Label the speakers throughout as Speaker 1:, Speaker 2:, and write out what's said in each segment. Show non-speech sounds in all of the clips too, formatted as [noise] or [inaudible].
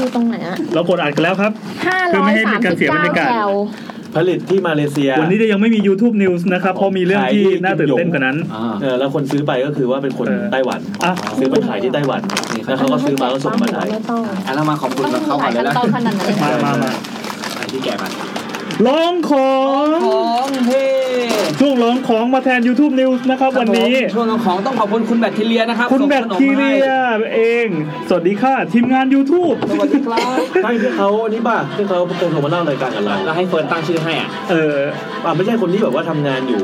Speaker 1: ดูตรงไหนอะ
Speaker 2: เรากดอัดกันแล้วครับ
Speaker 1: ห้า
Speaker 2: เพื่อ
Speaker 1: ร้อ
Speaker 2: ไม่
Speaker 1: ย
Speaker 2: ให้
Speaker 1: สาม
Speaker 2: เป็นการ
Speaker 1: สิบ
Speaker 2: เสียบร
Speaker 1: เก้าร
Speaker 2: ยากาศ
Speaker 1: แคล
Speaker 3: ผลิตที่มาเลเซีย
Speaker 2: วันนี้จะยังไม่มี YouTube News นะครับเพราะมีเรื่องที่น่าตื่นเต้นกว่านั้น
Speaker 4: อ่า
Speaker 3: เออแล้วคนซื้อไปก็คือว่าเป็นคน
Speaker 2: เออ
Speaker 3: ไต้หวัน
Speaker 2: อ่ะ
Speaker 3: ซื้อไปขายที่ไต้หวัน
Speaker 4: นี่ค
Speaker 3: แล้
Speaker 4: รั
Speaker 3: ว
Speaker 4: บ
Speaker 3: เขาก็ซื้อมาก็ส่งมาไทย
Speaker 1: ไม่ต้อง
Speaker 4: อ่ะเรามาขอบคุณ
Speaker 1: ต้อง
Speaker 4: เขา
Speaker 1: ห
Speaker 4: ก่อ
Speaker 1: ลาน ย
Speaker 4: เลย
Speaker 1: ขั้น
Speaker 4: แล้
Speaker 1: ตอนขนาดนั้นเลย
Speaker 4: ว
Speaker 1: เหร
Speaker 2: มา
Speaker 1: อ
Speaker 2: มามา
Speaker 4: อันที่แกะมา
Speaker 2: ร้องของ
Speaker 4: ของเฮ
Speaker 2: ช่วงร้องของมาแทน YouTube News นะครับวันนี้
Speaker 4: ช่วงของต้องขอบคุณคุณแบคทีเรียนะครับ
Speaker 2: คุณแบคทีเรียเอง สวัสดีค่ะทีมงาน YouTube
Speaker 4: ส่งขนมมาให้ส
Speaker 3: ใช่
Speaker 4: วัสดีครับ
Speaker 3: ที่เขาอันนี้ป่ะที่เขาเคยโทรมาเล่ารายการกับเรา
Speaker 4: แล้วให้เฟิร์นตั้งชื่อให้อ่ะ
Speaker 2: เออ
Speaker 3: อ่ะไม่ใช่คนที่แบบว่าทำงานอยู่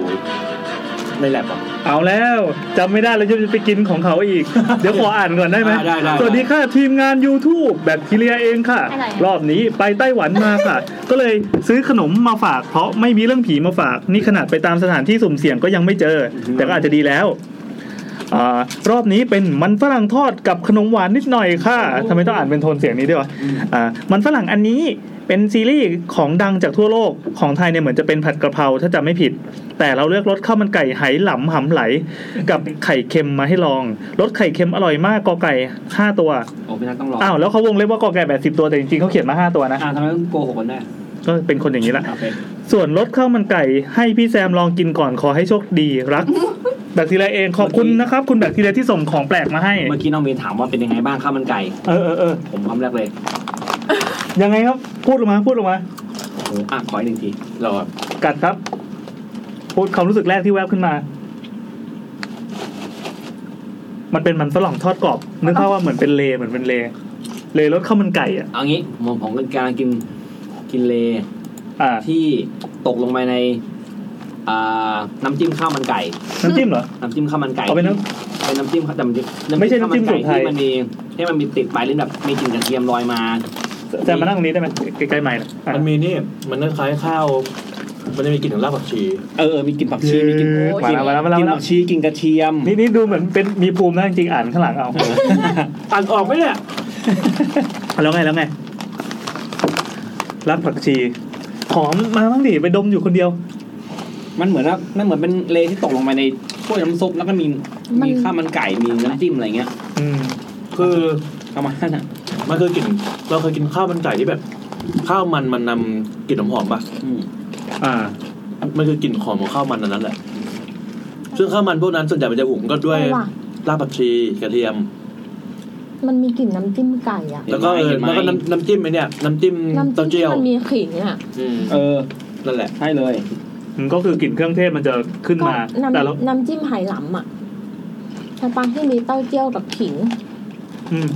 Speaker 3: ในแลบอ่ะ
Speaker 2: เอาแล้วจำไม่ได้แล้วจะไปกินของเขา
Speaker 4: [laughs]
Speaker 2: อีก เดี๋ยวขออ่านก่อนได้ไหม
Speaker 4: อ่าได้ได้
Speaker 2: สวัสดีค่ะทีมงาน YouTube แบบคิเลียเองค่ะ รอบนี้ไปไต้หวันมา [laughs] ค่ะ ก็เลยซื้อขนมมาฝาก เพราะไม่มีเรื่องผีมาฝาก นี่ขนาดไปตามสถานที่สุ่มเสี่ยงก็ยังไม่เจอ แต่ก็อาจจะดีแล้วอารอบนี้เป็นมันฝรั่งทอดกับขนมหวานนิดหน่อยค่ะทำไมต้องอ่านเป็นโทนเสียงนี้ด้วยวะอ่ามันฝรั่งอันนี้เป็นซีรีส์ของดังจากทั่วโลกของไทยเนี่ยเหมือนจะเป็นผัดกะเพราถ้าจำไม่ผิด แต่เราเลือกรสข้าวมันไก่ไหหลำหำไหล กับไข่เค็มมาให้ลองรสไข่เค็มอร่อยมากกอไก่ห้าตัว
Speaker 4: โอ้พี่นัทต้องรอ
Speaker 2: อ้าวแล้วเขาวงเล็บว่ากอไก่แปดสิบตัวแต่จริงๆเขาเขียนมาห้าตัวนะ
Speaker 4: อ่าทำไมต้องโกหกกันแน่
Speaker 2: ก็เป็นคนอย่างนี้ละ
Speaker 4: อ่ะเฟน
Speaker 2: ส่วนรสข้าวมันไก่ให้พี่แซมลองกินก่อนขอให้โชคดี [laughs] รักแบคทีเรียเองขอบคุณนะครับ คุณแบคทีเรียที่ส่งของแปลกมาให้
Speaker 4: เมื่อกี้น้องมีนถามว่าเป็นยังไงบ้างข้าวมันไก่
Speaker 2: เออเออเออ
Speaker 4: ผมคำแรกเลย
Speaker 2: ยังไงครับพูดออกมาพูดออกมา
Speaker 4: โอ้โหอ่ะขออีกหนึ่งทีรอ
Speaker 2: กัดครับ พูดความรู้สึกแรกที่แวบขึ้นมา มันเป็นมันฝรั่งทอดกรอบนึกภาพว่าเหมือนเป็นเลเหมือนเป็นเล เลรสข้าวมันไก่อ่ะ
Speaker 4: เอางี้ผมผมกำลังกินกินเล
Speaker 2: อ่า
Speaker 4: ที่ตกลงไปในอ่าน้ำจิ้มข้าวมันไก่
Speaker 2: น้ำจิ้มเหรอ
Speaker 4: น้ำจิ้มข้าวมันไก่
Speaker 2: เอา
Speaker 4: [laughs]
Speaker 2: เป็นน้
Speaker 4: เป็นน้ำจิ้มครับแต่มันจะ
Speaker 2: ไม่ใช่น้ำจิ้ม
Speaker 4: ข้าว
Speaker 2: สูตรไทย
Speaker 4: ที่มันมีที่มันมีติดปลายลิ้นแบบมีกลิ่นกระเทียมลอยมา
Speaker 2: ำแซมมานั่งตรงนี้ได้ไหมใกล้ๆใหม่ะอ่ะ
Speaker 3: มันมีนี่มันคล้ายๆข้าว มันจะมีกลิ่นของรากผักชี
Speaker 4: เออเออมีกลิ่นผักชีมีกลิ่น
Speaker 2: มาแล้วมาแล้วมาแล้ว
Speaker 4: กลิ่
Speaker 2: มาน แล้
Speaker 4: ผั
Speaker 2: ว
Speaker 4: กชีกลิ่นกระเทียม
Speaker 2: นี่นี่ดูเหมือนเป็นมีภูมินะจริงๆอ่านข้างหลังเอา
Speaker 3: อ่านออกไหมเนี่ย
Speaker 2: [laughs] แล้วไงแล้วไงรักผักชีหอมมาบ้างดิไปดมอยู่คนเดียว
Speaker 4: มันเหมือนว่ามันเหมือนเป็นเลที่ตกลงไปในถ้วยน้ำซุปแล้วก็มีมีข้าวมันไก่มีน้ำจิ้มอะไรเงี้ย
Speaker 2: อืม
Speaker 3: คือ
Speaker 4: ประมาณนั้นอ่ะ
Speaker 3: มันคือกลิ่นเราเคยกินข้าวมันไก่ที่แบบ ข้าวมันมันนำกลิ่นหอมๆป่ะ
Speaker 4: อืม
Speaker 2: อ่า
Speaker 3: มันคือกลิ่นหอมของข้าวมันอันนั้นแหละ ซึ่งข้าวมันพวกนั้นส่วนใหญ่มันจะหุงก็ด้วย
Speaker 1: เออว่ะ
Speaker 3: รากผักชีกระเทียม
Speaker 1: มันมีกลิ่นน้ำจิ้มไก่อ่ะ
Speaker 3: แล้วก็เออ
Speaker 4: เห็นไหม
Speaker 3: แล้วก็น้ำน้ำจิ้มไอ้เนี่ยน้ำจิ้ม
Speaker 1: น้ำ
Speaker 3: เต้า
Speaker 1: จิ้
Speaker 3: เจี้
Speaker 1: ม
Speaker 3: ยว
Speaker 1: มันมีขิงอ่ะ
Speaker 3: อืม
Speaker 4: เออ
Speaker 3: นั่นแหละ
Speaker 4: ใช่เลย
Speaker 2: มันก็คือกลิ่นเครื่องเทศมันจะขึ้น
Speaker 1: ก็
Speaker 2: มา
Speaker 1: น้
Speaker 2: แต่เรา
Speaker 1: ำน้ำจิ้มไหหลำอ่ะใช่ปะที่มีเต้าเจี้ยวกับขิง
Speaker 2: อืม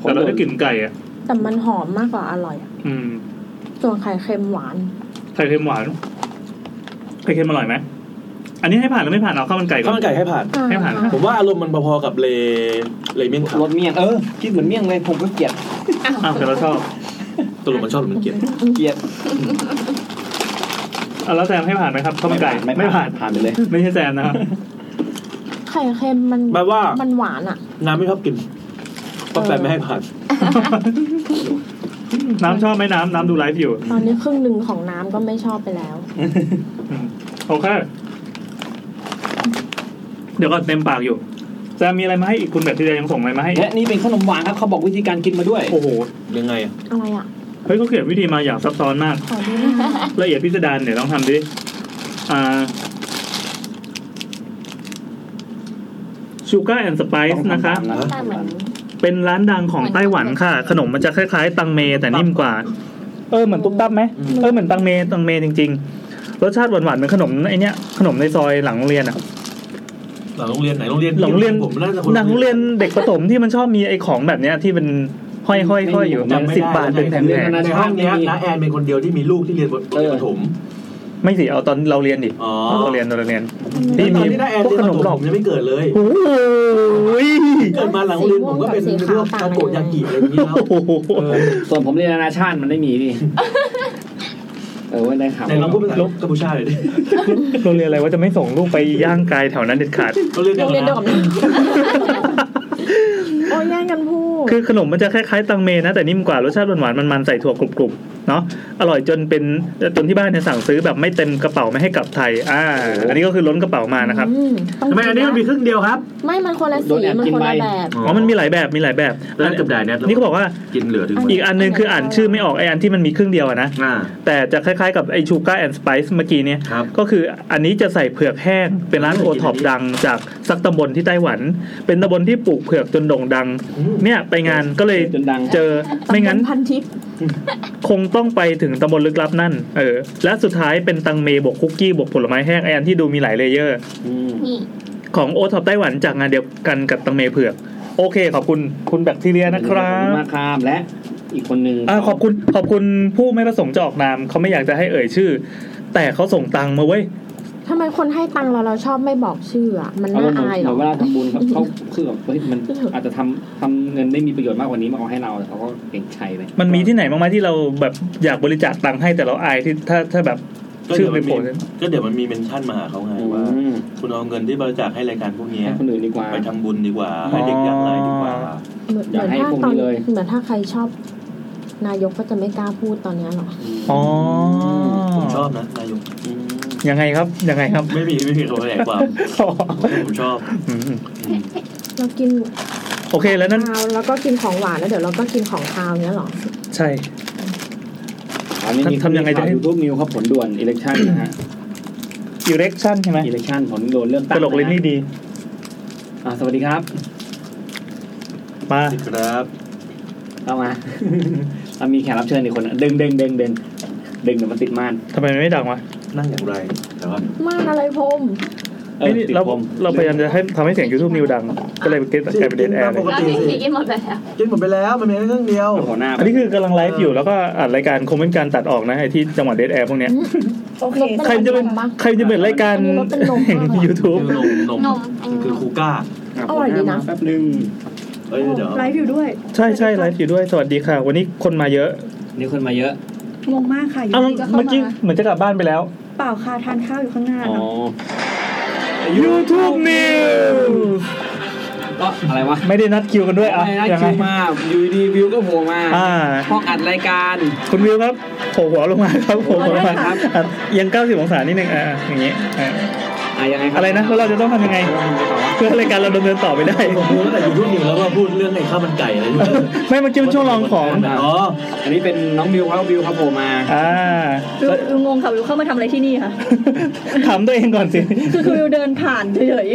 Speaker 2: แต่เราได้กลิ่นไก่อ่ะ
Speaker 1: แต่มันหอมมากกว่าอร่อยอะ
Speaker 2: อืม
Speaker 1: ส่วนไข่เค็มหวาน
Speaker 2: ไข่เค็มหวานไข่เค็มอร่อยไหมอันนี้ให้ผ่านหรือไม่ผ่านเอาข้าวมันไก่ก่อ
Speaker 3: ข้าวมัน นไก่ให้ผ่าน
Speaker 1: อ่
Speaker 2: ให้ผ่าน
Speaker 3: ผมว่าอารมณ์มันพอๆกับเลเลเมี่ยนขาว
Speaker 4: รสเมี่ยงเออคิดเหมือนเมี่ยงเลยผมก็เกลียด
Speaker 2: อ้าวแต่เราชอบ
Speaker 3: ตกลงมันชอบหรือมันเกลียด
Speaker 4: เกลียด
Speaker 2: อ่ะแล้วแซมให้ผ่านไหมครับข้าวมันไก่
Speaker 4: ไม่ผ่านผ่านไปเลย
Speaker 2: ไม่ใช่แซมนะครับ
Speaker 1: ไข่เค็มมัน
Speaker 3: หมายว่า
Speaker 1: มันหวานอ่ะ
Speaker 3: น้ำไม่ชอบกินเพราะแฟนไม่ให้ผ่าน
Speaker 2: น้ำชอบไหมน้ำน้ำดูไลฟ์อยู่
Speaker 1: ตอนนี้ครึ่งหนึ่งของน้ำก็ไม่ชอบไปแล้ว
Speaker 2: อืมโอเคเดี๋ยวก็เต็มปากอยู่แซมมีอะไรมาให้อีกคุณแบบที่เดยังส่งอะไรมาให้อีก
Speaker 4: และนี่เป็นขนมหวานครับเขาบอกวิธีการกินมาด้วย
Speaker 2: โอ้โห
Speaker 3: ยังไงอะ
Speaker 1: อะไรอ่ะ
Speaker 2: เฮ้ยเขาเขียนวิธีมาอย่างซับซ้อนมาก
Speaker 1: ขอดูหนะคะ
Speaker 2: ละเอียดพิสดารเดี๋ยวลองทำดิอ่าชูการ์แอนด์สไปซ์นะคะ
Speaker 4: ต้องทำตามนะครับ
Speaker 1: แต่เหมือน
Speaker 2: เป็นร้านดังของไต้หวันค่ะ ขนมมันจะคล้ายๆ ตังเมแต่นิ่มกว่า เออเหมือนตุ๊บตับไหม
Speaker 1: อืม
Speaker 2: เออเหมือนตังเมตังเมจริงๆ รสชาติหวานๆเหมือนขนมไอเนี้ยขนมในซอยหลังโรงเรียนอ่ะ
Speaker 3: หลังโรงเรียนไหนโรงเรียน
Speaker 2: หลังโรงเรียน
Speaker 3: ผมน่าจะคน
Speaker 2: หลังโรงเรียนเด็กประถมที่มันชอบมีไอของแบบเนี้ยที่เป็นห้อยห้อยห้อยอยู่
Speaker 4: จำไม่ได้
Speaker 2: สิบบาทเป็นแผ
Speaker 4: จำไม่ได้
Speaker 2: ง
Speaker 3: ในห้องเนี้ยน้าแอนเป็นคนเดียวที่มีลูกที่เรียนบน
Speaker 4: เออ
Speaker 3: ประถม
Speaker 2: ๆไม่สิเอาตอนเราเรียนดิ
Speaker 3: อ๋อ
Speaker 2: ตอนเราเรียนตอนเราเรียน
Speaker 3: ต
Speaker 2: นี่
Speaker 3: อน
Speaker 2: มี
Speaker 3: ที่น้าแอน
Speaker 2: พวก
Speaker 3: เรียน
Speaker 2: ข
Speaker 3: ป
Speaker 2: นม
Speaker 3: ระ
Speaker 2: ห
Speaker 3: ถ
Speaker 2: ลอก
Speaker 3: มยังไม่เกิดเลย
Speaker 2: โอ้ย
Speaker 3: เกิดมาหลังโรงเรียนผมก็เป็นพวกตาโกะยากิอะไรอย่างนี้แล้วเออ
Speaker 4: ส่วนผมเรียนนานาชาติมันไม่มี
Speaker 2: [laughs]
Speaker 4: นี่ เออว่าได้ครับ
Speaker 3: ไหนลองพูดภาษากัมพูชาหน่อยดิ
Speaker 2: โรงเรียนอะไรว่าจะไม่ส่งลูกไปย่างกายแถวนั้นเด็ดขาด
Speaker 3: โรงเรียน
Speaker 1: โรงเรียนเดียวกับ
Speaker 3: นะ
Speaker 1: โอ้ยแย่งกันพูด
Speaker 2: คือขนมมันจะคล้ายๆตังเมนะแต่นิ่มกว่ารสชาติหวานๆมันๆใส่ถั่วกรุบๆเนาะอร่อยจนเป็นจนที่บ้านเนี่ยสั่งซื้อแบบไม่เต็มกระเป๋าไม่ให้กลับไทยอ่าอันนี้ก็คือล้นกระเป๋ามานะครับ
Speaker 1: อืมต้อง
Speaker 5: ทำไมอันนี้มันมี
Speaker 1: กิะ
Speaker 5: ครึ่งเดียวครับ
Speaker 1: ไม่มันคนละ
Speaker 6: โด
Speaker 1: สี
Speaker 6: นแอบ
Speaker 1: มัน
Speaker 6: กิน
Speaker 1: คน
Speaker 6: ไป
Speaker 1: ละแบบ
Speaker 2: อ๋อมันมีหลายแบบมีหลายแบบ
Speaker 5: แล้วจบได้เนี่ย
Speaker 2: นี่ก็บอกว่า
Speaker 5: กินเหลือถึง
Speaker 2: อีกอันนึงคืออ่านชื่อไม่ออกไออันที่มันมีครึ่งเดียวอะนะ
Speaker 5: อ่า
Speaker 2: แต่จะคล้ายๆกับไอชูการ์แอนด์สไปซ์เมื่อกี้เนี่ย
Speaker 5: ครับ
Speaker 2: ก็คืออันนี้จะใส่เผือกแห้ง เป็นร้าน
Speaker 5: อืม
Speaker 2: โอท็อป
Speaker 5: กินอันนี้
Speaker 2: ดังจากซักตำบลที่ไต้หวัน เป็นตำบลที่ปลูกเผือกจนโด่งดัง เนี่ยไปงานก็เลย
Speaker 6: จนดัง
Speaker 2: เจอไม่งั้น
Speaker 1: ตำบลพันทิพย์
Speaker 2: คงต้องไปถึงตำบลลึกลับนั่น เออ และสุดท้ายเป็นตังเมบวกคุกกี้บวกผลไม้แห้งไออันที่ดูมีหลายเลเยอร์
Speaker 1: นี่
Speaker 2: ของโอท็อปไต้หวันจากงานเดียวกันกับตังเมเผือก โอเค ขอบคุณคุณแบคทีเรียนะครั
Speaker 6: ขอณ
Speaker 2: บ
Speaker 6: มากครับและอีกคนนึง
Speaker 2: อ่าขอบคุณขอบคุณผู้ไม่ประสงค์จะออกนามเขาไม่อยากจะให้เอ่ยชื่อ แต่เขาส่งตังมาเว้ย
Speaker 1: ทำไมคนให้ตังค์เราเราชอบไม่บอกชื่ออะมัน
Speaker 6: เขาเหมือน
Speaker 1: น่าอายเหรอ
Speaker 6: เวลาทำบุญ
Speaker 1: [laughs]
Speaker 6: ครับเขาคือแบบเฮ้ยมัน
Speaker 1: เอออ
Speaker 6: อาจจะทำทำเงินได้มีประโยชน์มากกว่านี้มาเอาให้เราแต่เขาก็เก่งใจไป
Speaker 2: มันมีที่ไหนบ้างไหมที่เราแบบอยากบริจาคตังค์ให้แต่เราอายที่ถ้าถ้าแบบ
Speaker 3: ก็
Speaker 2: ชื่
Speaker 3: เดี๋
Speaker 2: อ
Speaker 3: ยว
Speaker 2: ไป
Speaker 3: มัน
Speaker 2: โผ
Speaker 3: มี
Speaker 2: ล่
Speaker 3: ก็เดี๋ยวมันมีเมนชั่นมาหาเขาไง
Speaker 6: อื
Speaker 3: ว่า
Speaker 6: ม
Speaker 3: คุณเอาเงินที่บริจาคให้รายการพวกเนี้ย
Speaker 6: ให้คนอื่นดีกว่า
Speaker 3: ไปทำบุญดีกว่า ให้เด็กยากไร้ดีกว่า
Speaker 1: เหมือน
Speaker 6: อย่าให้
Speaker 1: ถ้า
Speaker 6: พวก
Speaker 1: ตอน
Speaker 6: นี้เลย
Speaker 1: เหมือนถ้าใครชอบ นายกก็จะไม่กล้าพูดตอนเนี้ยหรอ
Speaker 2: อ๋อ
Speaker 3: ผมชอบนะนายก
Speaker 6: อืม
Speaker 2: ยังไงครับยังไงครับ [laughs]
Speaker 3: ไม่มีไม่มีคนแหลกความผมชอบ
Speaker 2: อืม
Speaker 3: อืม
Speaker 1: เรากิน
Speaker 2: โอเคแล้วนั้น
Speaker 1: ข้าวแล้วก็กินของหวานแล้วเดี๋ยวเราก็กินของคาวเนี้ยหรอ
Speaker 2: ใช่
Speaker 6: อันนี้มี
Speaker 2: ทำยังไงจะให้
Speaker 6: ยูทูบนิวครับผลด่วนอิเล็กชันนะฮะ
Speaker 2: อิเล็กชันใช่ไหม
Speaker 6: อิเล็กชันผลด่วนเลือกตั้
Speaker 2: ต
Speaker 6: ง
Speaker 2: ลกลิ้นนี่ดี
Speaker 6: อ่าสวัสดีครับ
Speaker 2: มา
Speaker 3: สวัสดีครับ
Speaker 6: เข้ามา เรามีแขกรับเชิญอีกคนดึงดึงดึงดึงดึงเดี๋ยวมันติดม่าน
Speaker 2: ทำไมไม่ดังวะ
Speaker 3: นั่งอย่างไรแต่ว่า
Speaker 1: ม่านอะไรพรม
Speaker 6: เออ
Speaker 2: เอ้ย
Speaker 6: ติด
Speaker 2: เรา
Speaker 6: ผม
Speaker 2: เราพยายามจะให้ทำให้เสียง YouTube นิวดัง ก็เลยเก็ตกลายเป็นเดนแอร์เลย
Speaker 7: แล้วที่สีกินหมดไปแล้ว
Speaker 3: กินหมดไปแล้วมันมีแค่ครึ่งเดียว
Speaker 6: เอาหัวหน้าไป
Speaker 2: อันนี้คือกำลังไลฟ์อยู่แล้วก็อัดรายการคงเป็นการตัดออกนะไอ้ที่จังหวัดเดนแอร์พวกเนี้ย
Speaker 1: โอเค
Speaker 2: ใครจะเป็น
Speaker 1: บ้าง
Speaker 2: ใครจะเป็นรายการ
Speaker 1: อันนี้รถเป็นลมมากอะ
Speaker 2: ยูทูบ
Speaker 3: นมนม
Speaker 7: นม
Speaker 3: มันคือคูก้า
Speaker 6: อ่ะ
Speaker 1: อร่อยดี
Speaker 6: หัว
Speaker 1: นะ
Speaker 6: หามาแป๊บนึง
Speaker 3: เอ้ยเดี๋ยว
Speaker 8: ไลฟ์อยู่ด้วย
Speaker 2: ใช่ใช่ไลฟ์อยู่ด้วยสวัสดีค่ะ วันนี้คนมาเยอะ
Speaker 6: นี่คนมาเยอะ
Speaker 8: งงมากค่ะอยู่
Speaker 2: เอ้า
Speaker 8: ดีก็เข้า
Speaker 2: เมื่อกี้
Speaker 8: มา
Speaker 2: เหมือนจะกลับบ้านไปแล้ว
Speaker 8: เปล่าค่ะทานข้าวอยู่ข้างหน้า
Speaker 6: อ๋อ
Speaker 8: เนาะ
Speaker 2: YouTube News
Speaker 6: ก็อะไรวะ
Speaker 2: ไม่ได้นัดคิวกันด้วยอ่ะ
Speaker 6: ไม่ได้
Speaker 2: ยังไง
Speaker 6: คิวมาอยู่ดีวิวก็โผล่มา
Speaker 2: อ่า
Speaker 6: ห้องอัดรายการ
Speaker 2: คุณวิวครับโผล่หัวลงมาครับโผล่หัวลงมา
Speaker 6: เอาได้ค่ะ
Speaker 2: อ่ะยัง 90 องศานิดนึงอ่าอย่างงี้อ่ะ
Speaker 6: อ่ะยังไงคบ
Speaker 2: อะไรนะแล้วเราจะต้องทำยังไง เพื่อให้รายการเราดำเนินต่อไปได้
Speaker 3: ผมพูดตั้งแต่อยู่รุ่นหนึ่งแล้วว่าพูดเรื่องไอ้ข้าวมันไก่อะไรด้วย
Speaker 2: ไม่เมื่อกี้มันช่วงรองของ
Speaker 3: อ๋อ
Speaker 6: อันนี้เป็นน้องวิวครับวิวครับโผล่
Speaker 2: [laughs]
Speaker 6: มา
Speaker 2: อ่า
Speaker 8: วิววิวงงค่ะวิวเข้ามาทำอะไรที่นี่ค่ะ
Speaker 2: ถามตัวเองก่อนสิ
Speaker 8: คือคือวิวเดินผ่านเฉย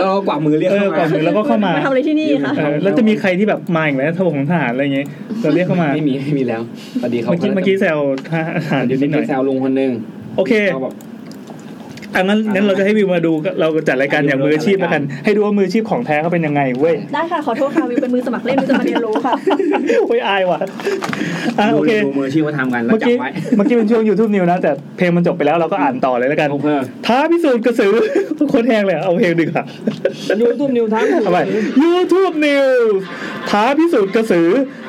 Speaker 6: แล้วก็กวักมือเรียก
Speaker 2: เออ
Speaker 6: เข้า
Speaker 2: ก่
Speaker 6: มา
Speaker 2: อนถึงแล้วก็
Speaker 8: ๆ
Speaker 2: เข้ามา
Speaker 8: ทำอะไรที่นี่ค่ะ
Speaker 2: เออแล้วจะมีใครที่แบบมาอีกไหมทบของทหารอะไรอย่างเงี้ยเราเรียกเข้ามา
Speaker 6: ไม่มีไม่มีแล้วสวัสดีครับ
Speaker 2: เมื่อกี้เมื่อกี้แซวทหารอ
Speaker 6: เดี๋ยว
Speaker 2: ยู่นิดหน่อย
Speaker 6: แซวลุงคนหนึง
Speaker 2: โอเค
Speaker 6: ราแบบ
Speaker 2: อันนั้นงั้นเราจะให้วิวมาดูก็เราจัดรายการอย่างมืออาชีพแล้วกัน ให้ดูว่ามืออาชีพของแท้เขาเป็นยังไงเว้ย
Speaker 8: ได้ค่ะขอโทษค่ะวิวเป็นมือสมัครเล่นวิวจะมาเรียนรู้ค่ะ
Speaker 2: โอ้ยอายว่ะอ่ะโอเค
Speaker 6: ดูมืออาชีพว่าทำกันแล้ว
Speaker 2: เมื่อกี้
Speaker 6: จำไว้
Speaker 2: เมื่อกี้เป็นช่วง YouTube New นะ แต่เพลงมันจบไปแล้วเราก็อ่านต่อเลยแล้วกัน
Speaker 6: โอเค
Speaker 2: ท้าพิสูจน์กระสือ โคตรแหงเลยอะเอาเพลงดีกว่า
Speaker 6: ยูทูบนิวทั้ง
Speaker 2: ทำไม YouTube News ท้าพิสูจน์กระสือ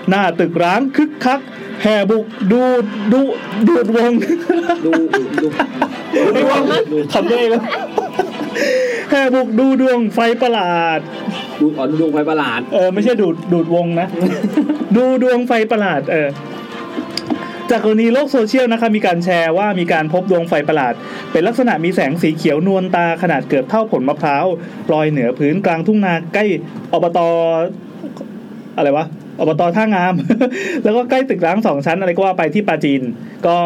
Speaker 2: หน้าตึกร้างคึกคัก แห่บุกดูดดูดูดวง
Speaker 6: ดูดู
Speaker 2: ไม่ว่างขับตัวเองแล้ว [laughs] แห่บุกดูดวงไฟประหลาด
Speaker 6: ดูอ๋อดูดวงไฟประหลาด
Speaker 2: เออไม่ใช่ดูดดูดวงนะ [laughs] ดูดวงไฟประหลาด เออ จากกรณีโลกโซเชียลนะคะมีการแชร์ว่ามีการพบดวงไฟประหลาด เป็นลักษณะมีแสงสีเขียวนวลตาขนาดเกือบเท่าผลมะพร้าวลอยเหนือพื้นกลางทุ่งนาใกล้อบตอะไรวะอบตท่างาม [laughs] แล้วก็ใกล้ตึกร้างสองชั้นอะไรก็ว่าไปที่ปราจีน ก็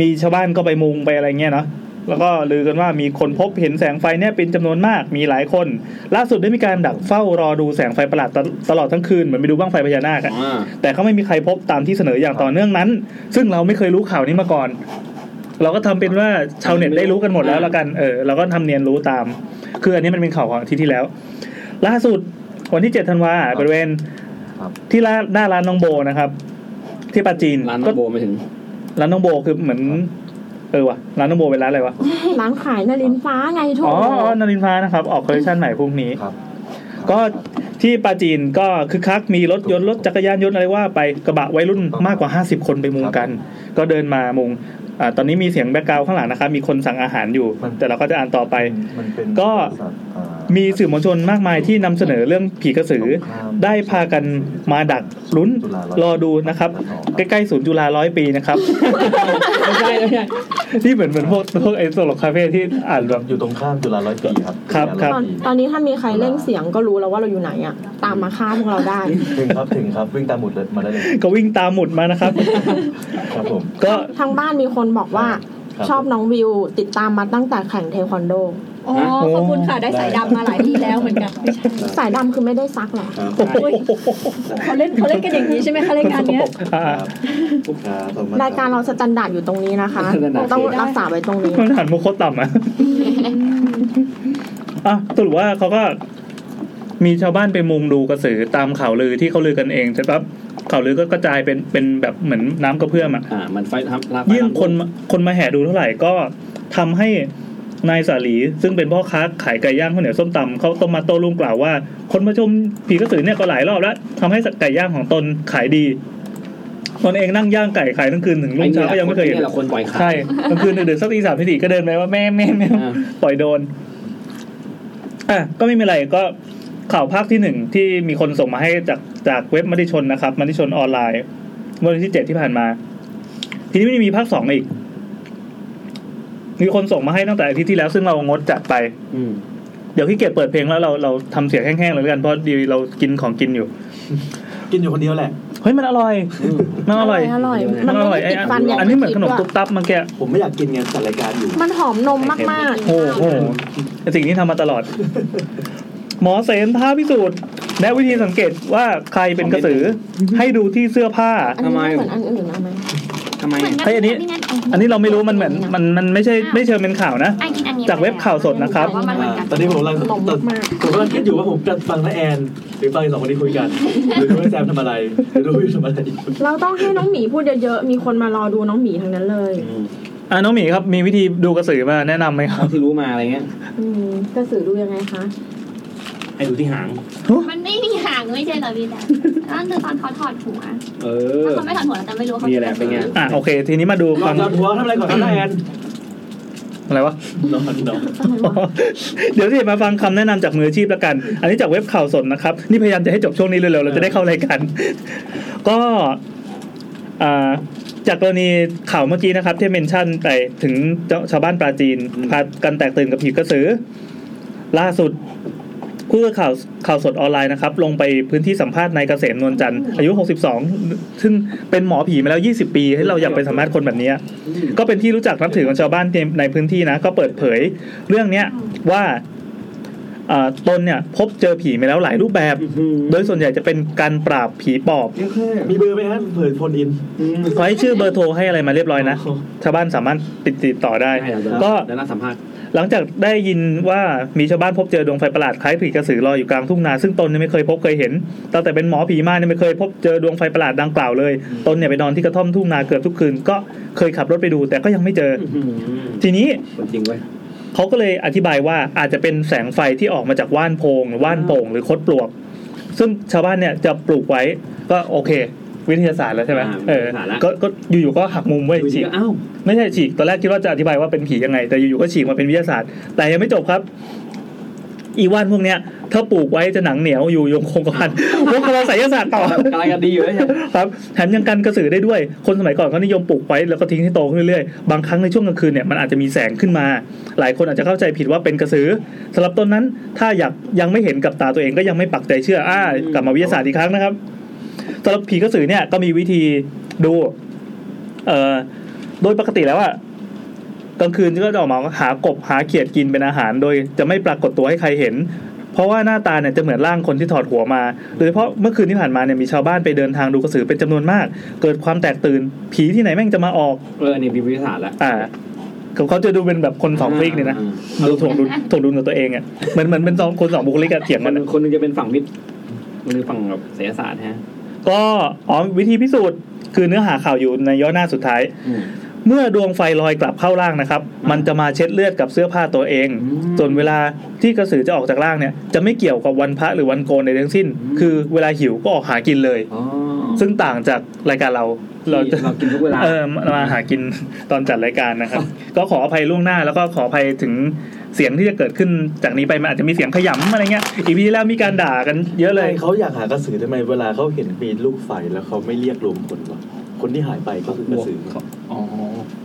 Speaker 2: มีชาวบ้านก็ไปมุงไปอะไรเงี้ยเนาะแล้วก็ลือกันว่ามีคนพบเห็นแสงไฟเนี่ยเป็นจำนวนมากมีหลายคน ล่าสุดได้มีการดักเฝ้ารอดูแสงไฟประหลาดตลตลอดทั้งคืนเหมือนไปดูบ้างไฟพญานาคอะ
Speaker 6: อ่า
Speaker 2: แต่ก็ไม่มีใครพบตามที่เสนออย่างต่อเนื่องนั้น ซึ่งเราไม่เคยรู้ข่าวนี้มาก่อน เราก็ทำเป็นว่าชาวเน็ตได้รู้กันหมดแล้วละกัน เออเราก็ทำเนียนรู้ตาม คืออันนี้มันเป็นข่าวของอาที่ที่แล้ว ล่าสุดวันที่เจ็ดธันวาบริเวณ
Speaker 5: ครับ
Speaker 2: ที่ร้านหน้าร้านน้องโบนะครับ ที่ปราจีน
Speaker 6: ร้าน
Speaker 2: ก็
Speaker 6: น้ำโบไม่ถึง
Speaker 2: ร้านน้องโบคือเหมือน เออว่ะร้านน้องโบเป็นร้านอะไรวะ
Speaker 1: ร้านขายนารินฟ้าไงทุก
Speaker 2: อ๋อ
Speaker 1: คน
Speaker 2: อ๋อนารินฟ้านะครับ ออกคอลเลคชันใหม่พรุ่งนี้
Speaker 5: ครับ
Speaker 2: ก็ที่ปราจีนก็คึกคักมีรถยนต์รถจักรยานยนต์อะไรว่าไปกระบะวัยรุ่นมากกว่า 50 คนไปมุงกัน ก็เดินมามุงอ่าตอนนี้มีเสียงแบ็กกราวข้างหลังนะครับมีคนสั่งอาหารอยู่
Speaker 5: มัน
Speaker 2: แต่เราก็จะอ่านต่อไป
Speaker 5: มันเป็น
Speaker 2: ก็
Speaker 5: บริษัทอ่า
Speaker 2: มีสื่อมวลชนมากมายที่นำเสนอเรื่องผีกระสือ ได้พากันมาดักลุ้นรอดูนะครับ ใกล้ๆศูนย์จุฬาร้อยปีนะครับ [laughs]
Speaker 6: ไม่ใช่ไม่ใช่
Speaker 2: ที่เหมือนเหมือนพวกพวกไอ้ตลกคาเฟ่ที่อ่านแบบ
Speaker 5: อยู่ตรงข้ามจุฬาร้อยปีครับ
Speaker 2: ครับครับ
Speaker 1: ตอนตอนนี้ถ้ามีใครเร่งเสียงก็รู้แล้วว่าเราอยู่ไหนอะตามมาฆ่าพวกเราได้
Speaker 2: [laughs]
Speaker 5: ถึงครับถึงครับวิ่งตามหมุดเลยมาได้เลย
Speaker 2: ก็วิ่งตามหมุดมา
Speaker 8: [laughs]
Speaker 2: นะครับ
Speaker 5: ครับผม
Speaker 2: ก็
Speaker 1: ทางบ้านมีคนบอกว่า
Speaker 5: ครับ
Speaker 1: ชอบน้องวิว ติดตามมาตั้งแต่แข่งเทควันโด
Speaker 8: อ๋อขอบคุณค่ะได้สายดำมาหลายทีแล้วเหมือนกัน
Speaker 1: สายดำคือไม่ได้ซักเหรอ
Speaker 5: ครับ
Speaker 8: โอ้ยเขาเล่นเขาเล่นกันอย่างนี้ใช่ไหมคะรายการเนี้ย
Speaker 2: อ่า
Speaker 5: ครับขอบคุณ
Speaker 1: รายการเราสแตนดาร์ดอยู่ตรงนี้นะคะ
Speaker 6: สแตนดาร์ด
Speaker 1: ต้องรักษาไว้ตรงนี้
Speaker 2: มันหันมุกโคตรต่ำอ่ะอ่ะสรุปว่าเขาก็มีชาวบ้านไปมุงดูกระสือตามข่าวลือที่เขาลือกันเองใช่ปะข่าวลือก็กระจายเป็นเป็นแบบเหมือนน้ำกระเพื่อมอ่ะ
Speaker 6: อ่ามันไฟทำรับ
Speaker 2: ยิ่งคนมาคนมาแห่ดูเท่าไหร่ก็ทำให้นายสาลีซึ่งเป็นพ่อค้าขายไก่ย่างข้าวเหนียวส้มตำเขาต้มมาโต้รุ่งกล่าวว่า คนมาชมผีกระสือเนี่ยก็หลายรอบแล้วทำให้ไก่ย่างของตนขายดีตนเองนั่งย่างไก่ขายทั้งคืนถึงรุ่
Speaker 6: ไอ้
Speaker 2: ง
Speaker 6: นี่
Speaker 2: เช้าก็ยังไม่เคยเห็น
Speaker 6: แหละคนปล่อยข่าว
Speaker 2: ใช่กลางคืนดึกๆสักตีสามตีสี่ก็เดินไปว่าแม่แม่แม่
Speaker 6: อ่า
Speaker 2: ปล่อยโดนอ่ะก็ไม่มีอะไรก็ข่าวภาคที่หนึ่งที่มีคนส่งมาให้จากจากเว็บมติชนนะครับมติชนออนไลน์เมื่อวันที่เจ็ดที่ผ่านมา ทีนี้ไม่ได้มีภาคสองอีก มีคนส่งมาให้ตั้งแต่อาทิตย์ที่แล้วซึ่งเรางดจัดไป
Speaker 6: อืม
Speaker 2: เดี๋ยวพี่เกียจเปิดเพลงแล้วเราเราทำเสียงแห้งๆเลยแล้วกันเพราะดีเรากินของกินอยู่
Speaker 5: กินอยู่คนเดียวแหละ
Speaker 2: เฮ้ยมันอร่อย
Speaker 6: อืม
Speaker 2: มันอร่อย
Speaker 1: อร่อย
Speaker 2: มั
Speaker 1: มัน น
Speaker 2: อ
Speaker 1: ไม่
Speaker 2: ร่อย
Speaker 1: ได้
Speaker 2: ไอ้
Speaker 1: ติดฟันอย่าง
Speaker 2: อันนี้เหมือนขนม
Speaker 1: ที่คิด
Speaker 2: ตุ๊บตับมันแกะ
Speaker 5: ผมไม่อยากกินไงจัดรายการอยู่
Speaker 1: มันหอมนมมาก
Speaker 2: โอ้โหสิ่งที่ทำมาตลอด หมอเสนท้าพิสูจน์แนะวิธีสังเกตว่าใครเป็นกระสือ ให้ดูที่เสื้อผ้า
Speaker 1: ๆอันนี้ไม่
Speaker 6: ทำไม
Speaker 1: เหมือนอันอื่นนะไหม
Speaker 6: ทำไมอ่ะ
Speaker 2: เฮ้ยอันนี้ อันนี้เราไม่รู้มันเหมือนมันมันไม่ใช่ไม่เชิงเป็นข่าวนะ
Speaker 7: อันนี้อันนี้
Speaker 2: จากเว็บข่าวสดนะครับ
Speaker 7: แต่ว่ามันเหมือนกัน
Speaker 5: ตอนนี้ผมกำลัง
Speaker 1: นม
Speaker 5: ตัด
Speaker 1: มาก
Speaker 5: ผมกำลังคิดอยู่ว่าผมจะฟังน้าแอน หรือฟังสองคนนี้คุยกันหรือดูว่าแซมทำอะไรหรือดูว่าอยู่ทำอะไร
Speaker 1: ๆเราต้องให้น้องหมีพูดเยอะๆ มีคนมารอดูน้องหมีทั้งนั้นเลย
Speaker 6: อืม
Speaker 2: อ่ะน้องหมีครับมีวิธีดูกระสือมาแนะนำไหมครับ
Speaker 6: เท่าที่รู้มาอะไรเงี้ย
Speaker 1: อืมกระสือดูยังไงคะ
Speaker 6: ให้ดูที่หาง
Speaker 7: มันไม่มีหางไม่ใช่เหรอพี่แต่นั่นคือตอนเขาถอดหัว
Speaker 6: เออ
Speaker 7: ถ้าเขาไม่ถอดหัวเราจะไม่รู้ว่าเขา
Speaker 6: นี่แหละเป็นไง
Speaker 2: อ่ะโอเค ทีนี้มาดู
Speaker 5: นอ
Speaker 2: ควาน
Speaker 5: น
Speaker 2: ม
Speaker 5: อนหัวทำอะไรก่อนครับน้า
Speaker 1: [laughs]
Speaker 5: แอน
Speaker 2: อะไรวะ
Speaker 5: นอนนอน
Speaker 2: [laughs] เดี๋ยวสิมาฟังคำแนะนำจากมืออาชีพแล้วกัน อันนี้จากเว็บข่าวสดนะครับ นี่พยายามจะให้จบช่วงนี้เร็วๆเราจะได้เข้ารายการ [laughs] ก็อ่าจากกรณีข่าวเมื่อกี้นะครับ ที่เมนชั่นไปถึงเจ้าชาวบ้านปราจีนพากันแตกตื่นกับผีกระสือ ล่าสุดผู้สื่อข่าวข่าวสดออนไลน์นะครับ ลงไปพื้นที่สัมภาษณ์นายเกษมนวลจันทร์อายุ 62 ซึ่งเป็นหมอผีมาแล้ว 20 ปีให้เราอยากไปสัมภาษณ์คนแบบเนี้ย ก็เป็นที่รู้จักนับถือของชาวบ้านในในพื้นที่นะ ก็เปิดเผยเรื่องเนี้ยว่าเอ่อตนเนี่ยพบเจอผีมาแล้วหลายรูปแบบ โดยส่วนใหญ่จะเป็นการปราบผีปอบ
Speaker 5: มีเบอร์ไหมฮะเผื่อโฟนอิน
Speaker 2: ขอให้ชื่อเบอร์โทรให้อะไรมาเรียบร้อยนะ ชาวบ้านสามารถติดต่อได้
Speaker 6: ใช่
Speaker 2: ก็
Speaker 6: ก็แล้วน่าสัมภาษณ์
Speaker 2: หลังจากได้ยินว่ามีชาวบ้านพบเจอดวงไฟประหลาดคล้ายผีกระสือลอยอยู่กลางทุ่งนาซึ่งตนเนี่ยไม่เคยพบเคยเห็นตั้งแต่เป็นหมอผีมาเนี่ยไม่เคยพบเจอดวงไฟประหลาดดังกล่าวเลยตนเนี่ยไปนอนที่กระท่อมทุ่งนาเกือบทุกคืนก็เคยขับรถไปดู แต่ก็ยังไม่เจอ ทีนี้
Speaker 6: คนจริงเว้ย
Speaker 2: เขาก็เลยอธิบายว่าอาจจะเป็นแสงไฟที่ออกมาจากว่านโพงหรือว่านโป่งหรือคดปลวก ซึ่งชาวบ้านเนี่ยจะปลูกไว้ก็โอเค วิทยาศาสตร์แล้วใช่ไหม
Speaker 6: อ่า
Speaker 2: เออ
Speaker 6: วิทยาศาสตร์แล้ว
Speaker 2: ก็ก็อยู่ๆก็หักมุมไว้ย
Speaker 6: ดูจริ
Speaker 2: ฉี
Speaker 6: ง
Speaker 2: ก
Speaker 6: ก็เอ้า
Speaker 2: ไม่ใช่ฉีกตอนแรกคิดว่าจะอธิบายว่าเป็นผียังไง แต่อยู่ๆก็ฉีกมาเป็นวิทยาศาสตร์ แต่ยังไม่จบครับ อีว่านพวกเนี้ยถ้าปลูกไว้จะหนังเหนียวอยู่ยงคงกระพั
Speaker 6: [laughs]
Speaker 2: นพวกเราไสยศาสตร์ต่อ
Speaker 6: กำลังกันดีอยู่เลยใช่ไหม
Speaker 2: ครับแถมยังกันกระสือได้ด้วย คนสมัยก่อนเขานิยมปลูกไว้แล้วก็ทิ้งให้โตขึ้นเรื่อยๆ บางครั้งในช่วงกลางคืนเนี่ยมันอาจจะมีแสงขึ้นมา หลายคนอาจจะเข้าใจผิดว่าเป็นกระสือสำหรับต้นนั้น ถ้าอยากยังไม่เห็นกับตาตัวเองก็ยังไม่ปักใจเชื่ออ่ากลับมาวิทยาศาสตร์อีกครั้งนะครับสำหรับผีกระสือเนี่ยก็มีวิธีดู เอ่อโดยปกติแล้วอะกลางคืนก็จะออกมาหากบหาเขียดกินเป็นอาหาร โดยจะไม่ปรากฏตัวให้ใครเห็น เพราะว่าหน้าตาเนี่ยจะเหมือนร่างคนที่ถอดหัวมา โดยเฉพาะเมื่อคืนที่ผ่านมาเนี่ยมีชาวบ้านไปเดินทางดูกระสือเป็นจำนวนมาก เกิดความแตกตื่น ผีที่ไหนแม่งจะมาออก
Speaker 6: เออนี่มีวิทยาศาสตร์แล้ว
Speaker 2: อ่าเขาเขาจะดูเป็นแบบคนสองฟิกเนี่ยนะดูถ่วงดุลถ่วงดุลกับตัวเองอะเหมือนเหมือนเป็นสองคนสองบุคลิกอะเถียง
Speaker 6: ค
Speaker 2: กัน น
Speaker 6: หนึ่
Speaker 2: อะ
Speaker 6: งคนหนึงจะเป็นฝั่งวิทย์คนหนึงฝั่งแบบศิลศาสตร์ฮะ
Speaker 2: ก็อ๋อวิธีพิสูจน์คือเนื้อหาข่าวอยู่ในย่อหน้าสุดท้าย
Speaker 6: อืม
Speaker 2: เมื่อดวงไฟลอยกลับเข้าร่างนะครับ มันจะมาเช็ดเลือดกับเสื้อผ้าตัวเอง
Speaker 6: อืม
Speaker 2: ส่วนเวลาที่กระสือจะออกจากร่างเนี่ย จะไม่เกี่ยวกับวันพระหรือวันโกนใดทั้งสิ้น
Speaker 6: อืม
Speaker 2: คือเวลาหิวก็ออกหากินเลย
Speaker 6: อ๋อ
Speaker 2: ซึ่งต่างจากรายการเรา เราจะ
Speaker 6: เรากินทุกเวลา
Speaker 2: [laughs] เออมาหากินตอนจัดรายการนะครับ ก็ขออภัยล่วงหน้าแล้วก็ขออภัยถึง เสียงที่จะเกิดขึ้นจากนี้ไปมันอาจจะมีเสียงขยำอะไรเงี้ยอีพีที่แล้วมีการด่ากันเยอะ
Speaker 3: เล
Speaker 2: เลย
Speaker 3: ยเขาอยากหากระสือทำไมเวลาเขาเห็นมีลูกไฟแล้วเขาไม่เรียกรวมคนวะคนที่หายไปก็คือกระสือ
Speaker 4: อ๋อ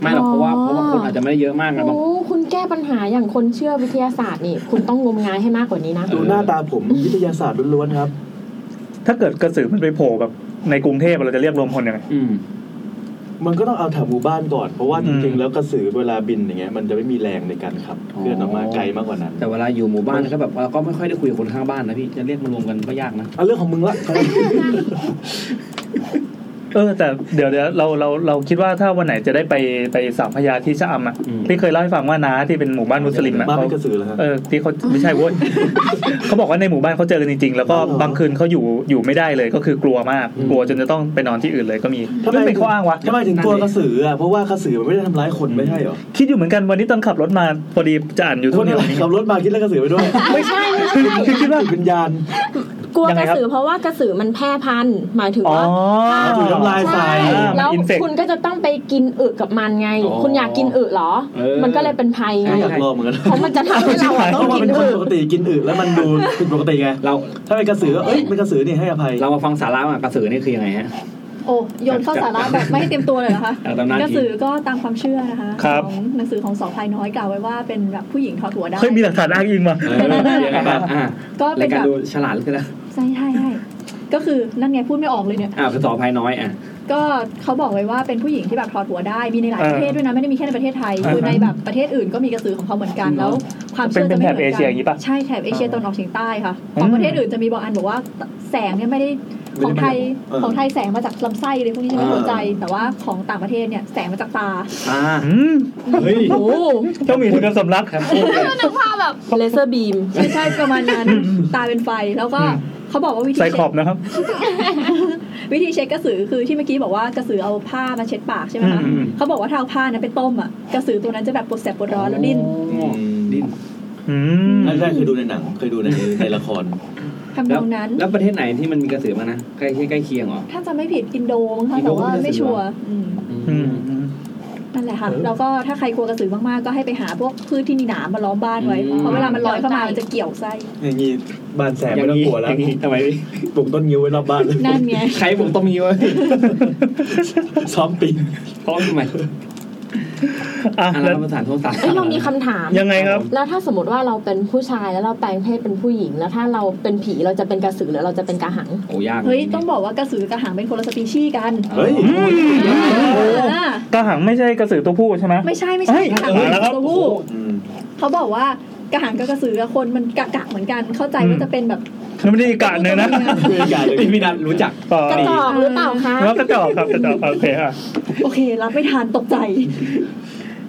Speaker 4: ไม่หรอกเพราะว่าเพราะบางคนอาจจะไม่ได้เยอะมากนะบาง
Speaker 1: โอ้คุณแก้ปัญหาอย่างคนเชื่อวิทยาศาสตร์นี่ คุณต้องงมงายให้มากกว่านี้นะ
Speaker 3: ดูหน้าตาผมวิทยาศาสตร์ล้วนๆครับ
Speaker 2: ถ้าเกิดกระสือมันไปโผล่แบบในกรุงเทพเราจะเรียกรวมคนยังไง
Speaker 4: อืม
Speaker 3: มันก็ต้องเอาแถวหมู่บ้านก่อน เพราะว่า
Speaker 2: อื
Speaker 3: จ
Speaker 2: ม
Speaker 3: ริงๆแล้วกระสือเวลาบินอย่างเงี้ยมันจะไม่มีแรงในการขับ
Speaker 4: อ๋อ
Speaker 3: เคลื่อนออกมาไกลมากกว่านั้น
Speaker 4: แต่เวลาอยู่หมู่บ้านก็แบบเราก็ไม่ค่อยได้คุยกับคนข้างบ้านนะพี่จะเรียกมารวมกันก็ยากนะ
Speaker 3: เอาเรื่องของมึงละ
Speaker 2: เออแต่เดี๋ยวเดี๋ยวเราเราเราคิดว่าถ้าวันไหนจะได้ไปไปสามพยาที่ชะอำอ่ะ
Speaker 4: อืม
Speaker 2: ที่เคยเล่าให้ฟังว่าน้าที่เป็นหมู่บ้านมุสลิมอ่ะ
Speaker 3: บ้าน
Speaker 2: เขา
Speaker 3: เป็นกระสือเหรอฮะ
Speaker 2: เออที่เขาไม่ใช่เว้ย [laughs] เขาบอกว่าในหมู่บ้านเขาเจอกันจริงๆ แล้วก็
Speaker 3: อ๋อเหรอบ
Speaker 2: างคืนเขาอยู่อยู่ไม่ได้เลยก็คือกลัวมาก
Speaker 3: อืม
Speaker 2: กลัวจนจะต้องไปนอนที่อื่นเลยก็มี
Speaker 3: ทำไม
Speaker 2: ไม่เป็นข้ออ้างวะ
Speaker 3: ทำไมถึงกลัวกระสืออ่ะเพราะว่ากระสือมันไม่ได้ทำร้ายคนไม่ใช่เหรอ
Speaker 2: คิดอยู่เหมือนกันวันนี้ตอนขับรถมาพอดีจะอ่านอยู่
Speaker 3: ค
Speaker 2: ทุก
Speaker 3: น
Speaker 2: เนี่ย
Speaker 3: อะไร
Speaker 2: วันนี้
Speaker 3: ขับรถมาคิดเรื่องกระสือไปด้วย
Speaker 1: ไม่ใช่ไม่ใช่
Speaker 3: คือคิดว่าวิญญาณ
Speaker 1: กลัวกระสือเพราะว่ากระสือมันแพร่พันธุ์หมายถึง
Speaker 2: อ๋อ
Speaker 1: ว่า
Speaker 3: ถูกน้ำลายใส่
Speaker 2: อ่ามัน
Speaker 1: แล้ว
Speaker 2: insect
Speaker 1: คุณก็จะต้องไปกินอึกับมันไง
Speaker 4: อ๋อ
Speaker 1: คุณอยากกินอึเหรอ
Speaker 4: เออ
Speaker 1: มันก็เลยเป็นภัยไง
Speaker 3: ไม่อยากลองเหมือนกัน
Speaker 1: เพราะมันจะทำให้เราอะ
Speaker 3: เพ
Speaker 1: ต้อง
Speaker 3: ราะว่า
Speaker 1: กิน
Speaker 3: เป็นคน
Speaker 1: อึ
Speaker 3: ปกติกินอึแล้วมันดูผิดปกติไง
Speaker 4: เรา
Speaker 3: ถ้าเป็นกระสือก็เอ้ยเป็นกระสือนี่ให้อภัย
Speaker 4: เรามาฟังสาระอ่ะกระสือนี่คือยังไงฮะ
Speaker 8: โอ้โยนเข้าสาระแบบไม่ให้เตรียมตัวเลยเหรอคะ
Speaker 4: เอาตามหน้าที่
Speaker 8: กระสือก็ตามความเชื่อนะคะ
Speaker 2: ครับ
Speaker 8: ของหนังสือของสองพลายน้อยกล่าวไว้ว่าเป็นแบบผู้หญิงทอดหัวได้
Speaker 2: เฮ้ยมีหลักฐานอ้างอิงมา
Speaker 4: เออยังไงครับอ่ะ
Speaker 8: ก็
Speaker 4: ราย
Speaker 8: เป็น
Speaker 4: การ
Speaker 8: แบบ
Speaker 4: ดูฉลาดขึ้นนะ
Speaker 8: ใช่ใช่ใช่ก็คือนั่นไงพูดไม่ออกเลยเนี่ย
Speaker 4: อ่าภาษาภายน้อยอ่ะ
Speaker 8: ก็เขาบอกไว้ว่าเป็นผู้หญิงที่แบบถอดหัวได้มีในหลายประเทศด้วยนะไม่ได้มีแค่ในประเทศไทย
Speaker 4: อ่าฮะ
Speaker 8: คือในแบบประเทศอื่นก็มีกระสือของเขาเหมือนกันแล้ว ความ
Speaker 2: เป็
Speaker 8: เชื่
Speaker 2: น
Speaker 8: อ
Speaker 2: เป็น
Speaker 8: จะไม่
Speaker 2: แถบ
Speaker 8: เหมือน
Speaker 2: เอเชียอ
Speaker 8: กัน
Speaker 2: ย่างนี้ปะ
Speaker 8: ใช่แถบเอเชียตะวันออกเฉียงใต้ค่ะ
Speaker 2: อืม
Speaker 8: ของประเทศอื่นจะมีบอกอันบอกว่าแสงเนี่ยไม่ได้ของไทย
Speaker 3: เออ
Speaker 8: ของไทยแสงมาจากลำไส้เลยพวกนี้ใช่ไหม
Speaker 3: อ่า
Speaker 8: หัวใจ แต่ว่าของต่างประเทศเนี่ยแสงมาจากตา
Speaker 4: อ่า
Speaker 2: อืม
Speaker 3: เฮ้ย
Speaker 1: โอ้โห
Speaker 2: ต้องมีถึงกับสำลัก
Speaker 7: นึกภาพแบบ
Speaker 1: เลเซอร์บีม
Speaker 8: ใช่ใช่ประมาณนั้นตาเป็นไฟแล้วก็
Speaker 2: อืม
Speaker 8: เขาบอกว่าวิธี
Speaker 2: ใส่
Speaker 8: เช็
Speaker 2: ขอบนะครับ
Speaker 8: วิธีเช็คกระสือคือที่เมื่อกี้บอกว่ากระสือเอาผ้ามาเช็ดปากใช่ไหมคะ
Speaker 2: อืมอืม
Speaker 8: เขาบอกว่าถ้าเอาผ้านั้นไปต้มอ่ะกระสือตัวนั้นจะแบบปวดแสบปวดร้อนแล้วดิ้น
Speaker 4: อ๋อดิ้น
Speaker 2: อืม
Speaker 3: แรกๆเคยดูในหนังเคยดูในในละคร
Speaker 8: ทำนองนั้น
Speaker 4: แล้วประเทศไหนที่มันมีกระสือมางนะใกล้ใกล้เคียงเหรอ
Speaker 8: ถ้าจะไม่ผิดอินโดมั้งคะ
Speaker 4: อินโด
Speaker 8: แต่ว่า
Speaker 4: ไม่
Speaker 8: ไม่
Speaker 4: ได้สือ
Speaker 8: ชัวร์อืม
Speaker 2: อืม
Speaker 8: นั่นแหละค่ะ
Speaker 3: เออ
Speaker 8: แล้วก็ถ้าใครกลัวกระสือมากๆ ก็ให้ไปหาพวกพืชที่มีหนามมาล้อมบ้านไว้
Speaker 4: อืม
Speaker 8: เพราะเวลามันลอยเข้ามา
Speaker 7: เกี่ยวไส้
Speaker 8: มันจะ
Speaker 3: อ
Speaker 8: เกี่ยวไส้
Speaker 3: ย่างงี้บ้านแสบไม่ต้องกลัวแล้ว
Speaker 4: อย่างนี้ทำไมพี่
Speaker 3: ปลูกต้นงิ้วไว้รอบ
Speaker 4: [laughs]
Speaker 3: บ้านเลย
Speaker 8: นั่นไง
Speaker 4: ใครผมต้องมีวะ
Speaker 3: ซ้อมปีน
Speaker 4: พร้อมทำไม
Speaker 2: อ่ะ
Speaker 4: อ่ะ
Speaker 2: แล้
Speaker 4: แล้ว วภาษาโทรศัพท์
Speaker 1: เอ้ยเรามีคำถาม
Speaker 2: ยังไงครับ
Speaker 1: แล้วถ้าสมมติว่าเราเป็นผู้ชายแล้วเราแปลงเพศเป็นผู้หญิง แล้วถ้าเราเป็นผีเราจะเป็นกระสือหรือเราจะเป็นกระหัง
Speaker 4: โอ้ยาก
Speaker 8: เฮ้ย ต้องบอกว่ากระสือกับกระหังเป็นคนละสปีชีส์กัน
Speaker 3: เฮ้ย
Speaker 2: อืม
Speaker 8: เออน่ะ
Speaker 2: กระหังไม่ใช่กระสือตัวผู้ใช่ไหม
Speaker 8: ไม่ใช่ไม่ใช่
Speaker 2: เฮ้ย
Speaker 8: กระหัง
Speaker 2: เออแล้วครับ
Speaker 8: ตัวผู้เขาบอกว่ากระหังกับกระสือกับคนมันกะกะเหมือนกัน เข้าใจว่าจะเป็นแบบ
Speaker 2: นั่นไม่ได้อีกกะเลยนะ
Speaker 3: คืออย่าเลย
Speaker 4: พี่พี่นัทรู้จัก
Speaker 2: ต่อก
Speaker 1: ระจอกหรือเปล่าคะ
Speaker 2: แล้วกระจอกครับกระจอกโอเคอ่ะ
Speaker 8: โอเครับไม่ทานตกใจ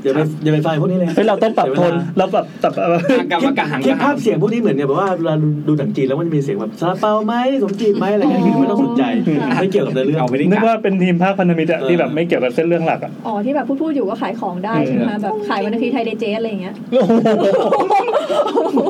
Speaker 3: อย่าไปอย่าไปไฟพวกนี้เลย
Speaker 2: เฮ้ยเราต้องปรับโทนเราปรับปรับเอ่อ
Speaker 4: อ่ะกลับมากระหัง
Speaker 3: คิ
Speaker 4: ก
Speaker 3: ด
Speaker 4: ระหั
Speaker 3: ภาง พเสียงพวกนี้เหมือนเนี่ยแบบว่าเวลาดูหนังจีนแล้วมันจะมีเสียงแบบซาลาเปาไหมสมจีบไหมอะไรเงี้ยคือไม่ต้องสนใจไม่เกี่ยวกับเนื้อเรื่อง
Speaker 4: เอาไปดิ
Speaker 2: นึกว่าเป็นทีมภาคพันธมิตรอะที่แบบไม่เกี่ยวกับเส้นเรื่องหลักอะ
Speaker 8: อ๋อที่แบบพูดพูดๆอยู่ก็ขายของได้ใช่ไหมคะแบบขายวันอาทิตย์ไทยเดย์เจอะไรอย่างเงี้ย
Speaker 2: โอ้โห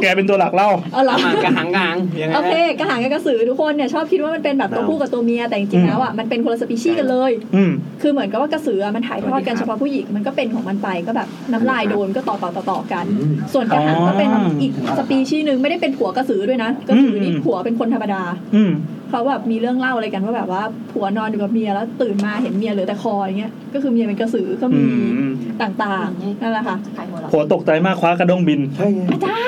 Speaker 2: แกเป็นตัวหลักเล่า
Speaker 8: เอาเหรอ
Speaker 4: มากระหังกระหังยังไง
Speaker 8: โอเคกระหังกับกระสือทุกคนเนี่ยชอบคิดว่ามันเป็นแบบตัวผู้กับตัวเมียแต่จริงๆแล้วอ่ะมันเป็นคนละสปีชีส์กันเลย
Speaker 2: อืม
Speaker 8: คือเหมือนกับว่ากระสืออ่ะมันถ่ายทอดกันเฉพาะผู้หญิงมันก็เป็นของมันไปก็แบบน้ำลายโดนก็ต่อต่อต่อต่อกัน
Speaker 3: อืม
Speaker 8: ส่วนกระหังก็เป็น
Speaker 2: อ๋ออี
Speaker 8: อีกสปีชีส์หนึ่งไม่ได้เป็นผัวกระสือด้วยนะกระสือนี่
Speaker 2: อืม
Speaker 8: ผัวเป็นคนธรรมดา
Speaker 2: อืม
Speaker 8: เขาแบบมีเรื่องเล่าอะไรกันว่าแบบว่าผัวนอนอยู่กับเมียแล้วตื่นมาเห็นเมียเหลือแต่คออย่างเงี้ยก็คือเมียเป็นกระสือก็
Speaker 2: อื
Speaker 8: มี
Speaker 2: ม
Speaker 8: ต่างๆนั่นแหละค่ะ
Speaker 7: ขายหมดแล้ว
Speaker 2: โหตกใจมากคว้ากระด้งบิน
Speaker 3: ใช่ไง
Speaker 8: อ่ะได้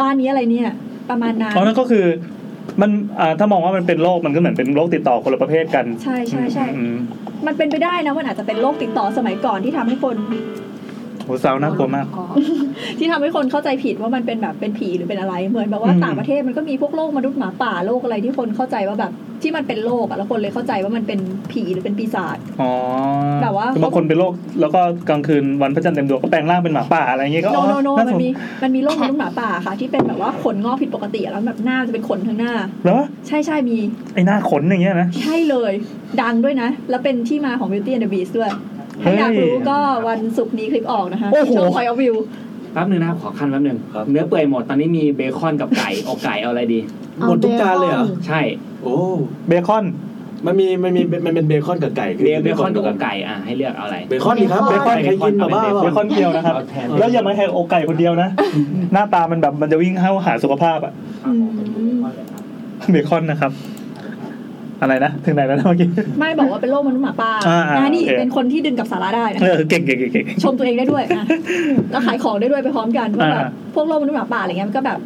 Speaker 8: บ้านนี้อะไรเนี่ยประมาณนั้น
Speaker 2: เพราะนั่นก็คือมันอ่าถ้ามองว่ามันเป็นโรคมันก็เหมือนเป็นโรคติดต่อคนละประเภทกัน
Speaker 8: ใช่ใช่ใช่
Speaker 2: อืม
Speaker 8: มันเป็นไปได้นะมันอาจจะเป็นโรคติดต่อสมัยก่อนที่ทำให้คน
Speaker 2: โหสาวน่ากลัวมาก
Speaker 8: ที่ทำให้คนเข้าใจผิดว่ามันเป็นแบบเป็นผีหรือเป็นอะไร เหมือนแบบว่า
Speaker 2: อืม
Speaker 8: ต่างประเทศมันก็มีพวกโรคมนุษย์หมาป่าโรคอะไรที่คนเข้าใจว่าแบบที่มันเป็นโรคอะแล้วคนเลยเข้าใจว่ามันเป็นผีหรือเป็นปีศาจ
Speaker 2: อ๋อ
Speaker 8: แบบว่า
Speaker 2: คือบางคนเป็นโรคแล้วก็กลางคืนวันพระจันทร์เต็มดวงก็แปลงร่างเป็นหมาป่าอะไรอย่างเงี้ยก็
Speaker 8: โน
Speaker 2: อ๋อ
Speaker 8: โนโน
Speaker 2: น่า
Speaker 8: มั
Speaker 2: ส
Speaker 8: น
Speaker 2: น
Speaker 8: มีมันมีโรคมนุษย์หมาป่าค่ะ ที่เป็นแบบว่าขนงอกผิดปกติแล้วแบบหน้าจะเป็นขนทั้งหน้า
Speaker 2: เหรอ
Speaker 8: ใช่ใช่มี
Speaker 2: ไอ้หน้าขนอย่างเงี้ยนะ
Speaker 8: ใช่เลย ดังด้วยนะ แล้วเป็นที่มาของ Beauty and the Beast ด้วย
Speaker 2: เฮ้ย
Speaker 8: ถ้าอยากรู้ก็วันศุกร์นี้คลิปออกนะคะ
Speaker 2: โอ้โห
Speaker 8: ช่อง Point of View
Speaker 4: แป๊บหนึงนะครับขอขั้นแป๊บหนึงเนื้อเปื่อยหมดตอนนี้มีเบคอนกับไก่เอาไก่เอาอะไรดี
Speaker 3: หมดทุกจานเลยเหรอ
Speaker 4: ใช่
Speaker 3: โอ้
Speaker 2: เบคอน
Speaker 4: เบ
Speaker 3: มันมีมันมีมันเป็นเบคอนกับไก่
Speaker 4: เบเบคอนกับไก่อ่ะให้เลือกเอาอะไร
Speaker 3: เบคอนดีครับเบคอนใครกินมาบ้า
Speaker 2: เบคอนเดียวนะครับ แล้วอย่ามาแทงโอไก่คนเดียวนะ หน้าตามันแบบมันจะวิ่งเข้าหาสุขภาพอะเบคอนนะครับ อะไรนะ ถึงไหนแล้วนะเมื่อกี้
Speaker 8: ไม่บอกว่าเป็นโรคมนุษย์หมาป่า
Speaker 2: อ่าอ่า
Speaker 8: นะนี่
Speaker 2: โอเค
Speaker 8: เป็นคนที่ดึงกับสาระได้
Speaker 2: [laughs]
Speaker 8: นะ
Speaker 2: เออเก่งเก่งเก่งเก่ง
Speaker 8: ชมตัวเองได้ด้วยอ่ะแล้วขายของได้ด้วยไปพร้อมกันว่าแบบ
Speaker 2: อ่า
Speaker 8: พวกโรคมนุษย์หมาป่าอะไรเงี้ยมันก็แบบ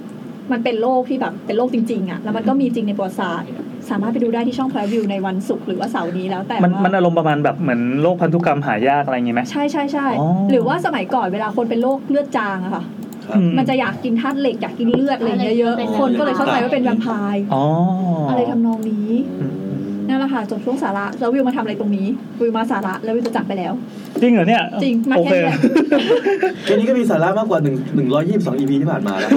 Speaker 8: มันเป็นโรคที่แบบเป็นโรคจริงๆอ่ะแล้วมันก็มีจริงในประวัติศาสตร์สามารถไปดูได้ที่ช่องพลาวิวในวันศุกร์หรือว่าเสาร์นี้แล้วแต่
Speaker 2: มัน
Speaker 8: ว่า
Speaker 2: มันอารมณ์ประมาณแบบเหมือนโรคพันธุกรรมหายากอะไรอย่างงี้ไหม
Speaker 8: ใช่ใช่ใช่
Speaker 2: อ๋อ
Speaker 8: หรือว่าสมัยก่อนเวลาคนเป็นโรคเลือดจางอะค่ะ
Speaker 2: อื
Speaker 8: มันจะอยากกินธาตุเหล็กอยากกินเลือดอะไรเงี้ยเยอะ
Speaker 7: เป็น
Speaker 8: ๆคนก็เลยเข้าใจว่าเป็นแวมไพร์
Speaker 2: อ๋ออ
Speaker 8: อะไรทำนองนี้
Speaker 2: อืม
Speaker 8: นั่นแหละค่ะจบช่วงสาระแล้ววิวมาทำอะไรตรงนี้วิวมาสาระแล้ววิวจะจับไปแล้ว
Speaker 2: จริงเหรอเนี่ย
Speaker 8: จริงมา
Speaker 2: โอ
Speaker 8: แค่
Speaker 2: เค
Speaker 3: แค่
Speaker 8: เนี้ย
Speaker 3: นี้ก็มีสาระมากกว่าหนึ่งหนึ่งร้อยยี่สิบสองอีพีที่ผ่านมาแล้ว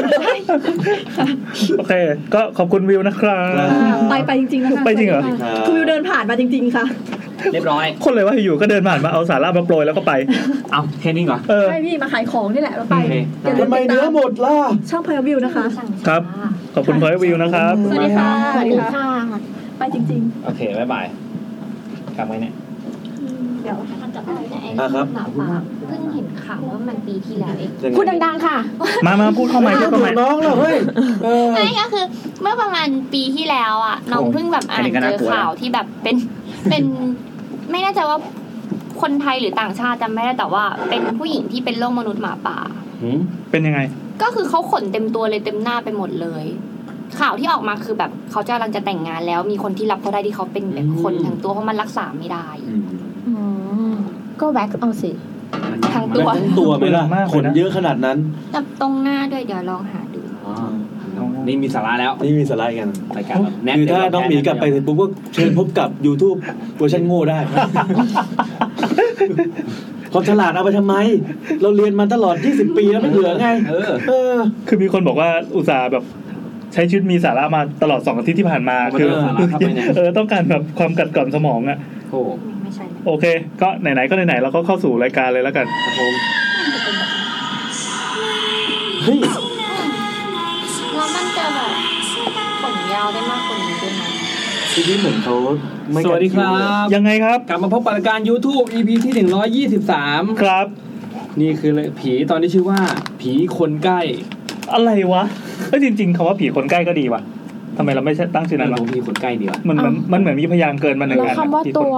Speaker 2: โอเค ก็ขอบคุณวิวนะครับ
Speaker 8: อ่าไปไปจริงๆแล้วค่ะ
Speaker 2: ไปจริงเหรอ
Speaker 8: ปค่ะคือวิวเดินผ่านมาจริง ๆ ค่ะ
Speaker 4: เรียบร้อย
Speaker 2: คนเลยว่าอยู่ก็เดินผ่านมาเอาสาระมาโปรยแล้วก็ไป
Speaker 4: เอาแค่นี้ก่อน
Speaker 2: เออ
Speaker 8: ใช่พี่มาขายของนี่แหละเราไป
Speaker 4: โอเค
Speaker 8: อย่าลื
Speaker 3: ทำ
Speaker 8: ม
Speaker 3: ไม
Speaker 8: ติดตา
Speaker 3: เนื้อ
Speaker 8: ม
Speaker 3: หมดล่ะ
Speaker 8: ช่องพายวิวนะคะ
Speaker 2: ครับ ขอบคุณพอยวิวนะครับ
Speaker 8: สวัสดีค่ะ
Speaker 7: สวัสดีค่ะ
Speaker 8: ไปจริง
Speaker 4: โอเคบ๊ายบายกลับมาเนี่ย
Speaker 7: เดี๋ยวทำกับอะไรนะไอ้
Speaker 3: อ่ะครับ
Speaker 7: หมาป่าเพิ่งเห็นข่าวว่ามันปีที่แล้วเอง
Speaker 3: ยังไง
Speaker 1: พูดดังๆค่ะ
Speaker 2: มามาพูดเข้าไมค์พูดเข้าไมค์
Speaker 3: น้องเหรอเฮ้ยเออ
Speaker 7: ไม่ก็คือเมื่อประมาณปีที่แล้วอ่ะน้องเพิ่งแบบอ่า
Speaker 4: อั
Speaker 7: น
Speaker 4: นนี้ก็
Speaker 7: เจ
Speaker 4: น่า
Speaker 7: อก
Speaker 4: ลัวนะ
Speaker 7: ข่าวที่แบบเป็น [laughs] เป็นไม่แน่ใจว่าคนไทยหรือต่างชาติจำไม่ได้แต่ว่า เป็นผู้หญิงที่เป็นโรคมนุษย์หมาป่า
Speaker 4: หืม
Speaker 2: เป็นยังไง
Speaker 7: ก็คือเขาขนเต็มตัวเลยเต็มหน้าไปหมดเลย ข่าวที่ออกมาคือแบบเขาจะกำลังจะแต่งงานแล้ว มีคนที่รับเขาได้ที่เขาเป็นแบบคนทั้งตัวเพราะมันรักษาไม่ได้
Speaker 1: อ๋อ ก็แว็กซ์เอาสิ
Speaker 7: ทั้งตัว
Speaker 3: ทั้งตัวไหมล่ะ
Speaker 2: มากเลยนะ
Speaker 3: ขนเยอะขนาดนั้น
Speaker 7: แต่ตรงหน้าด้วยเดี๋ยวลองหาดู
Speaker 4: อ๋อนี่มีสาระแล้ว
Speaker 3: นี่มีสไลด์กัน
Speaker 4: รายการเราแน่น
Speaker 3: คือ
Speaker 4: เดี๋ยว
Speaker 3: ถ้า
Speaker 4: เร
Speaker 3: น้องหมีกลับไปเสร็จปุ๊บก็เชิญพบกับ YouTube เวอร์ชันโง่ได้ [laughs] ความฉลาดเอาไปทำไม เราเรียนมาตลอด 20 ปีแล้วไม่เหลือไง
Speaker 4: เออ
Speaker 3: เออ
Speaker 2: คือมีคนบอกว่าอุตส่าห์แบบใช้ชีวิตมีสาระมาตลอดสองอาทิตย์ที่ผ่านมา
Speaker 4: เอามา
Speaker 2: คือ
Speaker 4: เติมสาระเข้าไปเนี่ย
Speaker 2: เออต้องการแบบความกัดกร่อนสมองอะ
Speaker 4: โอ้โห
Speaker 7: ไม่ใช่นะ
Speaker 2: โอเค ก็ไหนๆก็ไหนๆเราก็เข้าสู่รายการเลยแล้วกัน
Speaker 4: ครับผม
Speaker 3: เฮ้ย
Speaker 7: แล้วมันจะแบบขนยาวได้มากกว่านี้ด้วยนะ
Speaker 3: ทีนี้เหมือนเขาไม่
Speaker 4: สวัสดีครับ
Speaker 2: ยังไงครับ
Speaker 4: กลับมาพบกับรายการ YouTube EP ที่ 123
Speaker 2: ครับ
Speaker 4: นี่คือเลยผีตอนที่ชื่อว่า ผีคนใกล้
Speaker 2: อะไรวะเอ้ยจริงๆคำว่าผีคนใกล้ก็ดีว่ะทำไมเราไม่ตั้งชื่อนั้นวะ
Speaker 4: ผมผีคนใกล้ดีกว่า
Speaker 2: มันเหมือนมันเหมือนมีพยางค์เกินมาหนึ่ง
Speaker 1: แล้ว
Speaker 2: อันอะ
Speaker 1: คำว่า
Speaker 2: ผีน
Speaker 1: ตัว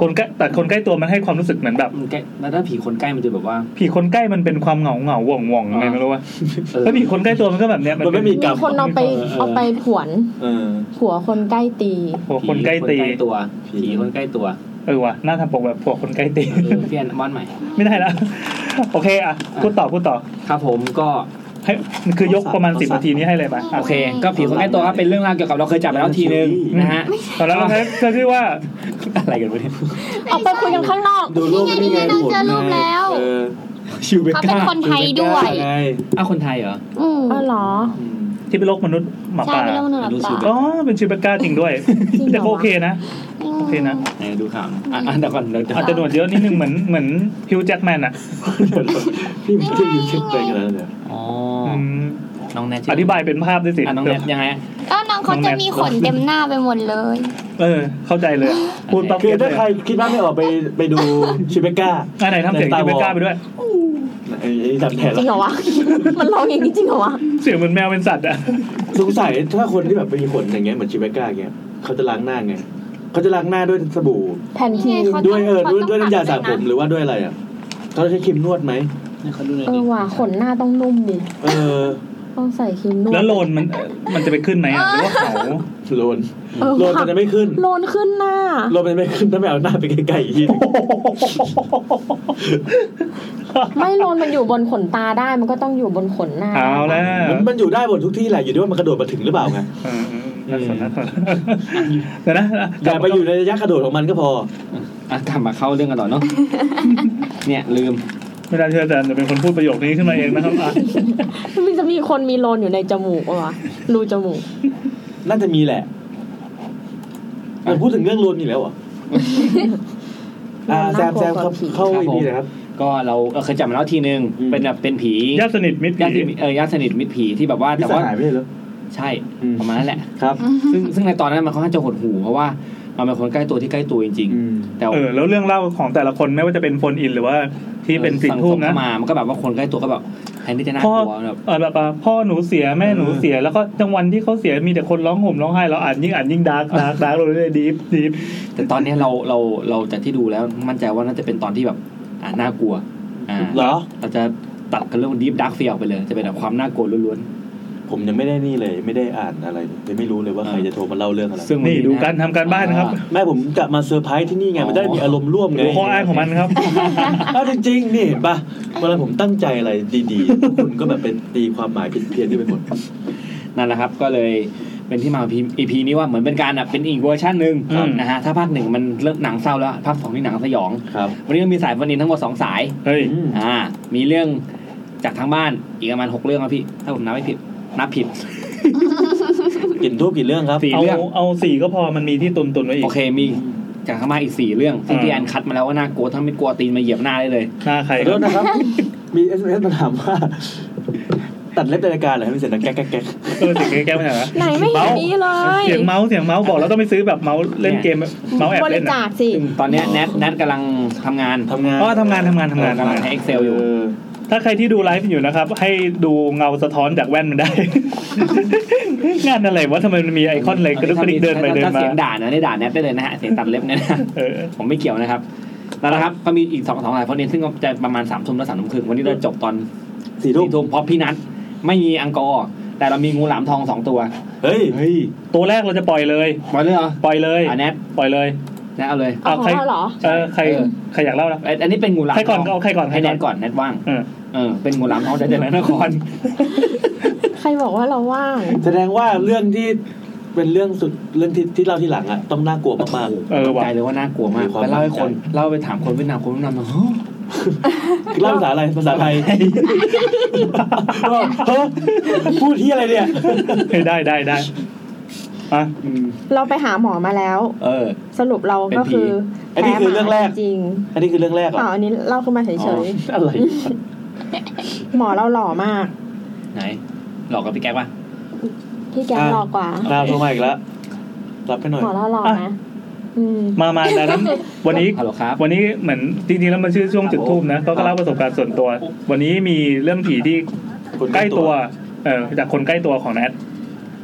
Speaker 2: คนใกล้แต่คนใกล้ตัวมันให้ความรู้สึกเหมือนแบบ
Speaker 4: มันใกล้แล้วถ้าผีคนใกล้มันจะแบบว่า
Speaker 2: ผีคนใกล้มันเป็นความเหงาเหงาๆหว่องหว่องๆยังไงไม่รู้ว่า
Speaker 4: เออ
Speaker 2: แล้วผีคนใกล้ตัวมันก็แบบเนี้ย
Speaker 3: มันไม่มีกร
Speaker 1: มี
Speaker 3: รม
Speaker 1: คนเอาไปเอาไปผวน
Speaker 3: เออ
Speaker 1: ผัวคนใกล้ตี
Speaker 2: โอ้คนใกล้ตี
Speaker 4: ผีคนใกล้ตัวผีคนใกล้ตัว
Speaker 2: เออว่ะหน้าทำปกแบบผัวคนใกล้ตี
Speaker 4: เออเพี้ยนบ้านใหม่
Speaker 2: ไม่ได้ละโอเคอ่ะพูดต่อพูดต่อ
Speaker 4: ครับผมก็
Speaker 2: ให้คือยกประมาณ
Speaker 3: เอาสั
Speaker 2: สิ
Speaker 3: ต
Speaker 2: บ
Speaker 3: ว์
Speaker 2: นาทีนี้ให้เลยมา
Speaker 4: โอเค ก็ผีคนใกล้ตัวครับเป็นเรื่องราวเกี่ยวกับเราเคยจับไปแล้วทีนึงนะฮะ
Speaker 2: ตอนแล้วเราใช้เธอชื่อว่า
Speaker 4: [laughs] อะไรกันวะเนี่ย
Speaker 1: เอาไปคุยกันข้างนอก
Speaker 3: ดูรูปนี่ไง
Speaker 7: นี่ไง
Speaker 3: ผ
Speaker 7: เจอรูปแล้ว
Speaker 3: เออ
Speaker 4: ชิวเบ
Speaker 7: เขา
Speaker 4: ก้า
Speaker 7: เป็นคนไทยด้วย
Speaker 3: ไง
Speaker 4: อ้าวคนไทยเหรอ
Speaker 7: อืม
Speaker 1: อ๋อเหรอ
Speaker 3: อืม
Speaker 2: ที่เป็นโรคมนุษย์หมา
Speaker 7: ใช่
Speaker 2: ป่า
Speaker 7: เป็นโรคมนุษย์หมาป่า
Speaker 2: อ๋อเป็นชื่อเบกก้าจริงด้วย
Speaker 1: จริงเหรอ
Speaker 2: แต่ก็โอเคนะ โอเคนะ
Speaker 4: ไหนดูข่าวหน่อยอ่ะอ่ะเดี๋ยวก่อนเดี๋ยว
Speaker 2: อาจจะหนวดเยอะนิดนึงเหมือนเหมือนฮิวแจ็คแมนอ่ะ
Speaker 3: พี่ไม่ได้อยู่เช็คไปกันแล้วเนี่ย
Speaker 4: อ๋อ
Speaker 2: ม
Speaker 4: น้องแนท
Speaker 2: อธิบายเป็นภาพด้วยสิ
Speaker 4: อ่ะน้องแนทยังไง
Speaker 7: ก็น้องเขาจะมีขนเต็มหน้าไปหมดเลย
Speaker 2: เออ เข้าใจเลยพูดปั๊บ
Speaker 3: คือ
Speaker 2: เก็ตเล
Speaker 3: ถ้ายใครคิดว่าไม่ออกไปไปดูชิเบก้า
Speaker 2: อันไหนทำเสียง
Speaker 3: ใน Star
Speaker 2: ฮิวเบกก้าไปด้วย
Speaker 3: ไอ้ไอ้ทำแทน
Speaker 1: จริงเหร
Speaker 3: ละ
Speaker 1: อวะ มันร้องอย่างนี้จริงเหรอวะ
Speaker 2: เสียงเหมือนแมวเป็นสัตว์อ่ะ
Speaker 3: สงสัยถ้าคนที่แบบมีขนอย่างเงี้ยเหมือนชิเบก้าเงี้ยเขาจะล้างหน้าไงเขาจะล้างหน้าด้วยสบู่
Speaker 1: แผ่นที
Speaker 7: นี่ไงเขา
Speaker 3: ด้วยเออด้วยด้วยน้ำยาสระผม
Speaker 7: เขาต้อง
Speaker 3: หรือว่าด้วยอะไรอ่ะเขาจะใช้ครีมนวดไหม
Speaker 1: เออว่ะขนหน้าต้องนุ่มดิ
Speaker 3: เออ
Speaker 1: ต้องใส่ครีมนวด
Speaker 2: แล้วโลนมันมันจะไปขึ้นไหมอ่ะหรือว่าเขา
Speaker 3: โลน
Speaker 1: เออ
Speaker 3: โลน
Speaker 1: ว่ะ
Speaker 3: มันจะไม่ขึ้น
Speaker 1: โลนขึ้นหน้า
Speaker 3: โลนมันจะไม่ขึ้นถ้าไม่เอาหน้าไปไกลๆอีกทีหนึ่ง
Speaker 1: ไม่โลนมันอยู่บนขนตาได้ มันก็ต้องอยู่บนขนหน้า
Speaker 2: [laughs] เอาแล้ว
Speaker 3: มันมันอยู่ได้หมดทุกที่แหละอยู่ที่ว่ามันกระโดดมาถึงหรือเปล่าไง
Speaker 2: เออเออน่าสนน่าสนเดี๋ยวนะ
Speaker 3: อย่าไปอยู่ในระยะกระโดดของมันก็พอ
Speaker 4: อ่ะกลับมาเข้าเรื่องกันต่อเนาะ [laughs] เนี่ยลืม
Speaker 2: ไม่ได้เชื่ออาจารย์จะเป็นคนพูดประโยคนี้ขึ้นมาเองนะครับอ่ะ
Speaker 1: มันจะมีคนมีโลนอยู่ในจมูกปะวะรูจมูก
Speaker 3: น่าจะมีแหละมันพูดถึงเรื่องโลนอีกแล้วเหรออ่าแซมแซมครับเข้า
Speaker 4: ครับ
Speaker 3: อี
Speaker 4: ผม
Speaker 3: พีนะครับ
Speaker 4: ก็เราเออเคยจับมาแล้วทีนึง
Speaker 3: อืม
Speaker 4: เป็นแบบเป็นผี
Speaker 2: ญาติสนิทมิตร
Speaker 4: ญาติ
Speaker 2: ผี
Speaker 4: มิตรเออญาติสนิทมิตรผีที่แบบว่า
Speaker 3: พี่
Speaker 4: แต่
Speaker 3: ส
Speaker 4: ว่า
Speaker 3: หายไม่ใช่เหรอ
Speaker 4: ใช่
Speaker 3: อืม
Speaker 4: ประมาณนั้นแหละ
Speaker 3: ครับ
Speaker 4: ซึ่งซึ่งในตอนนั้นมันค่อนข้างจะหดหู่เพราะว่า มันเป็นคนใกล้ตัวที่ใกล้ตัวจริง
Speaker 3: อืม
Speaker 4: ๆแต่
Speaker 2: เออแล้วเรื่องเล่าของแต่ละคนไม่ว่าจะเป็นโฟนอินหรือว่าที่เป็นสิ่ง
Speaker 4: สั
Speaker 2: ทู
Speaker 4: ค
Speaker 2: บ
Speaker 4: ม
Speaker 2: นะ
Speaker 4: เข้ามามันก็แบบว่าคนใกล้ตัวก็แบบแทนที่จะน่า
Speaker 2: พ่อก
Speaker 4: ลัวแบบ
Speaker 2: เออแบบว่าพ่อหนูเสียแม่หนูเสียแล้วก็จังวันที่เขาเสียมีแต่คนร้องห่มร้องไห้เราอ่านยิ่งอ่านยิ่งดาร์กดาร์กดาร์กเราเลยดีฟดีฟ
Speaker 4: แต่ตอนเนี้ยเราเราเราจากที่ดูแล้วมั่นใจว่าน่าจะเป็นตอนที่แบบอ่าน่ากลัวอ่า
Speaker 3: เหรอ
Speaker 4: เราจะตัดกันเรื่องดีฟดักเฟียออกไปเลย จะเป็นแบบความน่ากลัวล้วน
Speaker 3: ผมยังไม่ได้นี่เลยไม่ได้อ่านอะไรเลยยังไม่รู้เลยว่าใครจะโทรมาเล่าเรื่องอะไร
Speaker 4: ๆซึ่งวั
Speaker 2: นี่ดู
Speaker 4: ะ
Speaker 2: การทำการบ้านนะครับ
Speaker 3: แม่ผมกลับมาเซอร์ไพรส์ที่นี่ไง มันได้มีอารมณ์ร่วมไง
Speaker 2: ดูข้ออ้างของมันครับ
Speaker 3: อ้าวจริงๆ นี่เห็นปะเวลาผมตั้งใจอะไรดีๆพวกคุณก็แบบเป็นตีความหมายผิดเพี้ยนที่ไปหมด
Speaker 4: นั่นแหละครับก็เลยเป็นที่มาของ EP นี้ว่าเหมือนเป็นการแบบเป็นอีกเวอร์ชันหนึ่ง
Speaker 2: อืม
Speaker 4: นะฮะถ้าภาคหนึ่งมันเริ่มหนังเศร้าแล้วภาคสองนี่หนังสยอง
Speaker 3: ครับ
Speaker 4: วันนี้ก็มีสายฟันนินทั้งหมดสองสาย
Speaker 2: เฮ้ย
Speaker 3: อืม
Speaker 4: อ่ามีเรื่องจากทางบ้านอีกประมาณหกเรื่องครับพี่ ถ้าผมนับไม่ผิดนับผิด
Speaker 3: กินทูบกี่เรื่องครับ
Speaker 4: สี่
Speaker 2: เอา
Speaker 4: เรื่อง
Speaker 2: เอาสี่ก็พอมันมีที่ตุนตุนๆไว้อี
Speaker 4: โอก เคมีจากทางบ้านอีกสี่เรื่องซึ่ง
Speaker 2: อ่า
Speaker 4: พี่แอนคัดมาแล้วว่าน่ากลัวทั้งไม่กลัวตีนมาเหยียบหน้าได้เลย
Speaker 2: หน้าใคร
Speaker 3: ขอ
Speaker 2: ค
Speaker 3: โท
Speaker 2: รับ
Speaker 3: ษนะครับ มี SMS มาถามว่า ตัดเล็บในรายการเหรอให้มันเสร็จนะแก๊กแก๊กแก๊ก
Speaker 2: เออเสียงแก้วไม่ใช่เหรอ
Speaker 1: ไหนไม่เห็นมีเลย
Speaker 2: เสียงเมาส์เสียงเมาส์บอกแล้วต้องไปซื้อแบบเมาส์เล่นเกมเมาส์แอบบ เล่
Speaker 1: ริ
Speaker 2: นอะ
Speaker 1: จาคสิ
Speaker 4: ซึ่งตอนเนี้ยแนทแนทกำลังทำงาน
Speaker 3: ทำงาน
Speaker 2: อ๋อทำงานทำงานทำงาน
Speaker 4: กำลังใช้ Excel อยู่
Speaker 3: เ
Speaker 2: ถ้าใครที่ดูไลฟ์อยู่นะครับ ให้ดูเงาสะท้อนจากแว่นมันได้ [laughs] งานอะไรวะทำไมมันมีไอคอนอะไรกระดุกกระดิกเดินไปเดิน
Speaker 4: ถ้า
Speaker 2: มา
Speaker 4: เสียงด่านะได้ด่าแนทได้เลยนะฮะเสียงตัดเล็บเนี่ยนะ
Speaker 2: เออ
Speaker 4: ผมไม่เกี่ยวนะครับนั่นแหละครับก็มีอีกสองสองสายพอดีซึ่งก็จะประมาณสามทุ่มและสามทุ่มครึ่งวันนี้เราจบตอน
Speaker 3: สี่ทุ่ม
Speaker 4: สี่ทุ่มเพราะพี่นัทไม่มีอังกอร์แต่เรามีงูหลามทองสองตัว
Speaker 3: เฮ้ย
Speaker 4: เฮ้ย
Speaker 2: ตัวแรกเราจะปล่อยเลย
Speaker 4: มาเลยเหรอ
Speaker 2: ปล่อยเลย
Speaker 4: อ่ะแนท
Speaker 2: ปล่อยเลย
Speaker 4: แนทเอาเลย
Speaker 1: เอาของ
Speaker 2: ใคร
Speaker 1: เราเหรอ
Speaker 2: เออใคร
Speaker 4: เออ
Speaker 2: ใครอยากเล่านะ
Speaker 4: เอ้ยอันนี้เป็นงูหลาม
Speaker 2: ใครก่อน
Speaker 4: ทง
Speaker 2: เอาใครก่อน
Speaker 4: ให้
Speaker 2: ใครก่
Speaker 4: แน
Speaker 2: อน
Speaker 4: ทก่อนแนทว่าง
Speaker 2: เออ
Speaker 4: เออเป็นงูหลามทองจากจันทนคร
Speaker 1: ใครบอกว่าเราว่าง
Speaker 3: แสดงว่าเรื่องที่เป็นเรื่องสุดเรื่องที่ที่เล่าที่หลังอ่ะ ต้องน่ากลัวมาก
Speaker 2: เออ
Speaker 4: ตก
Speaker 2: ว่ะ
Speaker 4: ใจเลยว่าน่ากลัวมาก
Speaker 3: มีความ
Speaker 4: ไปเล่าให้คน
Speaker 3: มั่นใจ
Speaker 4: เล่าไปถามคนเวียดนามคนเวียดนามบอกเฮ้ย
Speaker 3: ๆเล่าภาษาอะไรภาษาไทย พูดที่อะไรเนี่ย
Speaker 2: เฮ้ยได้ได้ได้อ่ะ
Speaker 1: เราไปหาหมอมาแล้ว
Speaker 4: เออ
Speaker 1: สรุปเราก็คือ
Speaker 3: เป็นผีอันนี้คือเรื่องแรก
Speaker 1: พ้หมาจริง
Speaker 3: อันนี้คือเรื่องแรกเหร
Speaker 1: เปล่า
Speaker 3: อ
Speaker 1: อันนี้เล่าขึ้นมาเฉ
Speaker 3: อ๋อย อะไร
Speaker 1: ๆหมอเราหล่อมาก
Speaker 4: ไหน หลอกกับพี่แก๊กป่ะ
Speaker 1: พี่แก๊ป
Speaker 3: อ่ะ
Speaker 1: หล่อกว่า
Speaker 3: ตามโทรมาอีกแล้ว รับไปหน่อย
Speaker 1: หมอเราหล่อนะอืม
Speaker 2: มามาดัง
Speaker 4: [laughs]
Speaker 2: นั้นวันนี้
Speaker 4: ฮัลโหลครับ
Speaker 2: วันนี้เหมือนจริงๆแล้วมันชื่อช่วงจุดทูบนะก็เล่าประสบการณ์ส่วนตัว วันนี้มีเรื่องผีที่
Speaker 3: คน
Speaker 2: ใกล้ตัวเออจากคนใกล้ตัวของแนท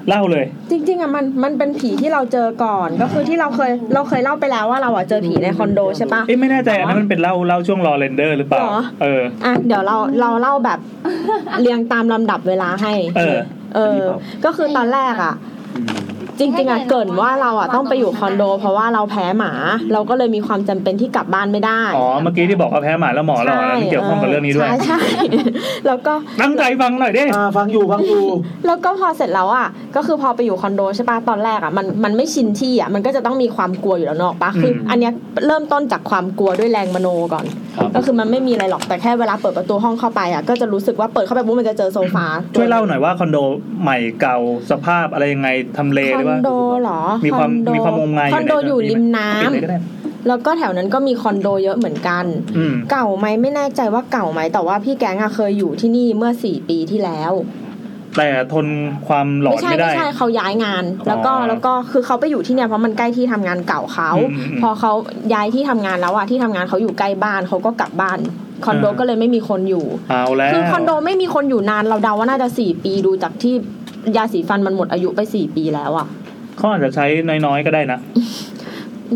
Speaker 2: เล่าเลย
Speaker 1: จริงๆอ่ะมันมันเป็นผีที่เราเจอก่อน ก็คือที่เราเคยเราเคยเล่าไปแล้วว่าเราอ่ะเจอผีในคอนโดใช่ปะ
Speaker 2: เอ๊ะไม่แน่ใจอันนั้นมันเป็นเล่าเล่าช่วงรอเรนเดอร์หรือเปล่า
Speaker 1: หรอ
Speaker 2: เออ
Speaker 1: อ่ะเดี๋ยวเราเราเล่าแบบ [laughs] เรียงตามลำดับเวลาให้
Speaker 2: เออ
Speaker 1: เออ ก็คือตอนแรกอ่ะ
Speaker 3: อืม
Speaker 1: จริงๆอ่ะเกรินว่าเราอ่ะต้องไปอยู่คอนโด เพราะว่าเราแพ้หมา เราก็เลยมีความจำเป็นที่กลับบ้านไม่ได้
Speaker 2: อ๋อเมื่อกี้ที่บอกว่าแพ้หมาแล้วหมอเราอะไรที่เกี่ยวข้องกับเรื่องนี้ด้วย
Speaker 1: ใช่ใช่ [laughs] แล้วก็
Speaker 2: ตั้งใจฟังหน่อยดิ
Speaker 3: อ่าฟังอยู่ฟังอยู่
Speaker 1: แล้วก็พอเสร็จแล้วอ่ะก็คือพอไปอยู่คอนโดใช่ปะตอนแรกอ่ะมันมันไม่ชินที่อ่ะมันก็จะต้องมีความกลัวอยู่แล้วเนอะปะคืออันเนี้ยเริ่มต้นจากความกลัวด้วยแรงมโนก่อน
Speaker 3: ครับ
Speaker 1: ก็คือมันไม่มีอะไรหรอกแต่แค่เวลาเปิดประตูห้องเข้าไปอ่ะก็จะรู้สึกว่าเปิดเข้าไปปุ๊บมันจะเจอโซฟา
Speaker 2: ช่วยเล่าหน่อยว่าคอนโดใหม่เก่าสภาพอะไรยังไงทำเล
Speaker 1: ค
Speaker 2: หรือ
Speaker 1: อน
Speaker 2: ว่า
Speaker 1: โดเหรอ
Speaker 2: มีความ
Speaker 1: อนโด
Speaker 2: มีความงมงาย
Speaker 1: คอนโดอยู่ริมน้ำ
Speaker 2: ปิดเลยก็ได้
Speaker 1: แล้วก็แถวนั้นก็มีคอนโดเยอะเหมือนกัน
Speaker 2: อืม
Speaker 1: เก่าไหมไม่แน่ใจว่าเก่าไหมแต่ว่าพี่แก๊งอะเคยอยู่ที่นี่เมื่อสี่ปีที่แล้ว
Speaker 2: แต่ทนความหลอน
Speaker 1: ใช่
Speaker 2: ไม่ได้
Speaker 1: ไม่ใช่เขาย้ายงาน แล้วก็
Speaker 2: อ๋อ
Speaker 1: แล้วก็คือเขาไปอยู่ที่เนี่ยเพราะมันใกล้ที่ทำงานเก่าเขา
Speaker 2: อืมอืม
Speaker 1: พอเขาย้ายที่ทำงานแล้วอะที่ทำงานเขาอยู่ใกล้บ้านเขาก็กลับบ้านคอนโด
Speaker 2: อ่า
Speaker 1: ก็เลยไม่มีคนอยู่
Speaker 2: เอาแล้ว
Speaker 1: คือคอนโดไม่มีคนอยู่นานเราเดาว่าน่าจะสี่ปีดูจากที่ยาสีฟันมันหมดอายุไปสี่ปีแล้วอะ
Speaker 2: เขาอาจจะใช้น้อยๆก็ได้นะ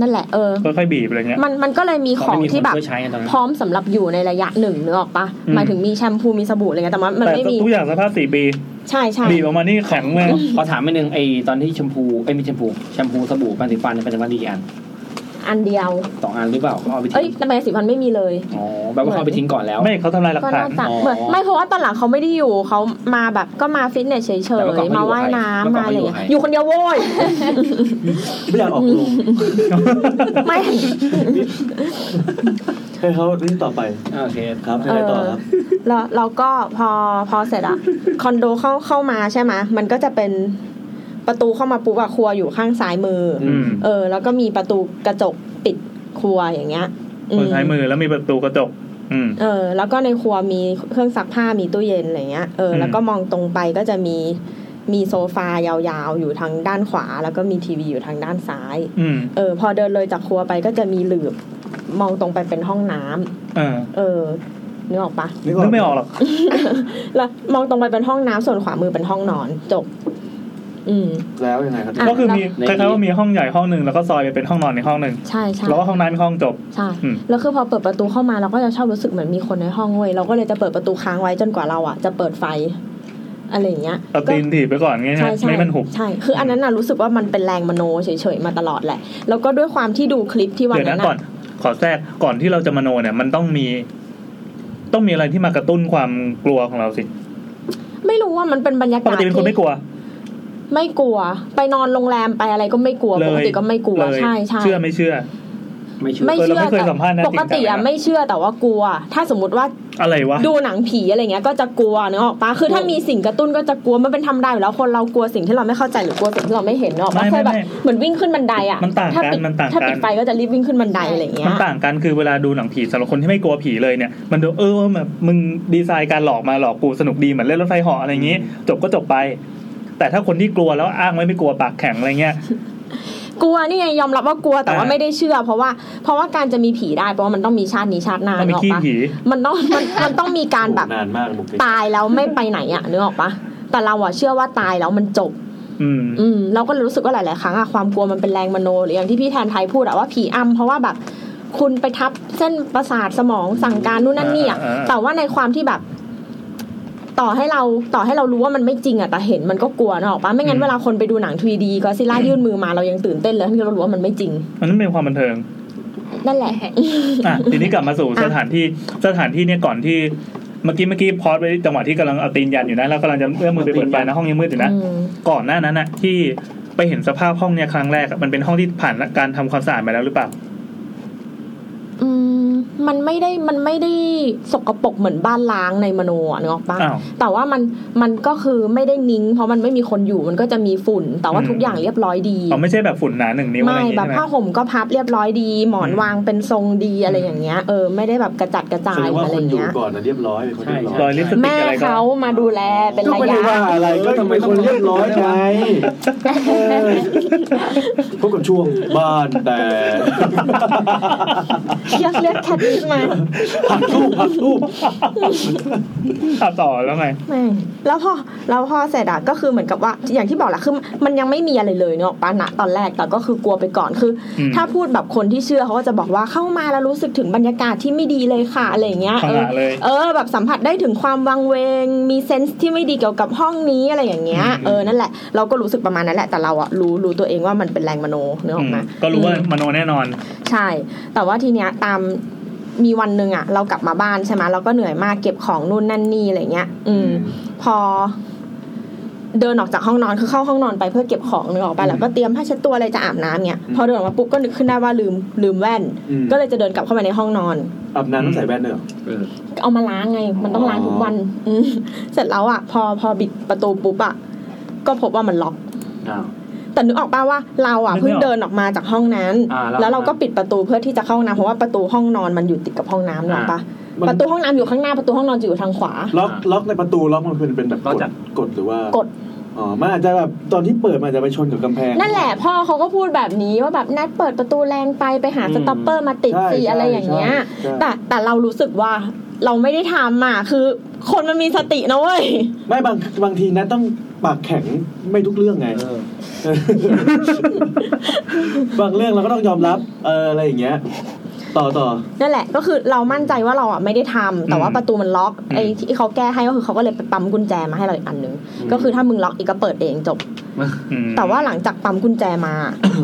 Speaker 1: นั่นแหละเออ
Speaker 2: ค่อยๆบีบอะไรเงี้ย
Speaker 1: มันมันก็เลยมีของที่แบบ
Speaker 4: เขาไม่มีคนช่วยใช้กันตอนนั้น
Speaker 1: พร้อมสำหรับอยู่ในระยะหนึ่งนึกออกปะ
Speaker 2: อืม
Speaker 1: หมายถึงมีแชมพูมีสบู่อะไรเงี้ยแต่ว่ามัน
Speaker 2: แต่
Speaker 1: ไม่มี
Speaker 2: ทุกอย่างสภาพสี่ปี
Speaker 1: ใช่ใช่
Speaker 2: บีบออกมานี่แข็งเลย
Speaker 4: ขอถามนิดนึงไอตอนที่แชมพูไอยไมีแชมพูแชมพูสบู่แปรงสีฟันเนี่ยเป็นสีฟันดีกี่อัน
Speaker 1: อันเดียว
Speaker 4: สองอันหรือเปล่าเขาเอาไป
Speaker 1: เอ้
Speaker 4: ทิ้
Speaker 1: ย
Speaker 4: ง
Speaker 1: ทำไมสีพันไม่มีเลย
Speaker 4: อ๋อแบบว่าเขาเอาไปทิ้งก่อนแล้ว
Speaker 2: ไม่เขาทำลายหลัก
Speaker 1: ก็
Speaker 2: ฐาน
Speaker 1: น่าจะ
Speaker 4: อ๋อ
Speaker 1: เหมือนไม่เพราะว่าตอนหลังเขาไม่ได้อยู่เขามาแบบก็มาฟิตเนสเฉย
Speaker 4: แต่เมื่อก่อน
Speaker 1: ๆมา
Speaker 4: เขาอยู่
Speaker 1: ว่ายน้ำ
Speaker 4: เมื่
Speaker 1: มา
Speaker 4: อก่อน
Speaker 1: อะไร
Speaker 4: เขา
Speaker 1: เงี้ยอ
Speaker 4: อยู่ใคร
Speaker 1: ยู่คนเดียวโว้
Speaker 4: [laughs]
Speaker 1: ย
Speaker 3: ไม่อยากออกลง
Speaker 4: [laughs]
Speaker 1: ไม่
Speaker 3: ให้เขานี่ต่อไป
Speaker 4: โอเค
Speaker 3: ครับให้อะไรต่อครับ
Speaker 1: แล้วเราก็พอพอเสร็จอะคอนโดเข้าเข้ามาใช่ไหมมันก็จะเป็นประตูเข้ามาปุ๊บอะครัวอยู่ข้างซ้ายมืออ
Speaker 2: อืม
Speaker 1: เออ แล้วก็มีประตูกระจกปิดครัวอย่างเงี้ยอืม
Speaker 2: คนใช้มือแล้วมีประตูกระจก อืม
Speaker 1: เออแล้วก็ในครัวมีเครื่องซักผ้ามีตู้เย็นอะไรเงี้ยเออ
Speaker 2: อืม
Speaker 1: แล้วก็มองตรงไปก็จะมี มีโซฟายาวๆ อยู่ทางด้านขวา แล้วก็มีทีวีอยู่ทางด้านซ้าย
Speaker 2: อืม
Speaker 1: เออ พอเดินเลยจากครัวไปก็จะมีหลืบมองตรงไปเป็นห้องน้ำ
Speaker 2: อ่า
Speaker 1: เออนึกออกปะ [laughs]
Speaker 5: นึก
Speaker 2: นึกไม่ออกหรอก
Speaker 1: แล้วมองตรงไปเป็นห้องน้ำส่วนขวามือเป็นห้องนอนจบ อืม
Speaker 5: แล้วยังไงครับ
Speaker 1: อ่ะ
Speaker 2: ก็คือมี
Speaker 6: แล้ว
Speaker 2: คล้ายๆว่ามีห้องใหญ่ห้องหนึ่งแล้วก็ซอยไปเป็นห้องนอนในห้องหนึ่ง
Speaker 1: ใช่ใช่
Speaker 2: แล้วก็ห้องน้ำเป็นห้องจบ
Speaker 1: ใช่
Speaker 2: อืม
Speaker 1: แล้วคือพอเปิดประตูเข้ามาเราก็จะชอบรู้สึกเหมือนมีคนในห้องเว้ยเราก็เลยจะเปิดประตูค้างไว้จนกว่าเราอ่ะจะเปิดไฟ อะไรอย่างเงี้ย
Speaker 2: เอา
Speaker 1: ก็
Speaker 2: ตีนถีบไปก่อนไงย
Speaker 1: ใช่
Speaker 2: นะ
Speaker 1: ใช่
Speaker 2: ไม่มันหุบ
Speaker 1: ใช่ คืออันนั้นน่ะรู้สึกว่ามันเป็นแรงมโนเฉยๆมาตลอดแหละ แล้วก็ด้วยความที่ดูคลิปที่วัน
Speaker 2: เดี๋ยว
Speaker 1: นั้
Speaker 2: นะ
Speaker 1: น
Speaker 2: ก่อน
Speaker 1: อ่ะ
Speaker 2: ขอแทรกก่อนที่เราจะมโนเนี่ยมันต้องมี ต้องมีอะไรที่มากระตุ้นความกลัวของเราสิ
Speaker 1: ไม่รู้ว่ามันเป็นบรรยา
Speaker 2: ปก
Speaker 1: กาศ
Speaker 2: ติเป็นคนไม่กลัว
Speaker 1: ไม่กลัว ไปนอนโรงแรมไปอะไรก็ไม่กลัว
Speaker 2: เล
Speaker 1: ปก
Speaker 2: ย
Speaker 1: ติก็ไม่กลัว
Speaker 2: เลย
Speaker 1: ใช่ใช่
Speaker 2: เชื่อไม่เชื่อ
Speaker 6: ไม่เชื่อ
Speaker 1: ไม่เชื่อ
Speaker 2: เราไม่เคย
Speaker 1: แต่
Speaker 2: สัมภาษณ์นะ
Speaker 1: ปกติ
Speaker 2: จริงจัง
Speaker 1: อะ
Speaker 2: นะ
Speaker 1: ไม่เชื่อแต่ว่ากลัว ถ้าสมมติว่า
Speaker 2: อะไรวะ
Speaker 1: ดูหนังผีอะไรเงี้ยก็จะกลัวเนกอะปะคือถ้ามีสิ่งกระตุ้นก็จะกลัวมันเป็นธรรมดาอยู่แล้วคนเรากลัวสิ่งที่เราไม่เข้าใจหรือกลัวสิ่งที่เราไม่เห็นเนกอะปะ
Speaker 2: ไม่
Speaker 1: เค
Speaker 2: ไม่
Speaker 1: ยแบบ
Speaker 2: ไม่
Speaker 1: เหมือนวิ่งขึ้นบันไดอะ
Speaker 2: มันต่างกัน
Speaker 1: ถ้ปิด
Speaker 2: มันต่าง
Speaker 1: ถ้า
Speaker 2: กัน
Speaker 1: ปิดไฟก็จะรีบวิ่งขึ้นบันไดอะไรเงี้
Speaker 2: มั
Speaker 1: ย
Speaker 2: นต่างกันคือเวลาดูหนังผีสำหรับคนที่ไม่กลัวผีเลยเนี่ย มันดูเออว่าแบบมึงดีไซน์การหลอกมาหลอกกูสนุกดีเหมือนเล่นรถไฟเหาะอะไรอย่างนี้ จบก็จบไป แต่ถ้าคนที่กลัวแล้วอ้างไว้ไม่กลัวปากแข็งอะไรเงี้ย
Speaker 1: กลัวนี่ไงยอมรับว่ากลัวแต่ว่า
Speaker 2: อ่า
Speaker 1: ไม่ได้เชื่อ เพราะว่าเพราะว่าการจะมีผีได้เพราะว่ามันต้องมีชาตินี้ชาติหน้า
Speaker 2: ต้องมี
Speaker 1: เนก
Speaker 2: ขี้
Speaker 1: อะปะ
Speaker 2: ผี
Speaker 1: มันต้องมันมันต้องมีการแบบ
Speaker 5: นานมากบุก
Speaker 1: ตายแล้วไม่ไปไหนอะนึกออกปะแต่เราอะเชื่อว่าตายแล้วมันจบ
Speaker 2: อืม
Speaker 1: อืมเราก็เลยรู้สึกว่าหลาย ๆ ครั้งอะความกลัวมันเป็นแรงมโนหรืออย่างที่พี่แทนไทยพูดอะว่าผีอำเพราะว่าแบบคุณไปทับเส้นประสาทสมองสั่งการนู่นนั่นนี่อะ
Speaker 2: อ่าอ่าอ่า
Speaker 1: แต่ว่าในความที่แบบ ต่อให้เราต่อให้เรารู้ว่ามันไม่จริงอะแต่เห็นมันก็กลัวนะออกปะไม่งั้นเวลาคนไปดูหนัง 3D ก็ซิล่ายื่นมือมาเรายังตื่นเต้นเลยทั้งที่เรารู้ว่ามันไม่จริง
Speaker 2: มันนั้นเป็นความบันเทิง
Speaker 1: นั่นแหละ
Speaker 2: อ่ะทีนี้กลับมาสู่
Speaker 1: อ่ะ
Speaker 2: สถานที่สถานที่เนี่ยก่อนที่เมื่อกี้เมื่อกี้พอดไปจังหวะที่กำลังเอาตีนยันอยู่นะแล้วกำลังจะเอื้อมมือไปเปิดไฟนะห้องยังมืดอยู่นะ
Speaker 1: อืม
Speaker 2: ก่อนหน้านั้นน่ะ ที่ไปเห็นสภาพห้องเนี่ยครั้งแรกอะมันเป็นห้องที่ผ่านการทำความสะอาดมาแล้วหรือเปล่า
Speaker 1: อืมมันไม่ได้มันไม่ได้สกปรกเหมือนบ้านล้างในมโนอะนึกออกปะ
Speaker 2: อ้าว
Speaker 1: แต่ว่ามันมันก็คือไม่ได้นิ่ง เพราะมันไม่มีคนอยู่มันก็จะมีฝุ่น แต่ว่า
Speaker 2: อืม
Speaker 1: ทุกอย่างเรียบร้อยดี
Speaker 2: เขาไม่ใช่แบบฝุ่นหนาหนึ่งนิ้วอะไร
Speaker 1: ไม่
Speaker 2: อย่างงี้
Speaker 1: แบบ
Speaker 2: ใช่ไหม
Speaker 1: ผ้าห่มก็พับเรียบร้อยดี หมอน
Speaker 2: อืม
Speaker 1: วางเป็นทรงดีอะไรอย่างเงี้ยเออไม่ได้แบบกระจัดกระจา
Speaker 5: แสด
Speaker 1: ย
Speaker 5: งว่า
Speaker 1: อะไร
Speaker 5: คนอยู่
Speaker 1: เงี้ย
Speaker 5: ก่อนนะเรียบร้อยเป็นคนเรียบร้อย
Speaker 2: รอยลิปสติก
Speaker 1: แม่
Speaker 2: อะไรก็
Speaker 1: เขามาดูแลเป็น
Speaker 5: ก็
Speaker 1: ระ
Speaker 5: ไม่
Speaker 1: ยะ
Speaker 5: ได้ว่าอะไรก็ทำไมคนเรียบร้อยไงเออพบกับช่วงบ้านแต่
Speaker 1: เรียกเรียกแคทนี้มา
Speaker 5: ผักรูปผักรูป
Speaker 2: ตัดต่อแล้วไง
Speaker 1: แม่งแล้วพอแล้วพอเสร็จอะก็คือเหมือนกับว่าอย่างที่บอกแหละคือมันยังไม่มีอะไรเลยเนาะปะนะตอนแรกแต่ก็คือกลัวไปก่อนคืออ
Speaker 2: ม
Speaker 1: ถ้าพูดแบบคนที่เชื่อเขาก็จะบอกว่าเข้ามาแล้วรู้สึกถึงบรรยากาศที่ไม่ดีเลยค่ะอะไรอย่างเงี้ย
Speaker 2: พัง
Speaker 1: เออ
Speaker 2: งะเลย
Speaker 1: เออแบบสัมผัสได้ถึงความวังเวง มีเซนส์ที่ไม่ดีเกี่ยวกับห้องนี้อะไรอย่างเงี้ยเออนั่นแหละเราก็รู้สึกประมาณนั้นแหละแต่เราอะรู้รู้ตัวเองว่ามันเป็นแรงมโนเนื้อออกมา
Speaker 2: ก็รู้ว่า
Speaker 1: อืม
Speaker 2: มโนแน่นอน
Speaker 1: ใช่ แต่ว่าทีเนี้ยตามมีวันหนึ่งอะเรากลับมาบ้านใช่ไหมเราก็เหนื่อยมากเก็บของนู่นนั่นนี่อะไรเงี้ย อืม พอ เดินออกจากห้องนอนคือเข้าห้องนอนไปเพื่อเก็บของนึกออกไปะแล้วก็เตรียมผ้าเช็ดตัวอะไรจะอาบน้ำเนี่ยพอเดินออกมาปุ๊บก็นึกขึ้นได้ว่าลืมลืมแว่น ก็เลยจะเดินกลับเข้าไปในห้องนอน
Speaker 5: อาบน้ำต้องใส่แว่นเนอะ
Speaker 1: เอามาล้างไง มันต้องล้างทุกวันอืมเสร็จแล้วอ่ะ พอพอบิดประตูปุ๊บอ่ะ ก็พบว่ามันล็อก
Speaker 6: อ้าว
Speaker 1: แต่นึกออกป่าว่าเราอ่ะ
Speaker 2: นึกไม่ออก
Speaker 1: เพิ่งเดินออกมาจากห้องนั้น
Speaker 6: อ่าแล้ว
Speaker 1: แล้วเราก็ปิดประตูเพื่อที่จะเข้าห้องน้ำเพราะว่าประตูห้องนอนมันอยู่ติดกับห้องน้ำหรอกปะ
Speaker 5: มัน
Speaker 1: ประตูห้องน้ำอยู่ข้างหน้าประตูห้องนอนจะอยู่ทางขวา
Speaker 5: ล็อกล็อกในประตูล็อกมันเป็นเป็นแบบก
Speaker 6: ล็อก
Speaker 5: ด
Speaker 6: จาก
Speaker 5: กดหรือว่าก ก
Speaker 1: ด
Speaker 5: อ๋อมันอาจจะแบบตอนที่เปิดมันอาจจะไปชนกับกำแพง
Speaker 1: นั่นแหละพ่อเขาก็พูดแบบนี้ว่าแบบนัดเปิดประตูแรงไปไปหา
Speaker 5: อืม
Speaker 1: สต็อปเปอร์มาติดสิ
Speaker 5: ใช่
Speaker 1: อะไรอย่างเงี้ย
Speaker 5: ใช่ใช่
Speaker 1: แต่แต่เรารู้สึกว่าเราไม่ได้ทำอ่ะคือ คนมันมีสตินะเว้ย
Speaker 5: ไม่บางบางทีนะต้องปากแข็งไม่ทุกเรื่องไง
Speaker 3: [laughs]
Speaker 5: บางเรื่องเราก็ต้องยอมรับ เอออะไรอย่างเงี้ย ต่อต่อ
Speaker 1: นั่นแหละก็คือเรามั่นใจว่าเราอ่ะไม่ได้ทำแต่ว่า
Speaker 2: อืม
Speaker 1: ประตูมันล็อก
Speaker 2: อืม
Speaker 1: ไอ้ที่เขาแก้ให้ก็คือเขาก็เลยไปปั๊มกุญแจมาให้เราอีกอันหนึงก็คือถ้ามึงล็อกอีกก็เปิดเองจบ
Speaker 2: อืม
Speaker 1: แต่ว่าหลังจากปั๊มกุญแจมา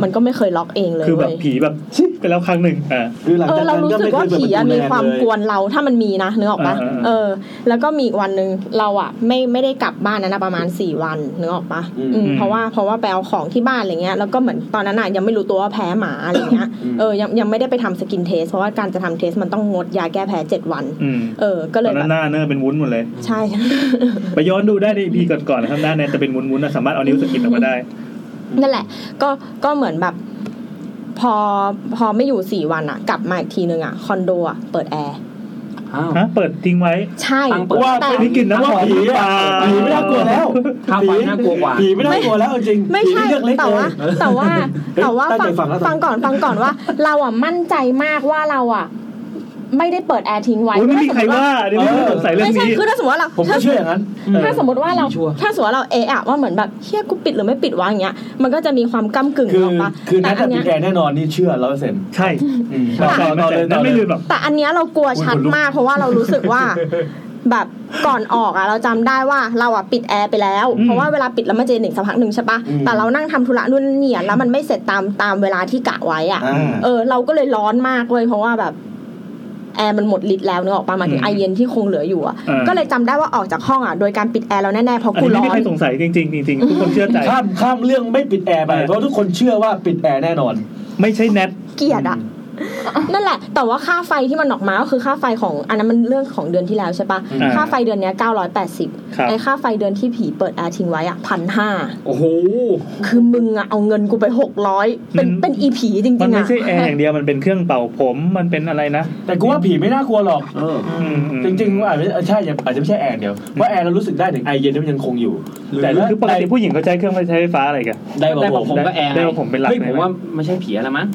Speaker 1: มันก็ไม่เคยล็อกเองเลย
Speaker 2: คือแบบ
Speaker 1: เว้ย
Speaker 2: ผีแบบชิปไปแล้วครั้งหนึ่งอ่า
Speaker 5: คือหลัง
Speaker 1: เออ
Speaker 5: จาก
Speaker 1: เรา
Speaker 5: นั้น
Speaker 1: รู้
Speaker 5: ก็
Speaker 1: สึก
Speaker 5: ไม่เค
Speaker 1: ว่าย
Speaker 5: เปิดประตูแร
Speaker 1: ผีอะมี
Speaker 5: ง
Speaker 1: ความ
Speaker 5: เลย
Speaker 1: กวนเราถ้ามันมีนะนึกออกปะ
Speaker 2: เออเออเออ
Speaker 1: เออ แล้วก็มีอีกวันหนึ่งเราอ่ะไม่ไม่ได้กลับบ้านนั้นนะประมาณสี่วันนึกออกปะ
Speaker 5: อืม
Speaker 1: อืมเพราะว่าเพราะว่าไปเอาของที่บ้านอะไรเงี้ยแล้วก็เหมือนตอนนั้นอ่ะยังไม่รู้ตัวว่าแพ้หมาอะไรเงี้ยเออยังยังไม่ได้ไปทำสกินเทส เพราะว่าการจะทำเทสมันต้องงดยาแก้แพ้เจ็ดวัน
Speaker 2: อืม
Speaker 1: เออ ก็
Speaker 2: ต
Speaker 1: เล
Speaker 2: อย น
Speaker 1: แบ
Speaker 2: นั้
Speaker 1: บ
Speaker 2: นหน้าเนอร์เป็นวุ้นหมดเลย
Speaker 1: ใช่ [laughs]
Speaker 2: ไปย้อนดูได้ในพีก่อนๆนะครับหน้าเนี่ยจะเป็นวุ้นๆนะสามารถเอานิ้วสะกิดออกมาได้
Speaker 1: นั่นแหละ ก็ก็เหมือนแบบ พอพอไม่อยู่สี่วันอะกลับมาอีกทีนึงอะคอนโดอะเปิดแอร์
Speaker 4: อ้าว
Speaker 2: ฮะเปิดทิ้งไว้
Speaker 1: ใช่
Speaker 4: ตั้งเปิด
Speaker 3: ว่า
Speaker 1: แต่
Speaker 3: เป็
Speaker 2: นี่กลินน้ำมันผีอ่ะ
Speaker 3: ผีไม่น่ากลัวแล้ว
Speaker 4: ข้าวไฟน่ากลัวกว่า
Speaker 3: ผีไม่น่ากลัวแล้วจริง
Speaker 1: ไม่ใช่
Speaker 3: ผีเลือกเล็ก
Speaker 1: แต่
Speaker 3: เลย
Speaker 1: ว่าแต่ว่าแต่ว่า
Speaker 3: เฮ้ยตั้
Speaker 1: ฟั
Speaker 3: ง
Speaker 1: ง
Speaker 3: ใจฟังแล้ว
Speaker 1: ฟังก่อนฟังก่อนว่า เราอ่ะมั่นใจมากว่าเราอ่ะ ไม่ได้เปิดแอร์ทิ้งไว้
Speaker 2: โอ้ยไม่มีใครว่าอันนี้ไม่
Speaker 3: เออ
Speaker 2: ต้องสงสัยเรื่อง
Speaker 1: ไม่ใช่
Speaker 2: นี้
Speaker 1: คือถ้าสมมติว่าเรา
Speaker 3: ผมก็
Speaker 1: ถ้า
Speaker 3: เชื่ออย่างนั้น
Speaker 1: ถ้าสมมติว่าเรา
Speaker 4: ชัวร์
Speaker 1: ถ้าสมมติว่าเราเอะอะว่าเหมือนแบบเฮียกูปิดหรือไม่ปิดวะอย่างเงี้ยมันก็จะมีความก้ากึ่ง
Speaker 3: คือ
Speaker 1: ออกปะ
Speaker 3: คือ
Speaker 1: แต่
Speaker 3: นัด
Speaker 1: อัน
Speaker 3: ปิ
Speaker 1: เนี้
Speaker 3: ด
Speaker 1: ย
Speaker 3: แอร์แน่นอนนี่เชื่อร้อยเปอร์เซ็นต์
Speaker 2: ใช่
Speaker 3: ต่อ
Speaker 2: ใช่
Speaker 3: ต่อเลยต่
Speaker 2: นั่
Speaker 3: อน เล
Speaker 2: ไม่
Speaker 3: ย
Speaker 2: ลืมหรอก
Speaker 1: แต่อันเนี้ยเรากลัวชัดมากเพราะว่าเรารู้สึกว่า แบบก่อนออกอ่ะเราจำได้ว่าเราอ่ะปิดแอร์ไปแล้ว
Speaker 2: อืม
Speaker 1: เพราะว่าเวลาปิดแล้วมันจะหนึ่งสักพักหนึ่งใช่ปะ
Speaker 3: อืม
Speaker 1: แต่เรานั่งทำธุระนู่นนี่อะแล้วมันไม่เสร็จตามตามเวลาที่กะไว้อ่ะ
Speaker 3: อ่า
Speaker 1: เออเราก็เลยร้อนมากเลยเพราะว่าแบบแอร์มันหมดฤทธิ์แล้วเนกอะประมาณถึง
Speaker 3: อืม
Speaker 1: ไอเย็นที่คงเหลืออยู่อ่ะ
Speaker 2: เออ
Speaker 1: ก็เลยจำได้ว่าออกจากห้องอ่ะโดยการปิดแอร์แล้วแน่ๆเพราะ
Speaker 2: อัน
Speaker 1: กู
Speaker 2: นี้
Speaker 1: ร้อน
Speaker 2: ไม่มีใครสงสัยจริงๆจริงๆทุกคนเชื่อใจ
Speaker 3: ข้ามข้ามเรื่องไม่ปิดแอร์ไป
Speaker 2: เออ
Speaker 3: เพราะทุกคนเชื่อว่าปิดแอร์แน่นอน
Speaker 2: ไม่ใช่แนท
Speaker 1: เกลียดอ่ะนั่นแหละ แต่ว่าค่าไฟที่มันออกมาก็คือค่าไฟของอันนั้นมันเรื่องของเดือนที่แล้วใช่ปะ
Speaker 3: อืม
Speaker 1: ค่าไฟเดือนเนี้ยเก้าร้อยแปดสิบ
Speaker 2: ครับ
Speaker 1: ไอค่าไฟเดือนที่ผีเปิดแอร์ทิ้งไว้อ่ะพันห้า
Speaker 4: โอ้โห
Speaker 1: คือมึงอ่ะเอาเงินกูไปหกร้อยเป็นเป็นอีผีจริง
Speaker 2: มัน
Speaker 1: ๆ
Speaker 2: ไม่
Speaker 1: อ่ะ
Speaker 2: ใช่แอร์อย่างเดียวมันเป็นเครื่องเป่าผมมันเป็นอะไรนะ
Speaker 3: แต่กูว่าผีไม่น่ากลัวหรอก
Speaker 9: เออ
Speaker 2: อืมอืม
Speaker 3: จริงๆอาจจะใช่อาจจะไม่ใช่แอร์อย่างเดียวว่าะแอร์เรารู้สึกได้ถึงไอเย็นที่มันยังคงอยู่ แต่ถ้า
Speaker 2: คือปกติผู้หญิงเขาใช้เครื่องใช้ไฟฟ้าอะไรกัน
Speaker 3: ได้บอก
Speaker 4: ได้
Speaker 3: ผม
Speaker 4: ผมก็แอร์ไง
Speaker 2: ได้ว่าผมเป็นหลัก
Speaker 4: เฮ้ย
Speaker 2: เล
Speaker 4: ผ
Speaker 2: ย
Speaker 4: ม
Speaker 2: ว่า
Speaker 4: ว่าไม่ใช่ผีแล้วมั้ง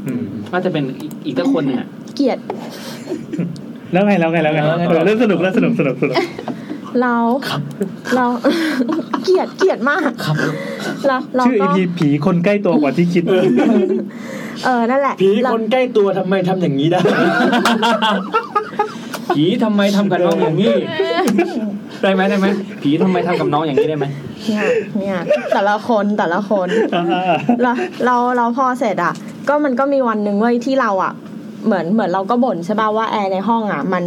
Speaker 4: น่าจะเป็นอีกอีกสักคนหนึ่งอะ
Speaker 1: เกลียด
Speaker 2: แล้วไงแล้วไงแล้วไงเออเริ่มสนุกแล้วสนุกสนุกสนุก
Speaker 1: เราเรา [laughs] เกลียดเกลียดมากเราเรา
Speaker 2: ชื่อ
Speaker 1: ก็
Speaker 2: EP ผีคนใกล้ตัวกว่าที่คิด
Speaker 1: เออ นั่นแหละ
Speaker 3: ผี
Speaker 1: เรา
Speaker 3: คนใกล้ตัวทำไมทำอย่างนี้ได้
Speaker 4: ผีทำไมทำกับน้องอย่างนี้ได้ไหมได้ไหมผีทำไมทำกับน้องอย่างนี้ได้ไหม
Speaker 1: เนี่ยเนี่ยแต่ละคนแต่ละคนเราเราเราพอเสร็จอ่ะ ก็มันก็มีวันหนึ่งเว้ยที่เราอ่ะ เหมือนเหมือนเราก็บ่นใช่ป่ะว่าแอร์ในห้องอ่ะ มัน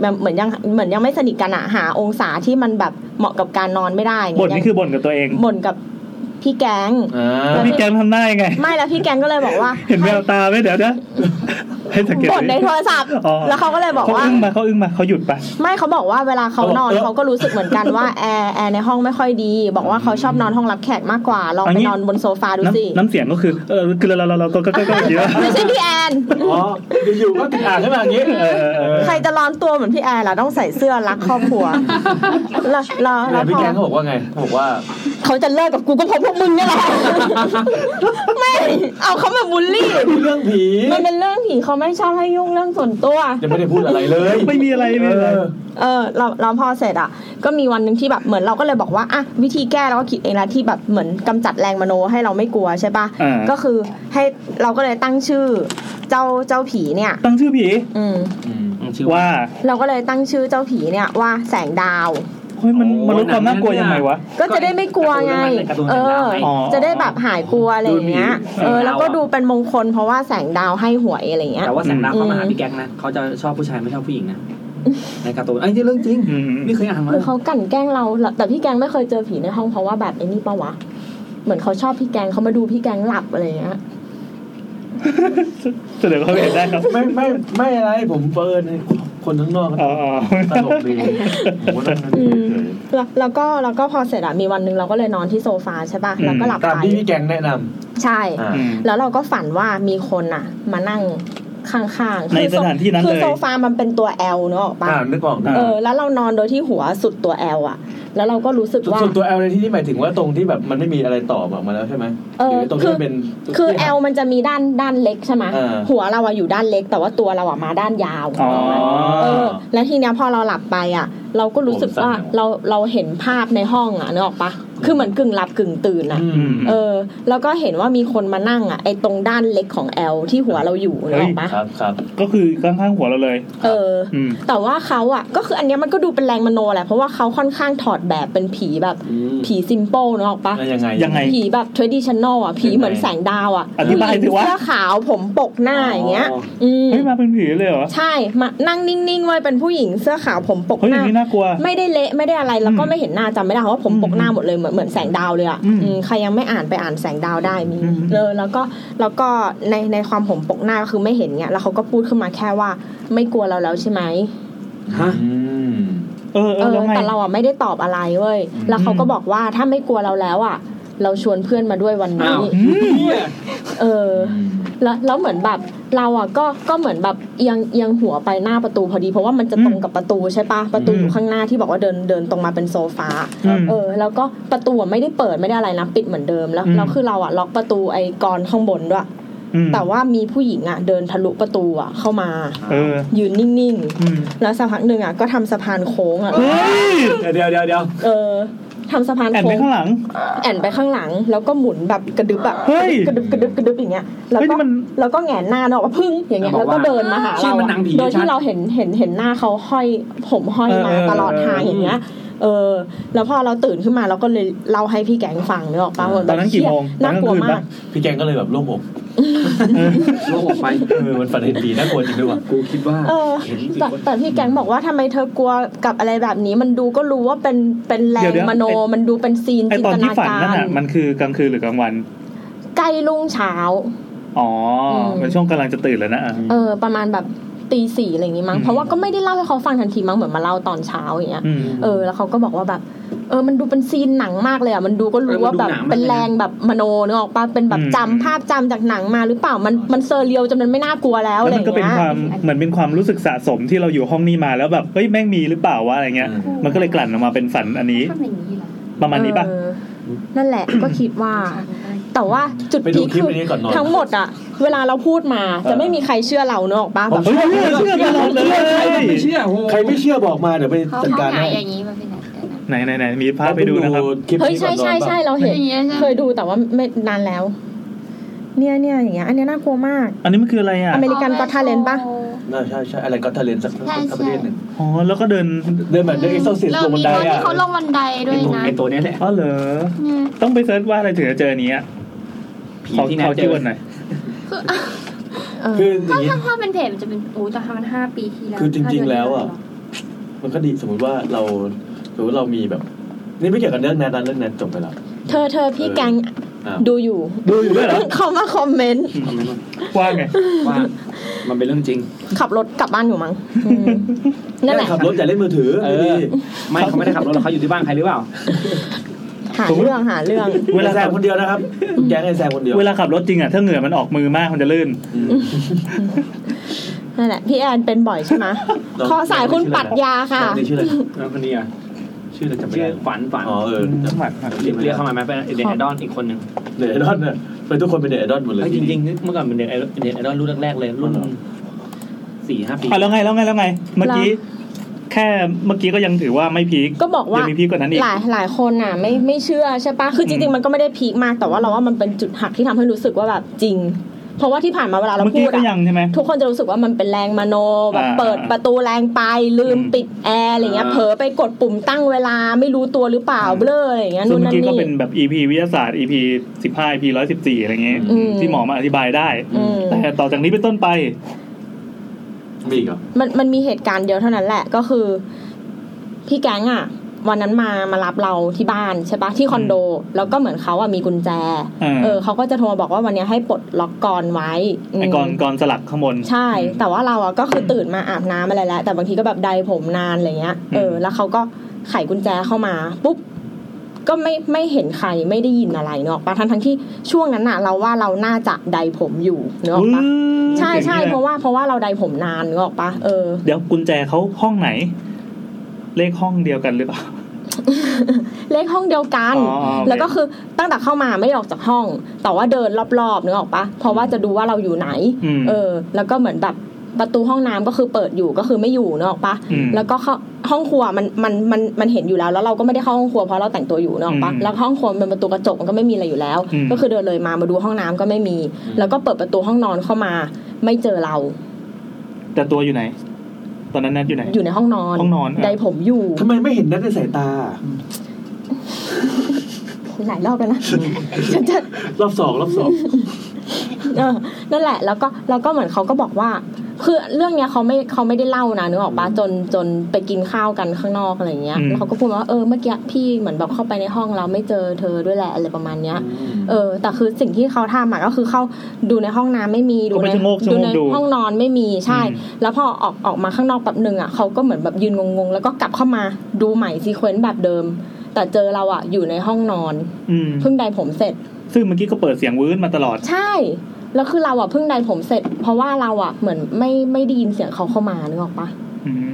Speaker 1: แบบเหมือนยังเหมือนยังไม่สนิทกันอ่ะหาองศาที่มันแบบเหมาะกับการนอนไม่ได้ไง
Speaker 2: บทนี้คือบ่นกับตัวเอง
Speaker 1: บ่นกับพี่แก๊ง
Speaker 2: แล้วพี่แกมทำได้ไง
Speaker 1: ไม่แล้วพี่แก๊งก็เลยบอกว่า
Speaker 2: เห็นแววตาไหมเดี๋ยวนะให้สังเกต
Speaker 1: บ่นในโทรศัพท์
Speaker 2: อ๋อ
Speaker 1: แล้วเขาก็เลยบอก
Speaker 2: เขา
Speaker 1: ว่า
Speaker 2: อึ้งมาเขาอึ้งมาเขาหยุดไป
Speaker 1: ไม่เขาบอกว่าเวลาเขานอน
Speaker 3: เขาบอกเออ
Speaker 1: เขาก็รู้สึกเหมือนกันว่าแอร์แอร์ในห้องไม่ค่อยดี บอกว่าเขาชอบนอนห้องรับแขกมากกว่าลอง
Speaker 2: อัน
Speaker 1: ไป
Speaker 2: นี้
Speaker 1: นอนบนโซฟาดูสิ
Speaker 2: น้ำน้ำเสียงก็คือเออคือเราเราเราก็ก็ก็ก็เยอะ
Speaker 1: ไม่ใช่พี่แอน
Speaker 3: อ๋ออยู่ๆก็ติดอ่างขึ้นมาอย่างนี้
Speaker 2: เออเออเออ
Speaker 1: ใครจะร้อนตัวเหมือนพี่แอนล่ะต้องใส่เสื้อรักครอบค [laughs] รัวแล้วแล้วแล้
Speaker 3: แต่
Speaker 1: ว
Speaker 3: พี่
Speaker 1: พอ
Speaker 3: แกงเขาบอกว่าไงเขาบอกว่า
Speaker 1: เขาจะเลิกกับกูก็เพราะพวกมึงเนี่ยแหละไม่เอาเขามาบูลลี่
Speaker 3: พูดเรื่องผี
Speaker 1: มันเป็นเรื่องผีเขาไม่ชอบให้ยุ่งเรื่องส่วนตัว
Speaker 3: ยังไม่ได้พูดอะไรเลย
Speaker 2: ไม่มีอะไรไม่มีอะไร
Speaker 3: เออ
Speaker 1: เออเราเราพอเสร็จอ่ะ ก็มีวันหนึ่งที่แบบเหมือนเราก็เลยบอกว่าอ่ะวิธีแก้เราก็คิดเองละที่แบบเหมือนกำจัดแรงมโนให้เราไม่กลัวใช่ปะ
Speaker 2: อ่า
Speaker 1: ก็คือให้เราก็เลยตั้งชื่อ เจ้าเจ้าผีเนี่ย
Speaker 2: ตั้งชื่อผี
Speaker 1: อืม
Speaker 4: ชื่อ
Speaker 2: ว่า
Speaker 1: เราก็เลยตั้งชื่อเจ้าผีเนี่ยว่าแสงดาว
Speaker 2: เฮ้ยมันมันลดความน่ากลัวยังไงวะ
Speaker 1: ก็จะได้ไม่กลัวไง
Speaker 4: การ์ตูน
Speaker 1: เอ
Speaker 4: แสงดา
Speaker 1: อ
Speaker 4: วไง
Speaker 2: อ๋อ
Speaker 1: จะได้แบบหายกลัวอะไรอย่างเงี้ย
Speaker 4: ดูดี
Speaker 1: เออ แล้วก็ดูเป็นมงคลเพราะว่าแสงดาวให้หวยอะไรอย่างเงี้ย
Speaker 4: แต่ว่าแสงดาวเขามาหาพี่แก๊กนะเขาจะชอบผู้ชายไม่ชอบผู้หญิงนะในการ์ตูนไอ้ยนี่เรื่องจริง
Speaker 2: อืม
Speaker 4: นี่เคยอ่านมา
Speaker 1: คือเขากลั่นแกล้งเราเหรอแต่พี่แกงไม่เคยเจอผีในห้องเพราะว่าแบบไอ้นี่ปะวะ เหมือนเขาชอบพี่แกงเขามาดูพี่แกงหลับอะไรอย่างเงี้ย
Speaker 2: เสนอความเห็นได้ครับ
Speaker 3: ไม่ไม่ไม่อะไรผมเปิดให้คนข้างนอก
Speaker 2: อ๋ออ๋อ
Speaker 3: ตลกดีผมก็นั่งดูเฉย
Speaker 1: แล้วแล้วก็แล้วก็พอเสร็จอะมีวันหนึ่งเราก็เลยนอนที่โซฟาใช่ปะ่ะแล้วก็หลับ
Speaker 3: ๆตาม
Speaker 1: ไป
Speaker 3: ที่พี่แกงแนะน
Speaker 1: ใช่
Speaker 3: ำอ่า
Speaker 2: อืม
Speaker 1: แล้วเราก็ฝันว่ามีคนอะมานั่งข้างๆ
Speaker 2: ใน
Speaker 1: คือโซ
Speaker 2: สถานที่นั้นเลย
Speaker 1: คือโซฟามันเป็นตัว L เนอะออกปะ
Speaker 3: อ่านึกออก
Speaker 2: อ่า
Speaker 1: เออแล้วเรานอนโดยที่หัวสุดตัว L อะแล้วเราก็รู้สึกว่า
Speaker 3: ส่วนตัวแอลในที่นี่หมายถึงว่าตรงที่แบบมันไม่มีอะไรต่อออกมาแล้วใช่ไหม
Speaker 1: เออ
Speaker 3: หรืตรงที่มันเป็น
Speaker 1: คือ L มันจะมีด้านด้านเล็กใช่ไหม
Speaker 3: เออ
Speaker 1: หัวเราอะอยู่ด้านเล็ก แต่ว่าตัวเราอะมาด้านยาว
Speaker 2: อ๋อ
Speaker 1: เออแล้วทีเนี้ยพอเราหลับไปอ่ะ เราก็รู้สึกว่า
Speaker 3: ผมสั้นแล้ว
Speaker 1: เราเราเห็นภาพในห้องอ่ะนึกออกปะคือเหมือนกึ่งหลับกึ่งตื่นอ่ะ
Speaker 3: อืม
Speaker 1: เออ แล้วก็เห็นว่ามีคนมานั่งอ่ะไอตรงด้านเล็กของแอลที่หัวเราอยู่นึกออกปะ
Speaker 3: ครับครับ
Speaker 2: ก็คือข้างๆหัวเราเลย
Speaker 1: เออ
Speaker 2: อืม
Speaker 1: แต่ว่าเขาอ่ะ ก็คืออันเนี้ยมันก็ดูเป็นแรงมโนแหละเพราะว่าเขาค่อนข้างถอดแบบเป็นผีแบบ
Speaker 3: อืม
Speaker 1: ผีซิมเปิลนึกออกปะ
Speaker 3: แล้วยังไง
Speaker 2: ยังไง
Speaker 1: ผีแบบทรดิชันแนลอ่ะผีเหมือนแสงดาวอ่ะ
Speaker 2: อธิบายสิวะ
Speaker 1: เสื้อขาวผมปกหน้าอย่างเงี้ย อืม
Speaker 2: เฮ้ยมาเป็นผีเลยเหรอ
Speaker 1: ใช่มานั่งนิ่งๆไว้เป็นผู้หญิงเสื้อขาวผมปก
Speaker 2: เฮ้ย
Speaker 1: ห
Speaker 2: อย่า
Speaker 1: น้า
Speaker 2: งนี้น่ากลัว
Speaker 1: ไม่ได้เละไม่ได้อะไรแล้วก็
Speaker 2: อืม
Speaker 1: ไม่เห็นหน้าจำไม่ได้เพราะว่าผม
Speaker 2: อืม
Speaker 1: ปกหน้าหมดเลยเหมือนเหมือนแสงดาวเลยอ่ะ
Speaker 2: อืม
Speaker 1: อืมใครยังไม่อ่านไปอ่านแสงดาวได้มี
Speaker 2: อืม
Speaker 1: เลยแล้วก็แล้วก็ในในความผมปกหน้าก็คือไม่เห็นเงี้ยแล้วเขาก็พูดขึ้นมาแค่ว่าไม่กลัวเราแล้วใช่ไหม
Speaker 4: ฮะ
Speaker 3: อืม
Speaker 2: เออเอ
Speaker 1: เอ
Speaker 2: อ
Speaker 1: อ
Speaker 2: แล้วไง
Speaker 1: แต่เราอ่ะไม่ได้ตอบอะไรเว้ย
Speaker 3: อืม
Speaker 1: แล้วเขาก็บอกว่าถ้าไม่กลัวเราแล้วอ่ะ เราชวนเพื่อนมาด้วยวัน
Speaker 4: อ้า
Speaker 1: นี้
Speaker 4: ว
Speaker 2: อืม
Speaker 4: เหี้ย
Speaker 1: เออ แล้วแล้วเหมือนแบบ เราอ่ะก็ก็เหมือนแบบเอียงเอียงหัวไปหน้าประตูพอดี เพราะว่ามันจะตรงกับประตูใช่ปะประตูอยู่ข้างหน้าที่บอกว่าเดินเดินตรงมาเป็นโซฟา
Speaker 2: อืม
Speaker 1: เออแล้วก็ประตูอะไม่ได้เปิดไม่ได้อะไรนะปิดเหมือนเดิมแล้ว
Speaker 2: อืม
Speaker 1: แล้วคือเราอ่ะล็อกประตูไอ้กรอนข้างบนด้วย
Speaker 2: ม
Speaker 1: แต่ว่ามีผู้หญิงอ่ะเดินทะลุประตูอ่ะเข้ามา
Speaker 2: เออ
Speaker 1: ยืนนิ่ง
Speaker 2: อืม
Speaker 1: ๆ แล้วสักพักหนึ่งอ่ะก็ทำสะพานโค้งอ่ะ
Speaker 2: เฮ้ย
Speaker 5: เดี๋ยวเดี๋ยวเดี๋ยว
Speaker 1: เออทำสะพาน
Speaker 2: แอน
Speaker 1: โค้
Speaker 2: ไป
Speaker 1: ง
Speaker 2: ข้างหลัง
Speaker 1: แอนไปข้างหลัง แล้วก็หมุนแบบกระดึบแบบ
Speaker 2: เฮ้ย
Speaker 1: กระดึบกระดึบกระดึบอย่างเงี้ยแล้ว
Speaker 2: เฮ้ยนี่
Speaker 1: ก็
Speaker 2: มัน
Speaker 1: แล้วก็แหงนหน้าออกมาพึ่งอย่างเงี้ย
Speaker 6: บ
Speaker 1: แล้
Speaker 6: อก
Speaker 1: ว
Speaker 6: ว่า
Speaker 1: ก็เดินมาหา
Speaker 6: ชื่
Speaker 1: เรา
Speaker 6: อมัน
Speaker 1: อะ
Speaker 6: นางผี
Speaker 1: โดยที่
Speaker 6: ชัด
Speaker 1: เราเห็นเห็นเห็นหน้าเขาห้อยผมห้อยมา
Speaker 2: เออเออ
Speaker 1: ตลอดทางอย่างเงี้ยเออ แล้วพอเราตื่นขึ้นมาเราก็เลยเล่าให้พี่แกงฟังนึกออกปะว่าแบบ
Speaker 2: ตอนนั้นกี่โมง
Speaker 1: เหี้ยน่ากลัว
Speaker 2: ตอนกลางคืน
Speaker 1: มา
Speaker 2: ปะ
Speaker 1: ก
Speaker 3: พี่แกงก็เลยแบบโล่งอก
Speaker 6: โลกออกไป
Speaker 3: เออมันฝันเห็นผีน่ากลัวจริงด้วยว่ะ
Speaker 6: กูคิดว่า
Speaker 1: เออ
Speaker 3: เห็นสิ
Speaker 1: แต่แต่พี่แก๊งบอกว่าทำไมเธอกลัวกับอะไรแบบนี้ มันดูก็รู้ว่าเป็นเป็นแรง
Speaker 2: เดี๋ยวเดี๋ยว
Speaker 1: มโน
Speaker 2: ไอ้
Speaker 1: มันดูเป็นซีน
Speaker 2: ไอ
Speaker 1: จิน
Speaker 2: ตอน
Speaker 1: ต
Speaker 2: ที่
Speaker 1: นา
Speaker 2: ฝั
Speaker 1: กา
Speaker 2: นนั่น
Speaker 1: ร
Speaker 2: อ่ะมันคือกลางคืนหรือกลางวัน
Speaker 1: ใกล้รุ่งเช้า
Speaker 2: อ๋ออ
Speaker 1: ม
Speaker 2: มันช่วงกำลังจะตื่นแล้วนะอ่ะ
Speaker 1: เออ ประมาณแบบตีสี่อะไรอย่างงี้มั้ง
Speaker 2: อืม
Speaker 1: เพราะว่าก็ไม่ได้เล่าให้เขาฟังทันทีมั้งเหมือนมาเล่าตอนเช้าอย่างเงี้ย
Speaker 2: อืม
Speaker 1: เออแล้วเขาก็บอกว่าแบบ เออ มันดูเป็นซีนหนังมากเลยอ่ะมันดูก็รู้
Speaker 6: เออมั
Speaker 1: ว่าน
Speaker 6: ดู
Speaker 1: แบบ
Speaker 6: หนังมาก
Speaker 1: เป็นแรงแบบมโนนึกออกปะเป็นแบบ
Speaker 2: อืม
Speaker 1: จำภาพจำจากหนังมาหรือเปล่ามันมันเซอร์เรียลจนมันไม่น่ากลัวแล้ว
Speaker 2: แล้
Speaker 1: อะไรอ
Speaker 2: วมัน
Speaker 1: ย่าง
Speaker 2: ก็เป็น
Speaker 1: เงี้ย
Speaker 2: ความเหมือนเป็นความรู้สึกสะสมที่เราอยู่ห้องนี้มาแล้วแบบเฮ้ยแม่งมีหรือเปล่าวะอะไรเงี้ย
Speaker 3: อืม
Speaker 2: มันก็เลยกลั่นออกมาเป็นฝันอันนี้
Speaker 7: ทำอย่างนี้เหรอ
Speaker 2: ประมาณนี้ป่ะ
Speaker 1: เออนั่นแหละ ก็คิดว่า แต่ว่าจุด
Speaker 3: ไปดู
Speaker 1: พีค
Speaker 3: คลิป
Speaker 1: คือ
Speaker 3: นี้ก่อนนอน
Speaker 1: ทั้งหมดอะเวลาเราพูดมาจะไม่มีใครเชื่อเราเนอะออกปะแบบ
Speaker 2: เฮ้ยเชื่อเชื่อตลอดเลย
Speaker 6: ไม่เชื่อโอ้โห
Speaker 5: ใครไม่เชื่อบอกมาเดี๋ยวไป
Speaker 7: เขา
Speaker 5: จัด
Speaker 7: เขา
Speaker 5: การ
Speaker 7: หงาย
Speaker 5: ให้
Speaker 7: อย่างนี้มาเป็นอะไรนะ
Speaker 2: ไหนไหนไหนมีภาพไปดูนะครับ
Speaker 5: คลิป
Speaker 1: เฮ้ย
Speaker 5: นี้ก่อ
Speaker 1: ใช่
Speaker 5: นนอน
Speaker 1: ใช่ใช่
Speaker 5: ป่ะ
Speaker 1: เราเห็น
Speaker 7: อย่างเงี้ยใช่ไห
Speaker 1: เค
Speaker 7: ม
Speaker 1: ยดูแต่ว่าไม่นานแล้ว เนี่ยเนี่ยอย่างเงี้ยอันเนี้ยน่ากลัวมาก
Speaker 2: อันนี้มันคืออะไรอ่ะ
Speaker 1: อเมริกันก็ท่าเลนปะ
Speaker 5: น่าใช่ใช่อะไรก็ทะเลนสักสักประเทศหนึ่ง
Speaker 2: อ๋อแล้วก็เดิน
Speaker 5: เดินแบบเดินเอ็กซ์โซซิส
Speaker 7: เรา
Speaker 5: ลงบั
Speaker 7: มี
Speaker 5: นได
Speaker 7: คนที่
Speaker 5: อ่ะ
Speaker 7: เขาลงบันไดด้วยนะ
Speaker 6: ไอตัวเนี้ยแหละ
Speaker 2: อ๋อเหรอ
Speaker 7: เนี่ย
Speaker 2: ต้องไปเซิร์ชว่าอะไรถึงจะเจออันนี้อ่ะ
Speaker 6: ผี
Speaker 2: ขอ
Speaker 6: ที่น่า
Speaker 2: ขอ
Speaker 6: เจอ
Speaker 2: คิดวันหน่อย
Speaker 7: คือ
Speaker 1: เออ
Speaker 5: คืออย่างนี้
Speaker 7: ถ้าภาพเป็นเพจมันจะเป็นโอ้ยแต่ถ้ามันห้าปีที่แล้ว
Speaker 3: คือจริงๆแล้วอะ มันก็ดีสมมติว่าเราสมมติเรามีแบบ นี่ไม่เกี่ยวกับเรื่องนั้นนะเรื่องนั้นจบไปแล้ว
Speaker 1: เธอเธอพี่
Speaker 3: เออ
Speaker 1: แกง
Speaker 3: อ้าว
Speaker 1: ดูอยู่
Speaker 2: ดูอยู่ด้วยเหรอ
Speaker 1: [laughs] เขามาคอมเมนต์
Speaker 6: ทำไมมัน
Speaker 2: ว่าไง
Speaker 6: ว่ามันเป็นเรื่องจริง
Speaker 1: ขับรถกลับบ้านอยู่มั้งอืมนั่นแหละ
Speaker 3: แค่ขับรถอย่าเล่นมือถือ
Speaker 6: เออ
Speaker 3: ดี
Speaker 6: ไม่เขาไม่ได้ขับรถหรอกเขาอยู่ที่บ้านใครหรือเปล่า
Speaker 1: หาเรื่องหาเรื่อง
Speaker 2: เว
Speaker 3: เวลา
Speaker 2: ลา
Speaker 3: แซ
Speaker 2: ขั
Speaker 3: ง
Speaker 2: บ
Speaker 3: คนเดียวนะครับคุณแก๊งไอแซงคนเดียว
Speaker 2: เวลาขับรถจริงอ่ะถ้าเหงื่อมันออกมือมากมันจะลื่น
Speaker 3: อืม
Speaker 1: นั่นแหละพี่แอนเป็นบ่อยใช่ไหม
Speaker 3: เรา
Speaker 1: ขอสายคุณปรัดยาค่ะ
Speaker 3: น้องนี่ชื่ออะไร
Speaker 6: แล้วคนนี้อ่ะ
Speaker 3: ชื่ออะไรจำไม่
Speaker 6: ชื่อ
Speaker 3: ได้
Speaker 6: ฝันฝัน
Speaker 3: อ๋อเออจำ
Speaker 6: เรียกเรียกเข้ามาไหมเป็นเด็กไอดอลอีกคนหนึ่ง
Speaker 3: เน็ตไอดอลเนี่ยเป็นทุกคนเป็นเน็ตไอดอลหมดเลย
Speaker 6: จริงจริงๆเมื่อก่อนเป็นเด็กไอดอลเด็กไอดอลรุ่นแรกๆเลยรุ่น
Speaker 3: อ๋อ
Speaker 6: สี่ห้าปี
Speaker 2: อ่ะแล้วไงแล้วไงแล้วไง เมื่อกี้แค่เมื่อกี้ก็ยังถือว่าไม่พีค
Speaker 1: ก็บอกว่า
Speaker 2: ยังมีพีคกว่านั้นอีก
Speaker 1: หลายหลายคนน่ะไม่ไม่เชื่อใช่ปะคือจริงๆมันก็ไม่ได้พีคมากแต่ว่าเราว่ามันเป็นจุดหักที่ทำให้รู้สึกว่าแบบจริง เพราะว่าที่ผ่านมาเวลาเรา
Speaker 2: เมื่อ
Speaker 1: พู
Speaker 2: กี้
Speaker 1: ด
Speaker 2: ก็ยั
Speaker 1: อะ
Speaker 2: งใช่ไหม
Speaker 1: ทุกคนจะรู้สึกว่ามันเป็นแรงมโนแบบ
Speaker 2: อ่า
Speaker 1: เปิดประตูแรงไปลืม
Speaker 2: อืม
Speaker 1: ปิดแอร์อะไรเงี้ยเผลอไปกดปุ่มตั้งเวลาไม่รู้ตัวหรือเปล่าเบลออะไรเงี้ย
Speaker 2: ซึ่
Speaker 1: นู่
Speaker 2: ง
Speaker 1: นนั่
Speaker 2: เมื่อน กี้ก็
Speaker 1: นี่
Speaker 2: เป็นแบบ EP วิทยาศาสตร์ EP สิบห้า EP ร้อยสิบสี่อะไรเงี้ย
Speaker 1: อืม
Speaker 2: ที่หมอมาอธิบายได้
Speaker 1: อืม
Speaker 2: แต่ต่อจากนี้เป็นต้นไป
Speaker 3: มีอีกเหรอ
Speaker 1: มันมันมีเหตุการณ์เดียวเท่านั้นแหละก็คือ พี่แก๊งอะวันนั้นมามารับเราที่บ้านใช่ปะที่คอนโด แล้วก็เหมือนเขาอะมีกุญแจ
Speaker 2: อ่า
Speaker 1: เออเขาก็จะโทรมาบอกว่าวันเนี้ยให้ปลดล็อกกรอนไว้ม
Speaker 2: ไอ้กรกรสลักข้างบน
Speaker 1: ใช่ แต่ว่าเราอะก็คือตื่นมาอาบน้ำอะไรแล้ว แต่บางทีก็แบบใดผมนานอะไรเงี้ยเออ
Speaker 2: อืม
Speaker 1: แล้วเขาก็ไขกุญแจเข้ามาปุ๊บก็ไม่ไม่เห็นใครไม่ได้ยินอะไรเนกอะปะทั้งทั้งที่ช่วงนั้นน่ะ เราว่าเราน่าจะใดผมอยู่เนกอะปะใช่ใช่เพราะว่าเพราะว่าเราใดผมนานเนกอะปะเออ
Speaker 2: เดี๋ยวกุญแจเขาห้องไหน เลขห้องเดียวกันหรือเปล่า
Speaker 1: [laughs] เลขห้องเดียวกัน
Speaker 2: อ๋อโอเค
Speaker 1: แล้วก็คือตั้งแต่เข้ามาไม่ได้ออกจากห้อง แต่ว่าเดินรอบๆนึกออกปะเพราะว่าจะดูว่าเราอยู่ไหน
Speaker 2: อืม
Speaker 1: เออ แล้วก็เหมือนแบบประตูห้องน้ำก็คือเปิดอยู่ก็คือไม่อยู่นึกออกปะ
Speaker 2: อืม
Speaker 1: แล้วก็เข้าห้องครัวมันมันมันมันเห็นอยู่แล้ว แล้วเราก็ไม่ได้เข้าห้องครัวเพราะเราแต่งตัวอยู่นึกออกปะ
Speaker 2: อืม
Speaker 1: แล้วห้องครัวมันเป็นประตูกระจกมันก็ไม่มีอะไรอยู่แล้ว
Speaker 2: อืม
Speaker 1: ก็คือเดินเลยมามาดูห้องน้ำก็ไม่มี แล้วก็เปิดประตูห้องนอนเข้ามา ไม่เจอเรา
Speaker 2: แต่ตัวอยู่ไหน ตอนนั้นแนทอยู่ไหน
Speaker 1: อยู่ในห้องนอน
Speaker 2: ห้องนอนอ่ะ
Speaker 1: ใดผมอยู่
Speaker 5: ทำไมไม่เห็นนัดในสายตา
Speaker 1: หลายรอบแล้วนะฉันจะ
Speaker 3: รอบสองรอบสอง
Speaker 1: เออนั่นแหละ แล้วก็แล้วก็เหมือนเขาก็บอกว่า คือเรื่องเนี้ยเขาไม่เขาไม่ได้เล่านะนึกออกปะจนจนไปกินข้าวกันข้างนอกอะไรเงี้ย
Speaker 2: อืม
Speaker 1: แล้วเขาก็พูดมาว่าเออเมื่อกี้พี่เหมือนแบบเข้าไปในห้องเราไม่เจอเธอด้วยแหละอะไรประมาณเนี้ย เออ แต่คือสิ่งที่เขาทำอะก็คือเข้าดูในห้องน้ำไม่มีดู
Speaker 2: ก็
Speaker 1: ใน
Speaker 2: ไปชะโงก
Speaker 1: ดู
Speaker 2: ชะโงก
Speaker 1: ใน
Speaker 2: ดู
Speaker 1: ห้องนอนไม่มีใช่
Speaker 2: อืม
Speaker 1: แล้วพอออกออกมาข้างนอกแป๊บหนึ่งอะเขาก็เหมือนแบบยืนงงๆแล้วก็กลับเข้ามาดูใหม่ซีเควนต์แบบเดิม แต่เจอเราอะอยู่ในห้องนอน
Speaker 2: อืม
Speaker 1: เพิ่งไดผมเสร็จ
Speaker 2: ซึ่งเมื่อกี้ก็เปิดเสียงวื้นมาตลอด
Speaker 1: ใช่ แล้วคือเราอ่ะเพิ่งไดผมเสร็จ เพราะว่าเราอ่ะเหมือนไม่ไม่ได้ยินเสียงเขาเข้ามานึกออกปะ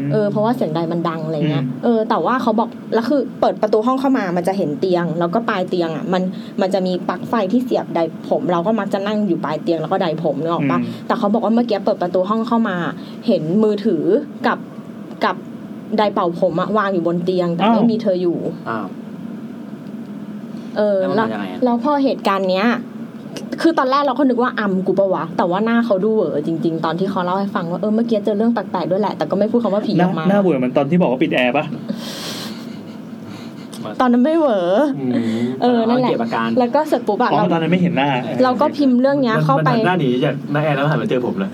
Speaker 2: ม
Speaker 1: เออเพราะว่าเสียงใดมันดังอะไรเงี้ย
Speaker 2: อืม
Speaker 1: เออแต่ว่าเขาบอกแล้วคือเปิดประตูห้องเข้ามามันจะเห็นเตียง แล้วก็ปลายเตียงอ่ะมันมันจะมีปลั๊กไฟที่เสียบใดผม เราก็มักจะนั่งอยู่ปลายเตียงแล้วก็ใดผมนึกออกปะแต่เขาบอกว่าเมื่อกี้เปิดประตูห้องเข้ามา เห็นมือถือกับกับใดเป่าผมอะวางอยู่บนเตียง แต่ไม่มีเธออยู่
Speaker 6: อ้าว
Speaker 1: เออ
Speaker 6: แล้วมันมา
Speaker 1: แล้ว
Speaker 6: ยังไงอะ
Speaker 1: แล้วพอเหตุการณ์เนี้ย คือตอนแรกเราก็นึกว่าอำกูปะวะแต่ว่าหน้าเขาดูเหวอจริง ๆ ตอนที่เขาเล่าให้ฟังว่าเออเมื่อกี้เจอเรื่องแปลกๆด้วยแหละแต่ก็ไม่พูดคำว่าผี
Speaker 2: ห
Speaker 1: อ
Speaker 2: น้า
Speaker 1: อกมา
Speaker 2: หน้าเบื่อเหมือนตอนที่บอกว่าปิดแอร์ปะ
Speaker 1: ตอนนั้นไม่เหวอ เออนั่นแหละ
Speaker 6: เก็บอาการ
Speaker 1: แล้วก็เสร็จปุ๊บอะ
Speaker 2: อ๋อ
Speaker 1: เรา
Speaker 2: ตอนนั้นไม่เห็นหน้า
Speaker 1: เราก็พิมพ์เรื่องเนี้ยเข้าไป
Speaker 3: มันหันหน้าหนีจากหน้าแอร์แล้วหันมาเจอผมเลย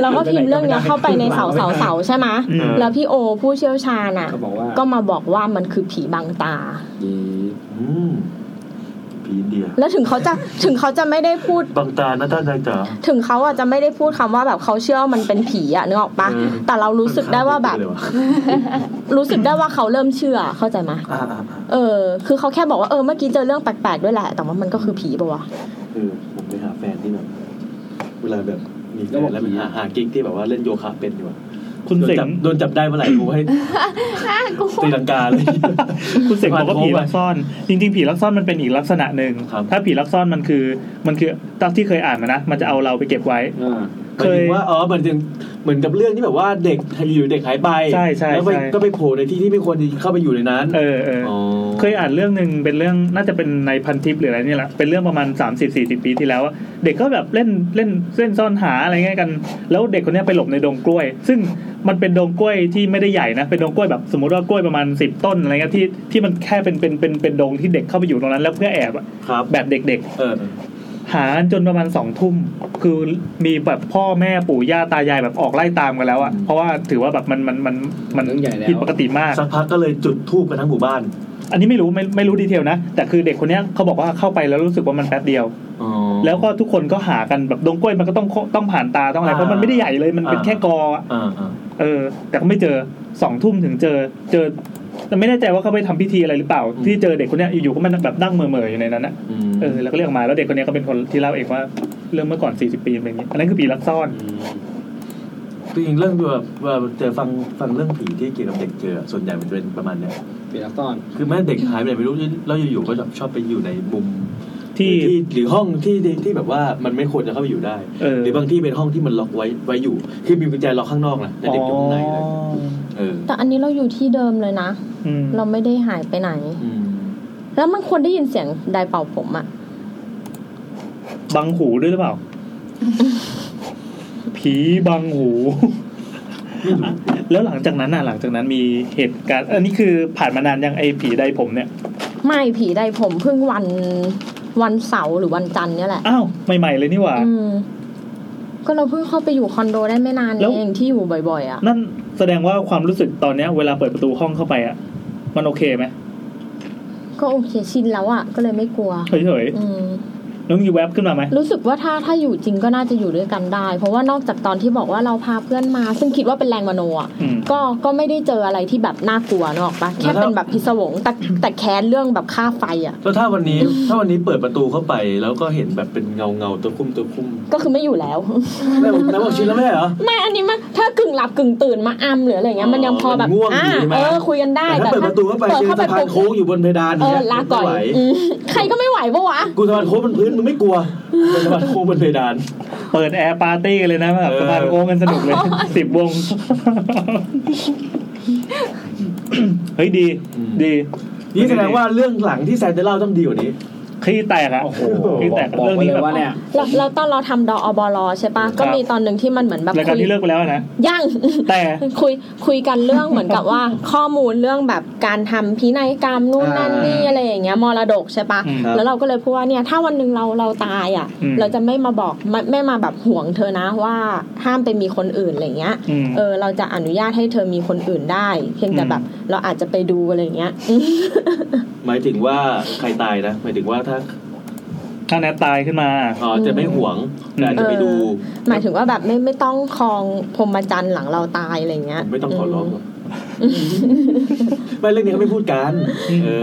Speaker 1: เราก็พิมพ์เรื่องเนี้ยเข้าไปในเสาเสาเสาใช่ไหม
Speaker 2: อืม
Speaker 1: แล้วพี่โอผู้เชี่ยวชาญอ่ะ
Speaker 6: ก็บอกว่า
Speaker 1: ก็มาบอกว่ามันคือผีบังตา
Speaker 6: ดี
Speaker 3: อืมผีอินเดีย
Speaker 1: แล้วถึงเขาจะถึงเขาจะไม่ได้พูด
Speaker 3: บางตาหน้าตาใจจ๋า
Speaker 1: ถึงเขาอ่ะจะไม่ได้พูดคำว่าแบบเขาเชื่อว่ามันเป็นผีอ่ะนึกออกปะแต่เรารู้สึกได้ว่าแบบ
Speaker 3: เลยวะ
Speaker 1: รู้สึกได้ว่าเขาเริ่มเชื่อเข้าใจไหม
Speaker 3: อ่าอ่าอ่า
Speaker 1: เออ คือเขาแค่บอกว่าเออเมื่อกี้เจอเรื่องแปลกๆด้วยแหละ แต่ว่ามันก็คือผีปะวะ
Speaker 3: เออผมไปหาแฟนที่แบบเวลาแบบมีแฟนแล้วมันหาหากิ๊กที่แบบว่าเล่นโยคะเป็นอยู่อะ
Speaker 2: คุณ
Speaker 3: โดน
Speaker 2: เสก
Speaker 3: จับโดนจับได้เมื่อไหร่กูให้
Speaker 2: [laughs]
Speaker 7: กู
Speaker 3: ตีลังกาเลย
Speaker 2: คุณเสกบอกว่าผีลักซ่อน จริงๆ ผีลักซ่อนมันเป็นอีกลักษณะหนึ่ง
Speaker 3: ครับ
Speaker 2: ถ้าผีลักซ่อนมันคือมันคือตามที่เคยอ่านมานะมันจะเอาเราไปเก็บไว้
Speaker 6: อ่า
Speaker 3: หมายถึงว่าอ๋อเหมือนถึงเหมือนกับเรื่องที่แบบว่าเด็กอยู่เด็กหายไป
Speaker 2: ใช่ใช่
Speaker 3: แล้วไป
Speaker 2: ใช่
Speaker 3: ก็ไปโผล่ในที่ที่ไม่ควรจะเข้าไปอยู่ในนั้น
Speaker 2: เออเออ
Speaker 3: อ
Speaker 2: เคยอ่านเรื่องหนึ่งเป็นเรื่องน่าจะเป็นในพันทิปหรืออะไรเนี่ยแหละเป็นเรื่องประมาณ 3 0 4 0 ปีที่แล้วอะเด็กก็แบบเล่นเล่นเล่นซ่อนหาอะไรเงี้ยกัน แล้วเด็กคนเนี้ยไปหลบในดงกล้วย ซึ่งมันเป็นดงกล้วยที่ไม่ได้ใหญ่นะเป็นดงกล้วยแบบสมมติว่ากล้วยประมาณ 10 ต้นอะไรเงี้ยที่ที่มันแค่เป็นเป็นเป็นเป็นดงที่เด็กเข้าไปอยู่ตรงนั้นแล้วเพื่อแอบอะ
Speaker 3: ครับ
Speaker 2: แบบเด็ก
Speaker 3: เออ
Speaker 2: ๆ หาจนประมาณสองทุ่มคือมีแบบพ่อแม่ปู่ย่าตายายแบบออกไล่ตามกันแล้วอะเพราะว่าถือว่าแบบมันมันมันมัน
Speaker 6: เรื่องใหญ่แล้ว
Speaker 2: ผิดปกติมาก
Speaker 3: สักพักก็เลยจุดทูบกันทั้งหมู่บ้าน
Speaker 2: อันนี้ไม่รู้ไม่ไม่รู้ดีเทลนะ แต่คือเด็กคนเนี้ยเขาบอกว่าเข้าไปแล้วรู้สึกว่ามันแป๊บเดียว
Speaker 3: อ๋อ
Speaker 2: แล้วก็ทุกคนก็หากันแบบดงกล้วยมันก็ต้องต้องผ่านตาต้องอะไร
Speaker 3: อ่า
Speaker 2: เพราะมันไม่ได้ใหญ่เลยมันเป็น
Speaker 3: อ่า
Speaker 2: แค่กออะ
Speaker 3: อ่าอ่า
Speaker 2: เออ แต่ก็ไม่เจอสองทุ่มถึงเจอ เจอแต่ไม่แน่ใจว่าเขาไปทำพิธีอะไรหรือเปล่า ที่เจอเด็กคนเนี้ยอยู่ๆก็มันแบบนั่งเมื่อๆอยู่ในนั้นนะ
Speaker 3: อืม
Speaker 2: เออแล้วก็เรียกมาแล้วเด็กคนเนี้ยก็เป็นคนที่เล่าเองว่าเรื่องเมื่อก่อน 40 ปีเป็นอย่างนี้อันนั้นคือผีลักซ่อน
Speaker 3: จริงๆเรื่องแบบว่าเจอฟังฟังเรื่องผีที่เกี่ยวกับเด็กเจอส่วนใหญ่มันจะเป็นประมาณเนี้ย
Speaker 6: ปีลักซ่อน
Speaker 3: คือแม่เด็กหายไปไหนไม่รู้แล้วอยู่ๆก็ชอบชอบไปอยู่ในมุม
Speaker 2: ที่
Speaker 3: หรือห้องที่ที่ที่แบบว่ามันไม่ควรจะเข้าไปอยู่ได้
Speaker 2: เออ
Speaker 3: หรือบางที่เป็นห้องที่มันล็อกไว้ไว้อยู่ คือมีกุญแจล็อกข้างนอกนะแต่เด็กอยู่ข้างในเลยเออ
Speaker 1: แต่อันนี้เราอยู่ที่เดิมเลยนะ
Speaker 2: อืม
Speaker 1: เราไม่ได้หายไปไหน
Speaker 3: อืม
Speaker 1: แล้วมันควรได้ยินเสียงใดเป่าผมอะ
Speaker 2: บังหูด้วยหรือเป
Speaker 1: [laughs]
Speaker 2: ล่า ผีบังหู [laughs]
Speaker 3: ไม่รู้
Speaker 2: แล้วหลังจากนั้นน่ะหลังจากนั้นมีเหตุการณ์เอันนี้คือผ่านมานานยังไอผีใดผมเนี่ย
Speaker 1: ไม่ผีใดผมเพิ่งวันวันเสาร์หรือวันจันทร์เนี่ยแหละ
Speaker 2: อ้าวใหม่ๆเลยนี่หว่า
Speaker 1: อืมก็เราเพิ่งเข้าไปอยู่คอนโดได้ไม่นาน
Speaker 2: แล้ว
Speaker 1: เองที่อยู่บ่อยๆอะ
Speaker 2: นั่นแสดงว่าความรู้สึกตอนเนี้ย เวลาเปิดประตูห้องเข้าไปอ่ะ มันโอเคไหม
Speaker 1: ก็โอเคชินแล้วอะก็เลยไม่กลั
Speaker 2: [laughs]
Speaker 1: ว
Speaker 2: เฉย
Speaker 1: อืม
Speaker 2: ๆน้องยูแวบขึ้นมาไหม
Speaker 1: รู้สึกว่าถ้าถ้าอยู่จริงก็น่าจะอยู่ด้วยกันได้ เพราะว่านอกจากตอนที่บอกว่าเราพาเพื่อนมา ซึ่งคิดว่าเป็นแรงมโนอ่ะ
Speaker 2: อืม
Speaker 1: ก็ก็ไม่ได้เจออะไรที่แบบน่ากลัวเนกอะปะแค่เป็นแบบพิศวงแต่แต่แค้นเรื่องแบบค่าไฟอ่ะ
Speaker 3: แล้วถ้าวันนี้ถ้าวันนี้เปิดประตูเข้าไปแล้วก็เห็นแบบเป็นเงาเงาๆตัวคุ้มตัวคุ้ม
Speaker 1: ก็คือไม่อยู่แล้ว [laughs]
Speaker 3: แม่บอกแม่บอกชินแล้วไม่ใช่เหรอ
Speaker 1: ไม่อันนี้มันถ้ากึ่งหลับกึ่งตื่นมาอัมหรืออะไรเงี้ยมันยังพอแบบ
Speaker 3: มันง่วงอยู่
Speaker 1: อ่า
Speaker 3: ใช่ไหม
Speaker 1: เออคุยกันได้
Speaker 3: แต่ถ้าเปิดประตูเข้าไป
Speaker 1: เปิด
Speaker 3: เจอ
Speaker 1: เข้าไป
Speaker 3: สะพาน
Speaker 1: ปุ๊บ
Speaker 3: โค้งอยู่บนเพดาน
Speaker 1: เออ
Speaker 3: เงี้ย
Speaker 1: ลาก่อน
Speaker 3: ไม่ไหว
Speaker 1: อืมใครก็ไม่ไหวปะวะ
Speaker 3: กูสะพานโค้งบนพื้นมึงไม่กลัว [laughs] เป็นสะพานโค้งบนเพดาน
Speaker 2: เปิดแอร์ปาร์ตี้กันเลยนะแบบ
Speaker 3: เออ
Speaker 2: สะพานโค้งกันสนุกเลย สิบวง เฮ้ยดี ดี
Speaker 3: นี่แสดงว่าเรื่องหลังที่แซนจะเล่าต้องดีกว่านี้
Speaker 2: ขี้แตกอ่ะ
Speaker 6: โอ้โห
Speaker 2: ขี้
Speaker 6: บ
Speaker 2: แต
Speaker 6: อก
Speaker 2: ก
Speaker 6: บอก
Speaker 2: เรื่อง
Speaker 6: ไป
Speaker 2: นี้
Speaker 6: เลย
Speaker 2: แบบ
Speaker 6: ว่าเนี่ย
Speaker 1: เราเราตอนเราทำดออบลใช่ปะ
Speaker 2: ครับ
Speaker 1: ก็มีตอนหนึ่งที่มันเหมือนแบบ
Speaker 2: รายการ
Speaker 1: คุย
Speaker 2: ที่เลิกไปแล้วนะ
Speaker 1: ยัง [laughs]
Speaker 2: แต่
Speaker 1: คุยคุยกันเรื่องเหมือนกับว่า ข้อมูลเรื่องแบบการทำพินัยกรรมนู่นนั่นนี่อะไรอย่างเงี้ยมรดกใช่ปะ
Speaker 2: อืม
Speaker 1: แล้วเราก็เลยพูดว่าเนี่ยถ้าวันหนึ่งเราเราตายอ่ะ
Speaker 2: อืม
Speaker 1: เราจะไม่มาบอกไม่ไม่มาแบบห่วงเธอนะว่าห้ามไปมีคนอื่นอะไรเงี้ย
Speaker 2: อืม
Speaker 1: เออเราจะอนุญาตให้เธอมีคนอื่นได้ เพียงแต่
Speaker 2: อืม
Speaker 1: แบบเราอาจจะไปดูอะไรเงี้ย [laughs] อืม
Speaker 3: หมายถึงว่าใครตายนะหมายถึงว่าถ้า
Speaker 2: ถ้าแนทตายขึ้นมา
Speaker 3: อ๋อจะไม่หวงแต่อาจจะไปดู
Speaker 1: หมายถึงว่าแบบไม่ไม่ต้องคลองพรหมจรรย์หลังเราตายอะไรเงี้ย
Speaker 3: ไม่ต้องขอร้อง
Speaker 1: ม
Speaker 3: หรอก ไม่เรื่องนี้เขาไม่พูดกัน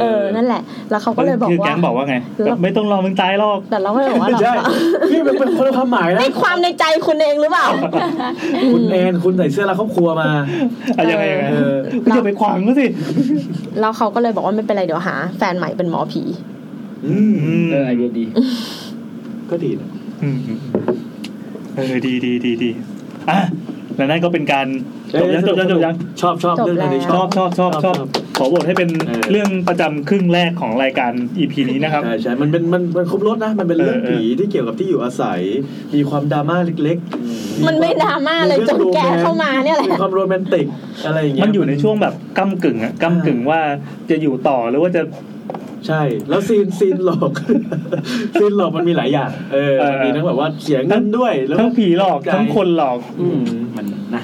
Speaker 1: เออนั่นแหละ แล้วเขาก็เลยบอก
Speaker 2: คือแก๊
Speaker 1: ว่า
Speaker 2: งบอกว่าไงแบบไม่ต้องรอมึงตายหรอก
Speaker 1: แต่เราก็เลย
Speaker 3: [laughs]
Speaker 1: บอกว่าเรา
Speaker 3: ใช่นี่เป็นคนละความหมายนะ
Speaker 1: ในความในใจคุณเองหรือเปล่า [laughs]
Speaker 3: คุณแอนคุณใส่เสื้อรักครอบครัวมา
Speaker 2: อะยังไงยังไง
Speaker 3: เออ
Speaker 2: คุณอย่าไปขวางก็สิ
Speaker 1: แล้วเขาก็เลยบอกว่าไม่เป็นไรเดี๋ยวหา แฟนใหม่เป็นหมอผี
Speaker 4: เออไอเดียดี
Speaker 3: ก็ดีนะ
Speaker 2: อืมเออดีดีดีดีอ่ะแล้วนั่นก็เป็นการจบยังจบยังจบยัง
Speaker 3: ชอบชอบเรื่องนี้
Speaker 2: ช
Speaker 3: ช
Speaker 2: อ
Speaker 3: อ
Speaker 2: บบ ชอบชอบชอบขอบทให้เป็น
Speaker 3: เออ
Speaker 2: เรื่องประจำครึ่งแรกของรายการ EP นี้นะครับ
Speaker 3: ใช่ใช่มันเป็นมันมันครบรถนะ มันเป็นเรื่อง
Speaker 2: เออเออ
Speaker 3: ผีที่เกี่ยวกับที่อยู่อาศัย มีความดราม่าเล็กๆ
Speaker 1: มันไม่ดราม่าเลยจนแกเข้ามาเนี่ยแหละ
Speaker 3: มีความโรแมนติกอะไรอย่างเงี้ย
Speaker 2: มันอยู่ในช่วงแบบก้ากึ่งอะก้ากึ่งว่าจะอยู่ต่อหรือว่าจะ
Speaker 3: ใช่ แล้วซีนซีนหลอก [laughs] ซีนหลอกมันมีหลายอย่าง เออ
Speaker 2: เออ
Speaker 3: มันมีทั้งแบบว่าเสียเงินด้วยแล้ว
Speaker 2: ทั้งผีหลอกทั้งคนหลอก
Speaker 3: อืม
Speaker 4: มันนะ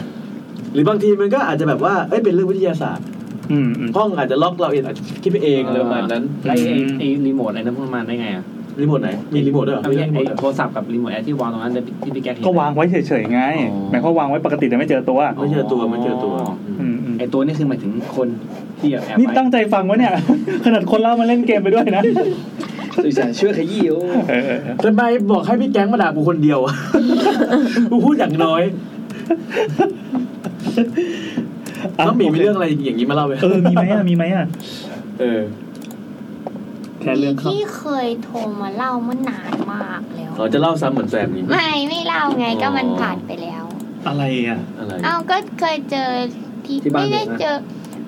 Speaker 3: หรือบางทีมันก็อาจจะแบบว่าเอ้ยเป็นเรื่องวิทยาศาสตร์
Speaker 2: อืมอืม
Speaker 3: ห้องอาจจะล็อกเราเองอาจจะคิดไปเองอะไรประมาณนั้น
Speaker 4: ไอไอ้
Speaker 2: อืม
Speaker 4: ไอรีโมทอะไรนั้นพวกมันได้ไงอ่ะ
Speaker 3: รีโมทไหนมีรีโมทด้วยเหรอ
Speaker 4: ไม่ใช่
Speaker 3: รีโม
Speaker 4: ไอ
Speaker 3: ทเหรอ
Speaker 4: โทรศัพท์กับรีโมทแอร์ที่วางตรงนั้นที่พี่แกเห็น
Speaker 2: ก็วางไว้เฉยๆไง
Speaker 4: อ๋อ
Speaker 2: หมายความว่าวางไว้ปกติแต่ไม่เจอตัว
Speaker 3: ไม่เจอตัวไม่เจอตัว
Speaker 2: อืมอืม
Speaker 4: ไอตัวนี่คือหมายถึงคนที่แบบแอบ
Speaker 2: นี่ตั้งใจฟังวะเนี่ย [laughs] ขนาดคนเล่ามาเล่นเกมไปด้วยนะ
Speaker 4: สื่อสารเชื่อขยี้โอ้
Speaker 2: เออเออเออ
Speaker 3: ทำไมบอกให้พี่แก๊งมาด่ากูคนเดียว
Speaker 2: [laughs]
Speaker 3: กูพูดอย่างน้อย
Speaker 2: อ่ะ
Speaker 3: ต้องมีมีเรื่องอะไรอย่างนี้มาเล่าไหม
Speaker 2: เออมีไหมอ่ะมีไหมอ่ะ
Speaker 3: เออ
Speaker 2: แค่เรื่องเข้า
Speaker 7: ที่เคยโทรมาเล่าเมื่อนานมากแล้ว
Speaker 3: เราจะเล่าซ้ำเหมือนแซมนี้
Speaker 7: ไม่ไม่เล่าไงก็มัน
Speaker 3: อ๋อ
Speaker 7: ผ่านไปแล้ว
Speaker 2: อะไรอ่ะ
Speaker 3: อะไร
Speaker 7: เอ้าก็เคยเจอที่
Speaker 4: ที่บ้าน
Speaker 7: ไม่
Speaker 4: เด็
Speaker 7: ได้
Speaker 4: กนะ
Speaker 7: เจอ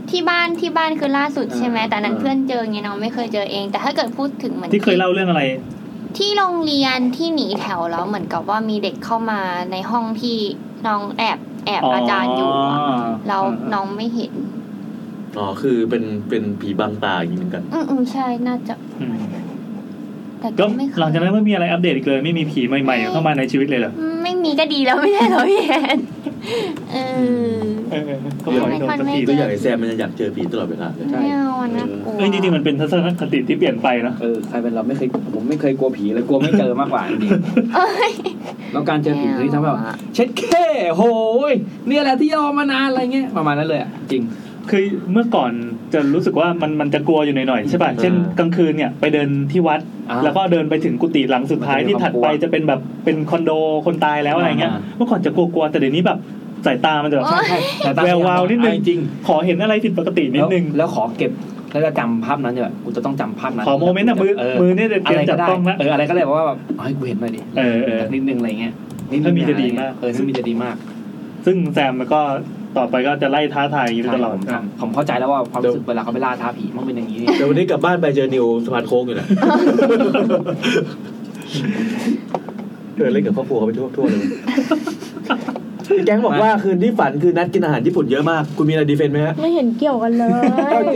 Speaker 7: ที่บ้านที่บ้านคือล่าสุดใช่ไหมแต่อันนั้น
Speaker 4: อ่า
Speaker 7: เพื่อนเจอไงน้องไม่เคยเจอเอง แต่ถ้าเกิดพูดถึงเหมือน
Speaker 2: ที่เคยเล่าเรื่องอะไร
Speaker 7: ที่โรงเรียนที่หนีแถวแล้วเหมือนกับว่ามีเด็กเข้ามาในห้องที่น้องแอบแอบอาจารย์อยู่อะแล้วน้องไม่เห็น
Speaker 3: อ๋อคือเป็นเป็นผีบางตาอย่างนี้เหมือนกัน
Speaker 7: อืมอืมใช่น่าจะ
Speaker 2: อืม
Speaker 7: แต่
Speaker 2: ก็
Speaker 7: ก็ไม่เคย
Speaker 2: หลังจากนั้นไม่มีอะไรอัปเดตอีกเลย ไม่มีผีใหม่ๆเข้ามาในชีวิตเลยเหรอ
Speaker 7: อืมไม่มีก็ดีแล้วไม่ใช่เหรอพี่แอนเออ
Speaker 2: เออก็ปล่อยให้โดนสักที
Speaker 7: ไม่
Speaker 3: ตัว
Speaker 7: เจ
Speaker 3: อย่างไอ้แซมมันจะอยากเจอผีตลอดเวลาเลย
Speaker 7: ไม่เอาอะน่ากลัว
Speaker 2: เอ้ยจริงๆมันเป็นทัศนคติที่เปลี่ยนไปเนาะ
Speaker 4: เออใครเป็นเราไม่เคยผมไม่เคยกลัวผีเลยกลัวไม่เจอมากกว่าจริง
Speaker 7: เอ้ย
Speaker 4: ๆแล้วการเจอผีคือที่ทำให้แบบเช็ดเข้โหยเนี่ยแหละที่รอมานานอะไรเงี้ยประมาณนั้นเลยอะจริง
Speaker 2: คือเมื่อก่อนจะรู้สึกว่ามันมันจะกลัวอยู่หน่อยๆใช่ป่ะ
Speaker 3: อ่า
Speaker 2: เช่นกลางคืนเนี่ยไปเดินที่วัด
Speaker 4: อ่า
Speaker 2: แล้วก็เดินไปถึงกุฏิหลังสุดท้าย
Speaker 4: มันจะมี
Speaker 2: ที่ถัดไป
Speaker 4: ความกลัว
Speaker 2: จะเป็นแบบเป็นคอนโดคนตายแล้วอะไรเงี้ย
Speaker 4: อ่า
Speaker 2: เมื่อก่อนจะกลัวๆแต่เดี๋ยวนี้แบบสายตามันจะแบบ
Speaker 7: โอ๊ย
Speaker 4: ต่ตม
Speaker 2: แวววาวนิดนึง
Speaker 4: เอาจริง
Speaker 2: ขอเห็นอะไรผิดปกตินิดนึง
Speaker 4: แล้วแล้วขอเก็บแล้วจะจำภาพนั้นเถอะกูจะต้องจำภาพนั้น
Speaker 2: ขอโมเมนต์อะมือ
Speaker 4: เ
Speaker 2: มือเนี่ยเดี๋ยวเตรียมจับต้องละ
Speaker 4: เอออะไรก็ได้เพราะว่าแบบเฮ้ยกูเห็นมาดิ
Speaker 2: เออเออ
Speaker 4: นิดนึงอะไรเงี้ยนิ
Speaker 2: ถ้ามีจะดีมาก
Speaker 4: เออถ้ามีจะดีมาก
Speaker 2: ซึ่งแซมมันก็ต่อไปก็จะไล่ท้าทายอย่างนี้ไปตลอด
Speaker 4: ผมทำผมเข้าใจแล้วว่าความรู้สึกเวลาเขาไปล่าท้าผีมันเป็นอย่างนี้นี่
Speaker 3: เดี๋ยววันนี้กลับบ้านไปเจอนิวสะพานโค้งอยู่นะ เดินเล่นกับครอบครัวเขาไปทั่วทั่วเลยพี่แก๊งบอกว่าคืนที่ฝันคือนัดกินอาหารญี่ปุ่นเยอะมาก คุณมีอะไรดีเฟนต์ไหมฮะ
Speaker 1: ไม่เห็นเกี่ยวกันเล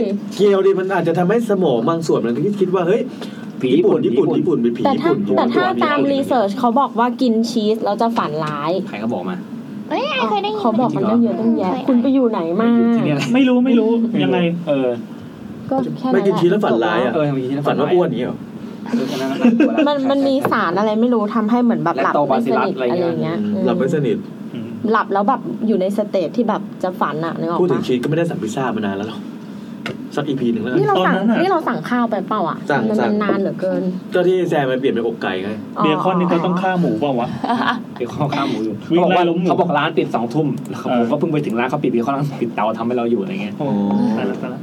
Speaker 1: ย
Speaker 3: เกียวดิมันอาจจะทำให้สมองบางส่วนมันคิดคิดว่าเฮ้ย
Speaker 4: ผี
Speaker 3: ญี่ปุ่นญี่ปุ่นญี่ปุ่นเป็นผี
Speaker 1: แต่
Speaker 3: ญี่
Speaker 1: ถ้า
Speaker 3: ปุ่น
Speaker 1: แต่ถ้าตามรีเสิร์ชเขาบอกว่ากินชีสแล้วจะฝันร้าย
Speaker 4: ใครก็บอกมา
Speaker 7: เอ้ยแอนเคยได้ยิน
Speaker 1: เขาบอกกันตั้งเยอะตั้งแยะ คุณไปอยู่ไหนมา
Speaker 4: อยู่ที่เนี่ยแหละ
Speaker 2: ไม่รู้ไม่รู้ยังไง
Speaker 4: เออ
Speaker 1: ก็แค่
Speaker 3: ไม่
Speaker 1: นั้น
Speaker 3: กินชีสแล้วฝันร้ายอ่ะ
Speaker 4: เออทำอย่างนี้ะ
Speaker 3: ฝันว่าอ้วนอย่างเงี้ยเหรอ
Speaker 4: เอออันนั้นน่ากลัวละ
Speaker 1: มันมันมีสารอะไรไม่รู้ทำให้เหมือนแบบหลับไม่สนิทอะไรอย่างเงี้ย
Speaker 3: หลับไม่สนิท
Speaker 1: หลับแล้วแบบอยู่ในสเตจที่แบบจะฝันอะนึกออก
Speaker 3: พูดถึ
Speaker 1: ปะ
Speaker 3: งชีสก็ไม่ได้สั่งพิซซ่ามานานแล้วหรอกสักอีพีหนึ่งแล้วกั
Speaker 1: นี่
Speaker 3: น
Speaker 1: เราสั่ง
Speaker 2: ตอนนั้นอะ
Speaker 1: นี่เราสั่งข้าวไปเปล่าอะ
Speaker 3: สั่ง
Speaker 1: มัน
Speaker 3: สั่ง
Speaker 1: นานเหลือเกิน
Speaker 3: ก็ที่แซมมันเปลี่ยนเป็นอกไก่ไง
Speaker 2: เบคอนนี่เขาต้องฆ่าหมูเปล่าวะ
Speaker 4: เดี๋ยวเขาข้ามหมูอยู่
Speaker 2: วิ่ง
Speaker 4: เขา
Speaker 2: ไล่
Speaker 4: บอกว่า
Speaker 2: ล้มหมู
Speaker 4: เขาบอกร้านปิดสองทุ่มแล้วเขา
Speaker 2: เออ
Speaker 4: ผมก็เพิ่งไปถึงร้านเขาปิดพี่เขากำลังปิดเตาทำให้เราอยู่อะไรเงี้ย
Speaker 2: โอ้ตายละตายละ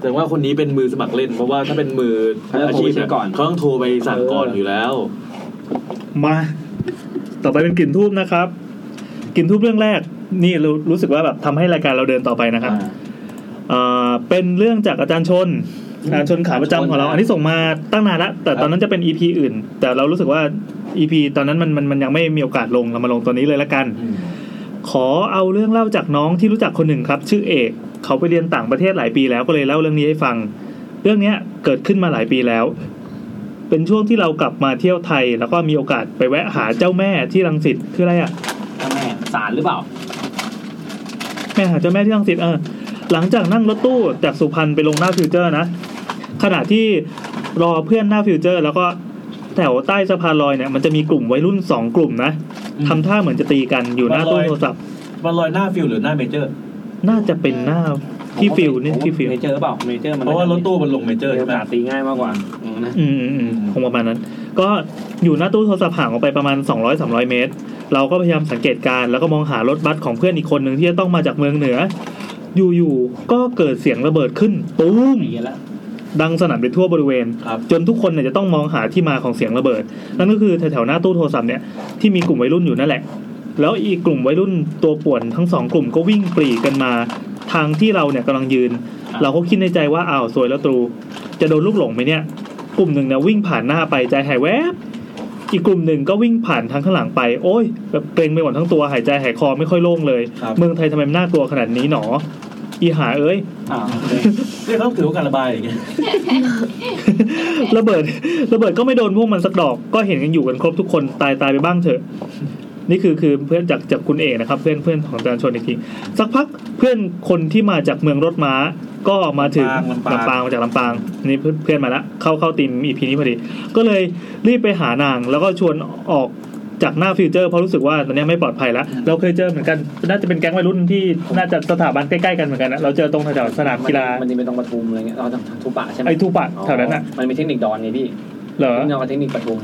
Speaker 3: แต่ว่าคนนี้เป็นมือสมัครเล่น เพราะว่าถ้าเป็นมือ
Speaker 4: เขาจะ
Speaker 3: อา
Speaker 4: โทร
Speaker 3: ชี
Speaker 4: ไป
Speaker 3: พ
Speaker 4: เช็คก่อน
Speaker 3: เขาต้องโทรไปสั่งก่อนอยู่แล้ว
Speaker 2: มา ต่อไปเป็นกลิ่นทูบนะครับกลิ่นทูบเรื่องแรก นี่รู้รู้สึกว่าแบบทำให้รายการเราเดินต่อไปนะครับเอ่อเป็นเรื่องจากอาจารย์ชนอาจารย์ชนขาประจำของเรา อันนี้ส่งมาตั้งนานละแต่ตอนนั้นจะเป็นอีพีอื่น แต่เรารู้สึกว่าอีพีตอนนั้นมันมันมันยังไม่มีโอกาสลงเรามาลงตัวนี้เลยละกัน ขอเอาเรื่องเล่าจากน้องที่รู้จักคนหนึ่งครับ ชื่อเอก เขาไปเรียนต่างประเทศหลายปีแล้วก็เลยเล่าเรื่องนี้ให้ฟัง เรื่องเนี้ยเกิดขึ้นมาหลายปีแล้ว เป็นช่วงที่เรากลับมาเที่ยวไทย แล้วก็มีโอกาสไปแวะหาเจ้าแม่ที่รังสิตคืออะไรอ่ะ
Speaker 4: ทำไมอะสารหรือเปล่า
Speaker 2: แม่หาเจ้าแม่ที่รังสิตเออหลังจากนั่งรถตู้จากสุพรรณไปลงหน้าฟิวเจอร์นะขณะที่รอเพื่อนหน้าฟิวเจอร์ แล้วก็แถวใต้สะพานลอยเนี่ยมันจะมีกลุ่มวัยรุ่นสองกลุ่มนะทำท่าเหมือนจะตีกันอยู่หน้าตู้โทรศัพท์
Speaker 3: มันลอยหน้าฟิลหรือหน้าเมเจอร์
Speaker 2: น่าจะเป็นหน้า ที่ฟิลนี่ที่ฟิล
Speaker 4: เมเจอร์เปล่าเมเจอร์มัน
Speaker 3: เพราะว่ารถตู้มันลงเมเจอร์
Speaker 4: โอ
Speaker 3: ใช่ไหม
Speaker 4: กาสตีง่ายมากกว่าอืมนะ
Speaker 2: อืมอืมอืมคงประมาณนั้น ก็อยู่หน้าตู้โทรศัพท์ห่างออกไปประมาณ 200-300 เมตร เราก็พยายามสังเกตการณ์แล้วก็มองหารถบัสของเพื่อนอีกคนหนึ่งที่จะต้องมาจากเมืองเหนือ อยู่ๆก็เกิดเสียงระเบิดขึ้นตูม
Speaker 4: ดีแล้ว
Speaker 2: ดังสนั่นไปทั่วบริเวณ
Speaker 3: ครับ
Speaker 2: จนทุกคนเนี่ยจะต้องมองหาที่มาของเสียงระเบิด นั่นก็คือแถวๆหน้าตู้โทรศัพท์เนี่ยที่มีกลุ่มวัยรุ่นอยู่นั่นแหละ แล้วอีกกลุ่มวัยรุ่นตัวป่วนทั้งสองกลุ่มก็วิ่งปรีกันมา ทางที่เราเนี่ยกำลังยืน เราก็คิดในใจว่าอ้าวสวยแล้วตรู จะโดนลูกหลงไหมเนี่ย กลุ่มหนึ่งเนี่ยวิ่งผ่านหน้าไปใจหายแวบ อีกกลุ่มหนึ่งก็วิ่งผ่านทางข้างหลังไป โอ้ยแบบเกรงไปหมดทั้งตัวหายใจหายคอไม่ค่อยโล่งเลย
Speaker 3: ครับ
Speaker 2: เมืองไทยทำไมมันน่ากลัวขนาดนี้หนอ อีหาเอ้ย
Speaker 4: อ่าโอเค
Speaker 3: นี่เขาถือว่าการระบายอย่างเงี้ย
Speaker 2: [laughs] ระเบิดระเบิดก็ไม่โดนพวกมันสักดอกก็เห็นกันอยู่กันครบทุกคนตายตายไปบ้างเถอะ นี่คือคือเพื่อนจากจากคุณเอกนะครับ เพื่อนเพื่อนของอาจารย์ชนอีกทีสักพักเพื่อนคนที่มาจากเมืองรถม้า ก็มาถึงลำปางมาจากลำปางนี่เพื่อนเพื่อนมาละเข้าเข้าตีมอีพีนี้พอดี ก็เลยรีบไปหานางแล้วก็ชวนออกจากหน้าฟิวเจอร์เพราะรู้สึกว่าตอนนี้ไม่ปลอดภัยแล้ว เราเคยเจอเหมือนกันน่าจะเป็นแก๊งวัยรุ่นที่น่าจะสถาบันใกล้ๆกันเหมือนกันนะเราเจอตรงแถวๆสนามกีฬา
Speaker 4: มันจะเป็นตรงปทุมอะไรเงี้ยเราทำทุปะใช่ไหม
Speaker 2: ไอ้ทูปะแถวนั้นอ่ะ
Speaker 4: มันมีเทคนิคดอนไงพี่
Speaker 2: เหรอ
Speaker 4: เทคนิคดอนกับเทคนิคปทุม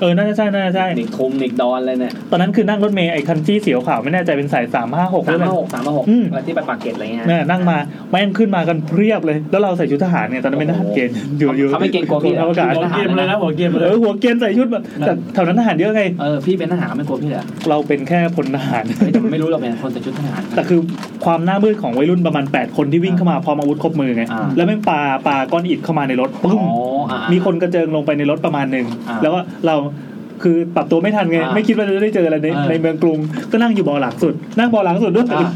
Speaker 2: เออน่าจะใช่น่าจะใช่
Speaker 4: เทคนิคทุมเทคนิคดอนอะไรเนี่ย
Speaker 2: ตอนนั้นคือนั่งรถเมย์ไอ้คันที่เสียวขาวไม่แน่ใจเป็นสายสามห้าหกหรืออะไร
Speaker 4: สามห้าหกสามห้าหก
Speaker 2: อืม
Speaker 4: อะไรที่ไปปากเกร็ดอะไรเงี้ย
Speaker 2: เนี่ยนั่งมาแม่งขึ้นมากันเพียบเลย แล้วเราใส่ชุดทหารเนี่ยตอนนั้นเป็นทหารเกณฑ์อยู่อยู่
Speaker 4: เขาไม่เกรงกลัวพี่เหร
Speaker 2: อ
Speaker 4: อ
Speaker 2: วกาศ
Speaker 3: หัวเกมเลยนะหัวเกมเล
Speaker 2: เอย อหัวเกณฑ์ใส่ชุดแบบแต่แถวนั้นทหารเยอะไง
Speaker 4: เออพี่เป็นทหารไม่กลัวพี่เหรอ
Speaker 2: เราเป็นแค่พลทหาร [laughs]
Speaker 4: เฮ้ยแต่มันไม่รู้หรอกเป็นคนใส่ชุดทหาร
Speaker 2: แต่คือความหน้ามืดของวัยรุ่นประมาณ 8 คนที่วิ่งเข้ามาพร้อมอาวุธครบมือไง
Speaker 4: อ่า
Speaker 2: แล้วแม่งปาปาก้อนอิฐเข้ามาในรถปึ้ง
Speaker 4: อ๋ออ่ะ
Speaker 2: มีคนกระเจิงลงไปในรถประมาณหนึ่ง
Speaker 4: อ่า
Speaker 2: แล้วก็เราคือปรับตัวไม่ทันไง
Speaker 4: อ่า
Speaker 2: ไม่คิดว่าจะได้เจออะไรใน
Speaker 4: อ่า
Speaker 2: ในเมืองกรุง ก็นั่งอยู่เบอหลังสุด นั่งเบอหลังสุดด้วย
Speaker 4: อ่ะ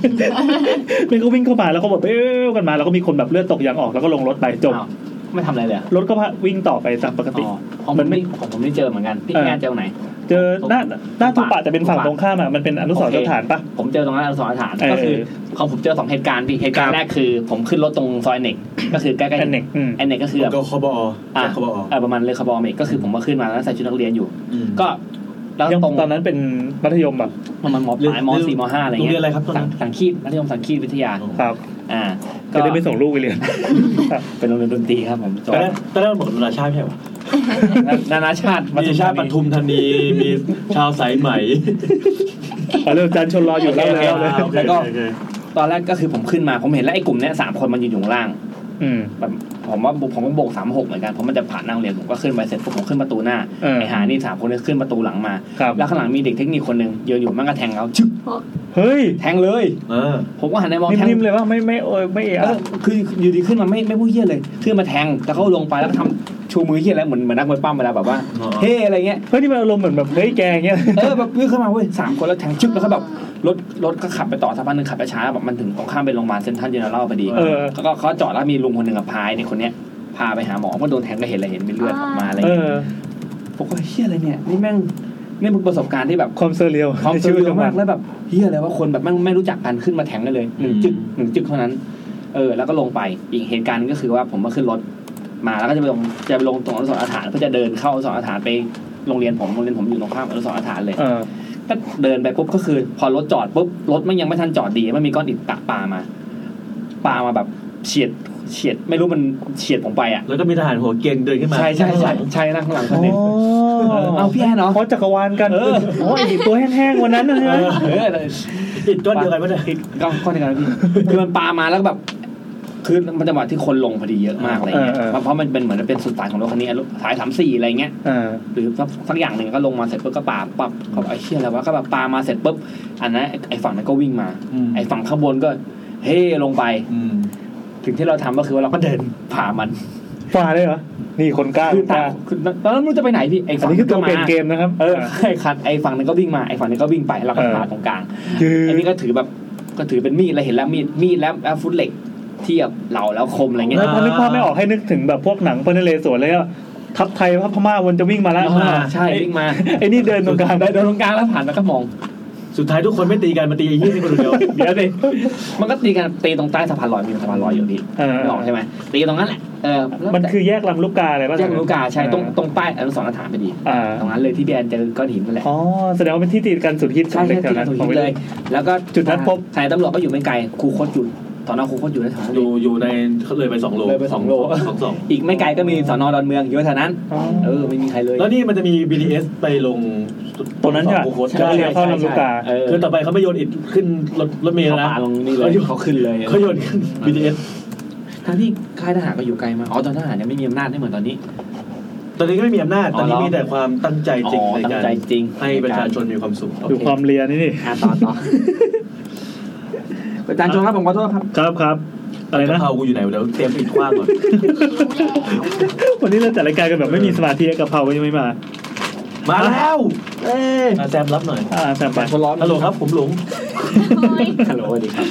Speaker 2: มันก็วิ่ง [laughs] เข้ามาแล้วก็แบบเอ้วกันมาแล้วก็มีคนแบบเลือดตกยางออกแล้วก็ลงรถไปจบ
Speaker 4: อ้าวไม่ทำอะไรเลยอะ
Speaker 2: รถก็พาวิ่งต่อไปตามปกติ
Speaker 4: อ๋อของผ
Speaker 2: มั
Speaker 4: ม
Speaker 2: นไม่
Speaker 4: นี่ของผมนี่เจอเหมือนกันพี่งานเจอตรงไหน
Speaker 2: เจอหน้าหน้าทูปะแต่เป็นฝั่ง
Speaker 4: ทูปะ
Speaker 2: ตรงข้ามอ่ะมันเป็นอนุสรณ์สถานปะ
Speaker 4: ผมเจอตรงนั้นอนุสรณ์สถาน
Speaker 2: เออ
Speaker 4: ก็คือของผมเจอสองเหตุการณ์พี่เหตุการณ์แรกคือ ผมขึ้นรถตรงซอยเน็กก็คือใกล้ๆ
Speaker 2: แอนเน็กอืม
Speaker 4: แอนเน็กก็คือแบบ
Speaker 3: ก็คบอ
Speaker 4: อ่ะ
Speaker 3: คบอ
Speaker 4: เออประมาณเลยคาร์บอมอีกก็คือผมมาขึ้นมาแล้วใส่ชุดนักเรียนอยู่ ก็แล้ว
Speaker 2: ยัง
Speaker 4: ตรง
Speaker 2: ตอนนั้นเป็นมัธยมแบบ
Speaker 4: ประมาณมปลายมสี่มห้าอะไร
Speaker 3: โรง
Speaker 4: เงี้
Speaker 3: เรียน
Speaker 4: ย
Speaker 3: อะไรครับตอน
Speaker 4: สั
Speaker 3: นั้
Speaker 4: ง
Speaker 3: น
Speaker 4: สังคีตมัธยมสังคีตวิทยา
Speaker 2: ครับ
Speaker 4: อ่าก็
Speaker 2: จะได้ไม่ส่งลูกไปเรียน
Speaker 4: [laughs] เป็นโรงเรียนดนตรีครับผมจ
Speaker 3: ต
Speaker 4: บ
Speaker 3: อนแรกตอนแรกมันเหมือนนานาชาติใช่ไหม
Speaker 4: นานาชาติ
Speaker 3: มีชาติปทุมธานี มีชาวสายไหม
Speaker 2: เอาเรื่องจานชนรออยู่แล้วแล้วเลย
Speaker 3: อ่าโอเคโอเค
Speaker 4: ตอนแรกก็คือผมขึ้นมาผมเห็นแล้วไอ้กลุ่มเนี้ยสามคนมันยืนอยู่ข้างล่าง
Speaker 2: อืม
Speaker 4: แบบผมว่าผมก็โบกสามหกเหมือนกันเพราะมันจะผ่านนั่งเรียนผมก็ขึ้นไปเสร็จปุ๊บผมขึ้นประตูหน้า
Speaker 2: เออ
Speaker 4: ไอหานี่สามคนเนี่ยขึ้นประตูหลังมา
Speaker 2: ครับ
Speaker 4: แล้วข้างหลังมีเด็กเทคนิคคนหนึ่งยืนอยู่มันก็แทงเขาชึบ
Speaker 2: เฮ้ย
Speaker 4: แทงเลย
Speaker 3: เออ
Speaker 4: ผมก็หันไปมองแทง
Speaker 2: นิ่มๆเลยว่าไม่ไม่เออไม่เอะ
Speaker 4: เออคืออยู่ดีขึ้นมาไม่ไม่พูดเยี่ยเลยขึ้นมาแทงแล้วเขาลงไปแล้วก็ทำชูมือเยี่ยแล้วเหมือนเหมือนนักมวยปั้มเวลาแบบว่าเฮ้อะไรเงี้ย
Speaker 2: เฮ้ยนี่มันอารมณ์เหมือนแบบเฮ้ยแกอย่างเงี้ย
Speaker 4: เออแบบวิ่งขึ้นมาเว้ยสามคนแล้วแทงชึบแล้วก็แบบรถรถก็ขับไปต่อสักพักหนึ่งขับไปช้าแบบมันถึงตรงข้ามไปโรงพยาบาลเซนทรัลเจเนอเรลพอดี
Speaker 2: เออ
Speaker 4: เขาก็เขาจอดแล้วมีลุงคนหนึ่งอะพายในคนเนี้ยพาไปหาหมอเพราะโดนแทงก็เห็นเลยเห็นมีเลือดออกมาอะไร
Speaker 2: เอ
Speaker 4: เงี้ย
Speaker 2: อ
Speaker 4: ผมก็เฮียอะไรเนี่ยนี่แม่งนี่มึงประสบการณ์ที่แบบ
Speaker 2: ความเซอร์เรียล
Speaker 4: ควา
Speaker 2: [laughs]
Speaker 4: ม
Speaker 2: ใน
Speaker 4: เชื่
Speaker 2: วิต
Speaker 4: อ
Speaker 2: ของ
Speaker 4: มากแล้วแบบเฮียอะไรว่าคนแบบแม่งไม่รู้จักกันขึ้นมาแทงกันเลยหนึ่งจึกหนึ่งจึกเท่านั้น เออ แล้วก็ลงไปอีกเหตุการณ์หนึ่งก็คือว่าผมมาขึ้นรถมาแล้วก็จะไปลงจะไปลงตรงอนุสรณ์อาถรรพ์เพื่อจะเดินเข้าอนุสรณ์อาถรรพ์ไปโรงเรียนผมโรงเรียนผมอยู่ตรงข้ามอนุสรณ์อาถรรพ์เลย
Speaker 2: เออ
Speaker 4: ก็เดินไปปุ๊บก็คือ พอรถจอดปุ๊บรถมันยังไม่ทันจอดดีมันมีก้อนอิฐปะปามาปามาแบบเฉียดเฉียดไม่รู้มันเฉียดผมไปอ่ะ
Speaker 3: แล้วก็มีทหารหัวเกณฑ์เดินขึ้นมา
Speaker 4: ใช่ใช่ใช่ใช่นั่งข้างหลังคนนี้
Speaker 2: เอา
Speaker 4: เอาพี่แอนเนาะ
Speaker 2: เพราะจักรวาลกัน
Speaker 4: เออ
Speaker 2: โอ้ยอีกตัวแห้งๆวันนั้นนะใช่ไหม
Speaker 4: เออ
Speaker 3: ติดก้อนเดียวกันปะเนี่ย
Speaker 4: ก็ข้อเดียวกันนะพี่ คือมันปามาแล้วก็แบบ คือมันจะบอกที่คนลงพอดีเยอะมากอะไรเงี้ยเพราะเพราะมันเป็นเหมือนเป็นสุดสายของรถคันนี้อะสายสามสี่อะไรเงี้ย
Speaker 2: เออ
Speaker 4: หรือสักสักอย่างหนึ่งก็ลงมาเสร็จปุ๊บก็ปาปั๊บเขาบอกไอ้เชี่ยอะไรวะก็แบบปามาเสร็จปุ๊บ อันนั้นไอ้ไอ้ฝั่งนั้นก็วิ่งมา ไอ้ฝั่งข้างบนก็ เฮ้ลงไป
Speaker 3: อืม
Speaker 4: ถึงที่เราทำก็คือว่าเราก็เดิน [laughs] ผ่ามัน
Speaker 2: ฝ่าเลยเหรอ นี่คนกล้า
Speaker 4: คือ
Speaker 2: ค
Speaker 4: ตาน
Speaker 2: ล้า
Speaker 4: คือตอนนั้นไม่รู้จะไปไหนพี่ ไอ้
Speaker 2: อัน
Speaker 4: ฝั่ง
Speaker 2: นี้คือ
Speaker 4: ก็
Speaker 2: ตัว
Speaker 4: มา
Speaker 2: เป็นเกมนะครับ
Speaker 4: เออไอ้คันไอ้ฝั่งนั้นก็วิ่งมา ไอ้ฝั่งนั้นก็วิ่งไปเราก็
Speaker 2: เออ
Speaker 4: ผ่าตรงกลาง
Speaker 2: ยื
Speaker 4: อันนี้
Speaker 2: น
Speaker 4: ก็ถือแบบก็ถือเป็นมีดเราเห็นแล้วมีดมีดแล้วแล้วฟุตเหล็กเทียบเหล่าแล้วคมอะไรเงี้ย
Speaker 2: แล้วพอนึกภาพไม่ออกให้นึกถึงแบบพวกหนังพระนเรศวรเลยอะทัพไทยพม่าวนจะวิ่งมาแล้ว
Speaker 4: อ่าใช่วิ่งมา
Speaker 2: ไอ้นี่เดินตรงกลาง
Speaker 4: ได้โดนตรงกลางแล้วผ่านแล้วก็มอง
Speaker 3: สุดท้ายทุกคนไม่ตีกันมาตีไอ้ยี่นี่คนเดียว
Speaker 2: เดี๋ยวสิ
Speaker 4: มันก็ตีกันตีตรงใต้สะพานลอยมีสะพานลอยอยู่พี่
Speaker 2: เออ
Speaker 4: ไม่ออกใช่ไหมตีตรงนั้นแหละเออแล้ว
Speaker 2: มันคือแยกลำลูกกาอะไรป่ะ
Speaker 4: แยกลูกกาใช่ตรงตรงป้ายอนุสรณ์สถานพอดี
Speaker 2: อ่า
Speaker 4: ตรงนั้นเลยที่แบรนด์เจอก้อนหินนั่นแหละ
Speaker 2: อ๋อแสดงว่าเป็นที่ตีกันสุดฮิตขอ
Speaker 4: ใช่
Speaker 2: งเด็
Speaker 4: ใช่
Speaker 2: กแถว
Speaker 4: ที่
Speaker 2: นั้น
Speaker 4: ตรง
Speaker 2: ของ
Speaker 4: หิน
Speaker 2: วัย
Speaker 4: เล
Speaker 2: รุ่
Speaker 4: ย
Speaker 2: น
Speaker 4: แล้วก็
Speaker 2: จุดนัดพบ
Speaker 4: สายตำรวจก็อยู่ไม่ไกลครูโคตรหยุด สอนอคูคตอยู่ในแถวนั้
Speaker 3: อ
Speaker 4: นเอยู่ ง
Speaker 3: อยู่ในเขาเลยไปสองโล
Speaker 4: เลยไปสองโล
Speaker 3: สองสอง
Speaker 4: อีกไม่ไกลก็มีสอนอดอนเมืองอยู่แถวนั้นเออไม่มีใครเลย
Speaker 3: แล้วนี่มันจะมี BTS ไปลง
Speaker 2: ตรงนั้นใช่ปะ
Speaker 3: สองโคตร
Speaker 2: ใช่เรียกเข้าลำลูกกา
Speaker 4: เออ
Speaker 3: คือต่อไปเขาไม่โยนอิฐขึ้นรถรถเมล์
Speaker 4: เขา
Speaker 3: แล้วนะ
Speaker 4: ปาลงนี่เลยเขาขึ้นเลย
Speaker 3: เขาโยนขึ้น BTS
Speaker 4: ทั้งที่ค่ายทหารก็อยู่ไกลมากอ๋อตอนทหารยังไม่มีอำนาจไม่เหมือนตอนนี้
Speaker 3: ตอนนี้ก็ไม่มีอำนาจ
Speaker 4: อ๋
Speaker 3: ต
Speaker 4: อ
Speaker 3: อนนี้
Speaker 4: เหรอ
Speaker 3: มีแต่ความตั้งใจจริง
Speaker 4: อ๋อ
Speaker 3: ใน
Speaker 4: ตั้ง
Speaker 3: การ
Speaker 4: ใจจริง
Speaker 3: ให้ประชาชนมีความสุข
Speaker 4: โอ
Speaker 2: ดู
Speaker 4: เค
Speaker 2: ความเลียนี่นี่
Speaker 4: อ่ะต่อต่ออาจารย์ชนครับผมขอโทษครับ
Speaker 2: ครับครับอะไรนะ
Speaker 3: กะเพรากูอยู่ไหนเดี๋ยวเตรียมปิดกว้างก่อน
Speaker 2: วันนี้เราจัดรายการกันแบบไม่มีสมาธิกะเพราก็ยังไม่มา
Speaker 3: มาแล้ว
Speaker 2: เอ้ย
Speaker 3: อ่ะแซมรับหน่อย
Speaker 2: อ่าแซมไป
Speaker 4: คนร้อน
Speaker 3: ฮัลโหลครับ ผมหลง
Speaker 4: ฮัลโหลสวัสดีครับ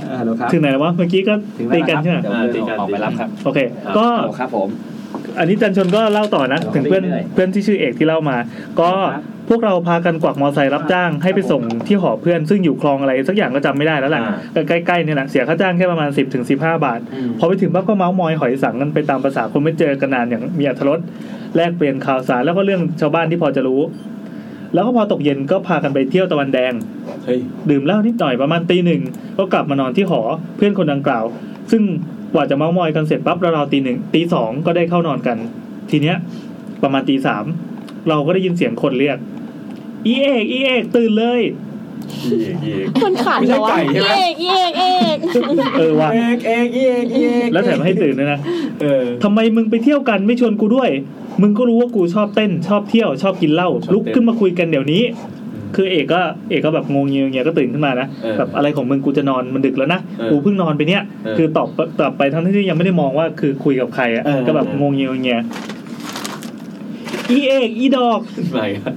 Speaker 4: เออฮัลโหลครับ
Speaker 2: ถึงไหนแล้ววะเมื่อกี้ก็
Speaker 4: ถึง
Speaker 2: ตี
Speaker 4: แล้ว
Speaker 2: กัน
Speaker 4: ครับ
Speaker 2: ใช่ไหม
Speaker 4: เดี๋ยวเดินออกไปรับครับ
Speaker 2: โอเค ก็
Speaker 4: ฮัลโหลครับผม
Speaker 2: อันนี้จันชนก็เล่าต่อนะ ถึงเพื่อน
Speaker 4: เรื่อยๆ
Speaker 2: เพื่อนที่ชื่อเอกที่เล่ามา ก็พวกเราพากันกวักมอไซค์รับจ้างให้ไปส่งที่หอเพื่อนซึ่งอยู่คลองอะไร สักอย่างก็จำไม่ได้แล้วแหละใกล้ๆเนี่ยแหละเสียค่าจ้างแค่ประมาณ 10-15ถึง15บาท
Speaker 4: อืม
Speaker 2: พอไปถึงปั๊บก็เมาส์มอยหอยสังกันไปตามภาษาคนไม่เจอกันนานอย่างมีอัธรสแลกเปลี่ยนข่าวสารแล้วก็เรื่องชาวบ้านที่พอจะรู้ แล้วก็พอตกเย็นก็พากันไปเที่ยวตะวันแดง
Speaker 3: เฮ้ย
Speaker 2: ดื่มเหล้านิดหน่อยประมาณตีหนึ่งก็กลับมานอนที่หอเพื่อนคนดังกล่าว ซึ่งกว่าจะเมามอยกันเสร็จปั๊บราวๆตีหนึ่งตีสองก็ได้เข้านอนกัน ทีเนี้ย ประมาณตีสามเราก็ได้ยินเสียงคนเรียก อีเอกอีเอกตื่นเลย
Speaker 3: อีกอีก
Speaker 1: มันขาด
Speaker 3: ไม่ใช่
Speaker 1: แล้ววะ
Speaker 3: ไก่ใช่ไหม
Speaker 1: เอกเอกเอก
Speaker 2: เออว่ะ
Speaker 3: เอกเอกอีกอีก
Speaker 2: แล้วแถมให้ตื่นด้วยนะ
Speaker 3: เออ
Speaker 2: ทำไมมึงไปเที่ยวกันไม่ชวนกูด้วย มึงก็รู้ว่ากูชอบเต้น ชอบเที่ยวชอบกินเหล้า
Speaker 3: ชอบเต้น
Speaker 2: ลุกขึ้นมาคุยกันเดี๋ยวนี้ คือเอกก็เอกก็แบบงงเงี้ยงเงี้ยก็ตื่นขึ้นมานะ
Speaker 3: เออ
Speaker 2: แบบอะไรของมึงกูจะนอนมันดึกแล้วนะ
Speaker 3: เออ
Speaker 2: กูเพิ่งนอนไปเนี่ย
Speaker 3: เออ
Speaker 2: คือตอบตอบไปทั้งที่ยังไม่ได้มองว่าคือคุยกับใครอ่ะ
Speaker 3: เออ
Speaker 2: ก็แบบงงเงี้ยงเงี้ยอีเอกอีดอก
Speaker 3: ไหนอะ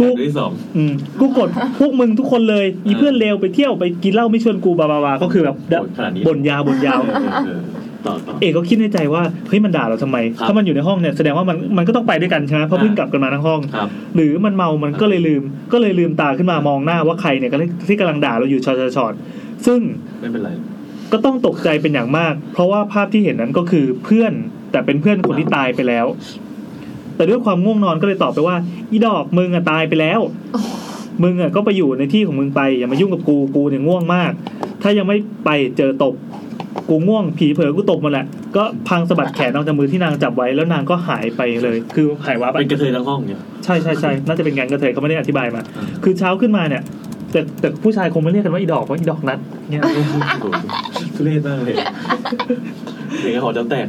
Speaker 2: กู
Speaker 3: อันที่สอง
Speaker 2: อืมกูกด [laughs] พวกมึงทุกคนเลยอีเพื่อนเลวไปเที่ยวไปกินเหล้าไม่ชวนกูบาบาบาก็คือแบบ
Speaker 3: โหดขนาดนี้
Speaker 2: บ่นยาวบ่นยาว
Speaker 3: เออเออต่อต่อ
Speaker 2: เอกก็คิดในใจว่าเฮ้ยมันด่าเราทำไม
Speaker 3: ครับ
Speaker 2: ถ้ามันอยู่ในห้องเนี่ยแสดงว่ามันมันก็ต้องไปด้วยกันใช่ไหมเพราะ
Speaker 3: อ่า
Speaker 2: เพิ่งกลับกันมาทั้งห้อง
Speaker 3: ครับ
Speaker 2: หรือมันเมามันก็เลยลืม ก็เลยลืมตาขึ้นมามองหน้าว่าใครเนี่ยกำลังที่กำลังด่าเราอยู่ชอตชอตซึ่ง
Speaker 3: ไม่เป็นไร
Speaker 2: ก็ต้องตกใจเป็นอย่างมาก เพราะว่าภาพที่เห็นนั้นก็คือเพื่อนแต่เป็นเพื่อนคนที่ตายไปแล้ว แต่ด้วยความง่วงนอนก็เลยตอบไปว่า อีดอกมึงอะตายไปแล้ว มึงอะก็ไปอยู่ในที่ของมึงไป อย่ามายุ่งกับกูกูเนี่ยง่วงมาก ถ้ายังไม่ไปเจอตบ กูง่วงผีเผลอกูตบมันแหละ ก็พังสะบัดแขนออกจากมือที่นางจับไว้แล้วนางก็หายไปเลย คือหายวับไป
Speaker 3: เป็นกระเทยทั้งห้องเนี่ย
Speaker 2: ใช่ใช่ใช่น่าจะเป็นงานกระเทยเขาไม่ได้อธิบายมา
Speaker 3: อืม
Speaker 2: คือเช้าขึ้นมาเนี่ย แต่แต่ผู้ชายคงไม่เรียกกันว่าอีดอกว่าอีดอกนัดเนี่ย
Speaker 3: โอ้โหทุ [laughs] เรศมากเลยเด็กหอจะแตก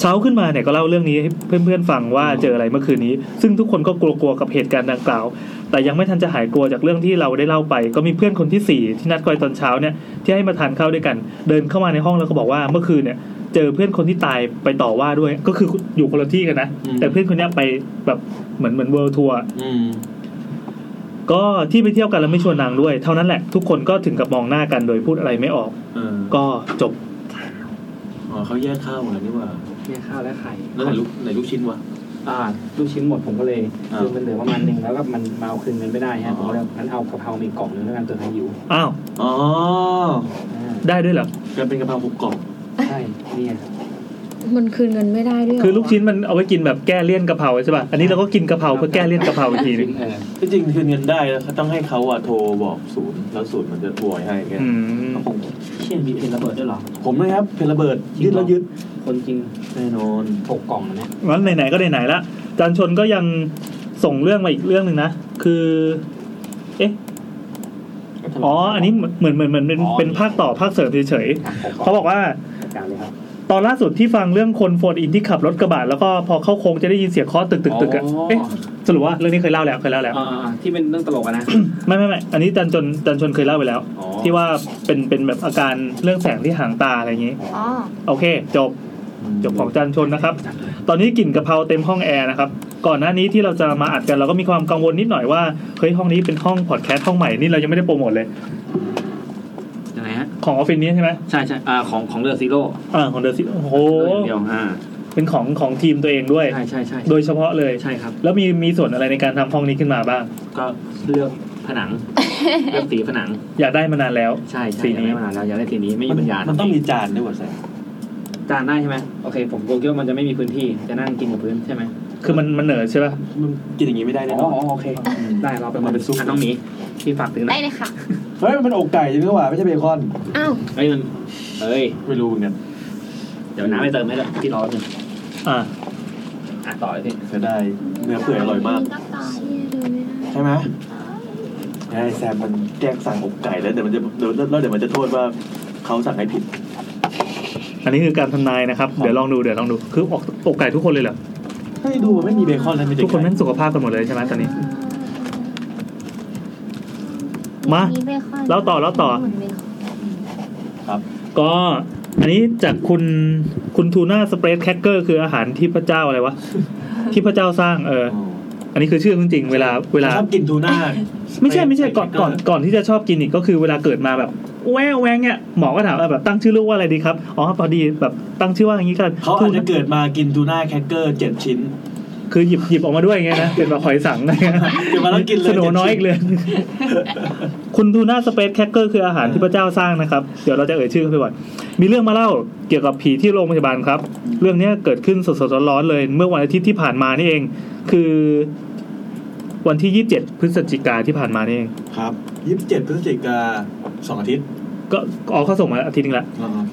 Speaker 2: เช้าขึ้นมาเนี่ยก็เล่าเรื่องนี้ให้เพื่อนๆฟังว่าเจออะไรเมื่อคืนนี้ ซึ่งทุกคนก็กลัวๆกับเหตุการณ์ดังกล่าว แต่ยังไม่ทันจะหายกลัวจากเรื่องที่เราได้เล่าไป ก็มีเพื่อนคนที่สี่ที่นัดกอยตอนเช้าเนี่ยที่ให้มาทานข้าวด้วยกัน เดินเข้ามาในห้องแล้วก็บอกว่าเมื่อคืนเนี่ย เจอเพื่อนคนที่ตายไปต่อว่าด้วย ก็คืออยู่คนละที่กันนะ
Speaker 3: อืม
Speaker 2: แต่เพื่อนคนเนี้ยไปแบบเหมือนเหมือนเวิร์ทัวร์
Speaker 3: อืม
Speaker 2: ก็ที่ไปเที่ยวกันแล้วไม่ชวนนางด้วย เท่านั้นแหละทุกคนก็ถึงกับมองหน้ากันโดยพูดอะไรไม่ออก
Speaker 3: เออ
Speaker 2: ก็จบ
Speaker 3: อ๋อเขาแยกข้าวกันนี่หว่า
Speaker 4: เนี่ยข้าวและไข่
Speaker 3: แล้วไหน [laughs] ลูกไหนลูกชิ้นวะ
Speaker 4: อ่าลูกชิ้นหมดผมก็เลย
Speaker 3: อ่า
Speaker 4: คือมันเหลือประมาณหนึ่งแล้วก็มันมาเอาคืนเงินไม่ได้
Speaker 3: อ๋
Speaker 4: ฮะ
Speaker 3: อ
Speaker 4: ผมก็เลยงั้นเอากะเพรามีกล่องหนึงแล้วกันเกิดใครหิว
Speaker 2: อ้าว
Speaker 3: อ๋อ
Speaker 4: อ่า
Speaker 2: ได้ด้วยเหรอ
Speaker 3: จะเป็นกะเพราหกกล่อง
Speaker 4: ใช่เนี่ย
Speaker 1: มันคืนเงินไม่ได้ด้วยเหร
Speaker 2: คือลูกชิ้นมันเอาไว้กินแบบแก้เลี่ยนกะเพราใช่ป่ะอันนี้เราก็กินกะเพราเพื่อแก้เลี่ยนกะเพราอีกทีหนึง
Speaker 4: เออ
Speaker 3: ที่จริงคืนเงินได้นะต้องให้เขาอะโทรบอกศูนย์แล้วศูนย์มันจะโวยให้แก
Speaker 2: อืม
Speaker 4: ผมเชี่ยมีเพนระเบิดด้วยเหรอ
Speaker 3: ผมนะครับเพลระเบิด
Speaker 4: จริงเหรอ
Speaker 3: ยึดแล้วยึด
Speaker 4: คนจริง
Speaker 3: แน่นอน
Speaker 4: หกกล่องนะเนี่ย
Speaker 2: งั้นไหนๆก็ไหนๆละจานชนก็ยังส่งเรื่องมาอีกเรื่องหนึ่งนะคือเอ๊ะอ๋ออันนี้เหมือนเหมือนเหมือนเป็นเป็นภาคต่อภาคเสริมเฉย
Speaker 4: อ่ะ
Speaker 2: ๆ
Speaker 4: หกกล่
Speaker 2: เขา
Speaker 4: อง
Speaker 2: บอกว่า
Speaker 4: จัดการเลยครับ
Speaker 2: ตอนล่าสุดที่ฟังเรื่องคนโฟนอินที่ขับรถกระบะแล้วก็พอเข้าโค้งจะได้ยินเสียงเคาะตึกตึกตึกอะ
Speaker 3: อ๋อ
Speaker 2: เอ๊ะสรุปว่าเรื่องนี้เคยเล่าแล้วเคยเล่าแล้ว
Speaker 4: อ่าอ่าอ่าที่เป็นเรื่องตลกอะนะ
Speaker 2: ไม่ไม่ไม่อันนี้จันจนจันชนเคยเล่าไปแล้ว
Speaker 4: อ๋อ
Speaker 2: ที่ว่าเป็นเป็นแบบอาการเรื่องแสงที่หางตาอะไรอย่างนี้
Speaker 7: อ๋อ
Speaker 2: โอเค จบจบของจันชนนะครับ ตอนนี้กลิ่นกะเพราเต็มห้องแอร์นะครับ ก่อนหน้านี้ที่เราจะมาอัดกันเราก็มีความกังวลนิดหน่อยว่าเฮ้ยห้องนี้เป็นห้องพอดแคสต์ห้องใหม่นี่เรายังไม่ได้โปรโมทเลย
Speaker 4: ยังไงฮะ
Speaker 2: ของออฟฟิศนี้ใช่ไหม
Speaker 4: ใช่ใช่อ่าของของเรือซีโร่
Speaker 2: อ่าของเดอะซิโอ้โห
Speaker 4: เรือเดียวอ่า
Speaker 2: เป็นของของทีมตัวเองด้วย
Speaker 4: ใช่ใช่ใช่
Speaker 2: โดยเฉพาะเลย
Speaker 4: ใช่ครับ
Speaker 2: แล้วมีมีส่วนอะไรในการทำห้องนี้ขึ้นมาบ้าง
Speaker 4: ก็เลือกผนังเลือกสีผนัง
Speaker 2: อยากได้มานานแล้ว
Speaker 4: ใช่ใช่
Speaker 2: สีนี้
Speaker 4: ยังไม่มานานแล้วยังได้สีนี้ไม่มีปัญญา
Speaker 3: มันต้องมีจานด้วยว่ะแซม
Speaker 4: จานได้ใช่ไหมโอเค ผมคิดว่ามันจะไม่มีพื้นที่จะนั่งกินกับพื้นใช่ไหม
Speaker 2: คือมันมันเหนอใช่ป่ะ
Speaker 3: มันกินอย่างนี้ไม่ได้แน่
Speaker 4: อ๋
Speaker 3: น
Speaker 4: อ
Speaker 3: อน
Speaker 4: โอเค ได้เราเป็น
Speaker 3: มันเป็นซุป
Speaker 4: อ่ะน้องหมีพี่ฝากถึงนะ
Speaker 7: ได้เลยค่ะ
Speaker 5: เฮ้ยมันเป็นอกไก่ใช่ไหมวะไม่ใช่เบคอน
Speaker 1: อ้าว
Speaker 6: เฮ้ยมันเฮ้ย
Speaker 5: ไม่รู้เหมือนกัน
Speaker 6: เดี๋ยวน้ำไปเติมให้ด้วยพี่รอแป๊บนึง
Speaker 2: อ่า
Speaker 6: อ่ะต่อเลยพี่
Speaker 5: เสียดายเนื้อเปื่อยอร่อยมาก ใช่ไหมใช่แซมมันแกล้งสั่งอกไก่แล้วเดี๋ยวมันจะเดี๋ยวแล้วเดี๋ยวมันจะโทษว่าเขาสั่งให้ผิด
Speaker 2: อันนี้คือการทำนายนะครับ เดี๋ยวลองดูเดี๋ยวลองดูคือออกอกไก่ทุกคนเลยเหรอ
Speaker 5: ให้ดูมันไม่มีเบคอนแล้วมีแต่
Speaker 2: ทุกคน
Speaker 5: ไ
Speaker 2: แม่งสุขภาพกันหมดเลยใช่ไหมตอนนี้ มา แล้วต่อแล้วต่อ ก็อันนี้จากคุณคุณทูน่าสเปรดแคคเกอร์คืออาหารที่พระเจ้าอะไรวะ ที่พระเจ้าสร้างเออ อันนี้คือชื่อจริงๆเวลาเวลา
Speaker 5: ชอบกินทูน่า
Speaker 2: ไม่ใช่ไม่ใช่
Speaker 5: ไป
Speaker 2: ก่อนก่อน
Speaker 5: ไป
Speaker 2: ก่อนที่จะชอบกินอีกก็คือเวลาเกิดมาแบบแววแวงเนี่ยหมอก็ถามว่าแบบตั้งชื่อลูกว่าอะไรดีครับอ๋อพอดีแบบตั้งชื่อว่าอย่างนี้กัน
Speaker 5: เขาอาจจะเกิดมากินทูน่าแคคเกอร์เจ็ดชิ้น
Speaker 2: คือหยิบหยิบออกมาด้วยไงนะเป็นแบบหอยสังอะไรเงี้ย
Speaker 5: เดี๋ยวมาแล้วกินเลย
Speaker 2: สโนน้อยอีกเลย คุณทูน่าสเปซแคคเกอร์คืออาหารที่พระเจ้าสร้างนะครับ เดี๋ยวเราจะเอ่ยชื่อเข้าไปก่อนมีเรื่องมาเล่าเกี่ยวกับผีที่โรงพยาบาลครับ เรื่องเนี้ยเกิดขึ้นสดๆร้อนๆเลย เมื่อวันอาทิตย์ที่ผ่านมานี่เอง คือ วันที่ยี่สิบเจ็ดพฤศจิกาที่ผ่านมานี่เอง
Speaker 5: ครับยี่สิบเจ็ดพฤศจิกาสองอาทิตย์
Speaker 2: ก็อ๋อเขาส่งมาอาทิตย์หนึงละ
Speaker 5: อ๋อโอเค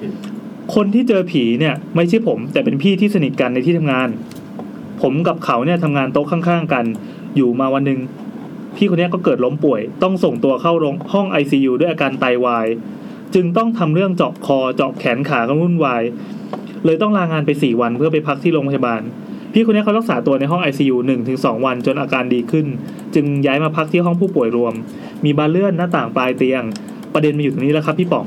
Speaker 2: คนที่เจอผีเนี่ยไม่ใช่ผมแต่เป็นพี่ที่สนิทกันในที่ทำงาน ผมกับเขาเนี่ยทำงานโต๊ะข้างๆกัน อยู่มาวันหนึ่งพี่คนเนี้ยก็เกิดล้มป่วย ต้องส่งตัวเข้าโรงห้อง ICU ด้วยอาการไตวาย จึงต้องทำเรื่องเจาะคอเจาะแขนขากันวุ่นวาย เลยต้องลางานไป 4 วันเพื่อไปพักที่โรงพยาบาล พี่คนเนี้ยเขารักษาตัวในห้อง ICU 1-2 วันจนอาการดีขึ้น จึงย้ายมาพักที่ห้องผู้ป่วยรวม มีบานเลื่อนหน้าต่างปลายเตียง ประเด็นมาอยู่ตรงนี้แล้วครับพี่ป๋อง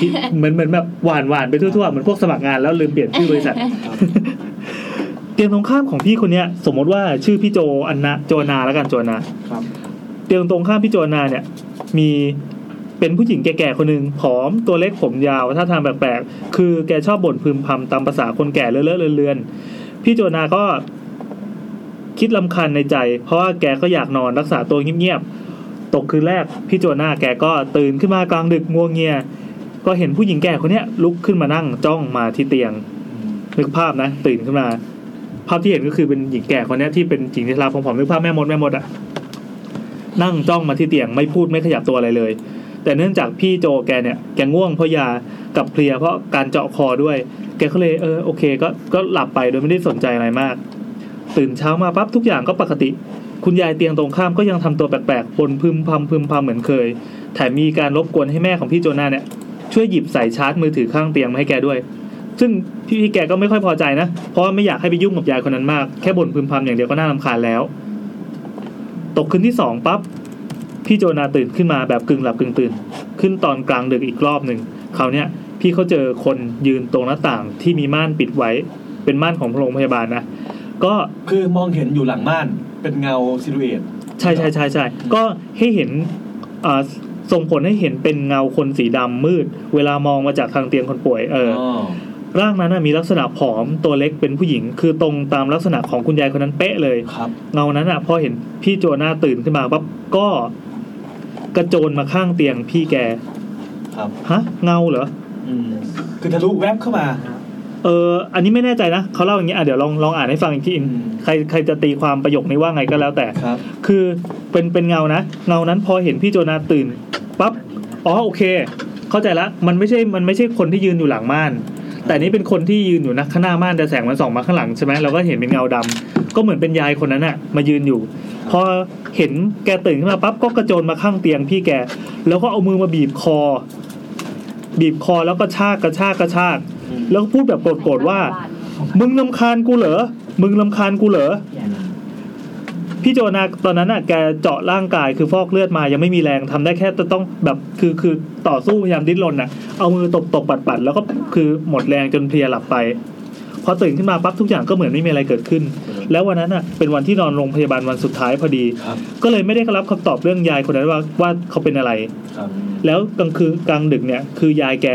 Speaker 2: ที่เหมือนเหมือนแบบหวานหวานไปทั่วๆเหมือนพวกสมัครงานแล้วลืมเปลี่ยนชื่อบริษัท เตียงตรงข้ามของพี่คนเนี้ย สมมติว่าชื่อพี่โจอันนะโจนาแล้วกันโจนา
Speaker 5: ครับ
Speaker 2: เตียงตรงข้ามพี่โจนาเนี่ย มีเป็นผู้หญิงแก่ๆคนหนึ่งผอมตัวเล็กผมยาวท่าทางแปลกๆ คือแกชอบบ่นพึมพำตามภาษาคนแก่เลอะเลอะเลือนๆพี่โจนาก็คิดลำคันในใจ เพราะว่าแกก็อยากนอนรักษาตัวเงียบๆตกคืนแรกพี่โจนาแกก็ตื่นขึ้นมากลางดึกงัวเงีย ก็เห็นผู้หญิงแก่คนเนี้ยลุกขึ้นมานั่งจ้องมาที่เตียงนึกภาพนะตื่นขึ้นมา ภาพที่เห็นก็คือเป็นหญิงแก่คนเนี้ยที่เป็นหญิงชราผมผมนึกภาพแม่มดแม่มดอะนั่งจ้องมาที่เตียงไม่พูดไม่ขยับตัวอะไรเลย แต่เนื่องจากพี่โจแกเนี่ยแกง่วงเพราะยากับเพลียเพราะการเจาะคอด้วย แกก็เลยเออโอเคก็ก็หลับไปโดยไม่ได้สนใจอะไรมาก ตื่นเช้ามาปั๊บทุกอย่างก็ปกติ คุณยายเตียงตรงข้ามก็ยังทำตัวแปลกๆบนพึมพำพึมพำเหมือนเคยแถมมีการรบกวนให้แม่ของพี่โจนาเนี่ย ช่วยหยิบใส่ชาร์จมือถือข้างเตียงมาให้แกด้วย ซึ่งพี่แกก็ไม่ค่อยพอใจนะ เพราะว่าไม่อยากให้ไปยุ่งกับยายคนนั้นมาก แค่บ่นพึมพำอย่างเดียวก็น่ารำคาญแล้ว ตกคืนที่สองปั๊บ พี่โจนาตื่นขึ้นมาแบบกึ่งหลับกึ่งตื่น ขึ้นตอนกลางดึกอีกรอบหนึ่ง คราวเนี้ยพี่เขาเจอคนยืนตรงหน้าต่างที่มีม่านปิดไว้ เป็นม่านของโรงพยาบาลนะ ก็
Speaker 5: คือมองเห็นอยู่หลังม่านเป็นเงาซิลูเอต
Speaker 2: ใช่ใช่ใช่ใช่ก็ให้เห็นอ่าส่งผลให้เห็นเป็นเงาคนสีดำมืด เวลามองมาจากทางเตียงคนป่วยเออ ร่างนั้นนะมีลักษณะผอมตัวเล็กเป็นผู้หญิง คือตรงตามลักษณะของคุณยายคนนั้นเป๊ะเลย
Speaker 5: ครับ
Speaker 2: เงานั้นอ่ะพอเห็นพี่โจหน้าตื่นขึ้นมาปั๊บก็กระโจนมาข้างเตียงพี่แก
Speaker 5: ครับ
Speaker 2: ฮะเงาเหรอ
Speaker 5: อืมคือทะลุแวบเข้ามา
Speaker 2: เอออันนี้ไม่แน่ใจนะเขาเล่าอย่างนี้อ่ะเดี๋ยวลองลองอ่านให้ฟังอีกที
Speaker 5: อืม
Speaker 2: ใครใครจะตีความประโยคนี้ว่าไงก็แล้วแต่
Speaker 5: ครับ
Speaker 2: คือเป็นเป็นเงานะ เงานั้นพอเห็นพี่โจนาตื่นปั๊บอ๋อโอเค เข้าใจละมันไม่ใช่มันไม่ใช่คนที่ยืนอยู่หลังม่าน แต่นี่เป็นคนที่ยืนอยู่นะข้างหน้าม่านแต่แสงมันส่องมาข้างหลังใช่ไหมเราก็เห็นเป็นเงาดำก็เหมือนเป็นยายคนนั้นอะมายืนอยู่ พอเห็นแกตื่นขึ้นมาปั๊บก็กระโจนมาข้างเตียงพี่แก แล้วก็เอามือมาบีบคอ บีบคอแล้วก็ชากกระชากกระชาก
Speaker 5: อืม
Speaker 2: แล้วก็พูดแบบโกรธๆว่า มึงลำคาญกูเหรอ มึงลำคาญกูเหรอ พี่โจนาตอนนั้นน่ะแกเจาะร่างกายคือฟอกเลือดมายังไม่มีแรงทำได้แค่ต้องแบบคือคือต่อสู้พยายามดิ้นรนน่ะเอามือตบตบปัดปัดแล้วก็คือหมดแรงจนเพลียหลับไป พอตื่นขึ้นมาปั๊บทุกอย่างก็เหมือนไม่มีอะไรเกิดขึ้น แล้ววันนั้นน่ะเป็นวันที่นอนโรงพยาบาลวันสุดท้ายพอดี
Speaker 5: ครับ
Speaker 2: ก็เลยไม่ได้รับคำตอบเรื่องยายคนนั้นว่าว่าเขาเป็นอะไร
Speaker 5: ครับ
Speaker 2: แล้วกลางคืนกลางดึกเนี่ยคือยายแก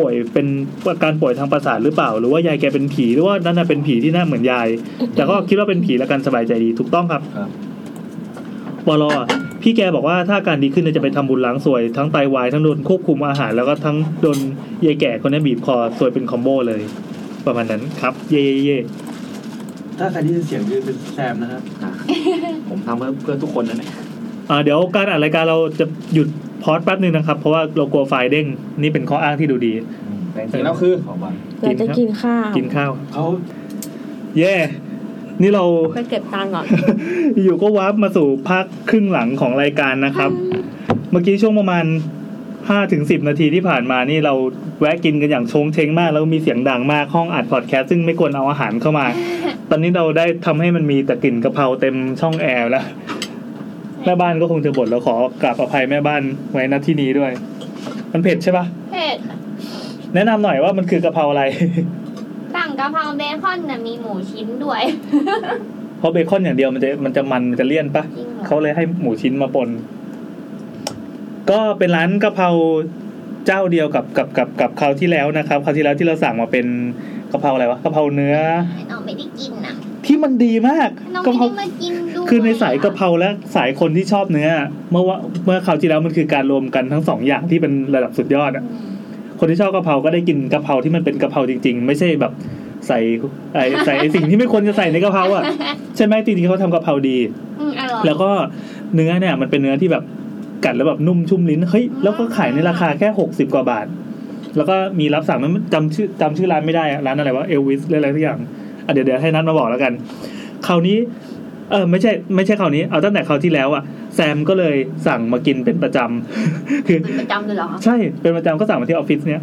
Speaker 2: ป่วยเป็นอาการป่วยทางประสาทหรือเปล่า หรือว่ายายแกเป็นผีหรือว่านั่นน่ะเป็นผีที่หน้าเหมือนยาย แต่ก็คิดว่าเป็นผีแล้วกันสบายใจดีถูกต้องครับ
Speaker 5: ครับ
Speaker 2: บอลอ่ะพี่แกบอกว่าถ้าอาการดีขึ้นเนี่ยจะไปทำบุญล้างสวย ทั้งไตวายทั้งโดนควบคุมอาหาร แล้วก็ทั้งโดนยายแก่คนนี้บีบคอสวยเป็นคอมโบเลย ประมาณนั้นครับ เย่เย่เย่
Speaker 5: ถ้าใครที่เสียงคือเป็นแซมนะครับ
Speaker 6: ผมทำเพื่อเพื่อทุกคนนั่นแหละ
Speaker 2: อ่าเดี๋ยวการอัดรายการเราจะหยุดพอดแป๊บนึงนะครับ เพราะว่าเรากลัวไฟล์เด้งนี่เป็นข้ออ้างที่ดูดี
Speaker 6: แต่จริงๆแล้วคือ
Speaker 5: ของบ้าน
Speaker 1: เราจะกินข้าว
Speaker 2: กินข้าว
Speaker 5: เขา
Speaker 2: เย่นี่เรา
Speaker 1: ไปเก็บตังค์ก่อน
Speaker 2: อยู่ก็วาร์ปมาสู่ภาคครึ่งหลังของรายการนะครับ เมื่อกี้ช่วงประมาณห้าถึงสิบนาทีที่ผ่านมานี่เราแวะกินกันอย่างโชงเชงมาก แล้วมีเสียงดังมากห้องอัดพอดแคสต์ซึ่งไม่ควรเอาอาหารเข้า [laughs] มา ตอนนี้เราได้ทำให้มันมีแต่กลิ่นกะเพราเต็มช่องแอร์แล้วแม่บ้านก็คงจะบ่นเราขอกราบอภัยแม่บ้านไว้ณที่นี้ด้วย มันเผ็ดใช่ปะ
Speaker 7: เผ็ด
Speaker 2: แนะนำหน่อยว่ามันคือกะเพราอะไร
Speaker 7: สั่งกะเพราเบคอนน่ะมีหมูชิ้นด้วย
Speaker 2: เพราะเบคอนอย่างเดียวมันจะมันจะมันมันจะเลี่ยนปะ
Speaker 7: จริงเหรอ
Speaker 2: เขาเลยให้หมูชิ้นมาปน ก็เป็นร้านกะเพราเจ้าเดียวกับกับกับกับคราวที่แล้วนะครับคราวที่แล้วที่เราสั่งมาเป็นกะเพราอะไรวะกะเพราเนื้อ
Speaker 7: น้องไม่ได้กินน่ะ
Speaker 2: ที่มันดีมาก
Speaker 7: น้อง
Speaker 2: กะ
Speaker 7: ไม่
Speaker 2: เพรา
Speaker 7: ได้มากินด้วย
Speaker 2: คือในสายกะเพราและสายคนที่ชอบเนื้อ เมื่อว่าเมื่อคราวที่แล้วมันคือการรวมกันทั้งสองอย่างที่เป็นระดับสุดยอดอะ
Speaker 7: อืม
Speaker 2: คนที่ชอบกะเพราก็ได้กินกะเพราที่มันเป็นกะเพราจริง ๆ ไม่ใช่แบบใส่ไอ้ใส่ไอ้สิ่งที่ไม่ควรจะใส่ในกะเพราอ่ะใช่ไหมจริงๆเขาทำกะเพราดี
Speaker 7: อืมอร่อย
Speaker 2: แล้วก็เนื้อเนี่ยมันเป็นเนื้อที่แบบกัดแล้วแบบนุ่มชุ่มลิ้นเฮ้ยแล้วก็ขายในราคาแค่หกสิบกว่าบาท แล้วก็มีรับสั่งมันจำชื่อจำชื่อร้านไม่ได้อะร้านอะไรวะเอลวิสอะไรทุกอย่างอ่ะเดี๋ยวเดี๋ยวให้นัทมาบอกแล้วกันคราวนี้ เออไม่ใช่ไม่ใช่คราวนี้เอาตั้งแต่คราวที่แล้วอ่ะแซมก็เลยสั่งมากินเป็นประจำ [laughs] คือ
Speaker 7: เป็นประจำเลยเหรอคะ
Speaker 2: ใช่เป็นประจำก็สั่งมาที่ออฟฟิศเนี่ย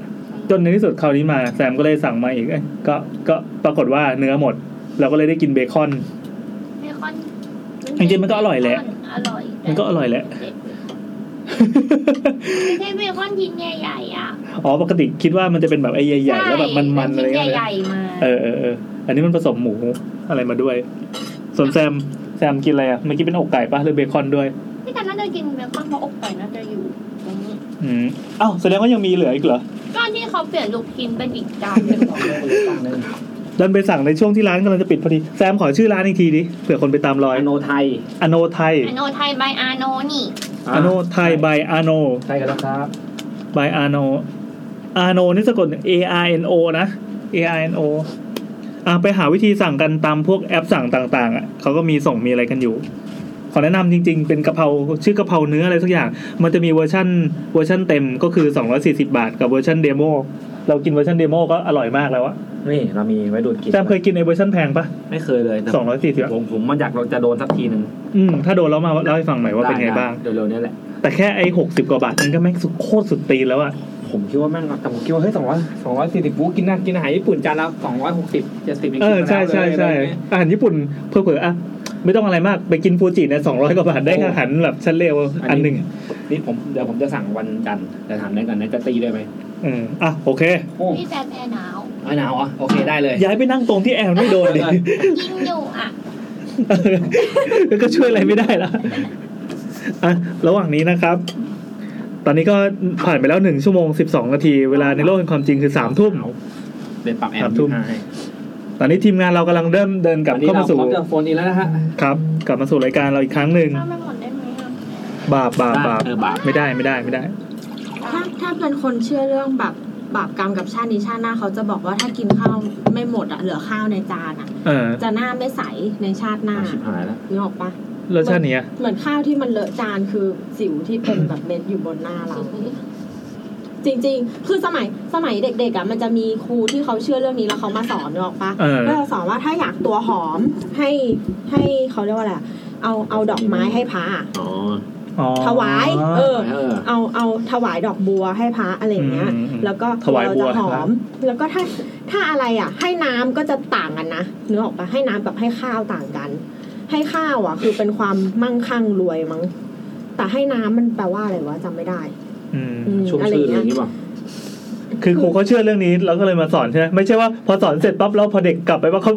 Speaker 2: จนในที่สุดคราวนี้มาแซมก็เลยสั่งมาอีกเอ้ยก็ก็ปรากฏว่าเนื้อหมด เราก็เลยได้กินเบคอน [laughs]
Speaker 7: เบคอน
Speaker 2: จริงๆมันก็อร่อยแหละ
Speaker 7: อร่อย
Speaker 2: มันก็อร่อยแหละ
Speaker 7: ไม่ใช่เบคอนชิ้นใหญ่ๆอ่ะ
Speaker 2: อ๋อปกติคิดว่ามันจะเป็นแบบไอ้ใหญ่ๆแล้วแบบมันๆอะไร
Speaker 7: ใช่
Speaker 2: เงี้ยนะ
Speaker 7: ชิ้นใหญ่ๆมา
Speaker 2: เออเออเอออันนี้มันผสมหมูอะไรมาด้วย ส่วนแซมแซมกินอะไรอ่ะเมื่อกี้เป็นอกไก่ปะหรือเบคอนด้วย
Speaker 7: พี่กันน่าจะกินเบคอนเพราะอกไก่น่าจะอยู่ตรงนี้
Speaker 2: อืมอ้าวแสดงว่ายังมีเหลืออีกเหรอ
Speaker 7: ก้อนที่เขาเปลี่ยนลูกชิ้นเป็นอีกจานหนึ่งเหรอ
Speaker 2: ดันไปสั่งในช่วงที่ร้านกำลังจะปิดพอดีแซมขอชื่อร้านอีกทีดิเผื่อคนไปตามรอย
Speaker 6: อโนไทย
Speaker 2: อโนไทย
Speaker 7: อาโนไทยบายอาโนนี่
Speaker 2: อโนไทยบายอโน
Speaker 6: ใช่กันแล้วครับ
Speaker 2: บายอาโนอาโนนี่สะกด A R N O นะ A R N O อ่ะไปหาวิธีสั่งกันตามพวกแอปสั่งต่างๆอ่ะเขาก็มีส่งมีอะไรกันอยู่ ขอแนะนำจริงๆ เป็นกะเพราชื่อกะเพราเนื้ออะไรสักอย่าง มันจะมีเวอร์ชั่นเวอร์ชั่นเต็มก็คือ 240 บาท กับเวอร์ชั่นเดโมเรากินเวอร์ชันเดโมก็อร่อยมากแล้วอะ
Speaker 6: นี่เรามีไว้ดูดกิน
Speaker 2: แต่เคยกินไอเวอร์ชันแพงปะ
Speaker 6: ไม่เคยเลยแต่
Speaker 2: 240
Speaker 6: ผมผมมันอยากจะโดนสักทีหนึ่ง
Speaker 2: อืมถ้าโดนแล้วมาเล่าให้ฟังหน่อยว่าเป็นไงบ้าง
Speaker 6: เร็วๆเนี่ยแหละ
Speaker 2: แต่แค่ไอ60กว่าบาทนั้นก็แม่งสุดโคตรสุดตีนแล้วอะ
Speaker 6: ผมคิดว่าแม่งแต่ผมคิดว่าเฮ้ยสองร้อยสองร้อยสี่สิบกินนะกินอาหารญี่ปุ่นจานละสองร้อยหกสิบเจ็ดสิบ
Speaker 2: เออใช่ใช่ใช่อาหารญี่ปุ่นเผื่อๆอ่ะไม่ต้องอะไรมากไปกินฟูจิเนี่ยสองร้อยกว่าบาทได้อาหารแบบชั้นเลวอันหนึ่งอะ
Speaker 6: นี่ผมเดี๋ยวผมจะสั่งวันจันทร์แต่ถามได้ก่อนนะจะตีได้ไหม
Speaker 2: เอออ่ะโอเค
Speaker 6: โอ้
Speaker 7: พี่แซมแอร์หนาว
Speaker 6: ไม่หนาวอ่ะโอเคได้เลย
Speaker 2: ย้ายไปนั่งตรงที่แอลไม่โดนดิ
Speaker 7: กินอยู่อ่ะ
Speaker 2: เออแล้วก็ช่วยอะไรไม่ได้ละอ่ะระหว่างนี้นะครับ ตอนนี้ก็ผ่านไปแล้วหนึ่งชั่วโมงสิบสองนาที เวลาในโลกแห่งความจริงคือสามทุ่ม
Speaker 6: เดี๋ยวปรับแอ
Speaker 2: สาม
Speaker 6: ม
Speaker 2: ทุ่ม ตอนนี้ทีมงานเรากำลังเริ่มเดินกลับเข้ามาสู่
Speaker 6: วันนี้เราพร้อมจะโฟนอินแล้วนะฮะ
Speaker 2: ครับ กลับมาสู่รายการเราอีกครั้งหนึ่ง
Speaker 7: ข้าวไม่หมดได้ไหมอ่ะ
Speaker 2: บาปบาปบาป
Speaker 6: เออบาป
Speaker 2: ไม่ได้ไม่ได้ไม่ได้
Speaker 1: ถ้าถ้าเป็นคนเชื่อเรื่องแบบบาปกรรมกับชาตินี้ชาติหน้าเขาจะบอกว่าถ้ากินข้าวไม่หมดอะเหลือข้าวในจานอะ
Speaker 2: เออ
Speaker 1: จะหน้าไม่ใสในชาติหน้า
Speaker 6: ชิบหายแล้ว
Speaker 1: นึกออกปะ
Speaker 2: รสชาติเนี้ย
Speaker 1: เหมือนข้าวที่มันเลอะจานคือสิวที่เป็นแบบเม็ดอยู่บนหน้าเรา จริง ๆ คือสมัยสมัยเด็กๆอ่ะมันจะมีครูที่เขาเชื่อเรื่องนี้แล้วเขามาสอนนึกออกปะ
Speaker 2: เออ
Speaker 1: ก็จะสอนว่าถ้าอยากตัวหอมให้ให้เขาเรียกว่าอะไรอะเอาเอาดอกไม้ให้พระอะ
Speaker 6: อ๋อ
Speaker 2: อ๋อ
Speaker 1: ถวาย เออ
Speaker 6: เออ
Speaker 1: เอาเอาถวายดอกบัวให้พระอะไรอย่างเงี้ย
Speaker 2: อืมอืม
Speaker 1: แล้วก็
Speaker 2: ถวายบัว
Speaker 1: เรจะหอ
Speaker 2: ให้พ
Speaker 1: ม
Speaker 2: ระ
Speaker 1: แล้วก็ถ้าถ้าอะไรอ่ะ ให้น้ำก็จะต่างกันนะนึกออกปะให้น้ำกับให้ข้าวต่างกัน ให้ข้าวอ่ะ คือเป็นความมั่งคั่งรวยมั้ง แต่ให้น้ำมันแปลว่าอะไรวะจำไม่ได้
Speaker 2: อืม
Speaker 1: อืม
Speaker 6: ชุ่ม
Speaker 1: อะไร
Speaker 6: ชื่นอะไร
Speaker 1: เงี้
Speaker 6: อย ย่างงี้ป่ะ
Speaker 2: คือครูเขาเชื่อเรื่องนี้เราก็เลยมาสอนใช่ไหมไม่ใช่ว่าพอสอนเสร็จปั๊บแล้วพอเด็กกลับไปว่าเขา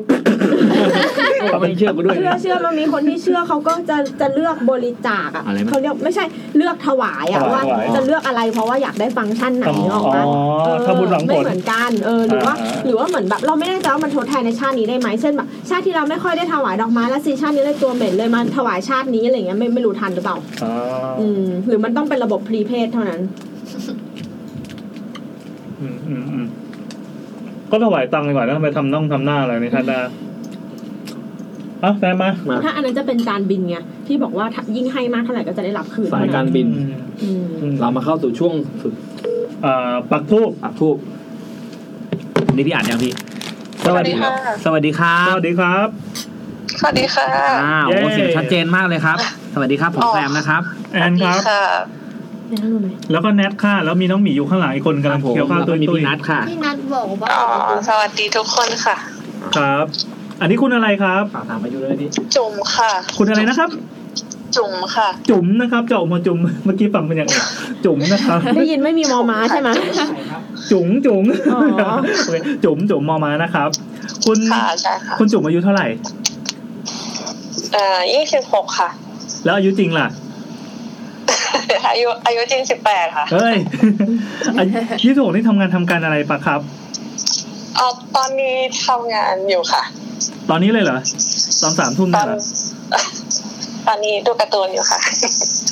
Speaker 6: เอาไปเชื่อกูด้วย
Speaker 1: เชื่อเชื่อมันมีคนที่เชื่อเขาก็จะจะเลือกบริจาคอ่ะ
Speaker 6: อะไรนะ
Speaker 1: เขาเรียกไม่ใช่เลือกถวายอ่ะ
Speaker 2: ถวาย
Speaker 1: ว่า
Speaker 2: ถวาย
Speaker 1: จะเลือกอะไรเพราะว่าอยากได้ฟังก์ชันไหน
Speaker 2: อ๋อ
Speaker 1: เนาะว่าเออ
Speaker 2: ถ้าบุญหวังผล
Speaker 1: ไม่เหมือนกันเออหรือว่า
Speaker 2: อ่า
Speaker 1: หรือว่าเหมือนแบบเราไม่แน่ใจว่ามันทดแทนในชาตินี้ได้ไหมเช่นแบบชาติที่เราไม่ค่อยได้ถวายดอกไม้แล้วซีชาตินี้เลยตัวเหม็นเลยมาถวายชาตินี้อะไรเงี้ยไม่ไม่รู้ทันหรือเปล่า
Speaker 2: อ๋อ
Speaker 1: อืมหรือมันต้องเป็นระบบพรีเพดเท่านั้น
Speaker 2: อืมอืมอืมก็ถวายตังค์ดีกว่านะไปทำน่องทำหน้าอะไรในชาดา เอาแซมมา
Speaker 10: มา
Speaker 1: ถ้าอันนั้นจะเป็นการบินไงที่บอกว่าถ้ายิ่งให้มากเท่าไหร่ก็จะได้รับคืน
Speaker 4: สายการบิน
Speaker 1: อืม
Speaker 2: อืม
Speaker 4: เรามาเข้าสู่ช่วงสุด
Speaker 2: เอ่อปักทูบ
Speaker 4: ปักทูบนี่พี่อ่านยังพี่
Speaker 11: สวัสดีค่ะ
Speaker 4: สวัสดีครั
Speaker 2: ส
Speaker 4: บ
Speaker 2: วัสดีครับ
Speaker 11: สวัสดีค่ะ
Speaker 4: อ้าว
Speaker 2: เย้
Speaker 4: โอ้เสียงชัดเจนมากเลยครับ สวัสดีครับผม
Speaker 11: อ๋อ
Speaker 4: แซมนะครับ
Speaker 2: แอนครับ
Speaker 11: ค่ะ
Speaker 1: เนี่ยรู้ไหม
Speaker 2: แล้วก็แนทค่ะ แล้วมีน้องหมีอยู่ข้างหลังอีกคน
Speaker 4: ค
Speaker 2: กำ
Speaker 4: รั
Speaker 2: ลั
Speaker 4: บ
Speaker 2: ง
Speaker 4: ผม
Speaker 2: เคี้ยวข้าว
Speaker 4: แล้ว
Speaker 2: ตุ้
Speaker 4: ก็
Speaker 2: ย
Speaker 4: มี
Speaker 2: ตุ้ย
Speaker 4: พี่นัทค่ะ
Speaker 7: ที่นัดบอกว่า
Speaker 11: อ๋อ สวัสดีทุกคนค่ะ
Speaker 2: ครับ อันนี้คุณอะไรครับ
Speaker 4: ฝากถามอายุด้วยนี่
Speaker 11: จุ๋มค่ะ
Speaker 2: คุณอะไรนะครับ
Speaker 11: จุ๋มค่ะ
Speaker 2: จุ๋มนะครับเจาะมาจุ๋มเมื่อกี้ฟังเป็นอย่างอื่นจุ๋มนะครับ
Speaker 1: ได้ยินไม่มีมอม้าใช่ไหม
Speaker 2: จุ๋งจุ๋ง
Speaker 1: อ๋อ
Speaker 2: โอเคจุ๋มจุ๋มมอมานะครับ คุณ
Speaker 11: ค่ะใช่ค่ะ
Speaker 2: คุณจุ๋มอายุเท่าไหร่
Speaker 11: เอ่อยี่สิบหก
Speaker 2: [laughs]
Speaker 11: ค่ะ
Speaker 2: แล้วอายุจริงล่ะ
Speaker 11: อายุอายุจริงสิบแปดค่ะ
Speaker 2: เฮ้ย
Speaker 1: [laughs]
Speaker 2: ยี่สิบหกนี่ทำงานทำการอะไรปะครับ
Speaker 11: เอ่อตอนนี้ทำงานอยู่ค่ะ
Speaker 2: ตอนนี้เลยเหรอ ตอนสามทุ่ม
Speaker 11: ตอ
Speaker 2: เนี่ย
Speaker 11: น [laughs]
Speaker 2: เหรอ
Speaker 11: ตอนนี้ดูการ์ตูนอยู่ค่ะ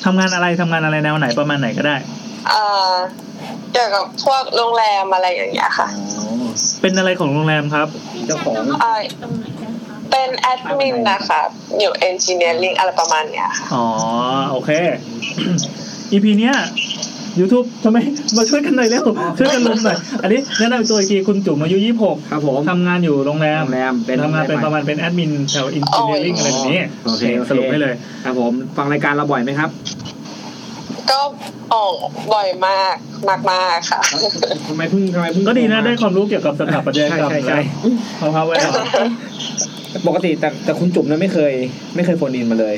Speaker 2: ทำงานอะไรทำงานอะไรแนวไหนประมาณไหนก็ได้
Speaker 11: เอ่อเกี่ยวกับพวกโรงแรมอะไรอย่างเงี้ยค่ะ
Speaker 2: เป็นอะไรของโรงแรมครับ
Speaker 7: เจ้าของ
Speaker 11: เอ่อเป็นแอดมินนะคะอยู่เอนจิเนียริงอะไรประมาณเนี้ยค่ะ
Speaker 2: อ๋อ โอเค [coughs] อีพีเนี้ย YouTube ทำไม มาช่วยกันหน่อยเร็ว ช่วยกันลงหน่อย อันนี้แนะนำตัวอีกทีคุณจุ๋มอายุยี่สิบหก
Speaker 4: ครับผม
Speaker 2: ทำงานอยู่โรงแรม
Speaker 4: โรงแรมเป็น
Speaker 2: ทำงานเป็นประมาณเป็นแอดมินแถวอินเจเนียริงอะไรแบบนี้
Speaker 4: โอเคโอเค
Speaker 2: สรุปให้เลย
Speaker 4: ครับผมฟังรายการเราบ่อยไหมครับ
Speaker 11: ก็ออกบ่อยมากมากมากๆค่ะ
Speaker 4: ทำไมเพิ่งทำไมเพิ่ง
Speaker 2: ก็ดีนะได้ความรู้เกี่ยวกับสถาปัตยกรรม
Speaker 4: ใช่ใช่ใช่
Speaker 2: เอาพาไว้แล้ว
Speaker 4: ปกติแต่แต่คุณจุ๋มนั้นไม่เคย ไม่เคยโฟนอินมาเลย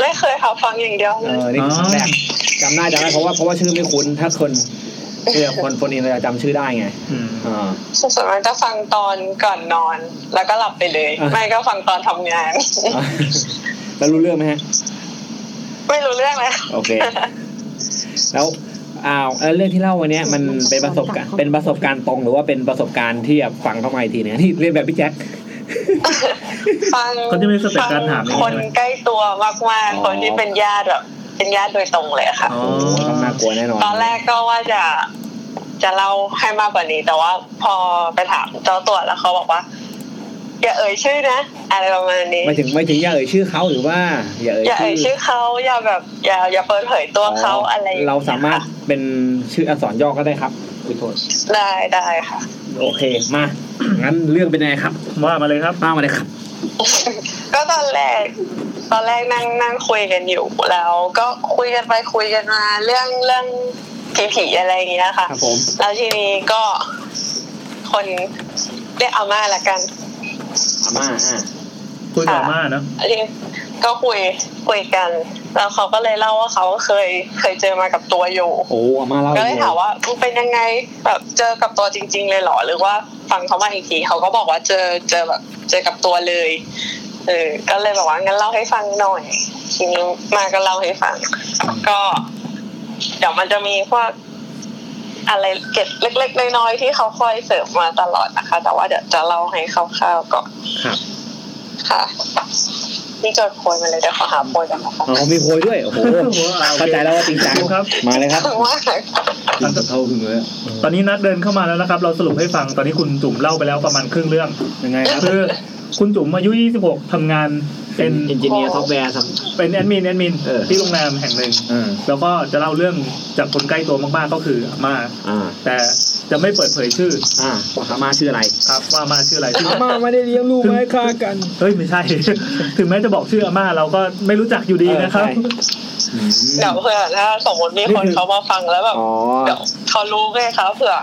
Speaker 11: ไม่เคยค่ะฟังอย่างเดียว
Speaker 4: เออนี่คือครั้งแรกจำได้จำได้เพราะว่าเพราะว่าชื่อไม่คุ้นถ้าคนเจอคนโฟนอินเราจะจำชื่อได้ไง
Speaker 2: อืม
Speaker 4: อ่า
Speaker 11: ส่วนมากจะฟังตอนก่อนนอน แล้วก็หลับไปเลย
Speaker 4: อ่ะ
Speaker 11: ไม่ก็ฟังตอนทำงาน [laughs]
Speaker 4: [laughs] แล้วรู้เรื่องไหมฮะ
Speaker 11: ไม่รู้เรื่องเลย
Speaker 4: โอ
Speaker 11: [laughs]
Speaker 4: เค แล้วอ้าวแล้วเรื่องที่เล่าวันเนี้ยมันเป็นประสบการณ์เป็นประสบการณ์ตรงหรือว่าเป็นประสบการณ์ที่แบบฟังเข้ามาอีกทีเนี่ย [laughs] ที่เรียนแบบพี่แจ็ค
Speaker 11: ฟัง
Speaker 2: ก็จะไม่สเต็ป
Speaker 11: ฟั
Speaker 2: การถามอย่าง
Speaker 11: ค
Speaker 2: นี้
Speaker 11: น
Speaker 2: ใช่ไหม
Speaker 11: ใกล้ตัวมาก
Speaker 4: อ๋อ
Speaker 11: ๆ คนที่เป็นญาติแบบเป็นญาติโดยตรงเลยค่ะ
Speaker 2: อ๋อ
Speaker 4: โอ้โหต้องน่ากลัวแน่นอน
Speaker 11: ตอนแรกก็ว่าจะจะเล่าให้มากกว่านี้ แต่ว่าพอไปถามเจ้าตัวแล้วเขาบอกว่าอย่าเอ่ยชื่อนะอะไรประมาณนี้
Speaker 4: ไม่ถึงไม่ถึงอย่าเอ่ยชื่อเขาหรือว่าอย่าเอ่ย
Speaker 11: อย่าเอ่ยชื่อเขาอย่าแบบอย่าอย่าเปิดเผยตัวเขาอะไรอย่งงี้ย
Speaker 4: เราสามารถเป็นชื่ออักษรย่อก็ได้ครับอุยโทษ
Speaker 11: ได้ได้ค่ะ
Speaker 4: โอเคมา งั้นเรื่องเป็นไงครับ
Speaker 2: ว่ามาเลยครับ
Speaker 4: มามาเลยครับ
Speaker 11: ก็ตอนแรก ตอนแรกนั่งนั่งคุยกันอยู่แล้ว ก็คุยกันไปคุยกันมา เรื่องเรื่องผีผีๆอะไรอย่างเงี้ยค่ะ
Speaker 4: ครับผม
Speaker 11: แล้วทีนี้ก็คนเรียกอาม่าละกัน
Speaker 4: อาม่าอ่ะ
Speaker 2: คุยกับอาม่าเนอะ
Speaker 11: เรียกก็คุยคุยกัน แล้วเขาก็เลยเล่าว่าเขาเคยเคยเจอมากับตัวอยู่
Speaker 4: โอ้อาม่าเล่า
Speaker 11: ก็เลยถามว่ามึงเป็นยังไงแบบเจอกับตัวจริง ๆ เลยเหรอ หรือว่าฟังเขามาอีกทีเขาก็บอกว่าเจอเจอแบบเจอกับตัวเลยเออก็เลยบอกว่างั้นเล่าให้ฟังหน่อยทีนี้มาก็เล่าให้ฟัง ก็เดี๋ยวมันจะมีพวกอะไรเกร็ดเล็ก ๆ น้อยๆที่เขาคอยเสริมมาตลอดนะคะ แต่ว่าเดี๋ยวจะเล่าให้คร่าวๆก่อน
Speaker 4: ครับ
Speaker 11: ค่ะนี่จดโพยมาเลยเดี๋ยวขอหาโพยกันนะคะ
Speaker 4: อ๋อมีโพยด้วยโอ้โหเข้าใจแล้วว่าจริงจัง
Speaker 2: ครับ
Speaker 4: มาเลยครับ
Speaker 11: ถึงว่า
Speaker 4: ตัดเท่าคึงเลย
Speaker 2: ตอนนี้นัดเดินเข้ามาแล้วนะครับ เราสรุปให้ฟังตอนนี้คุณจุ๋มเล่าไปแล้วประมาณครึ่งเรื่อง
Speaker 4: ยังไงครับ
Speaker 2: คือคุณจุ๋มอายุ 26ทำงาน
Speaker 4: เป็
Speaker 2: เป็น น
Speaker 4: เอนจิเนียร์ซอฟต์แวร์ท
Speaker 2: เป็นแอดมินแอดมิน
Speaker 4: เออ
Speaker 2: ที่โรงแรมแห่งหนึ่ง
Speaker 4: ำอ่า
Speaker 2: แล้วก็จะเล่าเรื่องจากคนใกล้ตัวมากๆก็คืออาม่า
Speaker 4: อ่า
Speaker 2: แต่จะไม่เปิดเผยชื่อ
Speaker 4: อ่าว่าอาม่าชื่ออะไร
Speaker 2: ครับว่าอาม่าชื่ออะไรซึ่ง
Speaker 4: อาม่าไม่ได้เลี้ยงลูกไว้ฆ่ากัน
Speaker 2: เฮ้ยไม่ใช่ [laughs] ถึงแม้จะบอกชื่ออาม่าเราก็ไม่รู้จักอยู่ดีนะครับ
Speaker 4: เออใช่
Speaker 11: เดี๋ยวเผื่อถ้าสมมติมีคนเขามาฟังแล้วแบบ
Speaker 4: อ๋อ
Speaker 11: เดี๋ยวเขารู้ไงคะเผื่อ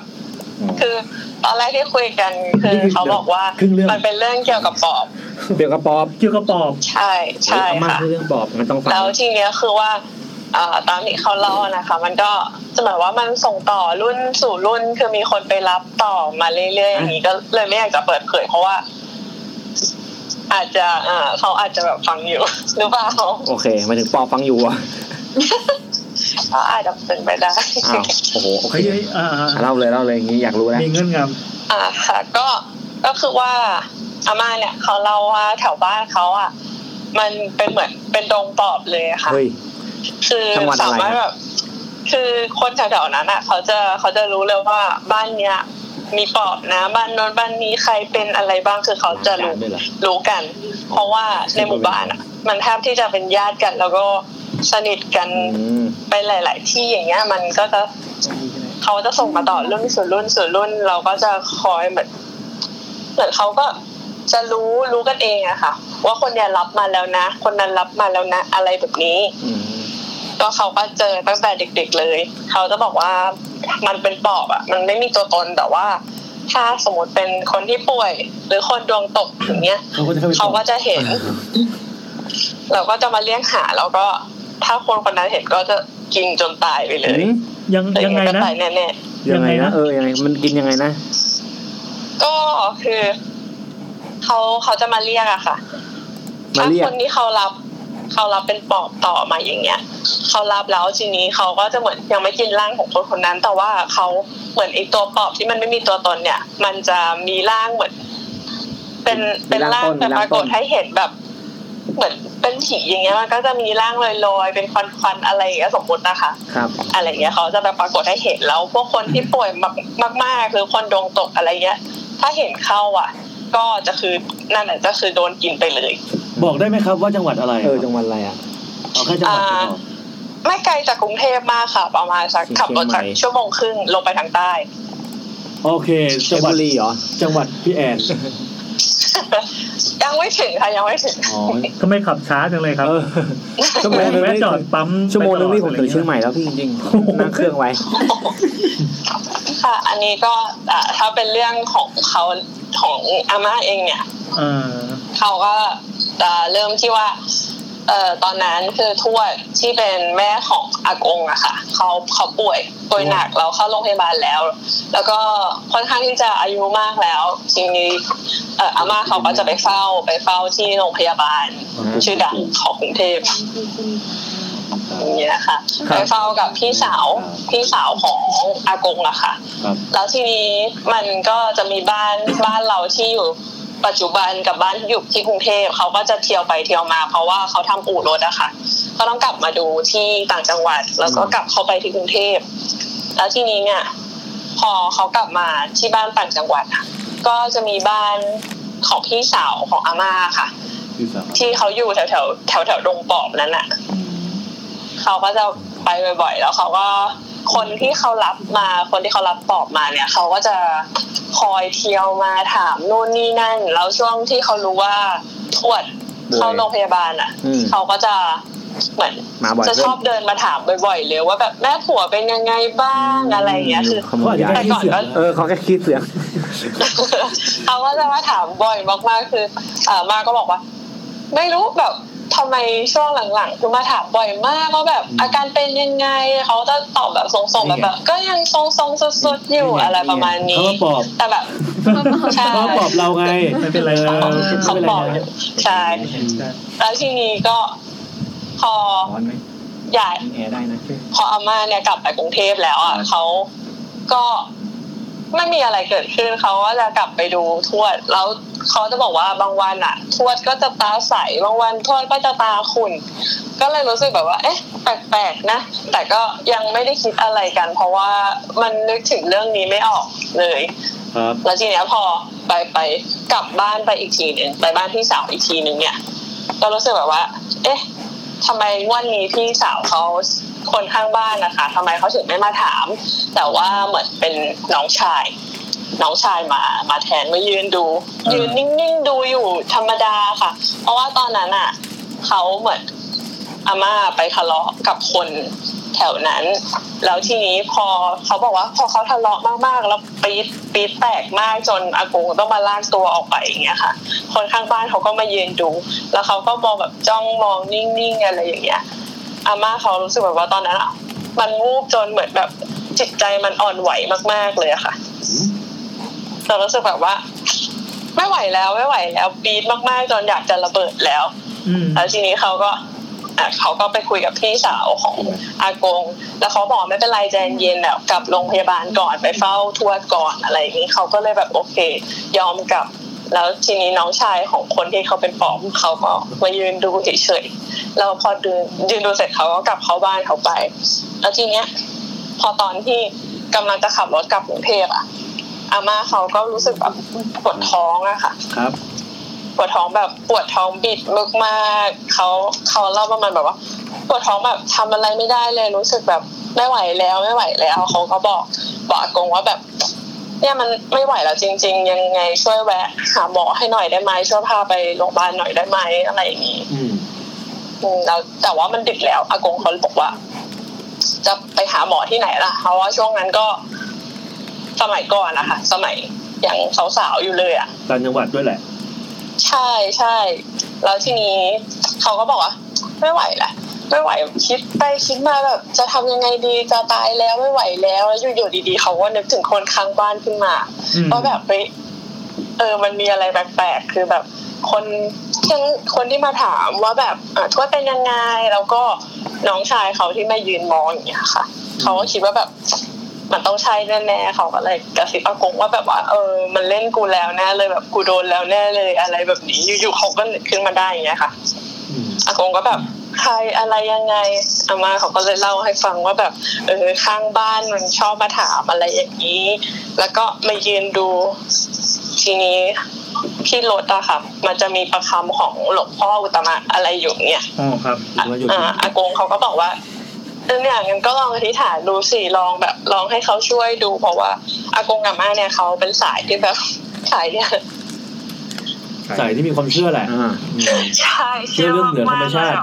Speaker 11: คือตอนแรกที่คุยกันคือเขาบอกว่า
Speaker 4: ครึ่งเรื่อง
Speaker 11: มันเป็นเรื่องเกี่ยวกับปอบ
Speaker 4: เดี๋ยวกระปอบ
Speaker 2: เกี่ยวกับปอบ
Speaker 11: ใช่ใช่
Speaker 4: อาม่า
Speaker 11: ค่ะ
Speaker 4: ชื่อเรื่องปอบมันต้องฟัง
Speaker 11: แล้วทีเนี้ยคือว่าอ่าตามที่เขาเล่านะคะ มันก็จะหมายว่ามันส่งต่อรุ่นสู่รุ่นคือมีคนไปรับต่อมาเรื่อยๆอย่างนี้ก็เลยไม่อยากจะเปิดเผยเพราะว่า อาจจะอ่าเขาอาจจะแบบฟังอยู่ หรือเปล่า
Speaker 4: โอเคหมายถึงปอบฟังอยู่อ่ะ
Speaker 11: ก็อาจจะเป็นไปได้
Speaker 4: อ้าวโอ้โหโอเค
Speaker 2: เฮ้ยเฮ้ยอ่าอ่า
Speaker 4: เล่าเลยเล่าเลยอย่างนี้อยากรู้แล้ว
Speaker 2: มีเงื่อนง
Speaker 11: อ่าค่ะก็ก็คือว่าอาม่าเนี่ยเขาเล่าว่าแถวบ้านเขาอ่ะมันเป็นเหมือนเป็นดงปอบเลยอะค่ะ
Speaker 4: เฮ้ย
Speaker 11: คือ
Speaker 4: จังหวัดอะไร
Speaker 11: สามารถแบบคือคนแถวๆนั้นอ่ะเขาจะเขาจะรู้เลยว่าบ้านเนี้ย มีปอบนะ บ้านโน้นบ้านนี้ใครเป็นอะไรบ้างคือเขาจะรู้
Speaker 3: ด้วยเหรอ
Speaker 11: รู้กัน เพราะว่าในหมู่บ้านอ่ะ มันแทบที่จะเป็นญาติกัน แล้วก็สนิทกัน ไปหลาย ๆ ที่อย่างเงี้ยมันก็จะเขาจะส่งมาต่อรุ่นสู่รุ่นสู่รุ่น เราก็จะคอยเหมือนเหมือนเขาก็จะรู้รู้กันเองอะค่ะ ว่าคนเนี้ยรับมาแล้วนะ คนนั้นรับมาแล้วนะอะไรแบบนี้ ก็เขาก็เจอตั้งแต่เด็ก ๆ เลย เขาจะบอกว่ามันเป็นปอบอะมันไม่มีตัวตนแต่ว่า ถ้าสมมติเป็นคนที่ป่วย หรือคนดวงตกอย่างเงี้ย
Speaker 3: เขาก็จะเข้าไป
Speaker 11: เขาก็จะเห็น เราก็จะมาเลี้ยงหา แล้วก็ถ้าคนคนนั้นเห็นก็จะกินจนตายไปเลย
Speaker 2: ยัง
Speaker 11: แต่
Speaker 2: ยังไง
Speaker 11: ก็
Speaker 2: นะ
Speaker 11: ตายแน่
Speaker 2: ยังไงนะ
Speaker 4: เออยังไงมันกินยังไงนะ
Speaker 11: ๆก็คือเขาเขาจะมาเรียกอะค่ะ
Speaker 4: มา
Speaker 11: ถ้า
Speaker 4: เรีย
Speaker 11: ค
Speaker 4: ก
Speaker 11: นที่เขารับเขารับเป็นปอบต่อมาอย่างเงี้ยเขารับแล้วทีนี้เขาก็จะเหมือนยังไม่กินร่างของคนคนนั้น แต่ว่าเขาเหมือนไอ้ตัวปอบที่มันไม่มีตัวตนเนี่ย มันจะมีร่างเหมือน เป็นเป็นร่างแต่ปรากฏให้เห็นแบบ เหมือนเป็นผีอย่างเงี้ยมันก็จะมีร่างลอยๆเป็นควันๆอะไรอย่างเงี้ยสมมตินะคะ
Speaker 4: ครับ
Speaker 11: อะไรเงี้ยเขาจะแบบปรากฏให้เห็นแล้ว พวกคนที่ป่วยมากมากๆหรือคนดวงตกอะไรเงี้ย ถ้าเห็นเข้าอ่ะ ก็จะคือนั่นแหละก็คือโดนกินไปเลย
Speaker 3: บอกได้ไหมครับว่าจังหวัดอะไร
Speaker 4: เออจังหวัดอะไรอ่ะ
Speaker 3: เอาแค่จังหวัดก็พอ
Speaker 11: ไม่ไกลจากกรุงเทพมากค่ะ ประมาณสัก
Speaker 4: ที่เชียง
Speaker 11: ขับรถสัก
Speaker 4: ใหม่
Speaker 11: ชั่วโมงครึ่งลงไปทางใต้ [laughs]
Speaker 3: โอเค
Speaker 4: เพ
Speaker 3: จัง
Speaker 4: ชร
Speaker 3: หวัด
Speaker 4: บุรีเหรอ
Speaker 3: จังหวัดพี่แอน
Speaker 11: ยังไม่ถึงค่ะยังไม่ถึง [laughs]
Speaker 3: อ๋อ
Speaker 2: ทำไมขับช้าจังเลยครับ
Speaker 4: เออชั่วโมงนึง
Speaker 2: แวะ
Speaker 4: นี่
Speaker 2: จอดปั๊ม
Speaker 4: ชั่วโมงนึงนี่ผมถึงเชียง
Speaker 2: ใหม่
Speaker 4: ใหม่แล้วพี่จริงๆนั่งเครื่องไว้
Speaker 11: ค่ะ อันนี้ก็อ่าถ้าเป็นเรื่องของเขาของอาม่าเองเนี่ย เขาก็จะเริ่มที่ว่า เอ่อตอนนั้นคือทวดที่เป็นแม่ของอากงอะค่ะเขาเขาป่วยป่วยหนักเราเข้าโรงพยาบาลแล้ว แล้วก็ค่อนข้างที่จะอายุมากแล้ว ทีนี้เอ่ออาม่าเขาก็จะไปเฝ้าไปเฝ้าที่โรงพยาบาล ชื่อดังของกรุงเทพอย่างเงี้ยค่ะ
Speaker 2: ครับ
Speaker 11: ไปเฝ้ากับพี่สาวพี่สาวของอากงอะค่ะ
Speaker 3: ครับ
Speaker 11: แล้วทีนี้มันก็จะมีบ้าน บ้านเราที่อยู่ปัจจุบันกับบ้านที่อยู่ที่กรุงเทพเขาก็จะเที่ยวไปเที่ยวมา เพราะว่าเขาทำอู่รถอะค่ะก็ต้องกลับมาดูที่ต่างจังหวัด แล้วก็กลับเข้าไปที่กรุงเทพแล้วทีนี้เนี่ยพอเขากลับมาที่บ้านต่างจังหวัดอะก็จะมีบ้านของพี่สาวของอาม่าค่ะ
Speaker 3: พี่สาว
Speaker 11: ที่เขาอยู่แถวแถวแถวแถวๆดงปอบนั้นอะ เขาก็จะไปบ่อยๆ แล้วเขาก็คนที่เขารับมา คนที่เขารับตอบมาเนี่ย เขาก็จะคอยเที่ยวมาถามนู่นนี่นั่น แล้วช่วงที่เขารู้ว่าทวดเข้าโรงพยาบาลอ่ะ
Speaker 4: อืม
Speaker 11: เขาก็จะเหมือน
Speaker 4: มาบ่อย
Speaker 11: จะชอบเดินมาถามบ่อยๆเลยว่าแบบแม่ผัวเป็นยังไงบ้างอะไรอย่างเงี้ยคือ
Speaker 4: ขโมยยา
Speaker 11: แต่ก่อนก็
Speaker 4: เออเขาแค่คิดเสียง
Speaker 11: เขาก็จะมาถามบ่อยมากๆคือเอ่อมาก็บอกว่า ไม่รู้แบบทำไมช่วงหลังๆคือมาถามบ่อยมากว่าแบบ อาการเป็นยังไงเขาจะตอบแบบทรงๆแบบแบบก็ยังทรงๆสุดๆอยู่อะไรประมาณ
Speaker 3: เขา
Speaker 11: นี้
Speaker 3: ว่าปอบ
Speaker 11: แต่แบบใช่
Speaker 3: เขาว่าปอบเราไง
Speaker 2: ไม่เป็นไรนะ
Speaker 11: เขาบอกอยู่ใช่แล้วทีนี้ก็พอใหญ่
Speaker 4: แอร์ได้นะ
Speaker 11: พออาม่าเนี่ยกลับไปกรุงเทพแล้วอ่ะเขาก็ไม่มีอะไรเกิดขึ้นเขาก็จะกลับไปดูทวด แล้วเขาจะบอกว่าบางวันอ่ะ ทวดก็จะตาใสบางวันทวดก็จะตาขุ่นก็เลยรู้สึกแบบว่า เอ๊ะ แปลกๆนะ แต่ก็ยังไม่ได้คิดอะไรกัน เพราะว่ามันนึกถึงเรื่องนี้ไม่ออกเลย
Speaker 3: ครับ
Speaker 11: แล้วทีเนี้ยพอไปไปกลับบ้านไปอีกทีหนึ่งไปบ้านพี่สาวอีกทีหนึ่งเนี่ยก็รู้สึกแบบว่า เอ๊ะทำไมงวันนี้พี่สาวเขาคนข้างบ้านนะคะทำไมเขาถึงไม่มาถาม แต่ว่าเหมือนเป็นน้องชาย น้องชายมามาแทนมายืนดู ยืนนิ่งๆดูอยู่ธรรมดาค่ะ เพราะว่าตอนนั้นอ่ะเขาเหมือนอาม่าไปทะเลาะกับคนแถวนั้น แล้วทีนี้พอเขาบอกว่าพอเขาทะเลาะมากๆ แล้วปี๊ดปี๊ดแตกมากจนอากงต้องมาลากตัวออกไปอย่างเงี้ยค่ะ คนข้างบ้านเขาก็มายืนดู แล้วเขาก็มองแบบจ้องมองนิ่งๆอะไรอย่างเงี้ยอาม่าเขารู้สึกแบบว่าตอนนั้นอะมันวูบจนเหมือนแบบจิตใจมันอ่อนไหวมากๆเลยอะค่ะเรารู้สึกแบบว่า ไม่ไหวแล้วไม่ไหวแล้วปี๊ดมากๆ จนอยากจะระเบิดแล้ว
Speaker 2: อืม
Speaker 11: แล้วทีนี้เขาก็อ่ะเขาก็ไปคุยกับพี่สาวของอากง แล้วเขาบอกไม่เป็นไรใจเย็นๆแบบกลับโรงพยาบาลก่อนไปเฝ้าทวดก่อนอะไรอย่างนี้เขาก็เลยแบบโอเค ยอมกลับ แล้วทีนี้น้องชายของคนที่เขาเป็นปอบเขาก็มายืนดูเฉยๆแล้วพอดูยืนดูเสร็จเขาก็กลับเข้าบ้านเขาไป แล้วทีเนี้ย พอตอนที่กำลังจะขับรถกลับกรุงเทพอะ อาม่าเขาก็รู้สึกแบบปวดท้องอะค่ะ
Speaker 3: ครับ
Speaker 11: ปวดท้องแบบปวดท้องบิดมากๆเขาเขาเล่าประมาณแบบว่า ปวดท้องแบบทำอะไรไม่ได้เลยรู้สึกแบบไม่ไหวแล้วไม่ไหวแล้วเขาก็บอกบอกอากงว่าแบบ เนี่ยมันไม่ไหวแล้วจริง ๆ ยังไงช่วยแวะ หาหมอให้หน่อยได้ไหมช่วยพาไปโรงพยาบาลหน่อยได้ไหมอะไรอย่างนี้
Speaker 3: อืม
Speaker 11: อืมแล้วแต่ว่ามันดึกแล้วอากงเขาบอกว่า จะไปหาหมอที่ไหนล่ะเพราะว่าช่วงนั้นก็สมัยก่อนนะคะสมัยยังสาวๆอยู่เลยอะ
Speaker 3: ต่างจังหวัดด้วยแหละ
Speaker 11: ใช่ใช่แล้วทีนี้เขาก็บอกว่าไม่ไหวแหละไม่ไหวคิดไปคิดมาแบบ จะทำยังไงดีจะตายแล้วไม่ไหวแล้วแล้วอยู่ๆดีๆเขาก็นึกถึงคนข้างบ้านขึ้นมา
Speaker 2: อืม
Speaker 11: ว่าแบบเฮ้ยเออมันมีอะไรแปลกๆคือแบบ คนคนคนที่มาถามว่าแบบอ่ะทวดเป็นยังไงแล้วก็น้องชายเขาที่มายืนมองอย่างเงี้ยค่ะเขาก็คิดว่าแบบ มันต้องใช่แน่ๆเขาก็เลยกระซิบอากงว่าแบบว่าเออ มันเล่นกูแล้วแน่เลยแบบกูโดนแล้วแน่เลยอะไรแบบนี้อยู่ๆเขาก็ขึ้นมาได้อย่างเงี้ยค่ะอากงก็แบบใครอะไรยังไงอามาเขาก็เลยเล่าให้ฟังว่าแบบ เออข้างบ้านมันชอบมาถามอะไรอย่างนี้ แล้วก็มายืนดูทีนี้ที่รถอะค่ะ มันจะมีประคำของหลวงพ่ออุตตมะอะไรอยู่เนี่ย
Speaker 2: อ๋อครับ
Speaker 11: อ่ะอ่าอากงเขาก็บอกว่าเออเนี่ยงั้นก็ลองอธิษฐานดูสิลองแบบลองให้เขาช่วยดูเพราะว่าอากงกับม่าเนี่ยเขาเป็นสายที่แบบ สายเนี่ย
Speaker 3: สายที่มีความเชื่อแหละ
Speaker 5: อ่า
Speaker 11: ใช่
Speaker 3: เชื่อเรื่องเหนือธรรมชาติ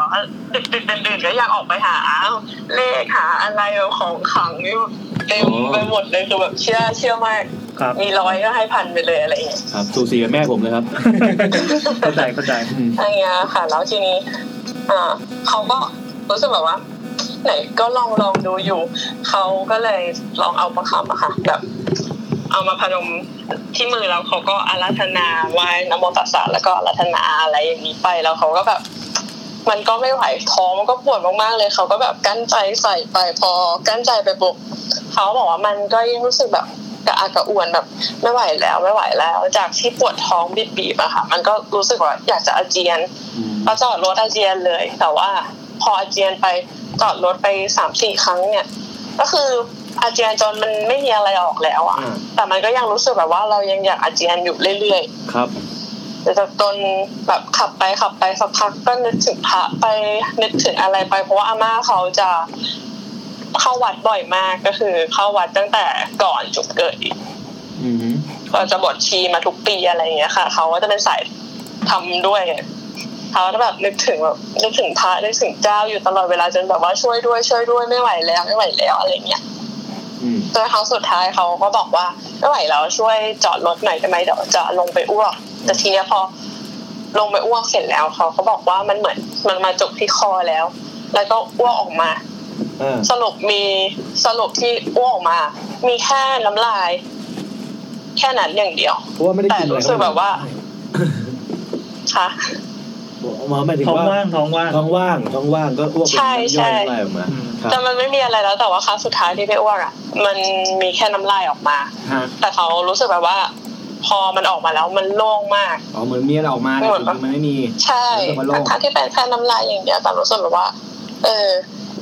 Speaker 11: ดึกดึกดื่นๆก็อยากออกไปหา เลขหาอะไรแบบของขลังนี่เต็มไปหมดเลยคือแบบเชื่อเชื่อมาก
Speaker 2: ครับ [laughs]
Speaker 11: มีร้อยก็ให้พันไปเลยอะไรอย่างเงี้ย
Speaker 3: ครับสูสีกับแม่ผมเลยครับ
Speaker 2: เข้าใจเข้าใจ
Speaker 3: อืม
Speaker 11: อะไรเงี้ยค่ะ แล้วทีนี้อ่าเขาก็รู้สึกแบบว่า ไหนก็ลองลองดูอยู่ เขาก็เลยลองเอาประคำอะค่ะ แบบ เอามาพนมที่มือแล้วเขาก็อาราธนาไหว้นะโมตัสสะแล้วก็อาราธนาอะไรอย่างนี้ไปแล้วเขาก็แบบ มันก็ไม่ไหวท้องมันก็ปวดมากๆเลยเขาก็แบบกั้นใจใส่ไปพอกั้นใจไปปุ๊บเขาบอกว่ามันก็ยิ่งรู้สึกแบบกระอักกระอ่วนแบบ ไม่ไหวแล้วไม่ไหวแล้ว จากที่ปวดท้องบีบๆอะค่ะ มันก็รู้สึกว่าอยากจะอาเจียนก็จอดรถอาเจียนเลย แต่ว่าพออาเจียนไปจอดรถไปสามสี่ครั้งเนี่ย ก็คืออาเจียนจนมันไม่มีอะไรออกแล้วอะ
Speaker 3: อ่า
Speaker 11: แต่มันก็ยังรู้สึกแบบว่าเรายังอยากอาเจียนอยู่เรื่อยๆ
Speaker 3: ครับ
Speaker 11: แต่จนแบบขับไปขับไปสักพักก็นึกถึงพระไปนึกถึงอะไรไปเพราะว่าอาม่าเขาจะเข้าวัดบ่อยมากก็คือ เข้าวัดตั้งแต่ก่อนจุดเกิดอีก
Speaker 3: อืม
Speaker 11: ก็จะบวชชีมาทุกปีอะไรอย่างเงี้ยค่ะ เขาก็จะเป็นสายทำด้วยเขาจะแบบนึกถึงแบบนึกถึงพระนึกถึงเจ้าอยู่ตลอดเวลาจนแบบว่าช่วยด้วยช่วยด้วยไม่ไหวแล้วไม่ไหวแล้วอะไรเงี้ย
Speaker 3: อืม
Speaker 11: จนครั้งสุดท้ายเขาก็บอกว่าไม่ไหวแล้วช่วยจอดรถหน่อยได้ไหมเดี๋ยวจะลงไปอ้วก แต่ทีเนี้ยพอลงไปอ้วกเสร็จแล้วเขาก็บอกว่ามันเหมือนมันมาจบที่คอแล้ว แล้วก็อ้วกออกมา
Speaker 3: อ่า
Speaker 11: สรุปมีสรุปที่อ้วกออกมา มีแค่น้ำลาย แค่นั้นอย่างเดียว
Speaker 5: เพราะว่าไม่ได้
Speaker 11: แต่
Speaker 5: กินอะไร
Speaker 11: รู้สึกแบบว่าค่ะ
Speaker 3: หมอหมายถึง
Speaker 2: ท้อง
Speaker 3: ว่า
Speaker 2: ว่างท้องว่าง
Speaker 3: ท้องว่างท้องว่างก็อ้วกเป็น
Speaker 11: ใช่ใช่
Speaker 3: ย่อยอะไรออกมา
Speaker 2: อืม
Speaker 3: ครับ
Speaker 11: แต่มันไม่มีอะไรแล้วแต่ว่าครั้งสุดท้ายที่ไปอ้วกอ่ะ มันมีแค่น้ำลายออกมา
Speaker 6: ฮะ
Speaker 11: แต่เขารู้สึกแบบว่า พอมันออกมาแล้วมันโล่งมาก
Speaker 6: อ๋อเหมือนมีอะไรออกมาแต่จริงๆมันไม่มี
Speaker 11: ใช่
Speaker 6: รู้สึกว่าโล่ง
Speaker 11: ทั้งที่เป็นแค่น้ำลายอย่างเดียวแต่รู้สึกแบบว่า เออ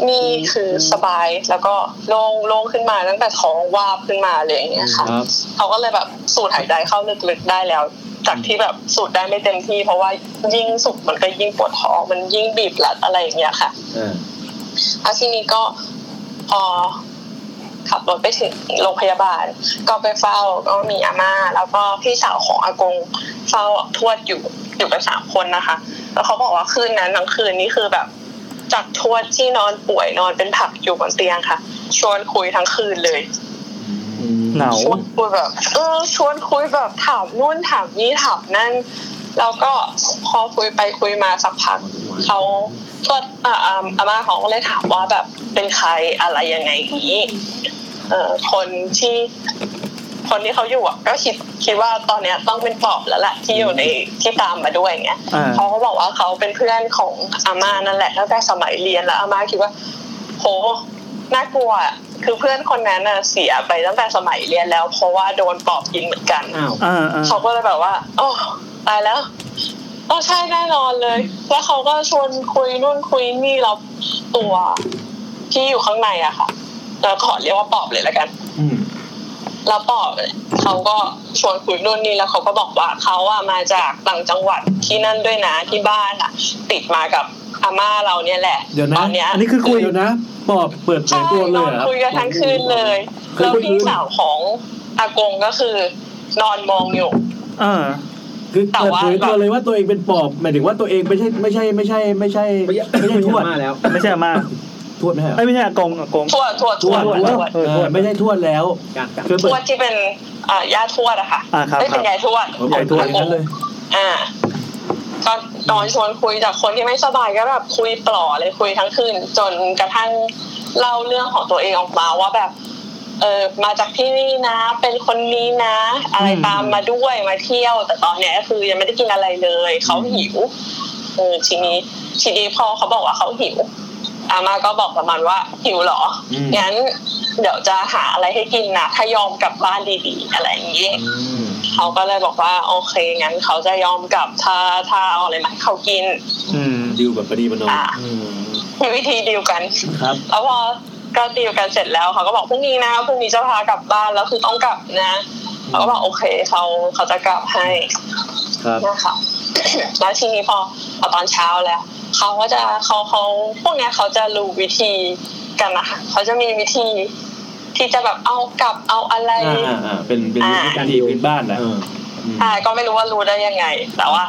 Speaker 11: นี่คือสบายแล้วก็โล่งโล่งขึ้นมาตั้งแต่ท้องวาบขึ้นมาเลยอย่างเงี้ยค่ะ
Speaker 3: ครับ
Speaker 11: เขาก็เลยแบบสูดหายใจเข้าลึกๆได้แล้ว จากที่แบบสูดได้ไม่เต็มที่ เพราะว่ายิ่งสุดมันก็ยิ่งปวดท้องมันยิ่งบีบรัดอะไรอย่างเงี้ยค่ะ
Speaker 3: อ่า
Speaker 11: อาทีนี้ก็พอขับรถไปถึงโรงพยาบาล ก็ไปเฝ้าก็มีอาม่า แล้วก็พี่สาวของอากงเฝ้าทวดอยู่อยู่กันสามคนนะคะ แล้วเขาบอกว่าคืนนั้นทั้งคืนนี่คือแบบ จากทวดที่นอนป่วยนอนเป็นผักอยู่บนเตียงค่ะ ชวนคุยทั้งคืนเลย
Speaker 2: เหงา
Speaker 11: ชวนคุยแบบเออชวนคุยแบบถามนู่นถามนี้ถามนั่นแล้วก็พอคุยไปคุยมาสักพักเขาก็อ่าอาอาม่าเขาก็เลยถามว่าแบบเป็นใครอะไรยังไงอย่างนี้เออคนที่ คนที่เขาอยู่อ่ะก็คิดคิดว่าตอนเนี้ยต้องเป็นปอบแล้วแหละที่อยู่ในที่ตามมาด้วยอย่างเงี้ย
Speaker 2: อ่า
Speaker 11: เขาก็บอกว่าเขาเป็นเพื่อนของอาม่านั่นแหละตั้งแต่สมัยเรียนแล้วอาม่าคิดว่า โหน่ากลัวอะคือเพื่อนคนนั้นน่ะเสียไปตั้งแต่สมัยเรียนแล้ว เพราะว่าโดนปอบกินเหมือนกัน
Speaker 6: อ้าว
Speaker 2: อ่าอ่า
Speaker 11: เขาก็เลยแบบว่าโอ้ตายแล้วต้องใช่แน่นอนเลย แล้วเขาก็ชวนคุยนู่นคุยนี่แล้วตัวที่อยู่ข้างในอะค่ะเราขอเรียกว่าปอบเลยละกัน
Speaker 3: อืม
Speaker 11: แล้วปอบเขาก็ชวนคุยนู่นนี่แล้วเขาก็บอกว่าเขาอะมาจากต่างจังหวัดที่นั่นด้วยนะที่บ้านอะติดมากับอาม่าเราเนี่ยแหละ
Speaker 3: เดี๋ยว
Speaker 11: ต
Speaker 3: นะ
Speaker 11: อนเนี้ย
Speaker 2: อันนี้คือคุย
Speaker 3: เดี๋ยวนะปอบเปิดเผ
Speaker 11: ใช่
Speaker 3: ยตัวนเลย
Speaker 11: อน
Speaker 3: เหรอครับ
Speaker 11: คุยกันทั้งคืนเลย
Speaker 3: เคย
Speaker 11: แล้ว
Speaker 3: คุย
Speaker 11: พี่
Speaker 3: คืน
Speaker 11: สาวของอากงก็คือนอนมองอยู่
Speaker 2: เออ
Speaker 3: คือ
Speaker 11: แต่
Speaker 3: เปิดเผ
Speaker 11: ว่า
Speaker 3: ยตัวเลยว่าตัวเองเป็นปอบหมายถึงว่าตัวเองไม่ใช่ไม่ใช่ไม่ใช่ไม่ใช่ไม่ใช่ไม่ใช่ทวด
Speaker 4: มาแล้ว
Speaker 2: ไม่ใช่อามา
Speaker 3: ทวดไม่ใช่เหรอ
Speaker 2: เอ้ยไม่ใช่อากงอากง
Speaker 11: ทั่วทั่วทั่วทั่วทั่ว
Speaker 2: เออ
Speaker 3: เอ
Speaker 2: ทวด
Speaker 3: อไม่ใช่ทวดแล้วคือเปิ
Speaker 11: ทั่ว
Speaker 3: ด
Speaker 11: ที่เป็นอ่าย่าทวดอะค่ะ
Speaker 2: อ่าครับ
Speaker 11: ไม่เป็
Speaker 2: ครั
Speaker 11: น
Speaker 2: บ
Speaker 11: ยายทวด
Speaker 3: ผมใหญ่ทวดอย่างนั้นเลย
Speaker 11: อ่าก็นอนชวนคุยจากคนที่ไม่สบายก็แบบคุยปลอเลยคุยทั้งคืนจนกระทั่งเล่าเรื่องของตัวเองออกมาว่าแบบ เออมาจากที่นี่นะ เป็นคนนี้นะ อะไร
Speaker 2: อืม
Speaker 11: ตามมาด้วยมาเที่ยว แต่ตอนเนี้ยก็คือยังไม่ได้กินอะไรเลย เขาหิวเออทีนี้ทีนี้พอเขาบอกว่าเขาหิว อามาก็บอกประมาณว่าหิวเหรออ
Speaker 3: ม
Speaker 11: งั้นเดี๋ยวจะหาอะไรให้กินนะถ้ายอมกลับบ้านดีๆ อะไรอย่างนี้ เขาก็เลยบอกว่าโอเคงั้นเขาจะยอมกลับถ้าถ้าเอาอะไรมาให้เขากิน
Speaker 2: อืม
Speaker 3: ดิวแบบประดีประนอม
Speaker 11: อ่ามีวิธีดีลกัน
Speaker 3: ครับ
Speaker 11: แล้วพอก็ดีลกันเสร็จแล้วเขาก็บอกพรุ่งนี้นะพรุ่งนี้จะพากลับบ้านแล้วคือต้องกลับนะเขาก็บอกโอเคเขาเขาจะกลับให้
Speaker 3: ครับ
Speaker 11: นะคะ แล้วทีนี้พอพอตอนเช้าแล้วเขาก็จะเขาเขาพวกเนี้ยเขาจะรู้วิธีกันนะคะเขาจะมีวิธี ที่จะแบบเอากลับเอาอะไร
Speaker 3: อ่าอ่าอ่าเป็นเป็น
Speaker 11: อ่า
Speaker 3: การดีพื้นบ้านนะ
Speaker 11: ใช่ก็ไม่รู้ว่ารู้ได้ยังไง แต่ว่า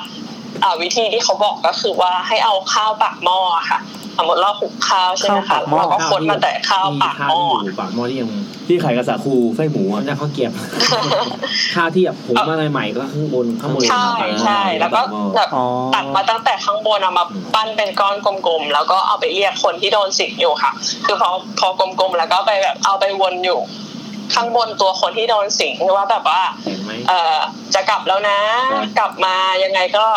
Speaker 11: อ่าวิธีที่เขาบอกก็คือว่าให้เอาข้าวปากหม้อค่ะสมมติเราหุงข้าวใช่ไหม
Speaker 4: ข้า
Speaker 11: คะ
Speaker 4: วปากหม้อ
Speaker 11: เราก็คนมาแต่ข้าวปากหม้อ
Speaker 4: มีข้าวที่ยู่ปากหม้อที่ยัง
Speaker 3: ที่ขายกระสาคูไส้หมู
Speaker 4: หัว
Speaker 3: อะ
Speaker 4: หน้าข้าวเกรียบ [laughs] ข้าวที่แบบผมมาใหม่ๆก็ข้างบนข้างบน
Speaker 11: ใช่ใช่แล้วก็แบบ
Speaker 2: อ๋อ
Speaker 11: ตัดมาตั้งแต่ข้างบนเอามาปั้นเป็นก้อนกลมๆแล้วก็เอาไปเรียกคนที่โดนสิงอยู่ค่ะ คือพอพอกลมๆแล้วก็ไปแบบเอาไปวนอยู่ ข้างบนตัวคนที่โดนสิงว่าแบบว่า
Speaker 4: เห็นไหม
Speaker 11: เอ่อจะกลับแล้วนะ กลับมายังไงก็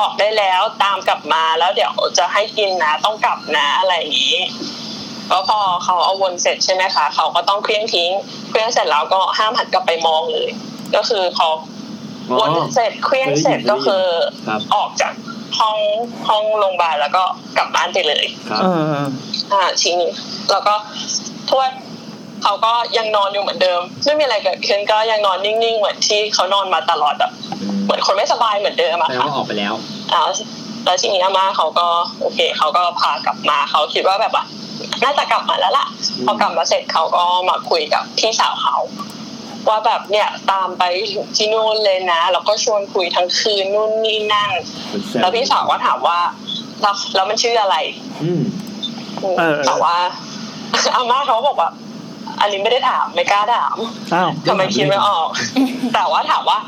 Speaker 11: ออกได้แล้วตามกลับมาแล้วเดี๋ยวจะให้กินนะ ต้องกลับนะอะไรอย่างนี้ก็พอเขาเอาวนเสร็จใช่ไหมคะเขาก็ต้องเคลี้ยงทิ้งเคลี้ยงเสร็จแล้วก็ห้ามหันกลับไปมองเลย ก็คือเขา
Speaker 3: อ๋อ
Speaker 11: วนเสร็จเคลี้ยงเสร็จก็คือ
Speaker 3: ครับ
Speaker 11: ออกจากห้องห้องโรงพยาบาลแล้วก็กลับบ้านไปเลย
Speaker 3: ครับ
Speaker 2: เออ
Speaker 11: อ่าทีนี้แล้วก็ทวดเขาก็ยังนอนอยู่เหมือนเดิม ไม่มีอะไรเกิดขึ้นก็ยังนอนนิ่งๆเหมือนที่เขานอนมาตลอดแบบเหมือนคนไม่สบายเหมือนเดิมอะ
Speaker 4: แต่
Speaker 11: ค่ะ
Speaker 4: ว่าออกไปแล้ว
Speaker 11: อ่าแล้วทีนี้อาม่าเขาก็โอเคเขาก็พากลับมาเขาคิดว่าแบบว่าน่าจะกลับมาแล้วล่ะพอกลับมาเสร็จเขาก็มาคุยกับพี่สาวเขาว่าแบบเนี่ยตามไปถึงที่นู่นเลยนะแล้วก็ชวนคุยทั้งคืนนู่นนี่นั่น
Speaker 3: ซ่บ
Speaker 11: แล้วพี่สาวก็ถามว่าแล้วแล้วมันชื่ออะไร
Speaker 3: อืม
Speaker 2: เออเออ
Speaker 11: แต่ว่า [laughs] อาม่าเขาบอกว่า อันนี้ไม่ได้ถามไม่กล้าถาม
Speaker 2: อ้าว
Speaker 11: ทำไมคิดไม่ออก แต่ว่าถามว่า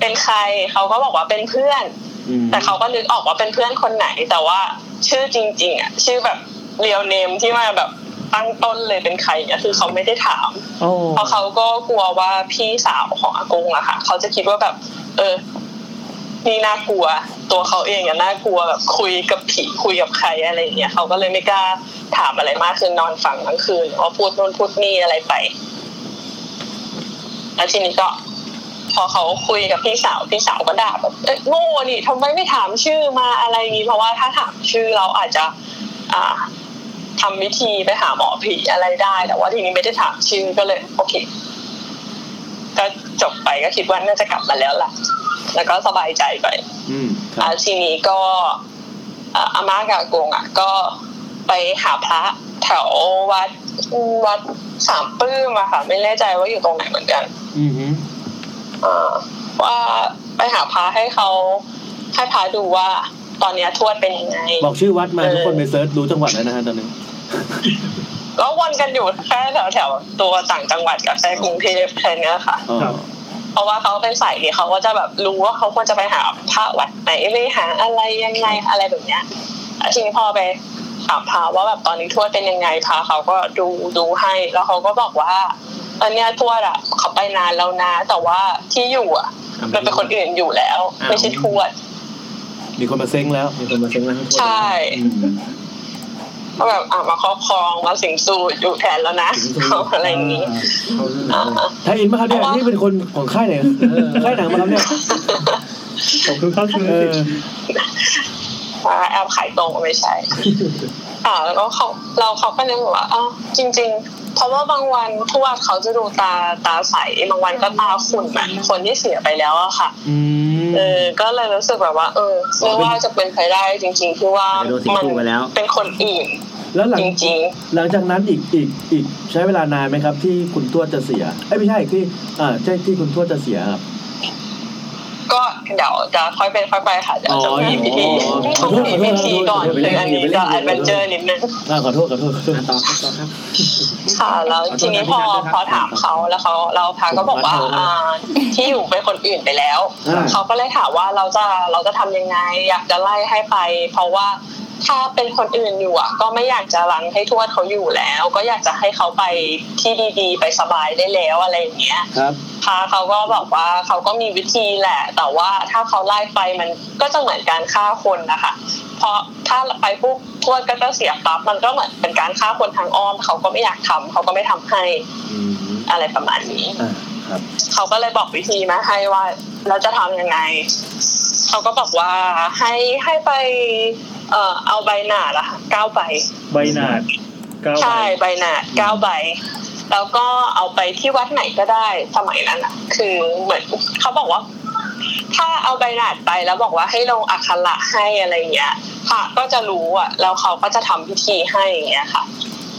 Speaker 11: เป็นใครเขาก็บอกว่าเป็นเพื่อน
Speaker 3: อืม
Speaker 11: แต่เขาก็นึกออกว่าเป็นเพื่อนคนไหน แต่ว่าชื่อจริง ๆ อ่ะ ชื่อแบบเรียวเนมที่มาแบบตั้งต้นเลยเป็นใครเนี่ยคือเขาไม่ได้ถาม
Speaker 2: โอ้
Speaker 11: เพราะเขาก็กลัวว่าพี่สาวของอากงอะค่ะ เขาจะคิดว่าแบบ เออ นี่น่ากลัว ตัวเขาเองอะน่ากลัวแบบคุยกับผีคุยกับใครอะไรอย่างเงี้ยเขาก็เลยไม่กล้าถามอะไรมากคือนอนฟังทั้งคืนหรือว่าพูดนู่นพูดนี่อะไรไป แล้วทีนี้ก็ พอเขาคุยกับพี่สาวพี่สาวก็ด่าแบบเอ้ยโง่นี่ทำไมไม่ถามชื่อมาอะไรอย่างงี้เพราะว่าถ้าถามชื่อเราอาจจะ อ่า ทำวิธีไปหาหมอผีอะไรได้ แต่ว่าทีนี้ไม่ได้ถามชื่อก็เลย โอเค ก็จบไปก็คิดว่าน่าจะกลับมาแล้วล่ะ แล้วก็สบายใจไป
Speaker 3: อืมค
Speaker 11: อ่า
Speaker 3: รับ
Speaker 11: ทีนี้ก็อ่าอาม่ากับอากงอ่ะ ก็ไปหาพระแถววัดวัดสามปลื้มอะค่ะ ไม่แน่ใจว่าอยู่ตรงไหนเหมือนกัน
Speaker 3: อืมฮึ
Speaker 11: เอ่อว่าไปหาพระให้เขาให้พระดูว่าตอนเนี้ยทวดเป็นยังไง
Speaker 3: บอกชื่อวัดมาทุกคนไปเซิร์ชดูจังหวัดแล้วนะฮะตอนนี้
Speaker 11: ก็วนกันอยู่แค่แถวแถวๆตัวต่างจังหวัดกับแค่กรุงเทพแค่เนี้ยค่ะ
Speaker 3: อ๋อ
Speaker 11: เพราะว่าเขาเป็นสายที่เขาก็จะแบบรู้ว่าเขาควรจะไปหาพระวัดไหนไปหาอะไรยังไงอะไรแบบเนี้ยแล้วทีนี้พอไปถามพระว่าแบบตอนนี้ทวดเป็นยังไงพระเขาก็ดูดูให้ แล้วเขาก็บอกว่าตอนเนี้ยทวดอ่ะเขาไปนานแล้วนะ แต่ว่าที่อยู่อ่ะ มันเป็นคนอื่นอยู่แล้ว ไม่ใช่ทวด
Speaker 3: มีคนมาเซ้งแล้ว
Speaker 4: มีคนมาเซ็งแล้ว
Speaker 11: ใช่
Speaker 3: อืม
Speaker 11: ก็แบบอ่ะมาครอบครองมาสิงสู่อยู่แทนแล้วนะอะไรอย่างนี้
Speaker 4: เขาเรื่อง
Speaker 11: อ่า
Speaker 3: ไทยอินมาครับเนี่ยนี่เป็นคนของค่ายไหนนะค่ายหนังมาแล้วเนี่ย
Speaker 2: ผมคือเข้าชื่อ
Speaker 3: เออ
Speaker 11: อ่าแอปขายตรงไม่ใช่ ค่ะ แล้วเขาเราเขาก็เลยบอกว่าอ๋อจริง ๆ เพราะว่าบางวันทวดเขาจะดูตาตาใสบางวันก็ตาขุ่นอะคนที่เสียไปแล้วอะค่ะ
Speaker 6: อืม
Speaker 11: เออ ก็เลยรู้สึกแบบว่า เออไม่ว่าจะเป็นใครได้จริง ๆ ที่ว่า
Speaker 4: ไปโดนสิง
Speaker 11: มั
Speaker 4: คู่ไปแล้ว
Speaker 11: เป็นคนอื่น
Speaker 3: แล้วหลัง
Speaker 11: จริง
Speaker 3: หลังจากนั้นอีกอีกอีกใช้เวลานานไหมครับ ที่คุณทวดจะเสียเอ้ยไม่ใช่ที่อ่าใช่ที่คุณทวดจะเสียครับ
Speaker 11: ๆ ก็เดี๋ยวจะค่อยเป็นค่อยไปค่ะเดี๋ยวจะมีพิธี
Speaker 3: อ๋อขอ
Speaker 11: ต้อง
Speaker 3: โทษ
Speaker 11: มี
Speaker 3: ขอโทษ
Speaker 11: พิธี [laughs] ก่อน
Speaker 3: ขอโทษ
Speaker 11: ซึ่งอันนี้จะแอดเวนเจอร์นิดนึง
Speaker 3: อ่าขอโทษขอโทษขอโทษ
Speaker 4: ต่อครับต่อครับ
Speaker 11: ค่ะแล้วทีนี้พอพอถามเขาแล้วเขาเราพาก็บอก [laughs] ว่าอ่าที่อยู่เป็นคนอื่นไปแล้ว
Speaker 3: อ่า
Speaker 11: เขาก็เลยถามว่าเราจะเราจะทำยังไง อยากจะไล่ให้ไป เพราะว่าถ้าเป็นคนอื่นอยู่อ่ะ ก็ไม่อยากจะรังให้ทวดเขาอยู่แล้ว ก็อยากจะให้เขาไปที่ดีๆ ไปสบายได้แล้วอะไรอย่างเงี้ย
Speaker 6: ครับ
Speaker 11: ค่ะเขาก็บอกว่าเขาก็มีวิธีแหละ แต่ว่าถ้าเขาไล่ไปมันก็จะเหมือนการฆ่าคนนะคะเพราะถ้าไปปุ๊บทวดก็จะเสียปั๊บมันก็เหมือนเป็นการฆ่าคนทางอ้อม เขาก็ไม่อยากทำเขาก็ไม่ทำให้อะไรประมาณนี้
Speaker 3: อ่าครับ
Speaker 11: เขาก็เลยบอกวิธีมาให้ว่าเราจะทำยังไง เขาก็บอกว่าให้ให้ไปเอ่อเอาใบหนาดอะค่ะเก้าใบ
Speaker 2: ใบหนาดก้าว
Speaker 11: ใช่ใบหนาดเก้าใบ แล้วก็เอาไปที่วัดไหนก็ได้สมัยนั้นอ่ะ คือเหมือนเขาบอกว่า ถ้าเอาใบหนาดไปแล้วบอกว่าให้ลงอักขระให้อะไรอย่างเงี้ยค่ะก็จะรู้อ่ะ แล้วเขาก็จะทำพิธีให้อย่างเงี้ยค่ะ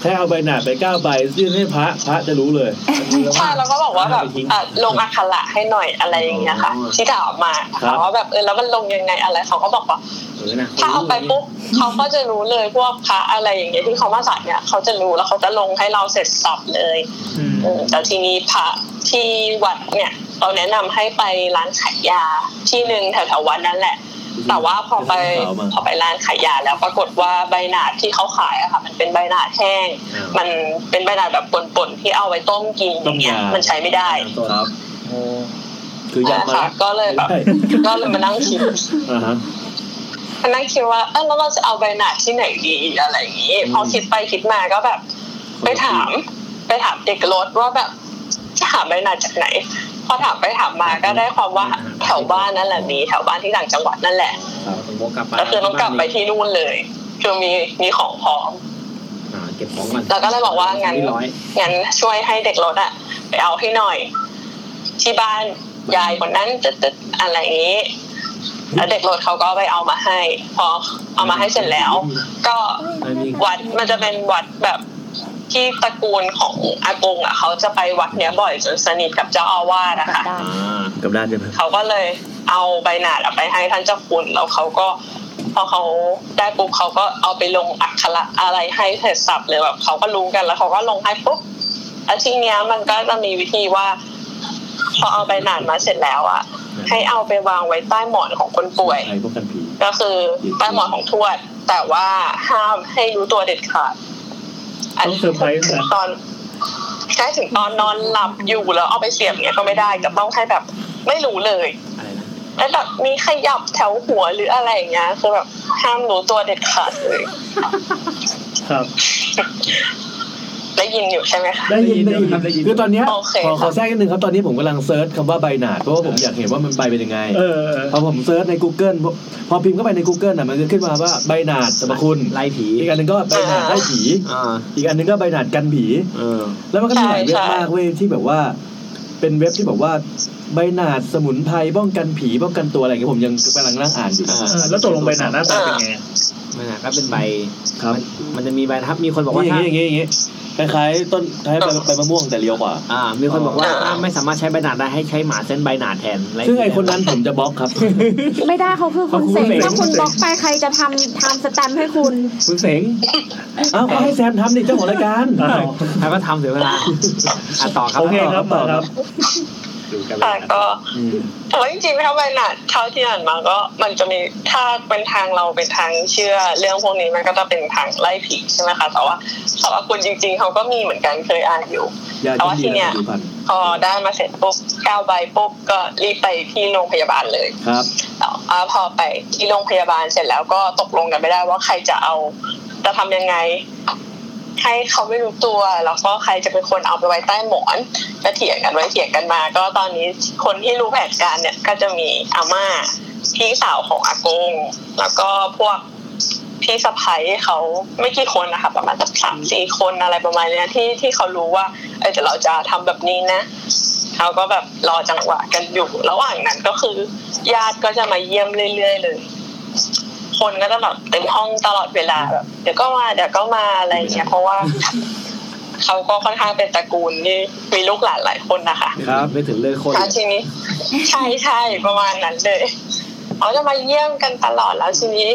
Speaker 3: แค่เอาใบหนาดไปเก้าใบยื่นให้พระพระจะรู้เลย
Speaker 11: ใช่แล้วก็บอกว่าแบบอ่ะลงอักขระให้หน่อยอะไรอย่างเงี้ยค่ะ ที่ถามมา
Speaker 3: ครั
Speaker 11: ถา
Speaker 3: บ
Speaker 11: มว่าแบบเออแล้วมันลงยังไงอะไรเขาก็บอกว่า
Speaker 4: เออนะ
Speaker 11: ถ้าเอาไปปุ๊บเขาก็จะรู้เลยพวกพระอะไรอย่างเงี้ยที่เขามาสัตว์เนี่ยเขาจะรู้แล้วเขาจะลงให้เราเสร็จสับเลย
Speaker 2: อืม
Speaker 11: เออแต่ทีนี้พระที่วัดเนี่ย เราแนะนำให้ไปร้านขายยาที่หนึ่งแถวๆวัดนั่นแหละ แต่ว่าพอไปพอไปร้านขายยาแล้วปรากฏว่าใบหนาดที่เขาขายอะค่ะ มันเป็นใบหนาดแห้ง มันเป็นใบหนาดแบบป่นๆที่เอาไว้ต้มกินอย่างเงี้ย
Speaker 3: ต้มยามั
Speaker 11: มันใช้ไม่ได้
Speaker 3: ครับคือยามา
Speaker 11: ค่ะ
Speaker 3: ละ
Speaker 11: ก็เลยแบบก็เลยมานั่งคิด
Speaker 3: อ่าฮะ
Speaker 11: มานั่งคิดว่าเอ้าแล้วเราจะเอาใบหนาดที่ไหนดีอะไรอย่างนี้ พอคิดไปคิดมาก็แบบ ไปถาม ไปถามเด็กรถว่าแบบจะหาใบหนาดจากไหน พอถามไปถามมาก็ได้ความว่าแถวบ้านนั่นแหละมีแถวบ้านที่ต่างจังหวัดนั่นแหละ
Speaker 4: ผมวกกลับไป
Speaker 11: ก็คือต้องกลับไปที่นู่นเลยคือมีมีของพร้อม
Speaker 4: อ่าเก็บของมัน
Speaker 11: แล้วก็เลยบอกว่างั้น
Speaker 4: ไม่ร้อย
Speaker 11: งั้นช่วยให้เด็กรถอะไปเอาให้หน่อย ที่บ้านยายคนนั้นตึ๊ดตึ๊ดอะไรอย่างนี้ แล้วเด็กรถเขาก็ไปเอามาให้ พอเอามาให้เสร็จแล้ว ก็
Speaker 4: ไม่มี
Speaker 11: วัดมันจะเป็นวัดแบบที่ตระกูลของอากงอ่ะ เขาจะไปวัดเนี้ยบ่อยจนสนิทกับเจ้าอาวาสอะค่ะ
Speaker 7: ได้
Speaker 4: กับด้านใช่ไหม
Speaker 11: เขาก็เลยเอาใบหนาดอะไปให้ท่านเจ้าคุณแล้วเขาก็ พอเขาได้ปุ๊บเขาก็เอาไปลงอักขระอะไรให้เสร็จสับเลยแบบเขาก็รู้กันแล้วเขาก็ลงให้ปุ๊บแล้วทีเนี้ยมันก็จะมีวิธีว่า พอเอาใบหนาดมาเสร็จแล้วอะให้เอาไปวางไว้ใต้หมอนของคนป่วย
Speaker 3: ไอ้พวกกันผี
Speaker 11: ก็คือใต้หมอนของทวด แต่ว่าห้ามให้รู้ตัวเด็ดขาดอัน
Speaker 2: ต้องเซอร์ไพรส์นะ
Speaker 11: ตอนใกล้ถึงตอนนอนหลับอยู่แล้วเอาไปเสียบเนี้ยก็ไม่ได้จะต้องให้แบบ ไม่รู้เลย
Speaker 4: อะไรนะ
Speaker 11: แล้วแบบมีขยับแถวหัวหรืออะไรอย่างเงี้ยคือแบบห้ามรู้ตัวเด็ดขาดเลย
Speaker 2: ครับ
Speaker 11: ได้ยินอยู่ใช่ไหมคะ
Speaker 3: ได้ยินได้ยินคือตอนเนี้ย
Speaker 11: โอเค
Speaker 3: ขอ
Speaker 11: ค่ะ
Speaker 3: ขอแทรกนิดนึงครับตอนนี้ผมกำลังเซิร์ชคำว่าใบหนาดเพราะว่าผมอยากเห็นว่ามันใบเป็นยังไง
Speaker 2: เออ
Speaker 3: พอผมเซิร์ชใน Google พอพอพิมพ์เข้าไปใน Google น่ะมันจะขึ้นมาว่าใบหนาดสรรพคุณ
Speaker 4: ไล่ผี
Speaker 3: อีกอันหนึงก็ใบหนาดไล่ผี
Speaker 4: อ่า
Speaker 3: อีกอันหนึงก็ใบหนาดกันผี
Speaker 4: เออ
Speaker 3: แล้วมันก็มีหลายเว็บ
Speaker 11: ใช่ใช่
Speaker 3: มากเว้ยที่แบบว่า เป็นเว็บที่บอกว่าใบหนาดสมุนไพรป้องกันผีป้องกันตัวอะไรอย่างเงี้ยผมยังกำลังนั่งอ่านอยู่
Speaker 4: อ่า
Speaker 2: เออ แล้วตกลงใบหนาดหน้าตาเป็นไง
Speaker 4: ไม่น่ะก็เป็นใบ
Speaker 3: ครับ
Speaker 4: มันจะมีใบทับมีคนบอกว่า
Speaker 3: นี่อย่าง
Speaker 4: ถ้า
Speaker 3: งี้อย่างงี้อย่างงี้คล้ายๆต้นคล้ายๆใบใบมะม่วงแต่เลี้ยวกว่า
Speaker 4: อ่า มีคนบอกว่าถ้าไม่สามารถใช้ใบหนาดได้ให้ใช้หมาเส้นใบหนาดแทนล่
Speaker 3: ซึ่งไอคนนั้นผมจะบล็อกครับ
Speaker 1: ไม่ได้เขาคือคุณเสกถ้าคุณบล็อกไปใครจะทำทำสแตมป์ให้คุณ
Speaker 4: คุณเสง
Speaker 3: เอ้าวก็ให้แซมทำดิเจ้าของรายการ
Speaker 2: อ้าว
Speaker 4: แล้วก็ทำเสียเวลาอ่ะต่อครับ
Speaker 2: โอเคครับมาครับ
Speaker 4: ดูกันเล
Speaker 11: ค่ะ
Speaker 4: ย
Speaker 11: ก็แต่ว่าจริงๆถ้าใบหนาดเท่าที่อ่านมาก็มันจะมีถ้าเป็นทางเราเป็นทางเชื่อ เรื่องพวกนี้มันก็จะเป็นทางไล่ผีใช่ไหมคะแต่ว่าสรรพคุณจริง ๆเขาก็มีเหมือนกันเคยอ่านอยู่
Speaker 3: ยา
Speaker 11: แต่
Speaker 3: จะ
Speaker 11: ว่า
Speaker 3: ดี
Speaker 11: ทีเนี้ย
Speaker 3: นะดูพัน
Speaker 11: พอได้มาเสร็จปุ๊บเก้าใบปุ๊บก็รีบไปที่โรงพยาบาลเลย
Speaker 3: ครับ
Speaker 11: แล้วอาพอไปที่โรงพยาบาลเสร็จแล้วก็ตกลงกันไม่ได้ว่าใครจะเอาจะทำยังไง ให้เขาไม่รู้ตัว แล้วก็ใครจะเป็นคนเอาไปไว้ใต้หมอนก็เถียงกันไว้เถียงกันมา ก็ตอนนี้คนที่รู้แผนการเนี่ย ก็จะมีอาม่าพี่สาวของอากง แล้วก็พวก พี่สะพ้ยเขาไม่กี่คนนะคะประมาณสักสามสี่คนอะไรประมาณเนี้ยที่ที่เขารู้ว่าเออเดี๋ยวเราจะทำแบบนี้นะเขาก็แบบรอจังหวะกันอยู่ ระหว่างนั้นก็คือ ญาติก็จะมาเยี่ยมเรื่อยๆเลย คนก็จะแบบเต็มห้องตลอดเวลาแบบเดี๋ยวก็มาเดี๋ยวก็มาอะไรอย่างเงี้ยเพราะว่า เขาก็ค่อนข้างเป็นตระกูลที่มีลูกหลานหลายคนนะคะ
Speaker 4: ครับไปถึงเรื่องคน
Speaker 11: ค่ะทีนี้ ใช่ใช่ประมาณนั้นเลยเขาจะมาเยี่ยมกันตลอดแล้วทีนี้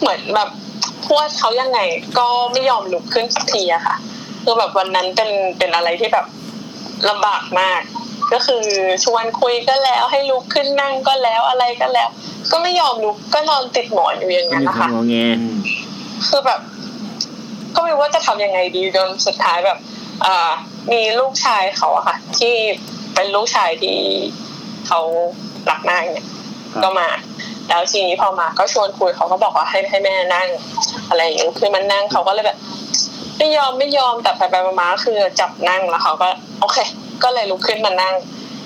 Speaker 11: เหมือนแบบพวดเขายังไง ก็ไม่ยอมลุกขึ้นสักทีอะค่ะคือแบบวันนั้นเป็นเป็นอะไรที่แบบลำบากมาก ก็คือชวนคุยก็แล้ว ให้ลุกขึ้นนั่งก็แล้วอะไรก็แล้ว ก็ไม่ยอมลุกก็นอนติดหมอนอยู่อย่างนั้น
Speaker 4: มี
Speaker 11: นะ
Speaker 4: ค
Speaker 11: คะ
Speaker 4: วามงอแง
Speaker 11: คือแบบ ก็ไม่รู้ว่าจะทำยังไงดีจนสุดท้ายแบบเอ่อมีลูกชายเขาอะค่ะ ที่เป็นลูกชายที่เขาหลักมากเนี่ย ก็มา แล้วทีนี้พอมาก็ชวนคุยเขาก็บอกว่าให้ให้แม่นั่ง อะไรอย่างเงี้ยคือมันนั่งเขาก็เลยแบบ ไม่ยอมไม่ยอมแต่ไปไปมาๆคือจับนั่งแล้วเขาก็ โอเค ก็เลยลุกขึ้นมานั่ง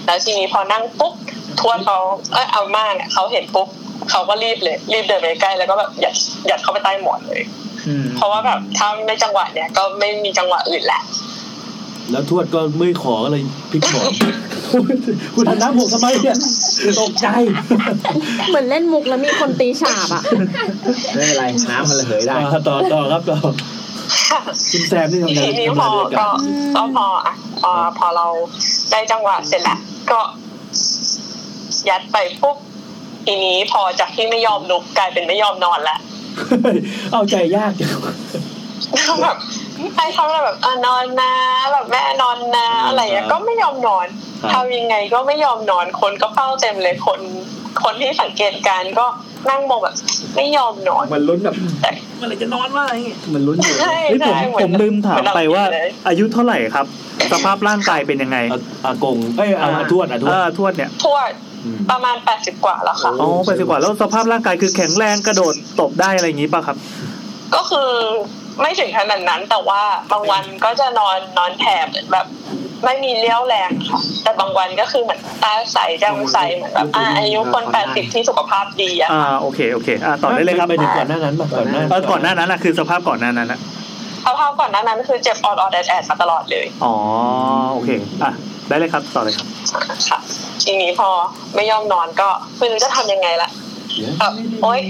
Speaker 11: แล้วทีนี้พอนั่งปุ๊บทวดเขาเอยอาม่าเนี่ยเขาเห็นปุ๊บเขาก็รีบเลย รีบเดินไปใกล้แล้วก็แบบหยัดหยัดเข้าไปใต้หมอนเลย
Speaker 2: อืม
Speaker 11: เพราะว่าแบบถ้าไม่จังหวะเนี่ยก็ไม่มีจังหวะอื่นแล้ว
Speaker 5: แล้วทวดก็เมื่อยขอก็เลยพลิกหมอน คุณทำน้ำผมทำไมเนี่ยตกใจ
Speaker 1: เหมือนเล่นมุกแล้วมีคนตีฉาบอ่ะ
Speaker 4: ไม่เป็นไรน้ำมันระเหยได้
Speaker 5: อ่าต่อต่อครับต่อคุณแซมนี่ทำงาน
Speaker 11: ทีนี้
Speaker 5: ทำ
Speaker 11: พ
Speaker 5: งา
Speaker 11: อน
Speaker 5: ด้วยกั
Speaker 11: ก็
Speaker 5: น
Speaker 11: ก็พออ่ะพอพอเราได้จังหวะเสร็จแล้วก็ ยัดไปปุ๊บทีนี้พอจากที่ไม่ยอมลุกกลายเป็นไม่ยอมนอนละ
Speaker 5: เฮ้ยเอาใจยากจัง
Speaker 11: แบบให้เขาแบบเออนอนนะแบบแม่นอนนะอะไรอย่างเงี้ยก็ไม่ยอมนอนทำยังไงก็ไม่ยอมนอนคนก็เฝ้าเต็มเลยคน คนที่สังเกตการณ์ก็นั่งมองแบบ ไม่ยอมนอน
Speaker 4: มันลุ้นแบบ
Speaker 11: แต่
Speaker 4: เมันเลยจะนอนว่าอะไรเงี้ยมันลุ้นอยู่
Speaker 11: ใช่
Speaker 2: เฮ้ยผม
Speaker 11: ใช่เห
Speaker 2: ผม
Speaker 11: น
Speaker 2: ลืมถามไปว่า
Speaker 11: เหมือนเรเลย
Speaker 2: อายุเท่าไหร่ครับ สภาพร่างกายเป็นยังไง
Speaker 5: อ่ะอากงเอ้ยอาอาทวดอาทวด
Speaker 2: เออทวดเนี่ย
Speaker 11: ทั่วประมาณแปดสิบกว่าแล้วค่ะ
Speaker 2: อ๋อไปสิกว่าแล้วสภาพร่างกายคือแข็งแรงกระโดดตบได้อะไรอย่างงี้ป่ะครับ
Speaker 11: ก็คือไม่ถึงขนาดนั้นแต่ว่าบางวันก็จะนอนนอนแถบแบบ ไม่มีเลี้ยวแรงค่ะแต่บางวันก็คือเหมือนตาใสจำใสเหมือนแบบอ่าอายุคนแปดสิบที่สุขภาพดีอะ
Speaker 2: อ่าโอเคโอเคอ่าต่อได้เลยครับ
Speaker 5: ไปถึงก่อนหน้านั้นมาก่อนหน้า
Speaker 2: เออก่อนหน้านั้นนะคือสภาพก่อนหน้านั้นนะ
Speaker 11: สภาพก่อนหน้านั้นคือเจ็บออดออดแอดแอดมาตลอดเลย
Speaker 2: อ๋อโอเคอ่ะได้เลยครับต่อเลยครับ
Speaker 11: ค่ะ ทีนี้พอไม่ยอมนอนก็ไม่รู้จะทำยังไงละแบบโอ๊ย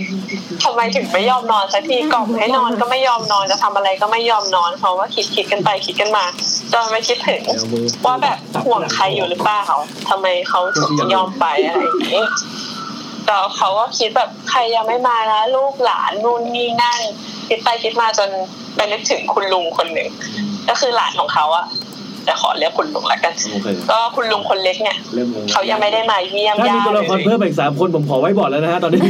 Speaker 11: ทำไมถึงไม่ยอมนอนสักทีกล่อมให้นอนก็ไม่ยอมนอนจะทำอะไรก็ไม่ยอมนอนเพราะว่าคิดคิดกันไปคิดกันมาจนไม่คิดถึง
Speaker 4: เอามือ
Speaker 11: ว่าแบบห่วงใครอยู่หรือเปล่าทำไมเขาถึงยอมไปอะไรอย่างนี้แต่เขาก็คิดแบบใครยังไม่มานะลูกหลานนู่นนี่นั่น คิดไปคิดมาจนไปนึกถึงคุณลุงคนหนึ่ง ก็คือหลานของเขาอะแต่ขอเรียกคุณลุงละกัน
Speaker 5: โอเค
Speaker 11: ก็คุณลุงคนเล็กเนี่ย
Speaker 4: เริ่มงง
Speaker 11: เขายังไม่ได้มาเยี่ยม
Speaker 5: ถ้ามี
Speaker 11: ญาติ
Speaker 5: ตัว
Speaker 11: เล
Speaker 5: ละครเพิ่
Speaker 11: ย
Speaker 5: มอีกสามคนผมขอไว้บอร์ดแล้วนะฮะตอนนี้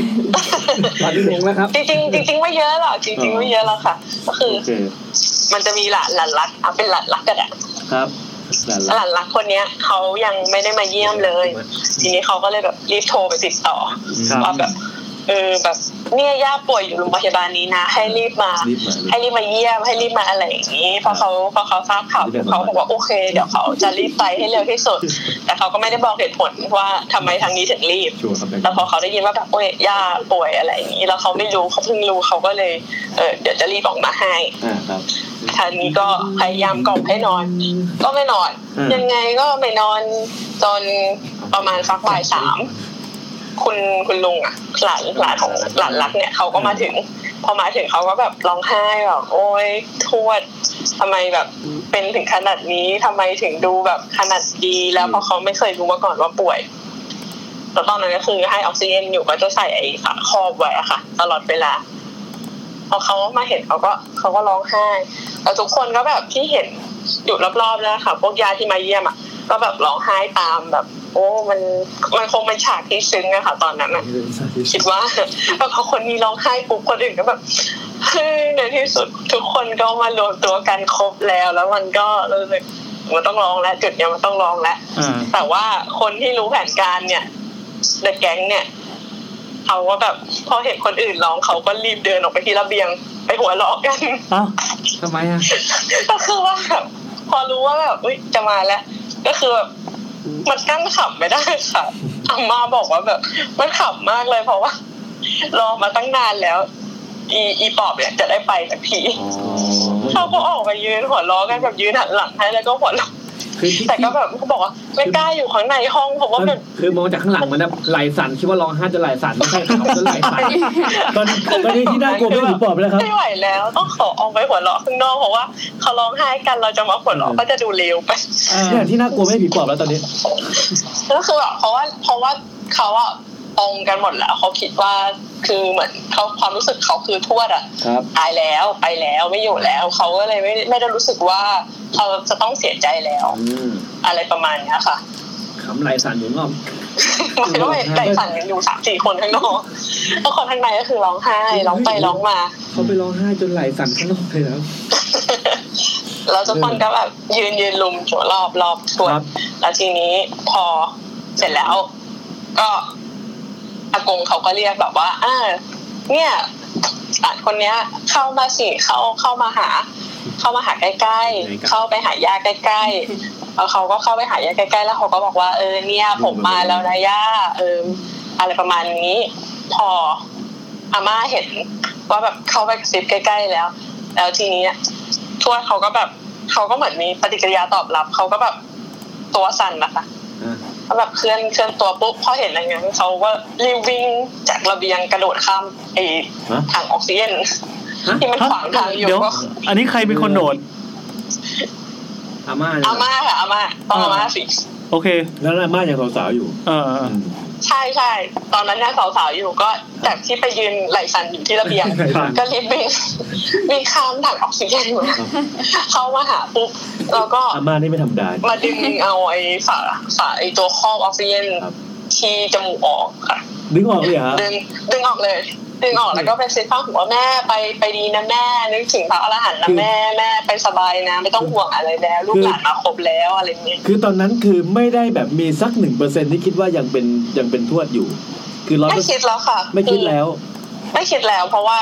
Speaker 4: ตอนนี้งงแล้วครับ
Speaker 11: จริงๆจริงๆไม่เยอะหรอกจริงๆไม่เยอะหรอกค่ะ ก็คือ
Speaker 5: โอเค
Speaker 11: มันจะมีหลานหลานรักเอาเป็นหลานรักกันอะ
Speaker 5: ครับนั่นแห
Speaker 11: ห
Speaker 5: ละ
Speaker 11: ลานรักคนเนี้ยเขายังไม่ได้มาเยี่ยมเลย ทีนี้เขาก็เลยแบบรีบโทรไปติดต่อ
Speaker 2: ครับ
Speaker 11: ว่าแบบเออแบบเนี่ยย่าป่วยอยู่โรงพยาบาลนี้นะ ให้รีบมา
Speaker 5: รีบมาเลย
Speaker 11: ให้รีบมาเยี่ยมให้รีบมาอะไรอย่างนี้พอเขาพอเขาทราบข่าวเขาบอกว่าโอเค เดี๋ยวเขาจะรีบไปให้เร็วที่สุด แต่เขาก็ไม่ได้บอกเหตุผลว่าทำไมทางนี้ถึงรีบ
Speaker 5: ชัวร์ครับ
Speaker 11: แล้วพอเขาได้ยินว่าแบบโอ้ยย่าป่วยอะไรอย่างนี้แล้วเขาไม่รู้เขาเพิ่งรู้เขาก็เลยเออเดี๋ยวจะรีบออกมาให้
Speaker 5: อ่าครับ
Speaker 11: ทางนี้ก็พยายามกล่อมให้นอน ก็ไม่นอน
Speaker 5: อืม
Speaker 11: ยังไงก็ไม่นอนจนประมาณสักบ่ายสามคุณคุณลุงอ่ะหลานหลานของหลานรักเนี่ยเขาก็มาถึง พอมาถึงเขาก็แบบร้องไห้แบบโอ๊ยทวดทำไมแบบเป็นถึงขนาดนี้ทำไมถึงดูแบบขนาดดีแล้วเพราะเขาไม่เคยรู้มาก่อนว่าป่วยแล้วตอนนั้นก็คือให้ออกซิเจนอยู่ก็จะใส่ไอ้ฝาครอบไว้อะค่ะ ตลอดเวลา พอเขามาเห็นเขาก็เขาก็ร้องไห้แล้วทุกคนก็แบบที่เห็นอยู่รอบๆแล้วค่ะ พวกญาติที่มาเยี่ยมอ่ะก็แบบร้องไห้ตามแบบ โอ้ มันมันคงเป็นฉากที่ซึ้งอะค่ะ ตอนนั้นอะคิดว่า [laughs] แล้วพอคนนี้ร้องไห้ปุ๊บคนอื่นก็แบบ [laughs] เฮ้ยในที่สุดทุกคนก็มารวมตัวกันครบแล้ว แล้วมันก็รู้สึกมันต้องร้องแล้วจุดเนี้ยมันต้องร้องแล้ว
Speaker 2: อ่า
Speaker 11: แต่ว่าคนที่รู้แผนการเนี่ยเดอะแก๊งเนี่ยเขาว่าแบบพอเห็นคนอื่นร้องเขาก็รีบเดินออกไปที่ระเบียง ไปหัวเราะกัน
Speaker 2: เอ้าว
Speaker 4: ทำไมอ่ะ
Speaker 11: ก็คือว่าแบบพอรู้ว่าแบบอุ้ยจะมาแล้ว ก็คือแบบมันกั้นขำไม่ได้ค่ะอาม่าบอกว่าแบบ มันขำมากเลยเพราะว่า รอมาตั้งนานแล้ว อีอีปอบเนี่ยจะได้ไปสักทีเขาก็ออกมายืนหัวล้อกันแบบยืนหันหลังให้แล้วก็หัวล้อ
Speaker 4: คือที่
Speaker 11: แต่ก็แบบเขาบอกว่าไม่กล้าอยู่ข้างในห้องเพราะว่ามัน
Speaker 4: คือมองจากข้างหลังมันแบบไหลสั่นคิดว่าร้องไห้จะไหลสั่นไม่ใช่เขาจะไหลสั่น
Speaker 3: ตอนตอนนี้ที่น่ากลัวไม่ถึงปอบแล้วครับ
Speaker 11: ไม่ไหวแล้วต้องขอออกไปหัวเราะข้างนอกเพราะว่าเขาร้องไห้กันเราจะมาหัวเราะก็จะดูเลวไป
Speaker 3: เนี่ยที่น่ากลัวไม่ผีปอบแล้วตอนนี้
Speaker 11: ก็คือแบบเพราะว่าเพราะว่าเขาอะตรงกันหมดแล้วเขาคิดว่าคือเหมือนเขาความรู้สึกเขาคือทวดอะ
Speaker 6: ครับ
Speaker 11: ตายแล้วไปแล้วไม่อยู่แล้วเขาก็เลยไม่ไม่ได้รู้สึกว่าเขาจะต้องเสียใจแล้ว อะไรประมาณเนี้ยค่ะ
Speaker 4: ขำไหลสั่นอยู่งอม
Speaker 11: มันก็เป็นไก่สั่นกันอยู่สามสี่คนข้างนอกแล้วคนข้างในก็คือร้องไห้ร้องไปร้องมา
Speaker 4: เขาไปร้องไห้จนไหลสั่นข้างนอกเลยแล้ว
Speaker 11: [laughs] แล้วทุกคนก็แบบยืนยืนลุมจัวรอบรอบชวน
Speaker 4: ครับ
Speaker 11: แล้วทีนี้พอเสร็จแล้ว ก็อากงเขาก็เรียกแบบว่าอ่าเนี่ยสารคนเนี้ย เข้ามาสิเข้าเข้ามาหา เข้ามาหาใกล้ๆเข้าไปหายาใกล้ๆแล้วเขาก็เข้าไปหายาใกล้ๆแล้วเขาก็บอกว่าเออเนี่ย ผมมาแล้วนะย่าเอออะไรประมาณนี้ พออาม่าเห็นว่าแบบเข้าไปกระซิบใกล้ๆแล้ว แล้วทีนี้ทวดเขาก็แบบเขาก็เหมือนมีปฏิกิริยาตอบรับเขาก็แบบตัวสั่นนะคะเขาแบบเคลื่อนเคลื่อนตัวปุ๊บพอเห็นอะไรเงี้ยเขาก็รีบวิ่งจากระเบียงกระโดดข้ามไอ้
Speaker 3: ฮะ
Speaker 11: ถังออกซิเจนที่มันขวางทางอยู่
Speaker 2: เดี๋ยว
Speaker 11: ก็
Speaker 2: อันนี้ใครเป็นคนโดด
Speaker 4: อาม่าเนี่ย
Speaker 11: อาม่าค่ะอาม่าต้องอาม่าสิ
Speaker 2: โอเค
Speaker 3: แล้วอาม่ายังสาวๆอยู่
Speaker 2: เออเออ
Speaker 11: ใช่ใช่ตอนนั้นน่าสาวๆอยู่ก็จากที่ไปยืนไหลสั่นอยู่ที่ระเบียง ก็รีบวิ่งวิ่งข้ามถังออกซิเจนมาเข้ามาหาปุ๊บแล้วก็
Speaker 3: อาม่านี่ไม่ธรรมดา
Speaker 11: มาดึงเอาไอ้ฝาฝาไอ้ตัวครอบออกซิเจน
Speaker 3: ครับ
Speaker 11: ที่จมูกออกค่ะ
Speaker 3: ดึงออกเลยเหรอฮะ
Speaker 11: ดึงดึงออกเลย ดึงออกแล้วก็ไปเซ็ตข้างหัวแม่ไปไปดีนะแม่นึกถึงพระอรหันต์นะแม่แม่ไปสบายนะ ไม่ต้องห่วงอะไรแล้ว ลูกหลานมาครบแล้วอะไรอย่างเงี้ย
Speaker 3: คือตอนนั้นคือไม่ได้แบบมีสักหนึ่งเปอร์เซ็นที่คิดว่ายังเป็นยังเป็นทวดอยู่ คือร้อย
Speaker 11: ไม่คิดแล้วค่ะ
Speaker 3: ไม่คิดแล้ว
Speaker 11: ไม่คิดแล้ว เพราะว่า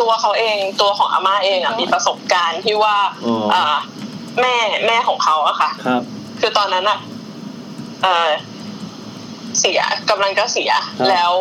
Speaker 11: ตัวเขาเองตัวของอาม่าเองอะมีประสบการณ์ที่ว่า
Speaker 3: อ๋ออ่
Speaker 11: ่า แม่แม่ของเขาอะค่ะ
Speaker 3: ครับ
Speaker 11: คือตอนนั้นอะเออเสียกำลังจะเสีย
Speaker 3: ครับ
Speaker 11: แล้ว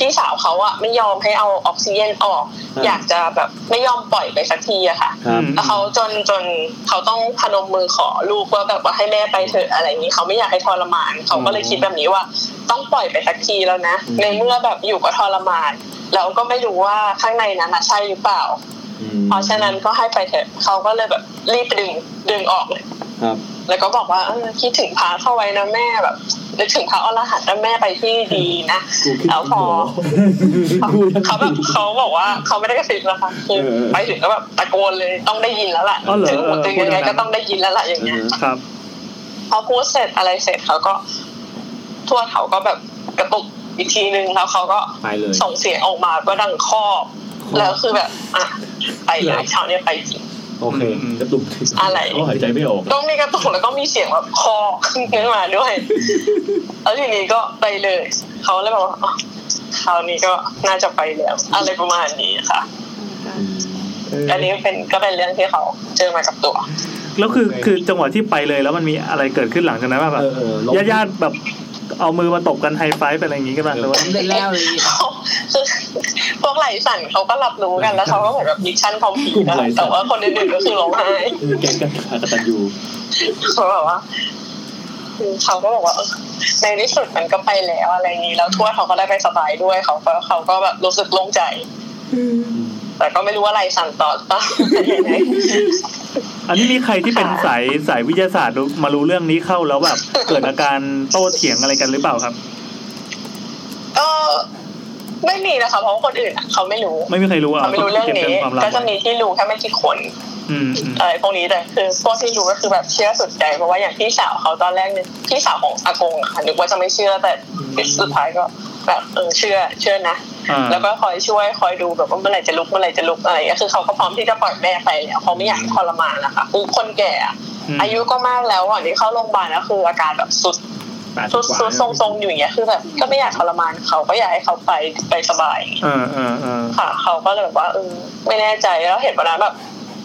Speaker 11: พี่สาวเขาอะไม่ยอมให้เอาออกซิเจนออก อยากจะแบบไม่ยอมปล่อยไปสักทีอะค่ะ
Speaker 3: ครับ
Speaker 11: แล้วเขาจนจนเขาต้องพนมมือขอลูกว่าแบบว่าให้แม่ไปเถอะอะไรอย่างนี้เขาไม่อยากให้ทรมาน เขาก็เลยคิดแบบนี้ว่า ต้องปล่อยไปสักทีแล้วนะในเมื่อแบบอยู่ก็ทรมานเราก็ไม่รู้ว่าข้างในนั้นอะใช่หรือเปล่า เพราะฉะนั้นก็ให้ไปเถอะเขาก็เลยแบบรีบดึงดึงออกเลย
Speaker 3: ครับ
Speaker 11: แล้วก็บอกว่าเออคิดถึงพระเข้าไว้นะแม่แบบนึกถึงพระอรหันต์นะแม่ไปที่ดีนะ
Speaker 3: กูคิด
Speaker 11: แล้วพอ
Speaker 3: โห
Speaker 11: เขาแบบเขาบอกว่าเขาไม่ได้กระซิบนะคะคือไปถึงก็แบบตะโกนเลยต้องได้ยินแล้วล่ะ
Speaker 2: อ๋อเหรอ
Speaker 11: ถึง
Speaker 2: เออ
Speaker 11: ถึงยังไงก็ต้องได้ยินแล้วล่ะอย่างเงี้ย
Speaker 2: ครับ
Speaker 11: พอพูดเสร็จอะไรเสร็จเขาก็ทวดเขาก็แบบกระตุกอีกทีนึงแล้วเขาก็
Speaker 4: ไปเลย
Speaker 11: ส่งเสียงออกมาก็ดังครอบแล้วคือแบบอ่ะไปเลยเช้าเนี้ยไปจริง
Speaker 4: โอเคกระตุก
Speaker 11: อะไร
Speaker 3: เขาหายใจไม่ออก
Speaker 11: ต้องมีกระตุกแล้วก็มีเสียงแบบคอขึ้นมา [laughs] ด้วย แล้วทีนี้ก็ไปเลย เขาเลยบอกว่าอ๋อคราวนี้ก็น่าจะไปแล้ว อะไรประมาณนี้ค่ะ อันนี้เป็นก็เป็นเรื่องที่เขาเจอมากับตัว [laughs]
Speaker 2: แล้วคือคือจังหวะที่ไปเลยแล้วมันมีอะไรเกิดขึ้นหลังจากนั้นบ้างแบบ
Speaker 4: เออเออลง
Speaker 2: ญาติญาติๆแบบเอามือมาตบกันไฮไฟว์เป็นอะไรอย่างงี้กันบ้างหรือว่า
Speaker 6: ทำได้แล้วเลย
Speaker 11: คือพวกไหลสั่นเขาก็รับรู้กันแล้วเขาก็เหมือนแบบมิชชั่นพร้อมผีนะคะแต่ว่าคนอื่นๆก็คือร้องไห้
Speaker 3: แกงกันกตันยู
Speaker 11: เขาแบบว่าคือเขาก็บอกว่าเออในที่สุดมันก็ไปแล้วอะไรอย่างนี้แล้วทั่วดเขาก็ได้ไปสบายด้วยเขาก็เขาก็แบบรู้สึกโล่งใจ แต่ก็ไม่รู้ว่าไหลสั่นต่อหรือเปล่า [laughs]
Speaker 2: อันนี้มีใครที่เป็นสายสายวิทยาศาสตร์รู้มารู้เรื่องนี้เข้าแล้วแบบ เกิดอาการโต้เถียงอะไรกันหรือเปล่าครับ
Speaker 11: ก็ไม่มีนะคะเพราะว่าคนอื่นอะเขาไม่รู้
Speaker 2: ไม่มีใครรู้อ่ะ
Speaker 11: เขาไม่รู้เรื่อง
Speaker 2: ก็บป็
Speaker 11: นี้
Speaker 2: ความลับ
Speaker 11: ก็จะมีที่รู้แค่ไม่กี่คน
Speaker 2: อืมอืม
Speaker 11: อะไรพวกนี้แต่คือพวกที่รู้ก็คือแบบเชื่อสุดใจเพราะว่าอย่างพี่สาวเขาตอนแรกเนี่ยพี่สาวของอากงอะค่ะนึกว่าจะไม่เชื่อแต่สุดท้ายก็แบบเออเชื่อเชื่อนะ
Speaker 2: อ่า
Speaker 11: แล้วก็คอยช่วยคอยดูแบบว่าเมื่อไหร่จะลุกเมื่อไหร่จะลุกอะไรอย่างเงี้ยคือเขาก็พร้อมที่จะปล่อยแม่ไปแล้วเขาไม่อยากให้ทรมานนะคะคือคนแก่อะ
Speaker 2: ม
Speaker 11: อายุก็มากแล้วก่อนที่เข้าโรงพยาบาลก็คืออาการแบบสุด
Speaker 4: แปดสิ
Speaker 11: สุ
Speaker 4: บ
Speaker 11: ด
Speaker 4: กว่า
Speaker 11: สุดทรงทรงๆอยู่อย่างเงี้ยคือแบบก็ไม่อยากทรมานเขาก็อยากให้เขาไปไปสบาย
Speaker 2: เออเออเออ
Speaker 11: ค่ะเขาก็เลยแบบว่าเออไม่แน่ใจแล้วเห็นวันนั้นแบบ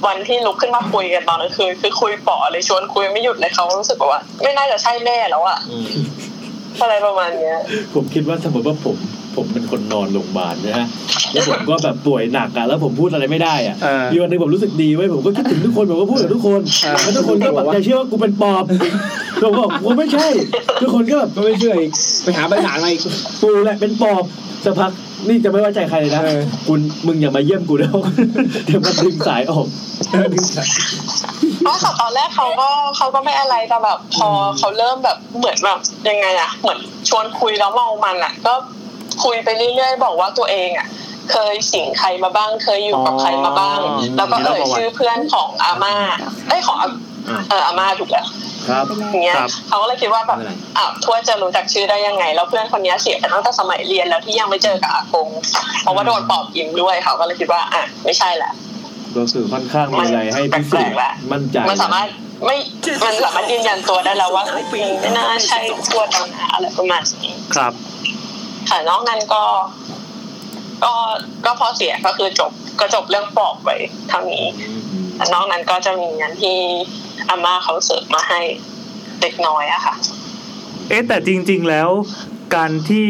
Speaker 11: วันที่ลุกขึ้นมาคุยกันตอนกลางคืนคือคุยปอเลยชวนคุยไม่หยุดเลยเขารู้สึกแบบว่า ไม่น่าจะใช่แม่แล้วอะอะไรประมาณเนี้ย
Speaker 3: ผมคิดว่าสมมติว่าผม ผมเป็นคนนอนโรงพยาบาลนะฮะแล้วผมก็แบบป่วยหนักอะแล้วผมพูดอะไรไม่ได้อะ
Speaker 2: เออ
Speaker 3: มีวันหนึงผมรู้สึกดีไว้ยผมก็คิดถึงทุกคนผมก็พูดกับทุกคนแล้วทุกคนก็ปักใจเชื่อว่ากูเป็นปอบ [laughs] ผมบอกกูไม่ใช่ ทุกคนก็แบบ
Speaker 4: ก็ไม่เชื่ออีกไปหาใบหนานมาอีก
Speaker 3: กูแหละเป็นปอบสักพักนี่จะไม่ไว้ใจใครเลยนะ
Speaker 4: เออ
Speaker 3: คุณมึงอย่ามาเยี่ยมกูแล้ว [laughs] เดี๋ยวมันดึงสายออก
Speaker 11: เพราะตอนแรกเขาก็เขาก็ไม่อะไรแต่แบบพอเขาเริ่มแบบเหมือนแบบยังไงอะเหมือนชวนคุยแล้วเมามันอะก็คุยไปเรื่อยๆ บอกว่าตัวเองอะเคยสิงใครมาบ้าง เคยอยู่กับใครมาบ้าง
Speaker 2: อ๋อ
Speaker 11: แล้วก็เอ่ยชื่อเพื่อนของอาม่าเอ้ยของอาเอออาม่าถูกแล้ว
Speaker 3: ครับ
Speaker 11: อย่างเงี้ย
Speaker 2: ครับ
Speaker 11: เขาก็เลยคิดว่าแบบ
Speaker 4: ไม่เป็นไร
Speaker 11: อ้าวทวดจะรู้จักชื่อได้ยังไง แล้วเพื่อนคนเนี้ยเสียไปตั้งแต่สมัยเรียนแล้วที่ยังไม่เจอกับอากงเพราะว่าโดนปอบยิงด้วยเขาก็เลยคิดว่าอ่ะไม่ใช่แหละ
Speaker 3: ก็คือค่อนข้างมีอะไรให้พิสูจน์มั่นใจ
Speaker 11: มันสามารถไม่ มันสามารถยืนยันตัวได้แล้วว่าไม่น่าใช่ตัวตำนาอะไรประมาณนี้
Speaker 2: ครับ
Speaker 11: ค่ะนอกนั้นก็ ก็ก็พอเสียก็คือจบก็จบเรื่องปอบไว้เท่านี้แต่นอกนั้นก็จะมีงานที่อาม่าเขาเสิร์ฟมาให้เด็กน้อยอะค่ะ
Speaker 2: เอ๊ะแต่จริง ๆแล้ว การที่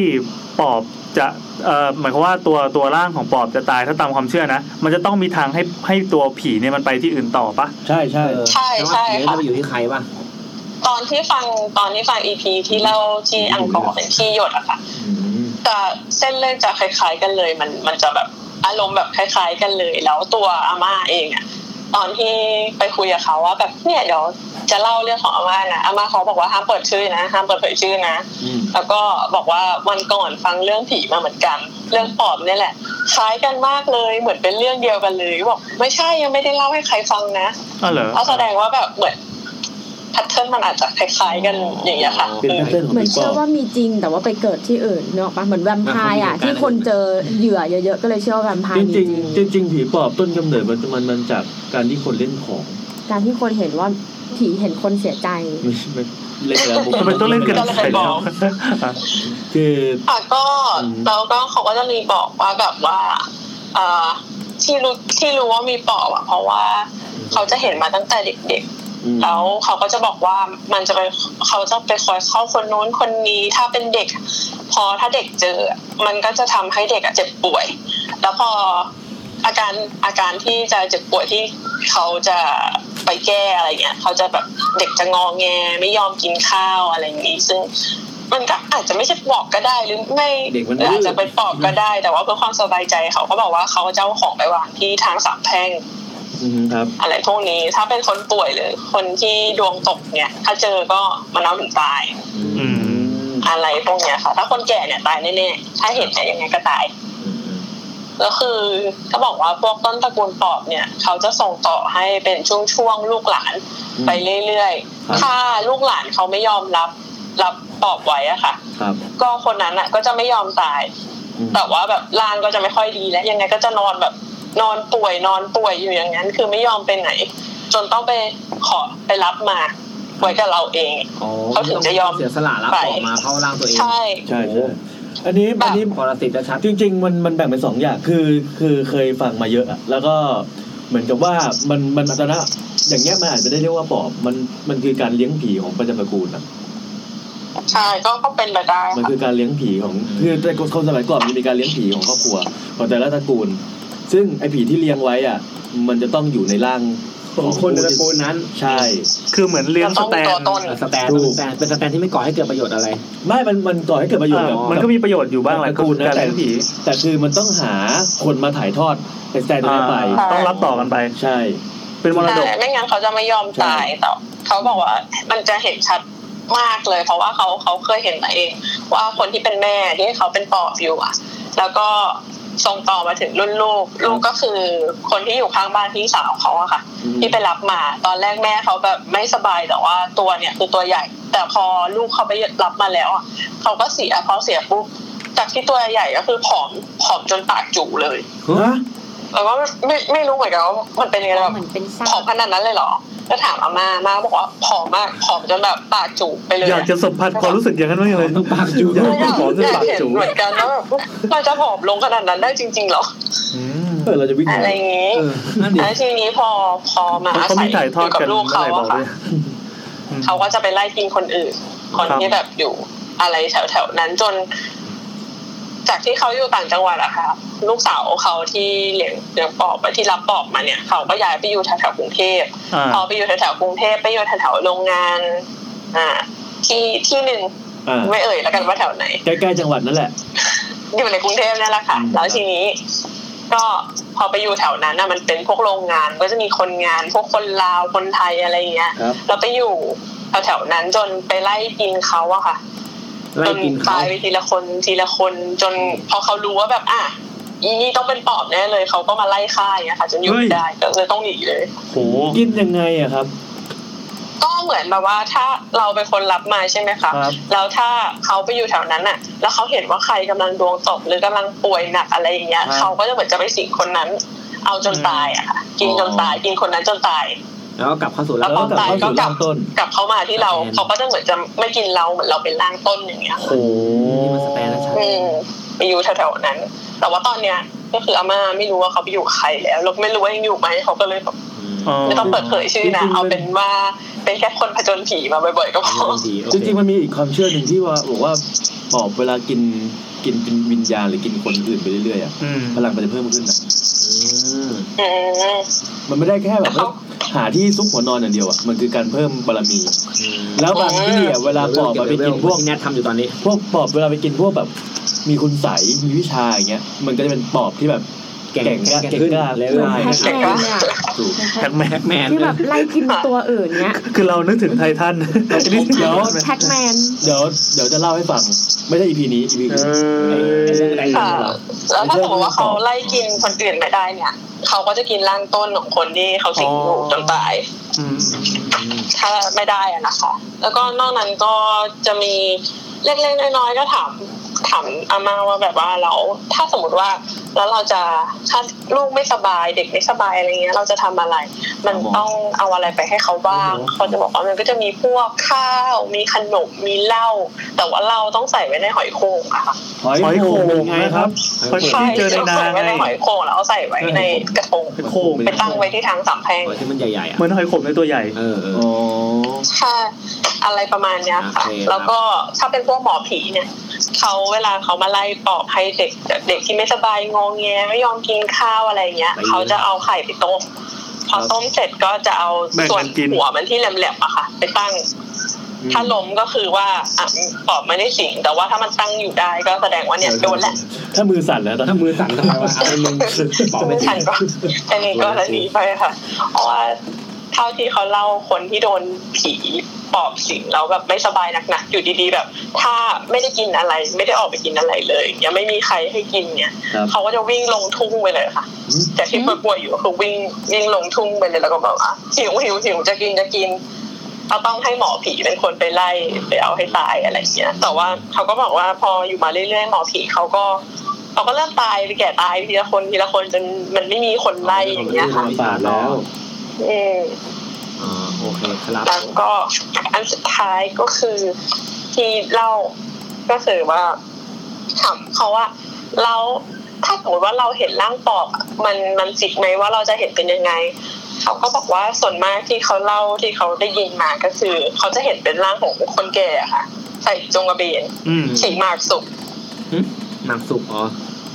Speaker 2: ปอบจะเอ่อหมายความว่าตัวตัวร่างของปอบจะตายถ้าตามความเชื่อนะมันจะต้องมีทางให้ให้ตัวผีเนี่ยมันไปที่อื่นต่อปะ
Speaker 3: ใช่ใช่
Speaker 11: ใช่ใช่
Speaker 4: แล้ว
Speaker 11: ค่ะ
Speaker 4: จะไปอยู่ที่ใครป่ะ
Speaker 11: ตอนที่ฟังตอนที่ฟังอีพีที่เล่าที่อังกอร์เป็นที่หยดอะค่ะ แต่เส้นเรื่องจะคล้าย ๆ กันเลย มันมันจะแบบอารมณ์แบบคล้าย ๆ กันเลย แล้วตัวอาม่าเองอะตอนที่ไปคุยกับเขาว่าแบบเนี่ยเดี๋ยวจะเล่าเรื่องของอาม่านะอาม่าเขาบอกว่าห้ามเปิดชื่อนะห้ามเปิดเผยชื่อนะแล้วก็บอกว่าวันก่อนฟังเรื่องผีมาเหมือนกัน เรื่องปอบเนี่ยแหละคล้ายกันมากเลยเหมือนเป็นเรื่องเดียวกันเลยบอกไม่ใช่ยังไม่ได้เล่าให้ใครฟังนะ
Speaker 2: อ๋อเหรอ
Speaker 11: ก็แสดงว่าแบบเหมือนแพทเทิร์นมันอาจจะคล้ายๆกันอย่างเงี้ยค่ะ
Speaker 3: เป็นแพทเทิร์นของ
Speaker 1: เหมือน
Speaker 3: ผีปอ
Speaker 1: เชื่อบว่ามีจริงแต่ว่าไปเกิดที่อื่นเนกอะปะเหมือนแวมไพร์อ่ะ
Speaker 4: มันคงมีเหตุการณ์
Speaker 1: ที่คนเจอเหยื่อเยอะๆ ก็เลยเชื่อว่าแวมไพร์
Speaker 3: จ
Speaker 1: มีจริ
Speaker 3: ริง
Speaker 1: ง
Speaker 3: ๆจริงๆจริงๆผีปอบต้นกำเนิดมันมันมันจากการที่คนเล่นของ
Speaker 1: การที่คนเห็นว่าผีเห็นคนเสียใจ
Speaker 3: ไม่ไม่เล่น [laughs] แล้ว
Speaker 2: ทำไมต้องเล่นกันไปแล้ว
Speaker 3: คือ
Speaker 11: อ่ะก็
Speaker 3: อืม
Speaker 11: เราก็เขาก็จะมีบอกว่าแบบว่าเอ่อที่รู้ที่รู้ว่ามีปอบอ่ะ เพราะว่าเขาจะเห็นมาตั้งแต่เด็กๆ แล้วเขาก็จะบอกว่ามันจะไปเขาจะไปคอยเข้าคนนู้นคนนี้ถ้าเป็นเด็ก พอถ้าเด็กเจออ่ะมันก็จะทำให้เด็กอ่ะเจ็บป่วย แล้วพออาการอาการที่จะเจ็บป่วยที่เขาจะไปแก้อะไรเงี้ยเขาจะแบบเด็กจะงอแงไม่ยอมกินข้าวอะไรอย่างนี้ ซึ่งมันก็อาจจะไม่ใช่ปอบก็ได้หรือไม่
Speaker 3: เด็กมันดื้อ
Speaker 11: อาจจะเป็นปอบก็ได้ แต่ว่าเพื่อความสบายใจเขาก็บอกว่าเขาจะเอาของไปวางที่ทางสามแพร่ง
Speaker 3: อืมครับ
Speaker 11: อะไรพวกนี้ถ้าเป็นคนป่วยหรือคนที่ดวงตกเนี่ย ถ้าเจอก็มันเอาถึงตาย
Speaker 2: อืม
Speaker 11: อะไรพวกเนี้ยค่ะ ถ้าคนแก่เนี่ยตายแน่ๆ ถ้าเห็นเนี่ยยังไงก็ตาย ก็คือเขาบอกว่าพวกต้นตระกูลปอบเนี่ย เขาจะส่งต่อให้เป็นช่วงๆลูกหลาน
Speaker 3: อืม
Speaker 11: ไปเรื่อย
Speaker 3: ครับ
Speaker 11: ๆ ถ้าลูกหลานเขาไม่ยอมรับรับปอบไว้อะค่ะ
Speaker 3: ครับ
Speaker 11: ก็คนนั้นอะก็จะไม่ยอมตาย
Speaker 3: อืม
Speaker 11: แต่ว่าแบบร่างก็จะไม่ค่อยดีแล้ว ยังไงก็จะนอนแบบนอนป่วยนอนป่วยอยู่อย่างนั้น คือไม่ยอมไปไหน จนต้องไปขอไปรับมาไว้กับเราเอง
Speaker 4: อ๋อ
Speaker 11: เขาถึงจะยอม
Speaker 4: เสียสละรับออกมาเข้าร่างตัวเอง
Speaker 11: ใช่
Speaker 3: ใช่ใช่อันนี้อันนี้
Speaker 4: พอรสิตจะชัด
Speaker 3: จริงๆมันมันแบ่งเป็นสองอย่างคือคือเคยฟังมาเยอะอะแล้วก็เหมือนกับว่ามันมันอาจจะนะอย่างเงี้ยมันอาจจะได้เรียกว่าปอบมันมันคือการเลี้ยงผีของประจำตระกูลอะ
Speaker 11: ใช่ก็ก็เป็นไปได้
Speaker 3: มัน
Speaker 11: ค่ะ
Speaker 3: คือการเลี้ยงผีของคือแต่คนสมัยก่อนมันมีการเลี้ยงผีของครอบครัวของแต่ละตระกูล ซึ่งไอ้ผีที่เลี้ยงไว้อ่ะ มันจะต้องอยู่ในร่าง
Speaker 4: ของคนในตระกูลนั้น
Speaker 3: ใช่
Speaker 2: คือเหมือนเลี้ยงสแตน
Speaker 11: เราต้องมีตัวตน
Speaker 4: สแตน
Speaker 3: ถู
Speaker 4: เป็น
Speaker 3: ก
Speaker 4: สแตนเป็นสแตนที่ไม่ก่อให้เกิดประโยชน์อะไร
Speaker 3: ไม่มันมันก่อให้เกิดประโย
Speaker 2: เอ
Speaker 3: ชน์
Speaker 2: อ
Speaker 3: กับ
Speaker 2: มันก็มีประโยชน์อยู่บ้างแหละ
Speaker 3: ตระ
Speaker 2: ก็
Speaker 3: กูล
Speaker 2: คือ
Speaker 3: นะ
Speaker 2: การ
Speaker 3: แต่
Speaker 2: เลี้ยงผี
Speaker 3: แต่คือมันต้องหาคนมาถ่ายทอดเป็นสแตนตัวนี้ไป
Speaker 2: อ่าต้องรับต่อกันไป
Speaker 3: ใช่
Speaker 2: เป็นมรดก
Speaker 11: ใช่ไม่งั้นเขาจะไม่ยอมตายแต่เขาบอกว่ามันจะเห็นชัดมากเลย เพราะว่าเขาเขาเคยเห็นมาเอง ว่าคนที่เป็นแม่ที่เขาเป็นปอบอยู่อะแล้วก็ส่งต่อมาถึงรุ่นลูก ลูกก็คือคนที่อยู่ข้างบ้านพี่สาวเขาอะค่ะ
Speaker 3: อืม
Speaker 11: ที่ไปรับมา ตอนแรกแม่เขาแบบไม่สบายแต่ว่าตัวเนี่ยคือตัวใหญ่ แต่พอลูกเขาไปรับมาแล้วอะเขาก็เสียพอเสียปุ๊บจากที่ตัวใหญ่ก็คือผอมผอมจนปากจุเลย
Speaker 3: ฮะ
Speaker 11: แล้วก็ไม่ไม่รู้เหมือนกันว่ามันเป็นยังไงแบบ
Speaker 7: เหมือนเป็นซา
Speaker 11: ผอม
Speaker 7: ก
Speaker 11: ขนาดนั้นเลยเหรอ ก็ถามอาม่าอาม่าบอกว่าผอมมากผอมจนแบบปากจุไปเลย
Speaker 2: อยากจะสัมผัสความรู้สึกอย่างนั้นบ้างเลย
Speaker 4: ต้องปากจู
Speaker 2: อยาก
Speaker 11: ไม่อ
Speaker 2: จะ
Speaker 11: ยาก
Speaker 2: ขอ
Speaker 11: อ
Speaker 2: จะ
Speaker 11: ยาก
Speaker 2: ปาก
Speaker 11: เห็น
Speaker 2: จู
Speaker 11: เหมือนกันว่าแบบเราจะผอมลงขนาดนั้นได้จริงๆเหรอ
Speaker 2: อืม
Speaker 3: เออเราจะวิ่งหนี
Speaker 11: อะไรอย่างงี้
Speaker 4: เออนั่นดิ
Speaker 11: แล้วทีนี้พอพอมาอา
Speaker 2: เขา
Speaker 11: ศั
Speaker 2: มี
Speaker 11: ย
Speaker 2: ถ่ายทอด
Speaker 11: ยู่กั
Speaker 2: กัน
Speaker 11: ลูก
Speaker 2: อะ
Speaker 11: เขา
Speaker 2: ไรบอก
Speaker 11: อะค่ะ
Speaker 2: ด้วย
Speaker 11: เขาก็จะไปไล่กินคนอื่น คนที่แบบอยู่อะไรแถวๆนั้นจน จ จากที่เขาอยู่ต่างจังหวัดอะค่ะ ลูกสาวเขาที่เลี้ยงเลี้ยงปอบอะที่รับปอบมาเนี่ย เขาก็ย้ายไปอยู่แถวๆกรุงเทพ
Speaker 2: อ่า
Speaker 11: พอไปอยู่แถวๆกรุงเทพไปอยู่แถวๆโรงงาน อ่า ที่ที่หนึ่ง
Speaker 3: อ่า
Speaker 11: ไม่เอ่ยแล้วกันว่าแถวไหน
Speaker 3: ใกล้ๆจังหวัดนั่นแหละ
Speaker 11: อยู่ในกรุงเทพนั่นแหละค่ะ
Speaker 3: อืม
Speaker 11: แล้วทีนี้ ก็พอไปอยู่แถวนั้นนะมันเป็นพวกโรงงาน ก็จะมีคนงาน พวกคนลาวคนไทยอะไรเงี้ย
Speaker 6: ครับ
Speaker 11: เราไปอยู่แถวๆนั้นจนไปไล่กินเขาอะค่ะ
Speaker 4: ไล่
Speaker 11: จน
Speaker 4: กินเขา
Speaker 11: ตายไปทีละคนทีละคนจนพอเขารู้ว่าแบบอ่ะอีนี่ต้องเป็นปอบแน่เลยเขาก็มาไล่ฆ่าอย่างเงี้ยค่ะจนอยู่ไม่ได้ก็เลยต้องหนีเลย
Speaker 2: โห
Speaker 3: กินยังไงอะครับ
Speaker 11: ก็เหมือนแบบว่าถ้าเราเป็นคนรับมาใช่ไหมคะ
Speaker 3: ครับ
Speaker 11: แล้วถ้าเขาไปอยู่แถวนั้นน่ะ แล้วเขาเห็นว่าใครกำลังดวงตกหรือกำลังป่วยหนักอะไรอย่างเงี้ยเขาก็จะเหมือนจะไปสิงคนนั้น เอาจนตายอะค่ะกินจนตายกินคนนั้นจนตาย
Speaker 4: แล้วก็กลับเข้าสู่
Speaker 11: แล้
Speaker 4: แล้วว
Speaker 11: ตอนตายก็กลั
Speaker 3: เริ่
Speaker 11: บ
Speaker 3: มต้น
Speaker 11: กลับเข้ามาที่เราเขาก็จะเหมือนจะไม่กินเราเหมือนเราเป็นร่างต้นอย่างเงี้ย
Speaker 2: โห
Speaker 4: นี่มันสแปนแล้วชัด
Speaker 11: อืมไปอยู่แถวๆนั้น แต่ว่าตอนเนี้ยก็คืออาม่าไม่รู้ว่าเขาไปอยู่ใครแล้วแล้วไม่รู้ว่ายังอยู่ไหมเขาก็เลยแบบ
Speaker 2: อ๋อ
Speaker 11: ไม่ต้องเปิดเผยชื่อนะเอาเป็นว่าเป็นแค่คนผจญผีมาบ่อยๆก็พอ
Speaker 4: เป็นดีโอ
Speaker 3: จ
Speaker 4: เค
Speaker 3: ริงๆมันมีอีกความเชื่อหนึ่งที่ว่าบอกว่าปอบเวลากินกินกินวิญญาณหรือกินคนอื่นไปเรื่อยๆอะ
Speaker 2: อืม
Speaker 3: พลังมันจะเพิ่มขึ้นอะ
Speaker 4: อืม
Speaker 11: อืม
Speaker 3: มันไม่ได้แค่แบบว่า
Speaker 11: เขา
Speaker 3: หาที่ซุกหัวนอนอย่างเดียวอะมันคือการเพิ่มบารมี
Speaker 4: อืม
Speaker 3: แล้วบางที่อะเวลาปอบอะไปกินพวก
Speaker 4: ที่แนททำอยู่ตอนนี้
Speaker 3: พวกปอบเวลาไปกินพวกแบบ มีคุณใสยมีวิชาอย่างเงี้ย มันก็จะเป็นปอบที่แบบ
Speaker 4: แก่ง
Speaker 3: กล้า
Speaker 4: แก่ง
Speaker 3: เก่ง
Speaker 4: ขึ้น
Speaker 3: กล้า
Speaker 4: แล้ว
Speaker 3: ใช่
Speaker 1: แฮชแท็กเนี่ย
Speaker 3: ถูก
Speaker 2: แท็กแมน
Speaker 4: แฮกแมน
Speaker 1: ที่แบบไล่กินตัวอื่นเนี้ย
Speaker 2: คือเรานึกถึงไททัน
Speaker 3: เดี๋ยว
Speaker 1: แท็กแมน
Speaker 3: เดี๋ยวเดี๋ยวจะเล่าให้ฟัง ไม่ใช่ EP นี้ EP
Speaker 2: เอ
Speaker 3: คือ
Speaker 2: อ
Speaker 11: ค่ะแล้วถ้าสมมติว่าเขาไล่กินคนอื่นไม่ได้เนี่ยเขาก็จะกินร่างต้นของคนที่เขาสิงอยู่จนตาย
Speaker 2: อืม
Speaker 11: ถ้าไม่ได้อะนะคะ แล้วก็นอกนั้นก็จะมีเล็กๆน้อยๆก็ถามถามอาม่าว่าแบบว่าเราถ้าสมมติว่าแล้วเราจะถ้าลูกไม่สบายเด็กไม่สบายอะไรเงี้ยเราจะทำอะไร มันต้องเอาอะไรไปให้เขาบ้างเขาจะบอกว่ามันก็จะมีพวกข้าว มีขนมมีเหล้าแต่ว่าเราต้องใส่ไว้ในหอยโข่งอะค่ะ
Speaker 3: หอย
Speaker 2: หอย
Speaker 3: โข
Speaker 2: โข่
Speaker 3: งเป็น
Speaker 2: ง
Speaker 3: ไง
Speaker 2: นะ
Speaker 3: ค
Speaker 2: ค
Speaker 3: รั
Speaker 2: รั
Speaker 3: บบ
Speaker 2: หอย
Speaker 11: ใช่
Speaker 2: ที่เจอในนา
Speaker 11: ใส่ไว้
Speaker 2: ไง
Speaker 11: ในหอยโข่งแล้วเอาใส่ไว้ในกระทง
Speaker 2: โข่ง
Speaker 11: ไปตั้งไว้ที่ทางสามแพร่ง
Speaker 4: ตัวที่มันใหญ่ๆอ่ะ
Speaker 2: เหมือนหอยขมในตัวใหญ่
Speaker 4: เออเออ
Speaker 3: อ๋อ
Speaker 11: ถ้าอะไรประมาณเนี้ยค่ะ
Speaker 4: โอเคครับ
Speaker 11: แล้วก็ถ้าเป็นพวกหมอผีเนี่ยเขาเวลาเขามาไล่ปอบให้เด็กเด็กที่ไม่สบายงงแงไม่ยอมกินข้าวอะไรเงี้ยเขาจะเอาไข่ไปต้มพอต้มเสร็จก็จะเอา
Speaker 2: แบ่งกัน
Speaker 11: ส่วน
Speaker 2: กิน
Speaker 11: หัวมันที่แหลมๆอะค่ะ ไปตั้ง ถ้าล้มก็คือว่าอ่ะปอบไม่ได้สิงแต่ว่าถ้ามันตั้งอยู่ได้ก็แสดงว่าเนี่ยโดนแหละ
Speaker 3: ถ้ามือสั่นแล้วตอน
Speaker 6: ถ้ามือสั่นทำไมวะเอาไปมึงปอบไปสิ
Speaker 11: ฉันก็อันนี้ก็อันนี้ไปค่ะ เพราะว่าเท่าที่เขาเล่าคนที่โดนผีปอบสิงแล้วแบบไม่สบายหนักๆอยู่ดีๆแบบ ถ้าไม่ได้กินอะไร ไม่ได้ออกไปกินอะไรเลย ยังไม่มีใครให้กินเนี่ย
Speaker 3: ครับ
Speaker 11: เขาก็จะวิ่งลงทุ่งไปเลยค่ะ แต่ที่ป่วยๆอยู่ก็คือวิ่งวิ่งลงทุ่งไปเลยแล้วก็แบบว่าหิวหิวหิวจะกินจะกินเราต้องให้หมอผีเป็นคนไปไล่ไปเอาให้ตายอะไรอย่างเงี้ย แต่ว่าเขาก็บอกว่าพออยู่มาเรื่อยๆหมอผีเขาก็ เขาก็เริ่มตายไปแก่ตายทีละคนทีละคนจนมันไม่มีคนไล่อย่างเงี้ยค่ะ
Speaker 3: ลำบากแล้ว
Speaker 11: อืม
Speaker 4: อ่าโอเคครับ
Speaker 11: แล้วก็อันสุดท้ายก็คือที่เล่าก็คือว่าถามเขาว่าเราถ้าสมมติว่าเราเห็นร่างปอบอะมันมันสิกไหมว่าเราจะเห็นเป็นยังไง เขาก็บอกว่าส่วนมากที่เขาเล่าที่เขาได้ยินมาก็คือ เขาจะเห็นเป็นร่างของคนแก่อะค่ะ ใส่จงกระเบน
Speaker 2: อืม
Speaker 11: สีหมากสุก
Speaker 4: หมักสุกอ๋อ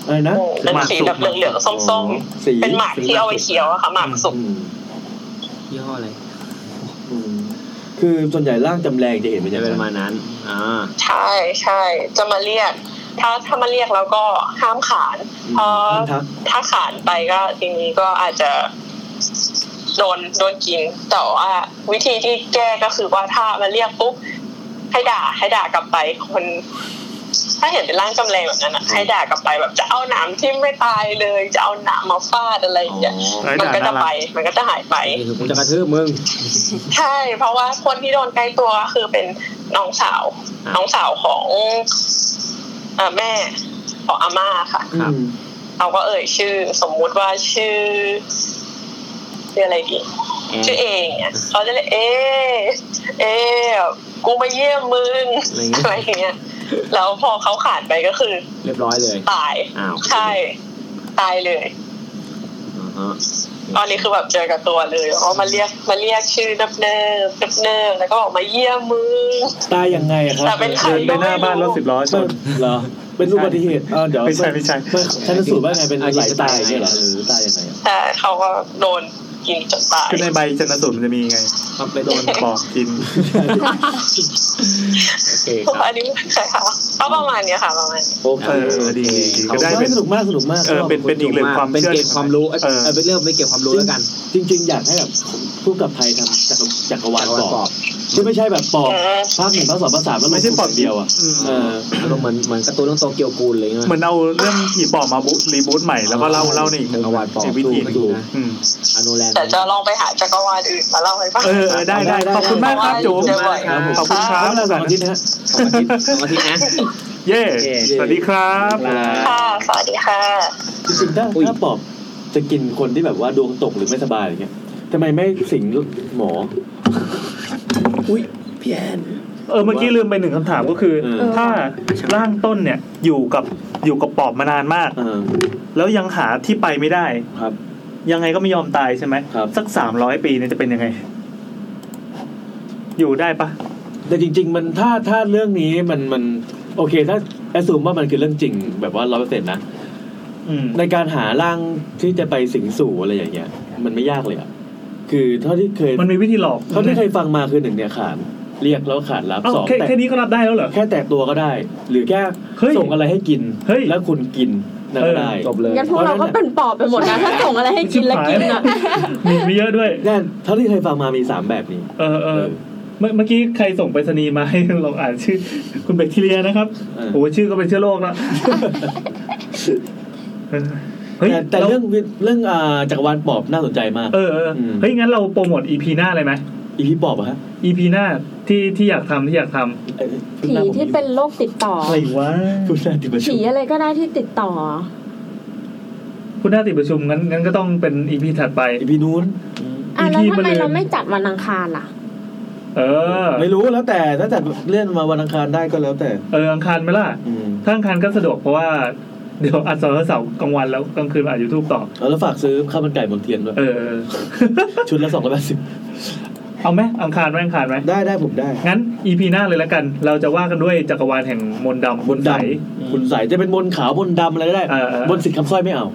Speaker 3: อะไรนะ
Speaker 11: เป็นสีแบบเหลืองๆส้ม
Speaker 3: สี
Speaker 11: ๆเป็นหมากที่เอาไปเคี้ยวอะค่ะหมากสุก
Speaker 3: อืม
Speaker 4: ยี่ห้ออะไร
Speaker 3: อืมคือส่วนใหญ่ร่างจำแรงจะเห็นเป็นอ
Speaker 4: จะ
Speaker 3: ย่าง
Speaker 4: เป็น
Speaker 3: นั้น
Speaker 4: ประมาณนั้นอ่า
Speaker 11: ใช่ใช่จะมาเรียก ถ้าถ้ามาเรียกแล้วก็ห้ามขานเพราะ
Speaker 3: อืมทัก
Speaker 11: ถ้าขานไปก็ทีนี้ก็อาจจะโดนโดนกินแต่ว่าวิธีที่แก้ก็คือว่าถ้ามาเรียกปุ๊บให้ด่าให้ด่ากลับไปคน ถ้าเห็นเป็นร่างจำแรงแบบนั้นอะให้ด่ากลับไปแบบจะเอาหนามที่ไม่ตายเลย จะเอาหนามมาฟาดอะไรอย่างเงี้ย
Speaker 2: ให้
Speaker 11: มัน
Speaker 2: ด่า
Speaker 11: ก็จะ
Speaker 2: น่ารัก
Speaker 11: ไป มันก็จะหายไป
Speaker 4: นี่คือผมจะกระทืบมึง
Speaker 11: ใช่ เพราะว่าคนที่โดนใกล้ตัวก็คือเป็นน้องสาว
Speaker 4: อ่า
Speaker 11: น้องสาวของเออแม่ของอาม่าค่ะ
Speaker 3: อืม
Speaker 11: เราก็เอ่ยชื่อ สมมุติว่าชื่อชื่ออะไรดี
Speaker 4: แอน
Speaker 11: ชื่อเองเนี่ยเขาจะเรียกเอะเอะกูมาเยี่ยมมึงอะไรอย่างเงี้ยแล้วพอเขาขาดไปก็คือ
Speaker 4: เรียบร้อยเลย
Speaker 11: ตาย
Speaker 4: อ้าว
Speaker 11: ใช่ตายเลย
Speaker 4: อ่าฮะ
Speaker 11: ตอนนี้คือแบบเจอกับตัวเลยเขามาเรียกมาเรียกชื่อนับเนิบนับเนิบแล้วก็บอกมาเยี่ยมมึง
Speaker 3: ตายยังไงอะครับ
Speaker 11: แต่เป็นใคร
Speaker 2: เดินไปหน้าบ้านรถสิบล้อช
Speaker 3: เปิ
Speaker 2: น
Speaker 3: ดเหรอ เป็นอุบัติเหตุอ่าเดี๋ยว
Speaker 2: ไม่ใช่ไม่ใช่
Speaker 3: ชันสูตรว่าไงเป็นไหลตายอย่างเงี้ยเหรอหรือตายยังไงอะ
Speaker 11: แต่เขาก็โดนกินจนตาย
Speaker 2: คือในใบชนสูตรมันจะมีไง
Speaker 4: ครับไปโดน
Speaker 2: ปอกกิน
Speaker 4: โอเคครับ
Speaker 11: อันนี้ใช่ค่ะก็ประมาณเนี้ยค่ะประมาณนี้
Speaker 3: โอเค
Speaker 2: เออดีดี
Speaker 3: ข
Speaker 2: ก็
Speaker 3: อบ
Speaker 2: ได้
Speaker 3: คุณ
Speaker 2: เป็น
Speaker 3: มากสนุกมากสนุกมาก
Speaker 2: เออเป็นเป็นอีกเรื่องความ
Speaker 4: เป็น
Speaker 2: เชื่อ
Speaker 4: เก็บความรู้เอ้ย
Speaker 2: เออ
Speaker 4: เออไปเริ่มไปเก็บความรู้แล้วกัน
Speaker 3: จริง ๆ อยากให้แบบผู้กำกับไทยทำจักรจักรวาล
Speaker 4: วัน
Speaker 3: ปอบ
Speaker 4: ปอบ
Speaker 3: ที่ไม่ใช่แบบปอบ
Speaker 11: อืม
Speaker 3: ภาคหนึ่งภาคสองภาคสามแล้วลง
Speaker 2: ไม่ใช่ปอก
Speaker 3: เดียวอ่ะ
Speaker 2: ม
Speaker 3: เออ
Speaker 4: อารมณ์เหมือนเหมือนการ์ตูนเรื่องโตเกียวกูลอะไรเงี้ย
Speaker 2: เหมือนเอาเรื่องผีปอบมาบุรีบูทใหม่แล้วก็เล่าเล่าในอีกมุ
Speaker 4: จั
Speaker 2: ม
Speaker 4: กรวาลปอบ
Speaker 2: อีกวิธี
Speaker 4: ดูนะ
Speaker 2: อืม
Speaker 4: อนุแลนด์
Speaker 11: แต่จะลองไปหาจักรวาลอื่นมาเล่าให้ฟัง
Speaker 2: เออเออได้ได้ขอบคุณมากครับจุ๋ม
Speaker 11: เจอบ่อยครับ
Speaker 2: ขอบคุณครั
Speaker 3: แล้
Speaker 2: บ
Speaker 3: วเราสองอาทิตย์นะฮะ
Speaker 4: สองอาทิตย์สองอาทิตย์นะ
Speaker 2: เย่
Speaker 4: เย่
Speaker 2: สวัสดีครับ
Speaker 11: ค่ะสวัสดีค่ะ
Speaker 3: จริงๆถ้า
Speaker 4: อุ้ย
Speaker 3: ถ้าปอบจะกินคนที่แบบว่าดวงตกหรือไม่สบายอย่างเงี้ยทำไมไม่สิงหมอ
Speaker 4: อุ้ยพี่แอน
Speaker 2: เออเมื่อกี้ลืมไปหนึ่งคำถามก็คือ
Speaker 3: เออ
Speaker 2: ถ้าร่างต้นเนี่ยอยู่กับอยู่กับปอบมานานมาก
Speaker 3: เออ
Speaker 2: แล้วยังหาที่ไปไม่ได้
Speaker 3: ครับ
Speaker 2: ยังไงก็ไม่ยอมตายใช่ไหม
Speaker 3: ครับ
Speaker 2: สักสามร้อยปีเนี่ยจะเป็นยังไง อยู่ได้ปะ
Speaker 3: แต่จริง ๆ มันถ้าถ้าเรื่องนี้มันมันโอเค ถ้าแอสซูมว่ามันคือเรื่องจริง แบบว่าร้อยเปอร์เซ็นต์นะ
Speaker 2: อืม
Speaker 3: ในการหาร่างที่จะไปสิงสู่อะไรอย่างเงี้ย มันไม่ยากเลยอ่ะ คือเท่าที่เคย
Speaker 2: มันมีวิธีหลอก
Speaker 3: เท่าที่เคยฟังมาคือหนึ่งเนี่ยขานเรียกแล้วขานรับ
Speaker 2: เอ้า
Speaker 3: สอง
Speaker 2: แค่
Speaker 3: แต่
Speaker 2: แค่นี้ก็รับได้แล้วเหรอ
Speaker 3: แค่แตกตัวก็ได้ หรือแค่
Speaker 2: เฮ้ย
Speaker 3: ส่งอะไรให้กิน
Speaker 2: เฮ้ย
Speaker 3: แล้วคุณกินนั่นก็ได้
Speaker 2: เออ
Speaker 4: จบเลย
Speaker 1: งั้นพวกเราก็เป็นปอบไปหมดนะถ้าส่งอะไรให้กินแล้วกินอ่ะ
Speaker 2: มีมีเยอะด้วย
Speaker 3: แน่นเท่าที่เคยฟังมามีสามแบบนี้
Speaker 2: เออเออเมื่อเมื่อกี้ใครส่งไปรษณีย์มาให้ ลองอ่านชื่อ [laughs] คุณแบคทีเรียนะครับ
Speaker 3: เออ
Speaker 2: โอ้ชื่อก็เป็นเชื้อโรค
Speaker 3: [laughs]
Speaker 2: แล้วเฮ้ย
Speaker 3: แต่แต่
Speaker 2: า
Speaker 3: เรื่องเรื่องอ่าจักรวาลปอบน่าสนใจมาก
Speaker 2: เออเอออ
Speaker 3: ม
Speaker 2: เฮ้ยงั้นเราโปรโมทอีพีหน้าเลยไหม
Speaker 3: อีพีปอบอะฮะ
Speaker 2: อีพีหน้าที่ที่อยากทำที่อยากทำ
Speaker 3: เอ้ยเพิ่ง
Speaker 1: ผี
Speaker 3: หาผม
Speaker 1: ที่เป็นโรคติดต่อ
Speaker 2: อะไรวะ
Speaker 3: เพิ่งหน้าติดประชุ
Speaker 1: ผี
Speaker 3: ม
Speaker 1: อะไรก็ได้ที่ติดต่อ
Speaker 2: คุณหน้าติดประชุมงั้นงั้นก็ต้องเป็นอีพีถัดไป
Speaker 3: อีพีนู้น
Speaker 1: อ่ะแล้ว
Speaker 2: EP
Speaker 1: ทำไม
Speaker 2: ปลย
Speaker 1: เราไม่จัดวันอังคารล่ะ
Speaker 2: เออ
Speaker 3: ไม่รู้แล้วแต่ถ้าจัดเลื่อนมาวันอังคารได้ก็แล้วแต่
Speaker 2: เอออังคารไหมล่ะ
Speaker 3: อืม
Speaker 2: ถ้าอังคารก็สะดวกเพราะว่าเดี๋ยวอัดเสาร์เสาร์กลางวันแล้วกลางคืนอัดยูทูบต่อ
Speaker 3: เอาแล้วฝากซื้อข้าวมันไก่บนเทียนด้วย
Speaker 2: เออเออ
Speaker 3: ชุดละสองร้อยแปดสิบ
Speaker 2: เอาไหมอังคารไหมอังคารไหม
Speaker 3: ได้ได้ผมได้
Speaker 2: งั้นอีพีหน้าเลยละกัน เราจะว่ากันด้วยจักรวาลแห่งมนต์ดำ
Speaker 3: บนด
Speaker 2: ใส
Speaker 3: ำคุณใส่จะเป็นบนต์ขาวบนต์ดำอะไรก็ได้
Speaker 2: เออเออ
Speaker 3: บนต์สิทธิ์คำสร้อยไม่เอา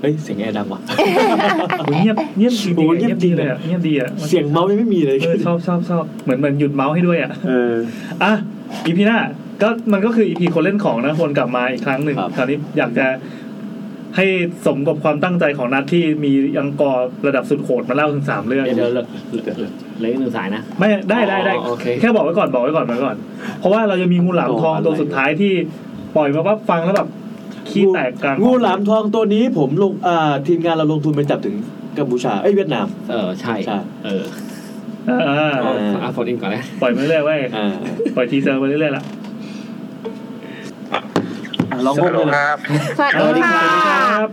Speaker 3: เฮ้ยเสียงแอร์ดังว่ะ
Speaker 2: โอ้ยเงียบเงียบจริง
Speaker 3: โอ้ย
Speaker 2: ๆ
Speaker 3: เงี
Speaker 2: เงี
Speaker 3: ย
Speaker 2: ย
Speaker 3: บบ จริ
Speaker 2: ดี
Speaker 3: ง
Speaker 2: เลยอะเงียบดีอะ
Speaker 3: เสียงเมาส์ยังไม่มีเลย
Speaker 2: เออชอบชอบชอบเหมือนเหมือนหยุดเมาส์ให้ด้วยอะ
Speaker 3: เออ
Speaker 2: อ่ะอีพีหน้าก็มันก็คืออีพีคนเล่นของนะคนกลับมาอีกครั้งหนึ่ง
Speaker 3: ครับ
Speaker 2: คราวนี้อยากจะให้สมกับความตั้งใจของนัทที่มีอังกอร์ระดับสุดโหดมาเล่าถึงสามเรื่อง
Speaker 3: เดี๋ยวเดี๋ยวเดี๋ยว
Speaker 4: เหลยหนึ่งสายนะ
Speaker 2: ไม่ได้ได้ได้
Speaker 4: อ๋อโอเค
Speaker 2: แค่บอกไว้ก่อนบอกไว้ก่อนบอกไว้ก่อน เพราะว่าเราจะมีงูหลามทอง
Speaker 4: โอ้อะไร
Speaker 2: ตัวสุดท้ายที่ปล่อยมาปั๊บฟังแล้วแบบขี้แตกกลาง
Speaker 3: งูหลามทองตัวนี้ผมลงอ่าทีมงานเราลงทุนไปจับถึงกัมพูชา เอ้ยเวียดนาม
Speaker 4: เออใช่
Speaker 3: ใช่
Speaker 4: เออ
Speaker 2: เออเออ
Speaker 4: เอาเอาโฟนอินก่อนนะ
Speaker 2: ปล่อยมาเรื่อยๆเว้ย
Speaker 3: อ่า
Speaker 2: ปล่อยทีเซอร์มาเรื่อยๆละ
Speaker 3: ลองพวกเลยนะ
Speaker 1: สวัสดีค่ะ
Speaker 2: ครับ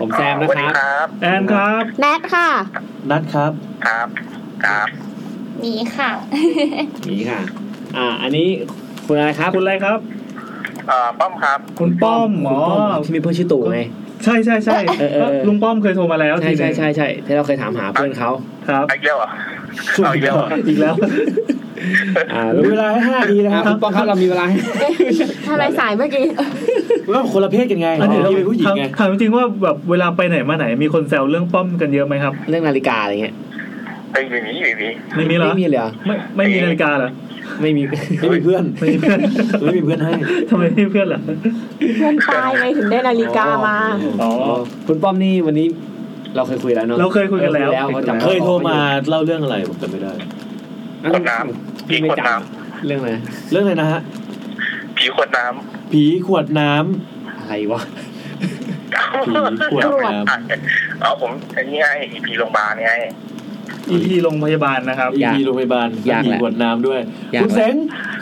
Speaker 4: ผมแซมนะครับ
Speaker 2: แอนครับ
Speaker 1: แนทค่ะ
Speaker 3: นัดครับ
Speaker 12: ครับครับ
Speaker 7: มีค่ะ
Speaker 4: นี่ค่ะ อ่า อันนี้คุณอะไรครับ
Speaker 2: คุณอะไรครับ
Speaker 12: เอ่อป้อมครับ
Speaker 2: คุณป้อมหมอ
Speaker 4: คุณป้ที่มีเพื่อนชื่อตู่ไง
Speaker 2: ใช่ใช่ใช่
Speaker 4: เออเออเออ
Speaker 2: ลุงป้อมเคยโทรมาแล้ว
Speaker 4: ใช่
Speaker 2: ทีหนึ
Speaker 4: ใช่
Speaker 2: ง
Speaker 4: ใช่ใช่ที่เราเคยถามหาเพื่อนเขา
Speaker 2: ครับ
Speaker 12: อีกแล้วเหรอเอาอีกแล้วเหรอ
Speaker 2: อีกแล้ว
Speaker 4: อ่า
Speaker 3: มีเวลาให้ห้านาทีนะ
Speaker 4: อ่า
Speaker 3: ครับ
Speaker 4: คุณป้องครับเรามีเวลาให้
Speaker 1: อะไรสายเมื่อกี้
Speaker 3: ว่าคนละเพศกันไง
Speaker 2: อันนี้เรา
Speaker 3: พี่เป็นผู้หญิง
Speaker 2: ถาม
Speaker 3: ไง
Speaker 2: ถามจริงๆว่าแบบเวลาไปไหนมาไหน มีคนแซวเรื่องป้อมกันเยอะไหมครับ
Speaker 4: เรื่องนาฬิกาอะไรเงี้ย
Speaker 12: ไอ้ยอย่างนี้อย่างนี้
Speaker 2: ไม่มีเหรอ
Speaker 4: ไม่มีเลยเหรอ
Speaker 2: ไม่ไม่มีนาฬิกาเหรอ
Speaker 4: ไม่มี
Speaker 3: ไม่มีเพื่อน
Speaker 2: ไม่มีเพื่อน [laughs]
Speaker 3: ไม่มีเพื่อนให้
Speaker 2: ทำไมไม่มีเพื่อนล่ะ
Speaker 1: เพื่อนตายไงถึงได้นาฬิกามา
Speaker 2: อ๋อ
Speaker 4: คุณป้อมนี่วันนี้เราเคยคุยแล้วเนาะ
Speaker 2: เราเคยคุยกันแล้ว
Speaker 4: เราคุยแล้ว
Speaker 3: เคยโทรมาเล่าเรื่องอะไรผมจำไม่ได้
Speaker 4: อ่ะ
Speaker 12: ขวดน้ำ
Speaker 4: พี่ไม่
Speaker 12: ขวด
Speaker 4: จ
Speaker 12: น้
Speaker 4: ำเรื่องอะไร
Speaker 3: เรื่องอะไรนะฮะ
Speaker 12: ผีขวดน้
Speaker 3: ผีขวดน้ำ
Speaker 4: อะไรวะ
Speaker 12: ำ
Speaker 3: ผีขวดน้ำ
Speaker 12: อ่ะเอาผมไอันนี้ไงผีโรงพยาบาลไง
Speaker 2: อีพีโรงพยาบาลนะครับ
Speaker 3: EP โรงพยาบาล
Speaker 4: อยาก
Speaker 3: ผี
Speaker 4: แหละ
Speaker 3: ขวดน้ำด้วย
Speaker 4: อยาก
Speaker 3: คุณ
Speaker 4: แหละ
Speaker 3: เซ็ง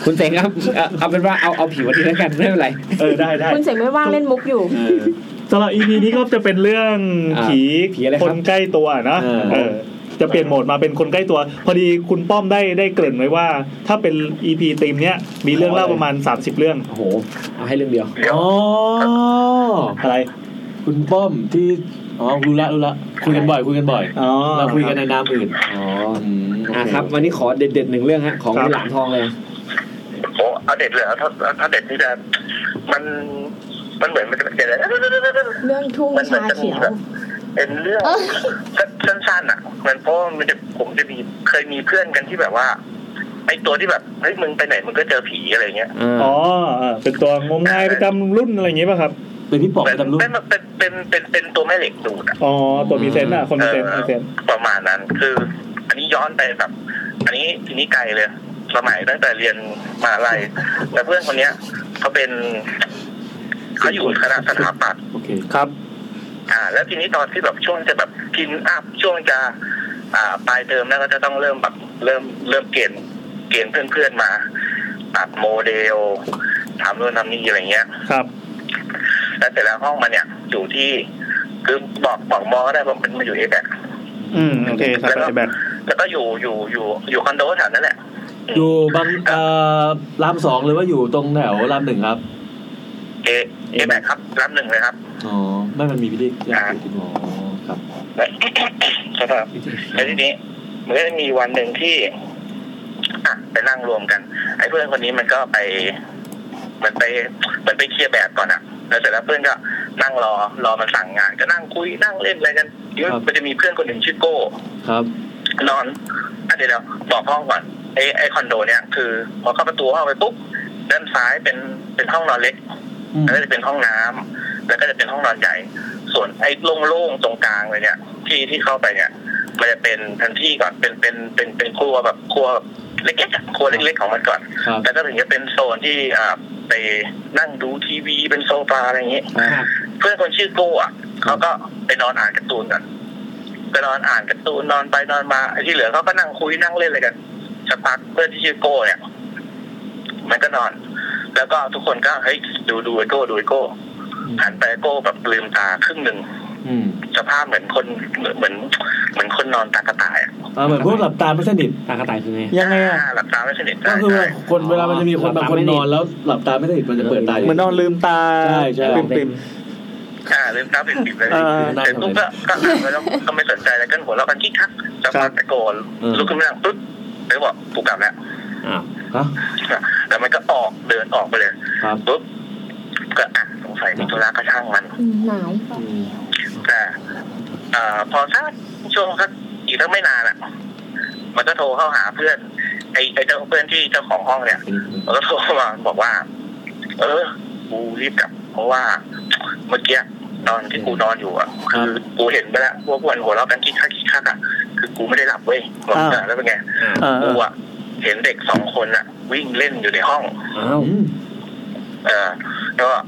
Speaker 4: คุณเสงครับเอาเอาเป็นว่าเอาเอาผีวันนี้แล้วกันไม่เป็นไร
Speaker 2: เออได้ได้
Speaker 1: คุณเสกไม่ว่างเล่นมุกอยู่
Speaker 3: เออ
Speaker 2: สำหรับอีพีนี้ก็จะเป็นเรื่อง
Speaker 4: อ่า
Speaker 2: ผี
Speaker 4: ผีอะไรครับ
Speaker 2: คนใกล้ตัวนะ
Speaker 3: เออ
Speaker 2: เออ จะเปลี่ยนโหมดมาเป็นคนใกล้ตัว พอดีคุณป้อมได้ได้เกริ่นไว้ว่า ถ้าเป็นอีพีธีมเนี้ยมีเรื่องเล่าประมาณ 30 เรื่อง
Speaker 4: โอ้โหเอาให้เรื่องเดียว
Speaker 12: เดี๋ยว
Speaker 3: อ๋อ
Speaker 2: อะไร
Speaker 3: คุณป้อมที่อ๋อรู้ละรู้ละคุยกันบ่อยคุยกันบ่อย
Speaker 2: อ๋อ
Speaker 3: เราคุยกันในนามอื่น
Speaker 4: อ๋อ
Speaker 3: อืมโอเ
Speaker 4: อ่ะครับ วันนี้ขอเด็ดๆหนึ่งเรื่องฮะของ
Speaker 2: ครับ
Speaker 4: หลามทองเลย
Speaker 12: โอ้เอาเด็ดเลยเอาถ้าถ้าเด็ดนี่จะ มันมันเหมือนมันจะเป็นอะไร
Speaker 1: เรื่องทุ่ง
Speaker 12: มันเหมือน
Speaker 1: ชา
Speaker 12: จะมี
Speaker 1: เขียว
Speaker 12: แบบเป็นเรื่องสั้นๆอ่ะมันเพราะว่ามันจะผมจะมีเคยมีเพื่อนกันที่แบบว่าไอตัวที่แบบเฮ้ยมึงไปไหนมึงก็เจอผีอะไรเงี้ย
Speaker 2: อ๋อเออเป็นตัวงมงายประจำรุ่นอะไรอย่างงี้ป่ะครับ
Speaker 5: เป็นพี่ป๋องประจำรุ่น
Speaker 12: เป็นเป็นเป็นเป็นเป็นตัวแม่เหล็กดูดอะ
Speaker 2: อ๋อตัวมีเซนต์อ่ะคนมีเซนต์มีเซนต์
Speaker 12: ประมาณนั้น คือ อันนี้ย้อนไปแบบ อันนี้ทีนี้ไกลเลย สมัยตั้งแต่เรียนมหาลัยแต่เพื่อนคนเนี้ยเขาเป็นเขาอยู่คณะสถาปัตย์
Speaker 5: โอเค
Speaker 2: ครับ
Speaker 12: อ่า แล้วทีนี้ตอนที่แบบช่วงจะแบบกินอัพช่วงจะ อ่าปลายเทอมแล้วก็จะต้องเริ่มแบบเริ่มเริ่มเกณฑ์เกณฑ์เพื่อนๆมาตัดโมเดลทำนู่นทำนี่อะไรเงี้ย
Speaker 2: ครับ
Speaker 12: แล้วเสร็จแล้วห้องมันเนี่ยอยู่ที่ คือบอกบอกมอก็ได้ว่ามันมาอยู่เอกอะ
Speaker 2: อืมโอเคสายแบก
Speaker 12: แล้วก็อยู่อยู่อยู่อยู่คอนโดแถวนั้นแหละ
Speaker 5: อยู่บางเอ่อรามสองหรือว่าอยู่ตรงแถวรามหนึ่งครับ
Speaker 12: เอเอแบกครับรับหนึ่งเลยครับ [coughs]
Speaker 5: อ๋อไม่มันมีพี่เล็กยาติดหมอครับ
Speaker 12: แล้ว ใช่ครับแล้วทีนี้มันก็จะมีวันหนึ่งที่อ่ะไปนั่งรวมกัน ไอ้เพื่อนคนนี้มันก็ไปมันไปมันไปเคลียร์แบบก่อนอะแล้วเสร็จแล้วเพื่อนก็นั่งรอรอมันสั่งงาน ก็นั่งคุยนั่งเล่นอะไรกันเดี๋ยวมันจะมีเพื่อนคนหนึ่งชื่อโก้
Speaker 5: ครับ
Speaker 12: นอนอันนี้แล้วบอกห้องก่อนไอไอคอนโดเนี่ยคือพอเข้าประตูห้องไปปุ๊บด้านซ้ายเป็นเป็นห้องนอนเล็กแล้วก็จะเป็นห้องน้ำแล้วก็จะเป็นห้องนอนใหญ่ ส่วนไอ้โล่งๆตรงกลางเลยเนี่ย ที่ที่เข้าไปเนี่ยมันจะเป็นทันที่ก่อนเป็นเป็นเป็นเป็นครัวแบบครัวเล็กๆอะครัวเล็กๆของมันก่อน
Speaker 5: ครับ
Speaker 12: แล้วก็ถึงจะเป็นโซนที่อ่าไปนั่งดูทีวีเป็นโซฟาอะไรอย่างเงี้ย
Speaker 5: ครับ
Speaker 12: เพื่อนคนชื่อโก้อะเขาก็ไปนอนอ่านการ์ตูนกันไปนอนอ่านการ์ตูนนอนไปนอนมาไอ้ที่เหลือเขาก็นั่งคุยนั่งเล่นอะไรกันสักพักเพื่อนที่ชื่อโก้เนี่ย มันก็นอน แล้วก็ทุกคนก็เฮ้ยดูดูไอ้โก้ดูไอ้โก้หันไปไอ้โก้แบบลืมตาครึ่งหนึ่ง
Speaker 5: อืม
Speaker 12: สภาพเหมือนคนเหมือนเหมือนเหมือนคนนอนตากระต่ายอะ
Speaker 5: อ่าเหมือนพวกหลับตาไม่สนิท
Speaker 6: ตากระต่ายคือไง
Speaker 2: ยังไงอ่ะ
Speaker 12: อ่าหลับตาไม่สนิท
Speaker 5: ก็
Speaker 12: ใช่
Speaker 5: คือ
Speaker 12: ใช่
Speaker 5: คนเวลามันจะมีคนบางคนนอนแล้วหลับตาไม่สนิทมันจะเปิดตาอยู่
Speaker 2: เหมือนนอนลืมตา
Speaker 5: ใช่ใช่
Speaker 2: ปริ่มปริม
Speaker 12: อ่าลืมตาเป็นปิดเลย
Speaker 2: อ่า
Speaker 12: แต่ตุ๊กก็ก็อ่านไปแล้วก็ไม่สนใจแล้วก็หัวเราะกันคิกคักสักพักตะโกนลุกขึ้นมานั่งปุ๊บแล้วก็บอกกูกลับแล้ว
Speaker 5: ฮะ
Speaker 12: แล้วมันก็ออกเดินออกไปเลย
Speaker 5: ครับ
Speaker 12: ปุ๊บก็อ่ะสงสัยมีธุระก็ช่างมัน
Speaker 1: อืมหนาว
Speaker 5: อืม
Speaker 12: แต่เอ่อพอสักช่วงสักอีกสักไม่นานอ่ะ มันก็โทรเข้าหาเพื่อน ไอ้ไอ้เจ้าเพื่อนที่เจ้าของห้องเนี่ย มันก็โทรเข้ามาบอกว่า เออ กูรีบกลับ เพราะว่า เมื่อกี้ตอนที่กูนอนอยู่อ่ะ คือกูเห็นไปแล้วว่าพวกมันหัวเราะกันคิกคักคิกคักอ่ะ คือกูไม่ได้หลับเว้ยบอก
Speaker 2: อ่า
Speaker 12: แต่แล้วเป็นไง
Speaker 2: อ่า
Speaker 12: กูอ่ะเห็นเด็กสองคนอ่ะ วิ่งเล่นอยู่ในห้อง
Speaker 5: อ้าว
Speaker 12: เออแล้วก็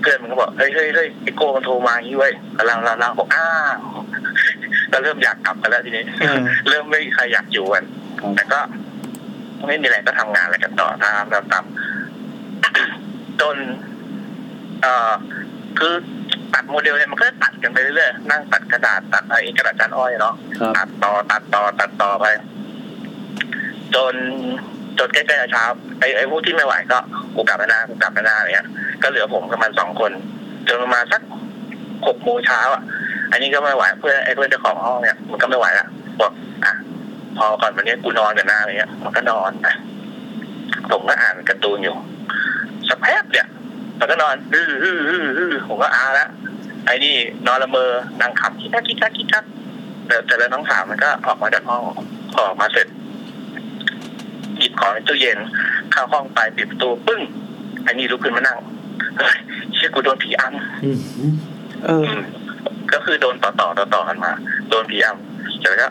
Speaker 12: เพื่อนมันก็บอกเฮ้ยเฮ้ยเฮ้ยไอโก้มันโทรมาอย่างนี้เว้ยแล้วเราเราเราบอกอ้าวก็เริ่มอยากกลับกันแล้วทีนี้
Speaker 2: อ่า
Speaker 12: [laughs] เริ่มไม่มีใครอยากอยู่กัน
Speaker 5: ครับ
Speaker 12: แต่ก็ไม่มีอะไรก็ทำงานอะไรกันต่อตามตามตาม จนเอ่อคือตัดโมเดลเนี่ยมันก็ตัดกันไปเรื่อยๆนั่งตัดกระดาษตัดไอ้กระดาษจานอ้อยเนาะ
Speaker 5: ครับ
Speaker 12: ตัดต่อตัดต่อตัดต่อไป จนจนใกล้ๆจะเช้าไอ้ไอ้พวกที่ไม่ไหวก็กูกลับมาหน้ากูกลับมาหน้าอะไรเงี้ยก็เหลือผมกับมันสองคน จนประมาณสักหกโมงเช้าอ่ะ อันนี้ก็ไม่ไหวเพื่อนไอ้เพื่อนเจ้าของห้องเนี่ยมันก็ไม่ไหวละบอกอ่ะพอก่อนวันนี้กูนอนกันหน้าอะไรเงี้ยมันก็นอนไปผมก็อ่านการ์ตูนอยู่สักแป๊บเนี่ย มันก็นอนอื้ออื้ออื้ออื้อผมก็อาแล้วไอ้นี่นอนละเมอนั่งขับคิกคักคิกคักคิกคักแต่แต่แล้วน้องสาวมันก็ออกมาจากห้องพอออกมาเสร็จหยิบของในตู้เย็น เข้าห้องไปปิดประตูปึ้งไอ้นี่ลุกขึ้นมานั่งเฮ้ยเชื่อกูโดนผีอำ
Speaker 2: เออ
Speaker 12: ก็คือโดนต่อต่อต่อต่อกันมา โดนผีอำแต่ก็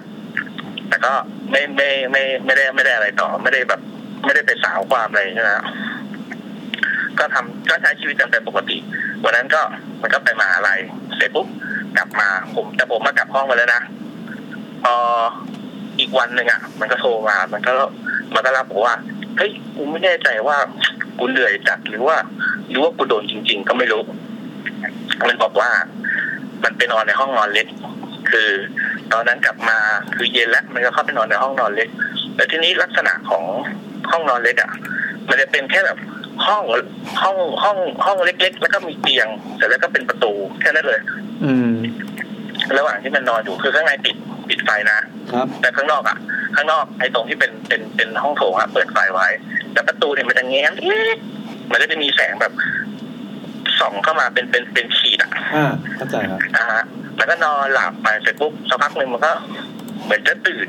Speaker 12: แต่ก็ไม่ไม่ไม่ไม่ได้ไม่ได้อะไรต่อ ไม่ได้แบบ ไม่ได้ไปสาวความอะไรใช่ไหมฮะก็ทำก็ใช้ชีวิตกันไปปกติวันนั้นก็มันก็ไปมหาอะไรเสร็จปุ๊บกลับมาผมแต่ผมมากลับห้องมาแล้วนะพออีกวันหนึ่งอ่ะ มันก็โทรมา มันก็มันก็รับบอกว่าเฮ้ยกูไม่แน่ใจว่ากูเหนื่อยจัดหรือว่าหรือว่ากูโดนจริง ๆ ก็ไม่รู้ มันบอกว่า มันไปนอนในห้องนอนเล็ก คือ ตอนนั้นกลับมาคือเย็นแล้ว มันก็เข้าไปนอนในห้องนอนเล็ก แต่ทีนี้ลักษณะของห้องนอนเล็กอ่ะ มันจะเป็นแค่แบบห้องห้องห้องห้องเล็ก ๆ แล้วก็มีเตียงเสร็จแล้วก็เป็นประตูแค่นั้นเลย
Speaker 2: อืม
Speaker 12: ระหว่างที่มันนอนอยู่คือข้างในปิดปิดไฟนะ
Speaker 5: ครับ
Speaker 12: แต่ข้างนอกอ่ะ ข้างนอกไอ้ตรงที่เป็นเป็นเป็นห้องโถงอ่ะเปิดไฟไว้ แต่ประตูเนี่ยมันจะแง้มเล็ก มันก็จะมีแสงแบบส่องเข้ามาเป็นเป็นเป็นขีดอะ
Speaker 3: อ่าเข้าใจครับ
Speaker 12: อ่าฮะแล้วก็นอนหลับไปเสร็จปุ๊บสักพักหนึ่งมันก็ เหมือนจะตื่น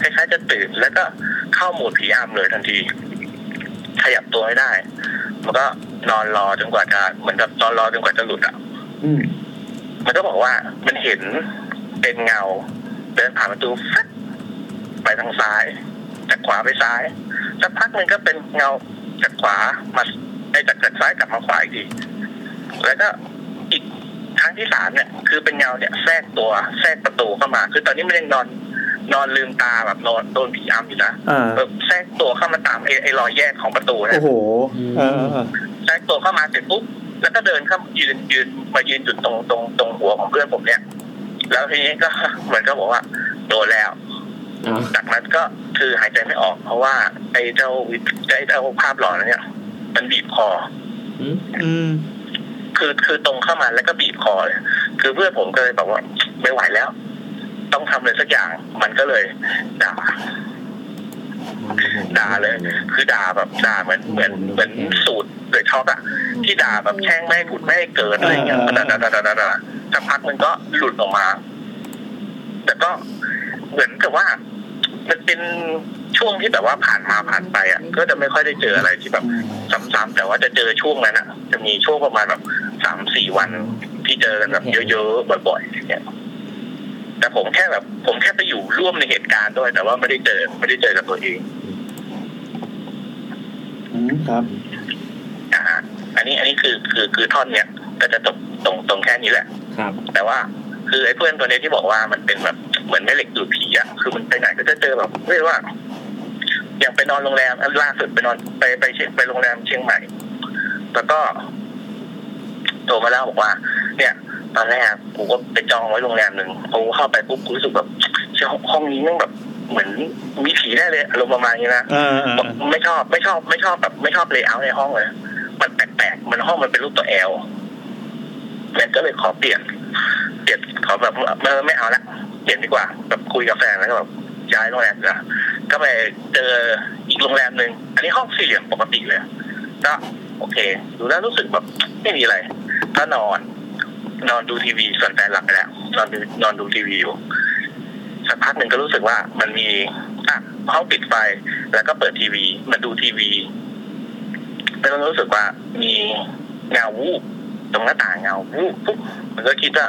Speaker 12: คล้ายๆจะตื่น แล้วก็เข้าโหมดผีอำเลยทันที ขยับตัวไม่ได้ มันก็นอนรอจนกว่าจะเหมือนกับนอนรอจนกว่าจะหลุดอ่ะ
Speaker 3: อืม
Speaker 12: มันก็บอกว่ามันเห็นเป็นเงา เดินผ่านประตูฟึ๊บไปทางซ้าย จากขวาไปซ้ายสักพักหนึ่งก็เป็นเงาจากขวามาไอ้จากจากซ้ายกลับมาขวาอีกทีแล้วก็อีก ครั้งที่สามเนี่ยคือเป็นเงาเนี่ยแทรกตัวแทรกประตูเข้ามา คือตอนนี้มันยังนอน นอนลืมตาแบบนอนโดนผีอำอยู่นะ
Speaker 2: อ่า
Speaker 12: แบบแทรกตัวเข้ามาตามไอ้ไอ้รอยแยกของประตูเนะ
Speaker 2: โอ้โหเออเออเออ
Speaker 12: แทรกตัวเข้ามาเสร็จปุ๊บแล้วก็เดินเข้ายืนยืนมายืนจุดตรงตรงตรงหัวของเพื่อนผมเนี่ย แล้วทีนี้ก็ [laughs] เหมือนก็บอกว่าโดนแล้ว
Speaker 4: อ่า
Speaker 12: จากนั้นก็คือหายใจไม่ออก เพราะว่าไอ้เจ้าวิไอ้เจ้าภาพหลอนนั้นเนี่ย มันบีบคอ
Speaker 2: อืม
Speaker 12: คือคือตรงเข้ามาแล้วก็บีบคอเลย คือเพื่อนผมก็เลยบอกว่า ไม่ไหวแล้ว ต้องทำอะไรสักอย่าง มันก็เลยด่า ด่าเลย คือด่าแบบด่าเหมือนเหมือนเหมือนสูตรเลยช็อกอะที่ด่าแบบแช่งไม่ให้ผุดไม่ให้เกิดอะไรอย่างเงี้ยมันด่าด่าด่าด่าด่าสักพักมันก็หลุดออกมา แต่ก็เหมือนกับว่า มันเป็นช่วงที่แบบว่าผ่านมาผ่านไปอะก็จะไม่ค่อยได้เจออะไรที่แบบ ซ้ำๆแต่ว่าจะเจอช่วงนั้นอ่ะ จะมีช่วงประมาณแบบสามสี่วันที่เจอกันแบบเยอะๆบ่อยๆอย่างเงี้ยแต่ผมแค่แบบ ผมแค่ไปอยู่ร่วมในเหตุการณ์ด้วย แต่ว่าไม่ได้เจอไม่ได้เจอกับตัวเอง
Speaker 3: อืมครับ
Speaker 12: อ่าฮะอันนี้อันนี้คือคือคือท่อนเนี้ยก็จะจบตรงตรงแค่นี้แหละ
Speaker 4: ครับ
Speaker 12: แต่ว่าคือไอ้เพื่อนตัวเนี้ยที่บอกว่ามันเป็นแบบเหมือนแม่เหล็กดูดผีอะคือมันไปไหนก็จะเจอแบบเรียกว่า อย่างไปนอนโรงแรมอันล่าสุดไปนอนไปไปเชียงไปโรงแรมเชียงใหม่ แล้วก็โทรมาเล่าบอกว่า เนี่ยตอนแรกกูก็ไปจองไว้โรงแรมหนึ่งพอกูเข้าไปปุ๊บกูรู้สึกแบบเชี่ยห้องนี้แมันแบบ เหมือนมีผีแน่เลยอารมณ์ประมาณนี้นะ
Speaker 2: เออเออ
Speaker 12: ผมไม่ชอบไม่ชอบไม่ชอบแบบไม่ชอบเลเยอร์ในห้องเลย มันแปลกๆมันห้องมันเป็นรูปตัวแอลแล้วก็เลยขอเปลี่ยน เปลี่ยนขอแบบเออไม่เอาละเปลี่ยนดีกว่า แบบคุยกับแฟนแล้วก็แบบย้ายโรงแรมดีกว่าก็ไปเจออีกโรงแรมหนึ่งอันนี้ห้องสี่เหลี่ยมปกติเลยก็โอเค ดูแล้วรู้สึกแบบไม่มีอะไรก็นอน นอนดูทีวีส่วนแฟนหลับไปแล้วนอนดูนอนดูทีวีอยู่สักพักหนึ่งก็รู้สึกว่ามันมีอ่ะห้องปิดไฟ แล้วก็เปิดทีวีมาดูทีวีแล้วก็รู้สึกว่ามีเงาวูบตรงหน้าต่างเงาวูบปุ๊บมันก็คิดว่า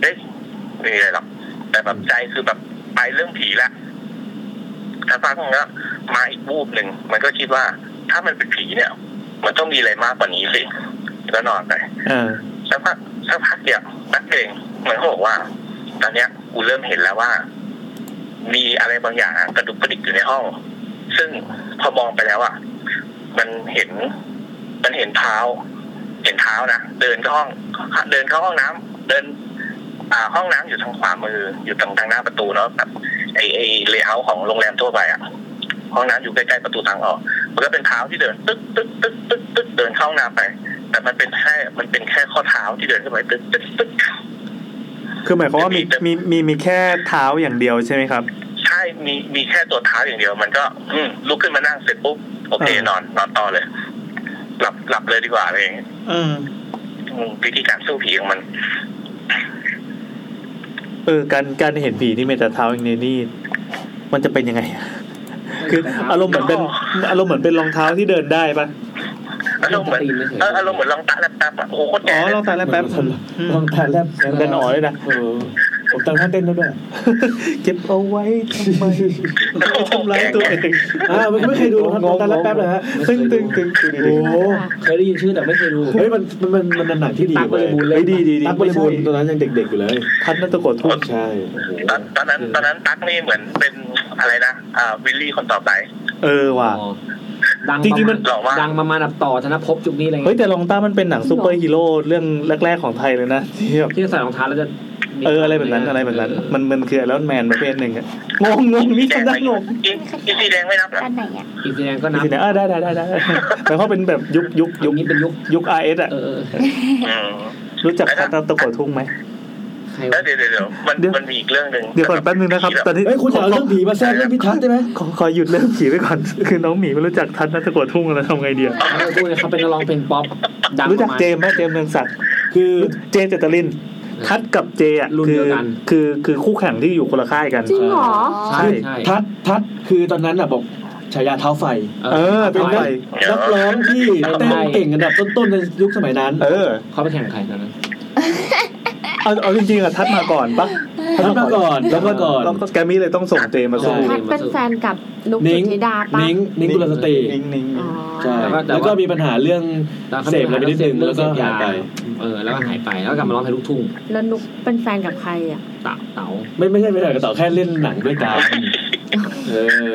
Speaker 12: เอ๊ะไม่มีอะไรหรอกแต่แบบใจคือแบบไปเรื่องผีละถ้าฟังก็มาอีกวูบหนึ่งมันก็คิดว่า ถ้ามันเป็นผีเนี่ย มันต้องมีอะไรมากกว่านี้สิแล้วนอนไป
Speaker 2: เออ
Speaker 12: สักพักสักพักเดียวแป๊บเองมันก็บอกว่า ตอนเนี้ยกูเริ่มเห็นแล้วว่า มีอะไรบางอย่างกระดุกกระดิกอยู่ในห้อง ซึ่งพอมองไปแล้วอ่ะมันเห็น มันเห็นเท้า เห็นเท้านะเดินเข้าห้องเดินเข้าห้องน้ำเดิน อ่า ห้องน้ำอยู่ทางขวามือ อยู่ตรงทางหน้าประตูเนาะแบบไอไอเลเยอร์ของโรงแรมทั่วไปอ่ะห้องน้ำอยู่ใกล้ๆประตูทางออก มันก็เป็นเท้าที่เดินตึ๊กตึ๊กตึ๊กตึ๊กตึ๊กเดินเข้าห้องน้ำไป แต่มันเป็นแค่ มันเป็นแค่ข้อเท้าที่เดินขึ้นไปตึ๊กตึ๊กตึ๊ก
Speaker 2: คือหมายความว่ามีมีมีมีแค่เท้าอย่างเดียวใช่ไหมครับ
Speaker 12: ใช่มีมีแค่ตัวเท้าอย่างเดียว มันก็ อืมลุกขึ้นมานั่งเสร็จปุ๊บโอเค
Speaker 2: เออ
Speaker 12: นอนนอนต่อเลย หลับหลับเลยดีกว่าอะไรอย่างเงี้ย
Speaker 2: เออ
Speaker 12: อืมวิธีการสู้ผีของมัน
Speaker 2: เออการการเห็นผีนี่เมตาเท้าอย่างนี้นี่มันจะเป็นยังไง คืออารมณ์เหมือนเป็นอารมณ์เหมือนเป็นรองเท้าที่เดินได้ปะ
Speaker 12: อารมณ์เหมือนเอออารมณ์เหมือนลองตาแลบตาแบบโอ้โหโคตร
Speaker 2: อ๋
Speaker 12: แก่
Speaker 2: อ
Speaker 12: เลย
Speaker 2: รองเท้าแล้วแป๊บอืม
Speaker 3: ลองทานแล้ว
Speaker 2: เดินอ๋อเลยนะ
Speaker 3: เออผมตั้งท่าเต้นแล้วด้วย
Speaker 2: เก็บเอาไว้ทำไมทำร้ายตัวเอง
Speaker 3: อ่าไม่เคยดูครับลองทานแล้วแป๊บเลยฮะ
Speaker 2: ตึ้งตึ้งตึ้งตึ้ง
Speaker 3: โอ้โห
Speaker 4: เคยได้ยินชื่อแต่ไม่เคยดู
Speaker 3: เฮ้ยมันมันมันมันหนังที่ดี
Speaker 4: ตั๊กบริบูรณ์
Speaker 2: เฮ้ยดีดีดี
Speaker 3: ตักบริบูรณ์ตอนนั้นยังเด็กๆอยู่เลย
Speaker 2: ทันนัตโกดทุ่ง
Speaker 3: ใช่
Speaker 12: ตอนตอนนั้นตอนนั้นตั๊กนี่เหมือนเป็นอะไรนะอ่าวิลลี่คนต่อไป
Speaker 2: เออว่ะ
Speaker 4: อ๋อดัง
Speaker 2: จริงๆมัน
Speaker 12: หล่อมาก
Speaker 4: ดังประมาณแบบต่อธนภพจุกนี้อะไร
Speaker 2: เฮ้ย
Speaker 4: เงี้ย
Speaker 2: แต่ลองต้ามันเป็นหนังซูเปอร์ฮีโร่เรื่องแรกๆของไทยเลยนะที่แบบ
Speaker 4: ที่ใส่รองเท้าแล้วจะมี
Speaker 2: เอออะไรแบบนั้นอะไรแบบนั้น มันมันคือไอรอนแมนประเภทหนึ่งอะงงงงนี่
Speaker 12: แดง
Speaker 2: ทำได้
Speaker 12: ไม่
Speaker 2: งง
Speaker 12: อีอีสีแดงไม่นับเหรอ
Speaker 7: ด้านไหนอ่ะ
Speaker 4: อีกทีนึงก็นับ
Speaker 2: ที่ไหนอ่ะได้ได้ได้ [laughs] ได้หมายความว่าเป็นแบบยุคยุค
Speaker 4: ยุ
Speaker 2: ยุ
Speaker 4: ค
Speaker 2: ค
Speaker 4: นี้เป็นยุค
Speaker 2: ยุค RS อะ
Speaker 4: เออเออ
Speaker 12: อืม
Speaker 2: รู้จักทันนัตโกดทุ่งไหม
Speaker 12: แล้วเดี๋ยวเดี๋ยวเดี๋ยวมันมันมีอีกเรื่องหนึ่ง
Speaker 2: เดี๋ยวก่อนแป๊บนึงนะครับ ตอนนี้
Speaker 3: เฮ้ยคุณจะเอาเรื่องผีมาแทรกเรื่องพิทักษ์ได้ไหม
Speaker 2: ขอขอหยุดเรื่องผีไว้ก่อน [laughs] คือน้องหมีไม่รู้จักทัศน์นัตตะกวดทุ่งแล้วทำไงเดียว
Speaker 4: ไม่พูดเลยเขาเป็นนักร้องเพลงป๊อปดัง
Speaker 2: รู้จัก
Speaker 4: มา
Speaker 2: เจมส์ไหมเจมส์เมืองศักดิ์
Speaker 3: คือ
Speaker 2: เจมส์จัตริน ทัศน์กับเจอ่ะ
Speaker 4: รุ่น
Speaker 2: คื
Speaker 4: เดี
Speaker 2: อ
Speaker 4: ยวกัน
Speaker 2: คือคือคู่แข่งที่อยู่คนละค่ายกัน
Speaker 1: จริงเหรอ
Speaker 4: ใช่ใช่
Speaker 3: ทัดทัดคือตอนนั้นอ่ะบอกฉายาเท้าไฟ
Speaker 2: เออเป็นไง
Speaker 3: นักร้องที่เต้นเก่งอันดับต้นๆในยุคสมัยนั้น
Speaker 2: เออ
Speaker 4: เขาไปแข่งใครตอนนั้น
Speaker 2: เอาเอาจริงๆอะทัศน์มาก่อนปะ
Speaker 3: ทัดมาก่อนทัดมาก่อน
Speaker 2: แล้วก็แกรมมี่เลยต้องส่งเจมส์มาสู้
Speaker 1: ทัดเป็นแฟนกับนุก
Speaker 3: นิ้
Speaker 1: จิ
Speaker 3: ง
Speaker 1: ตธิดาปะ
Speaker 3: นิ้งนิ้งกุลสตรี
Speaker 2: นิ้งนิ้ง
Speaker 1: อ๋อ
Speaker 3: ใช่แล้วก็มีปัญหาเรื่องเสพอะไรไปนิดนึงแล้วก็หายไป
Speaker 4: เออแล้วก็หายไปแล้วกลับมาร้องเพลงลูกทุ่ง
Speaker 1: แล้วนุกเป็นแฟนกับใครอ่ะ
Speaker 4: เต๋าเต๋า
Speaker 3: ไม่ไม่ใช่ไม่ใช่กระต่อแค่เล่นหนังด้วยกันเออ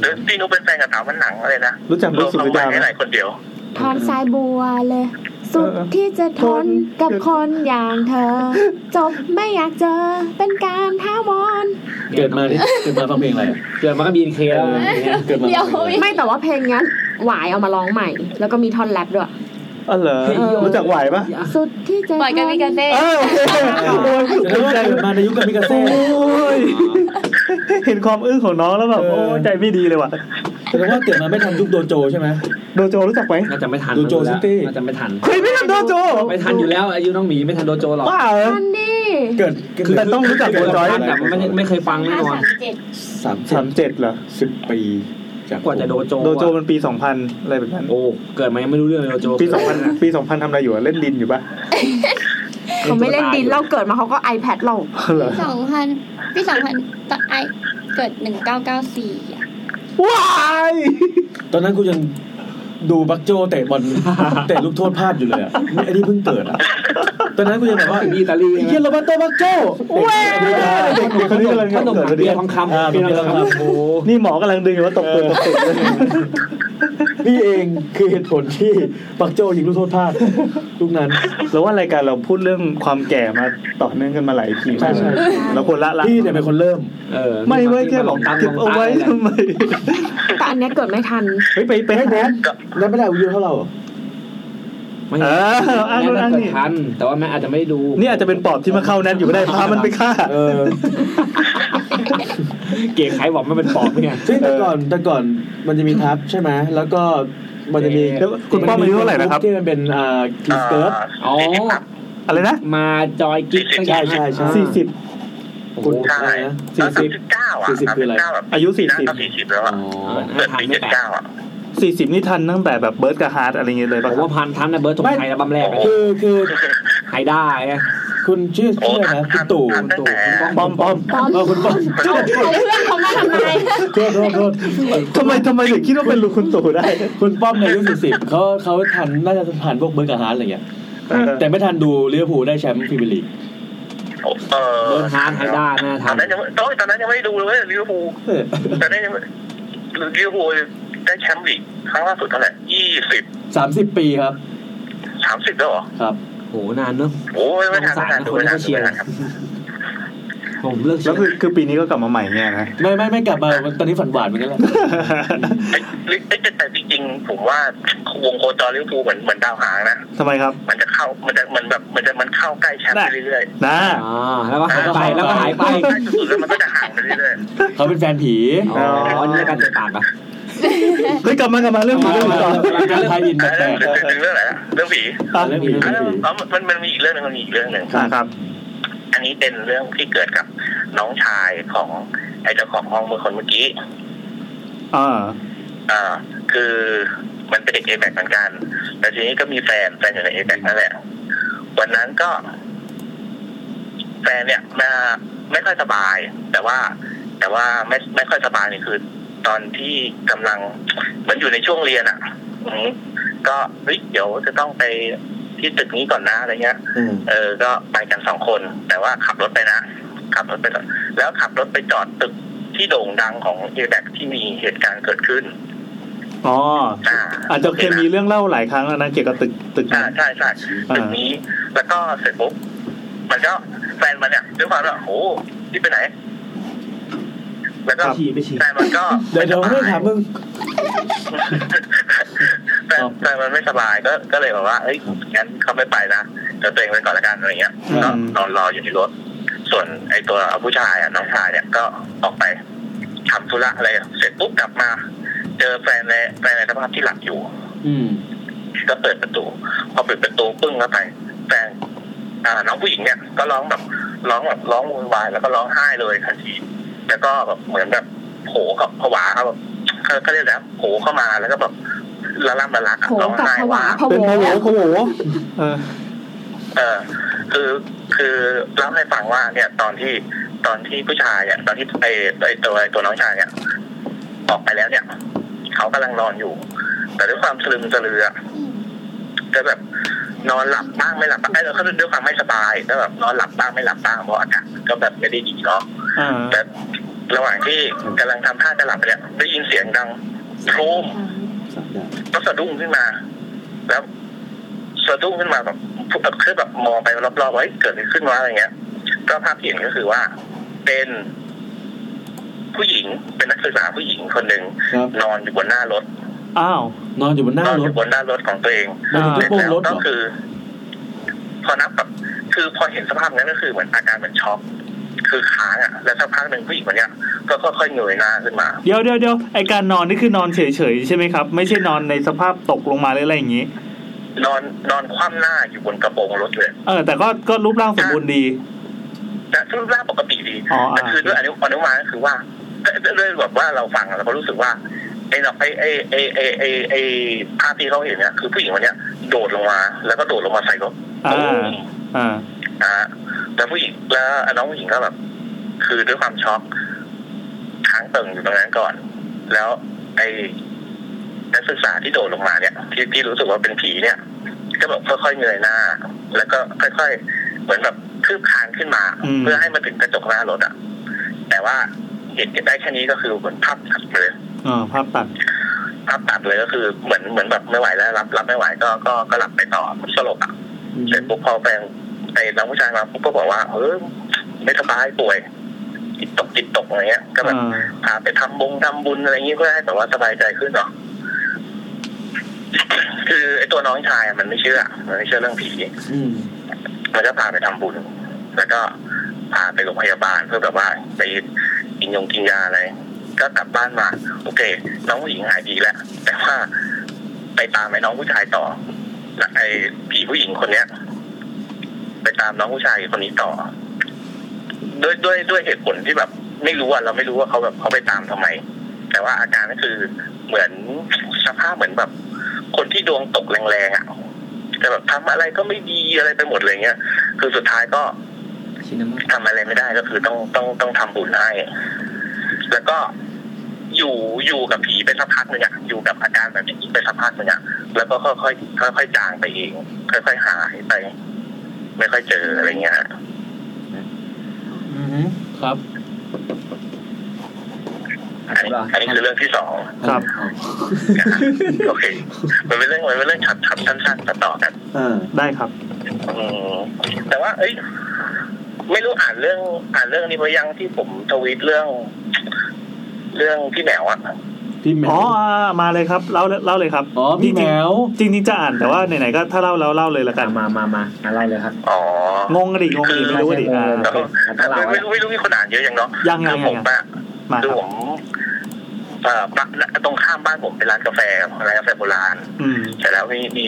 Speaker 12: หรือพี่นุ๊กเป็นแฟนกับถามมันหนังอะไรนะ
Speaker 2: รู้จักลูกสุด
Speaker 12: เรา
Speaker 2: ดาไหม
Speaker 12: ให้หลายคนเดียว
Speaker 1: ทอนสายบัวเลย สุดที่จะทนกับคนอย่างเธอ จบไม่อยากเจอเป็นการท้าวอน
Speaker 3: เกิดมานี่เกิดมาฟังเพลงอะไรอะ
Speaker 4: เกิดมาก็บีนเคแล้ว
Speaker 3: เกิดมาฟังเพลงอะไร
Speaker 1: ไม่แต่ว่าเพลงเนี้ยหวายเอามาร้องใหม่ แล้วก็มีท่อนแรปด้วย
Speaker 2: อ๋อเหรอ
Speaker 4: เฮ้ย
Speaker 2: รู้จักหวายปะ
Speaker 1: สุดที่จะ
Speaker 7: ปล่อยกัน
Speaker 1: ท
Speaker 7: มีกันเซ่
Speaker 2: เออโอเคโอ้ย
Speaker 3: เกิดมาในยุคกามิกาเซ่
Speaker 2: โอ้ยเห็นความอึ้งของน้องแล้วแบบโอ้ยใจไม่ดีเลยว่ะ
Speaker 3: แสดงว่าเกิดมาไม่ทันยุคโดโจใช่ไหม
Speaker 2: โดโจรู้จักไหม
Speaker 4: น่าจะไม่ทัน
Speaker 3: ดูโจซิตี้
Speaker 4: น่าจะไม่ทัน
Speaker 2: เฮ้ยไม่ทันโดโจ
Speaker 4: ไม่ทันอยู่แล้วอายุน้องหมีไม่ทันโดโจหรอก
Speaker 2: ป้าเหรอ
Speaker 1: ท่อนนี้
Speaker 3: เกิด
Speaker 2: คือแต่ต้องรู้จักโดโจ
Speaker 4: แต่ไม่ไม่เคยฟังแน่นอน
Speaker 3: สาม
Speaker 2: สามเจ็ดเหรอ
Speaker 3: สิบปี จาก
Speaker 4: กว่าจะโดโจ
Speaker 2: โดโจมันปีสองพันอะไรแบบนั้น
Speaker 4: โอ้เกิดมายังไม่รู้เรื่องเลยโดโจ
Speaker 2: ปีสองพันปีสองพันทำอะไรอยู่อะเล่นดินอยู่ปะ
Speaker 1: เขาไม่เล่นดินเราเกิดมาเขาก็ iPad เรา
Speaker 2: เหรอ
Speaker 7: สองพันพี่สองพันตอนไอเกิดหนึ่งเก้าเก้าสี่
Speaker 2: ว้าย
Speaker 3: ตอนนั้นกูยังดูบักโจเตะ [laughs] บอลเตะลูกโทษพลาดอยู่เลยอ่ะนี่อันนี้เพิ่งเกิดอ่ะตอนนั้นกูยังแบบว่า
Speaker 4: อิตาลี
Speaker 3: ไอ้เฮียโรบัตโตบักโจเว้ย
Speaker 2: เด็กคนนี้กำลัง
Speaker 4: ขนม
Speaker 2: เกิด
Speaker 4: ถัง
Speaker 2: พอดี
Speaker 4: เบียร์ทองคำ
Speaker 3: อ่า
Speaker 4: เบียร์ทอ
Speaker 3: เบียร์ทอ
Speaker 4: ง
Speaker 3: ง
Speaker 4: คำ
Speaker 3: คำ
Speaker 4: โอ้
Speaker 2: นี่หมอกำลังดึงอยู่ว่าตกตัวตกตึกเลย
Speaker 3: นี่เองคือเหตุผลที่บักโจยิงลูกโทษพลาดลูกนั้น
Speaker 2: แล้วว่ารายการเราพูดเรื่องความแก่มาต่อเนื่องกันมาหลายทีมาก
Speaker 3: ใช่ใช่
Speaker 2: แล้วคนละละ
Speaker 3: พี่เนี่ยเป็นคนเริ่ม
Speaker 4: เออ
Speaker 2: ไม่ไม่แค่บอก
Speaker 4: ตาม
Speaker 2: เก็บเอาไว้ทำไม
Speaker 1: แต่อันเนี้ยเกิดไม่ทัน
Speaker 2: เฮ้ยไปไป
Speaker 3: ให้
Speaker 2: ให้
Speaker 3: แน
Speaker 2: แน
Speaker 3: ท
Speaker 2: ท
Speaker 3: แนทไม่ได้อายุเท่าเราเหรอ
Speaker 4: ไม่
Speaker 2: เอออ้างนู่นอ้างนี่
Speaker 4: เกิดทัน แต่ว่าแม่อาจจะไม่ได้ดู
Speaker 2: นี่อาจจะเป็นปอบที่มาเข้าแนทอยู่ก็ได้พามันไปฆ่า
Speaker 3: เออ
Speaker 4: เก๋ไขบอกมันเป็นปอบเนี่ย
Speaker 3: ซึ่งแต่ก่อนแต่ก่อนมันจะมีทับใช่ไหม แล้วก็มันจะมี
Speaker 2: แล้วคุณป้อมอายุเท่าไหร่นะครับ
Speaker 3: ที่มันเป็นอ่ากีสเกิร์ต
Speaker 4: อ๋อ
Speaker 2: อะไรนะ
Speaker 4: มาจอยกิ๊กสักอย่าง
Speaker 3: ใช่ใช่ใช่
Speaker 2: สี่สิบ
Speaker 4: โอ้โห
Speaker 3: คุณ
Speaker 12: ใช่
Speaker 3: อะไรนะ
Speaker 12: ตอ
Speaker 3: สี่
Speaker 12: น
Speaker 3: สิบ
Speaker 12: สิบเก้าอ่ะ
Speaker 3: สี่สิบคืออะไร
Speaker 12: เก้าแบบ
Speaker 2: อายุสี่สิบ
Speaker 12: น่าจะสี่สิบแล้วอ่ะเกิดปี
Speaker 4: ไม่
Speaker 12: เจ็ด
Speaker 4: แปลก
Speaker 12: เก้าอ่ะ
Speaker 2: สี่สิบนี่ทันตั้งแต่แบบเบิร์ดกับฮาร์ดอะไรเงี้ยเลย
Speaker 4: ผ
Speaker 2: ป่ะ
Speaker 4: มว่าพันทันนะเบิร์ดธงชัยระบำแรกเลย
Speaker 3: คือคือ
Speaker 4: ไฮด้าไง
Speaker 3: คุณชื่อ
Speaker 12: โอ้
Speaker 3: ชื่ออะไร
Speaker 12: ทัน
Speaker 3: นะคุ
Speaker 12: ทั
Speaker 3: ณ
Speaker 12: น
Speaker 3: ตู่
Speaker 12: ทันตั้ง
Speaker 4: ตู่
Speaker 12: แต่
Speaker 4: คุณ
Speaker 2: ป
Speaker 4: ป้
Speaker 2: อ
Speaker 4: อ
Speaker 2: ม
Speaker 4: ม
Speaker 2: ปอม
Speaker 3: เออคุณป้อม
Speaker 1: เอาเรื่องเขามาทำไม
Speaker 3: โทษโทษโทษ
Speaker 2: ทำไมทำไมถึงคิดว่าเป็นลูกคุณตู่ได้
Speaker 3: คุณป้อมในยอายุสี่สิบเขาเขาทันน่าจะทันพวกเบิร์กกับฮาร์ดอะไรเงี้ย
Speaker 2: เออ
Speaker 3: แต่ไม่ทันดูลิเวอร์พูลได้แชมป์พรีเมียร์ลีก
Speaker 12: โอ้เออ
Speaker 4: เบิร์ดฮาร์ดไฮด้าหน้า
Speaker 12: ตอ
Speaker 4: ทั
Speaker 12: น
Speaker 4: น
Speaker 12: นั้นยังไม่ตอนตอนนั้นยังไม่ได้ดูเลยเว้ยลิเวอร์พูลตอนนั้นยังไม่ลิเวอร์พูลได้แชมป์ลีกครั้งล่าสุดเท่าไหร่ยี่สิบ
Speaker 3: สามสิบปีครับ
Speaker 12: สามสิบแล้วเหรอ
Speaker 3: ครับ
Speaker 4: โหนานเนอะ
Speaker 12: โอ้ยไม่ทัน
Speaker 4: สง
Speaker 12: ไม่
Speaker 4: สา
Speaker 12: ทั
Speaker 4: ร
Speaker 12: น
Speaker 4: นะ
Speaker 12: ดูไม่
Speaker 4: คนที่
Speaker 12: ทัน
Speaker 4: เขาเชี
Speaker 12: ดู
Speaker 4: ยร์
Speaker 12: ไม่ทันครับ
Speaker 4: ผมเลือก
Speaker 2: แล้วคื
Speaker 4: ชื่อ
Speaker 2: อคือปีนี้ก็กลับมาใหม่เงี้ยนะ
Speaker 3: ไม่ไม่ไม่กลับมาตอนนี้ฝันหวานเหมือนกันแหละ
Speaker 12: ไอ้ลิไอ้แต่แต่จริงๆผมว่าวงโคจรลิเวอร์พูลเหมือนเหมือนดาวหางนะ
Speaker 2: ทำไมครับ
Speaker 12: มันจะเข้ามันจะมันแบบมันจะมันเข้าใกล้แชมป์ไปเรื่อย
Speaker 2: นะ
Speaker 4: อ่าแล้วก็หายไปแล้วก็หาย
Speaker 12: ๆ
Speaker 4: ไป
Speaker 12: ใกล้สุดๆแล้วมันก็จะห่างไปเรื่อย
Speaker 3: เขาเป็นแฟนผี
Speaker 4: อ๋ออันนี้รายการเตะปากอ่ะ
Speaker 2: เฮ้ยกลับมากลับมาเรื่องผีเรื่องผีต่อ
Speaker 3: การไทยอิน
Speaker 12: ๆ
Speaker 3: แป
Speaker 12: แล้ว
Speaker 3: ลก
Speaker 12: ถึงเรื่องอะไรนะเรื่องผี
Speaker 2: อ่ะ
Speaker 3: ๆเรื่องผีเรื่องผี
Speaker 12: อ๋อมันมันมีอีกเรื่องหนึงมันมีอีกเรื่องหนึ่ง
Speaker 2: อ่ะครับ
Speaker 12: อันนี้เป็นเรื่องที่เกิดกับน้องชายของไอ้เจ้าของห้องเมื่อคนเมื่อกี้
Speaker 2: อ่า
Speaker 12: อ่า คือมันเป็นเด็กเอแบกเหมือนกัน แต่ทีนี้ก็มีแฟนแฟนอยู่ในเอแบกนั่นแหละ วันนั้นก็ แฟนเนี่ยมาไม่ค่อยสบาย แต่ว่า แต่ว่าไม่ไม่ค่อยสบายนี่คือ ตอนที่กำลังเหมือนอยู่ในช่วงเรียนอะ่ะอืมก็เฮ้ยเดี๋ยวจะต้องไปที่ตึกนี้ก่อนนะอะไรเงี้ย
Speaker 3: อืม
Speaker 12: เออ ก็ไปกันสองคน แต่ว่าขับรถไปนะ ขับรถไปก่อนแล้วขับรถไปจอดตึกที่โด่งดังของเอแบกที่มีเหตุการณ์เกิดขึ้น
Speaker 2: อ๋อ
Speaker 12: อ่า
Speaker 2: อาจจะเคยมีเรื่องเล่าหลายครั้งแล้วนะเกี่ยวกับตึกตึก
Speaker 12: อ่า
Speaker 2: นั้น
Speaker 12: ใช่ใช่ตึกนี้ แล้วก็เสร็จปุ๊บ มันก็แฟนมันเนี่ยด้วยความว่าโอ้ที่ไปไหน แล้วก็
Speaker 4: ฉี่ไปฉี่
Speaker 12: แฟนมันก็
Speaker 3: เดี๋ยวเดี๋ยวไม่ถามมึง
Speaker 12: [laughs] แฟนแฟนมันไม่สบายก็ ก็เลยบอกว่า เอ้ยงั้นเขาไม่ไปนะ เดี๋ยวตัวเองไปก่อนละกันอะไรเงี้ย
Speaker 2: อืม
Speaker 12: ก็นอนรออยู่ที่รถ ส่วนไอ้ตัวผู้ชายอ่ะน้องชายเนี่ยก็ออกไปทำธุระอะไรเสร็จปุ๊บกลับมา เจอแฟนในแฟนในสภาพที่หลับอยู่
Speaker 6: อืม
Speaker 12: ก็เปิดประตู พอเปิดประตูปึ้งเข้าไปแฟนอ่าน้องผู้หญิงเนี่ยก็ร้องแบบร้องแบบร้องโวุ่นวายแล้วก็ร้องไห้เลยทันที แล้วก็แบบเหมือนแบบโผล่กับผวาเขาแบบเขาเขาเรียกแล้วโผล่เข้ามาแล้วก็แบบละล่ำละลักอะ
Speaker 1: โห
Speaker 12: ร้อง
Speaker 1: กับ
Speaker 12: ไห้
Speaker 1: ผ
Speaker 12: ว่า
Speaker 1: วาผ
Speaker 2: เป็น
Speaker 1: วา
Speaker 2: โผล่โผล่เออ
Speaker 12: เออคือคือเล่าให้ฟังว่าเนี่ยตอนที่ตอนที่ผู้ชายอ่ะตอนที่ไอไอตัวไอตัวน้องชายเนี่ยออกไปแล้วเนี่ยเขากำลังนอนอยู่ แต่ด้วยความสลึมสลืออะก็แบบนอนหลับบ้างไม่หลับบ้างไอ้เราก็ด้วยความไม่สบายก็แบบนอนหลับบ้างไม่หลับบ้างเพราะอากาศก็แบบไม่ได้ดีเนาะ
Speaker 2: อ่า
Speaker 12: แต่ระหว่างที่กำลังทำท่าจะหลับเนี่ยได้ยินเสียงดังโครม
Speaker 4: สามอย่าง
Speaker 12: ก็สะดุ้งขึ้นมา แล้วสะดุ้งขึ้นมาแบบแบบคือแบบมองไปรอบๆว่าเฮ้ยเกิดอะไรขึ้นวะอะไรเงี้ย ก็ภาพที่เห็นก็คือว่า เป็นผู้หญิงเป็นนักศึกษาผู้หญิงคนหนึ่ง
Speaker 3: ครับ
Speaker 12: นอนอยู่บนหน้ารถ
Speaker 2: อ้าวน
Speaker 3: อนอยู่บนหน้า
Speaker 12: อน
Speaker 3: ร
Speaker 12: อ
Speaker 3: ถ
Speaker 12: ยู่บนหน้ารถของตัวเอง
Speaker 3: หมายถึง
Speaker 12: เส
Speaker 3: ก
Speaker 12: ร็
Speaker 3: ระ
Speaker 12: จ
Speaker 3: โปรง
Speaker 12: แล้ว
Speaker 3: รถเหร
Speaker 12: ก็
Speaker 3: อ
Speaker 12: คือ พอนับแบบคือพอเห็นสภาพนั้นก็คือเหมือนอาการเหมือนช็อกคือค้างอ่ะ แล้วสักพักหนึ่งผู้หญิงคนเนี้ยก็ค่อยๆเงยหน้าขึ้นมา
Speaker 2: เดี๋ยวเดี๋ยวเดี๋ยวไอการนอนนี่คือนอนเฉยๆใช่ไหมครับ ไม่ใช่นอนในสภาพตกลงมาหรืออะไรอย่างงี้
Speaker 12: นอนนอนคว่ำหน้าอยู่บนกระโปรงรถเลย
Speaker 2: เออ แต่ก็ก็รูปร่างสมบูรณ์ดี
Speaker 12: แต่รูปร่างปกติดี
Speaker 2: อ๋ออ่า
Speaker 12: แต่คือด้วยอนุอนุมานก็คือว่าด้วยแบบว่าเราฟังเราก็รู้สึกว่าไอ้หนอกไอ้ไอ้ไอ้ไอ้ไอ้ไอ้ภาพที่เขาเห็นเนี่ยคือผู้หญิงคนเนี้ยโดดลงมา แล้วก็โดดลงมาใส่รถ
Speaker 2: อ่า อ่า
Speaker 12: อ่าแต่ผู้หญิงแล้วน้องผู้หญิงก็แบบ คือด้วยความช็อกค้างเติ่งอยู่ตรงนั้นก่อน แล้วไอ้นักศึกษาที่โดดลงมาเนี่ย ที่ที่รู้สึกว่าเป็นผีเนี่ย ก็แบบค่อยๆเงยหน้า แล้วก็ค่อย ๆ เหมือนแบบคืบคลานขึ้นมา
Speaker 2: อืม
Speaker 12: เพื่อให้มันถึงกระจกหน้ารถอะแต่ว่าเห็นได้แค่นี้ก็คือเหมือนภาพตัดเลย
Speaker 2: อ่าภาพตัด
Speaker 12: ภาพตัดเลยก็คือเหมือนเหมือนแบบไม่ไหวแล้วรับรับไม่ไหวก็ก็ก็หลับไปต่อสลบอะเสร็จปุ๊บพอแฟนไอ้น้องผู้ชายมาปุ๊บก็บอกว่าเออไม่สบายป่วยจิตตกจิตตกอะไรเงี้ยก็แบบ
Speaker 2: อ่า
Speaker 12: พาไปทำบงทำบุญอะไรอย่างงี้เพื่อให้แบบว่าสบายใจขึ้นเนาะ คือไอ้ตัวน้องชายอะมันไม่เชื่อ มันไม่เชื่อเรื่องผี
Speaker 3: อืม
Speaker 12: มันก็พาไปทำบุญ แล้วก็พาไปโรงพยาบาลเพื่อแบบว่าไปกินยงกินยาอะไร ก็กลับบ้านมา โอเค น้องผู้หญิงหายดีแล้ว แต่ว่าไปตามไอ้น้องผู้ชายต่อและไอ้ผีผู้หญิงคนเนี้ย ไปตามน้องผู้ชายคนนี้ต่อ ด้วยด้วยด้วยเหตุผลที่แบบไม่รู้อ่ะเราไม่รู้ว่าเขาแบบเขาไปตามทำไม แต่ว่าอาการก็คือเหมือนสภาพเหมือนแบบ คนที่ดวงตกแรงๆอ่ะแต่แบบทำอะไรก็ไม่ดีอะไรไปหมดเลยเงี้ยคือสุดท้ายก็
Speaker 4: ชินามะ
Speaker 12: ทำอะไรไม่ได้ก็คือต้องต้องต้องทำบุญให้แล้วก็อยู่อยู่กับผีไปสักพักหนึ่งอ่ะอยู่กับอาการแบบนี้ไปสักพักหนึ่งอ่ะแล้วก็ค่อยๆค่อยๆจางไปเอง ค่อยๆหายไป ไม่ค่อยเจออะไรเงี้ย
Speaker 4: ครับ
Speaker 12: อันนี้อันนี้คือเรื่องที่สอง
Speaker 2: ครับ
Speaker 12: นะครับโอเค มันเป็นเรื่องมันเป็นเรื่องฉับฉับสั้นๆต่อต่อกัน
Speaker 3: อ่า
Speaker 2: ได้ครับ
Speaker 12: อืมแต่ว่า เอ้ย ไม่รู้อ่านเรื่อง อ่านเรื่องนี้ไปยังที่ผมทวีตเรื่อง เรื่องพี่แหมวอะ
Speaker 3: พี่แมว
Speaker 2: อ๋ออ่ามาเลยครับ เล่าเล่าเลยครับ
Speaker 3: อ๋อพี่แมว
Speaker 2: จริงๆจริงๆจะอ่านแต่ว่าไหนๆก็ถ้าเล่าแล้วเล่าเลยละกั
Speaker 4: มาน มามามาอะไรเลยครับ
Speaker 12: อ๋อ
Speaker 2: งงกันดิงงกันดิไม่รู้กันดิอ่า
Speaker 12: แต่ว่า
Speaker 4: แต่เราอะ
Speaker 12: ไม่รู้ไม่รู้มีคนอ่านเยอะยังเนาะ
Speaker 2: ยังยัง
Speaker 12: คือผมอะ
Speaker 2: มา
Speaker 12: คือ
Speaker 2: ครั
Speaker 12: ผ
Speaker 2: บ
Speaker 12: มเอ่อบ้านตรงข้ามบ้านผมเป็นร้านกาแฟร้านกาแฟโบราณ
Speaker 2: อืม
Speaker 12: เสร็จแล้วมีมี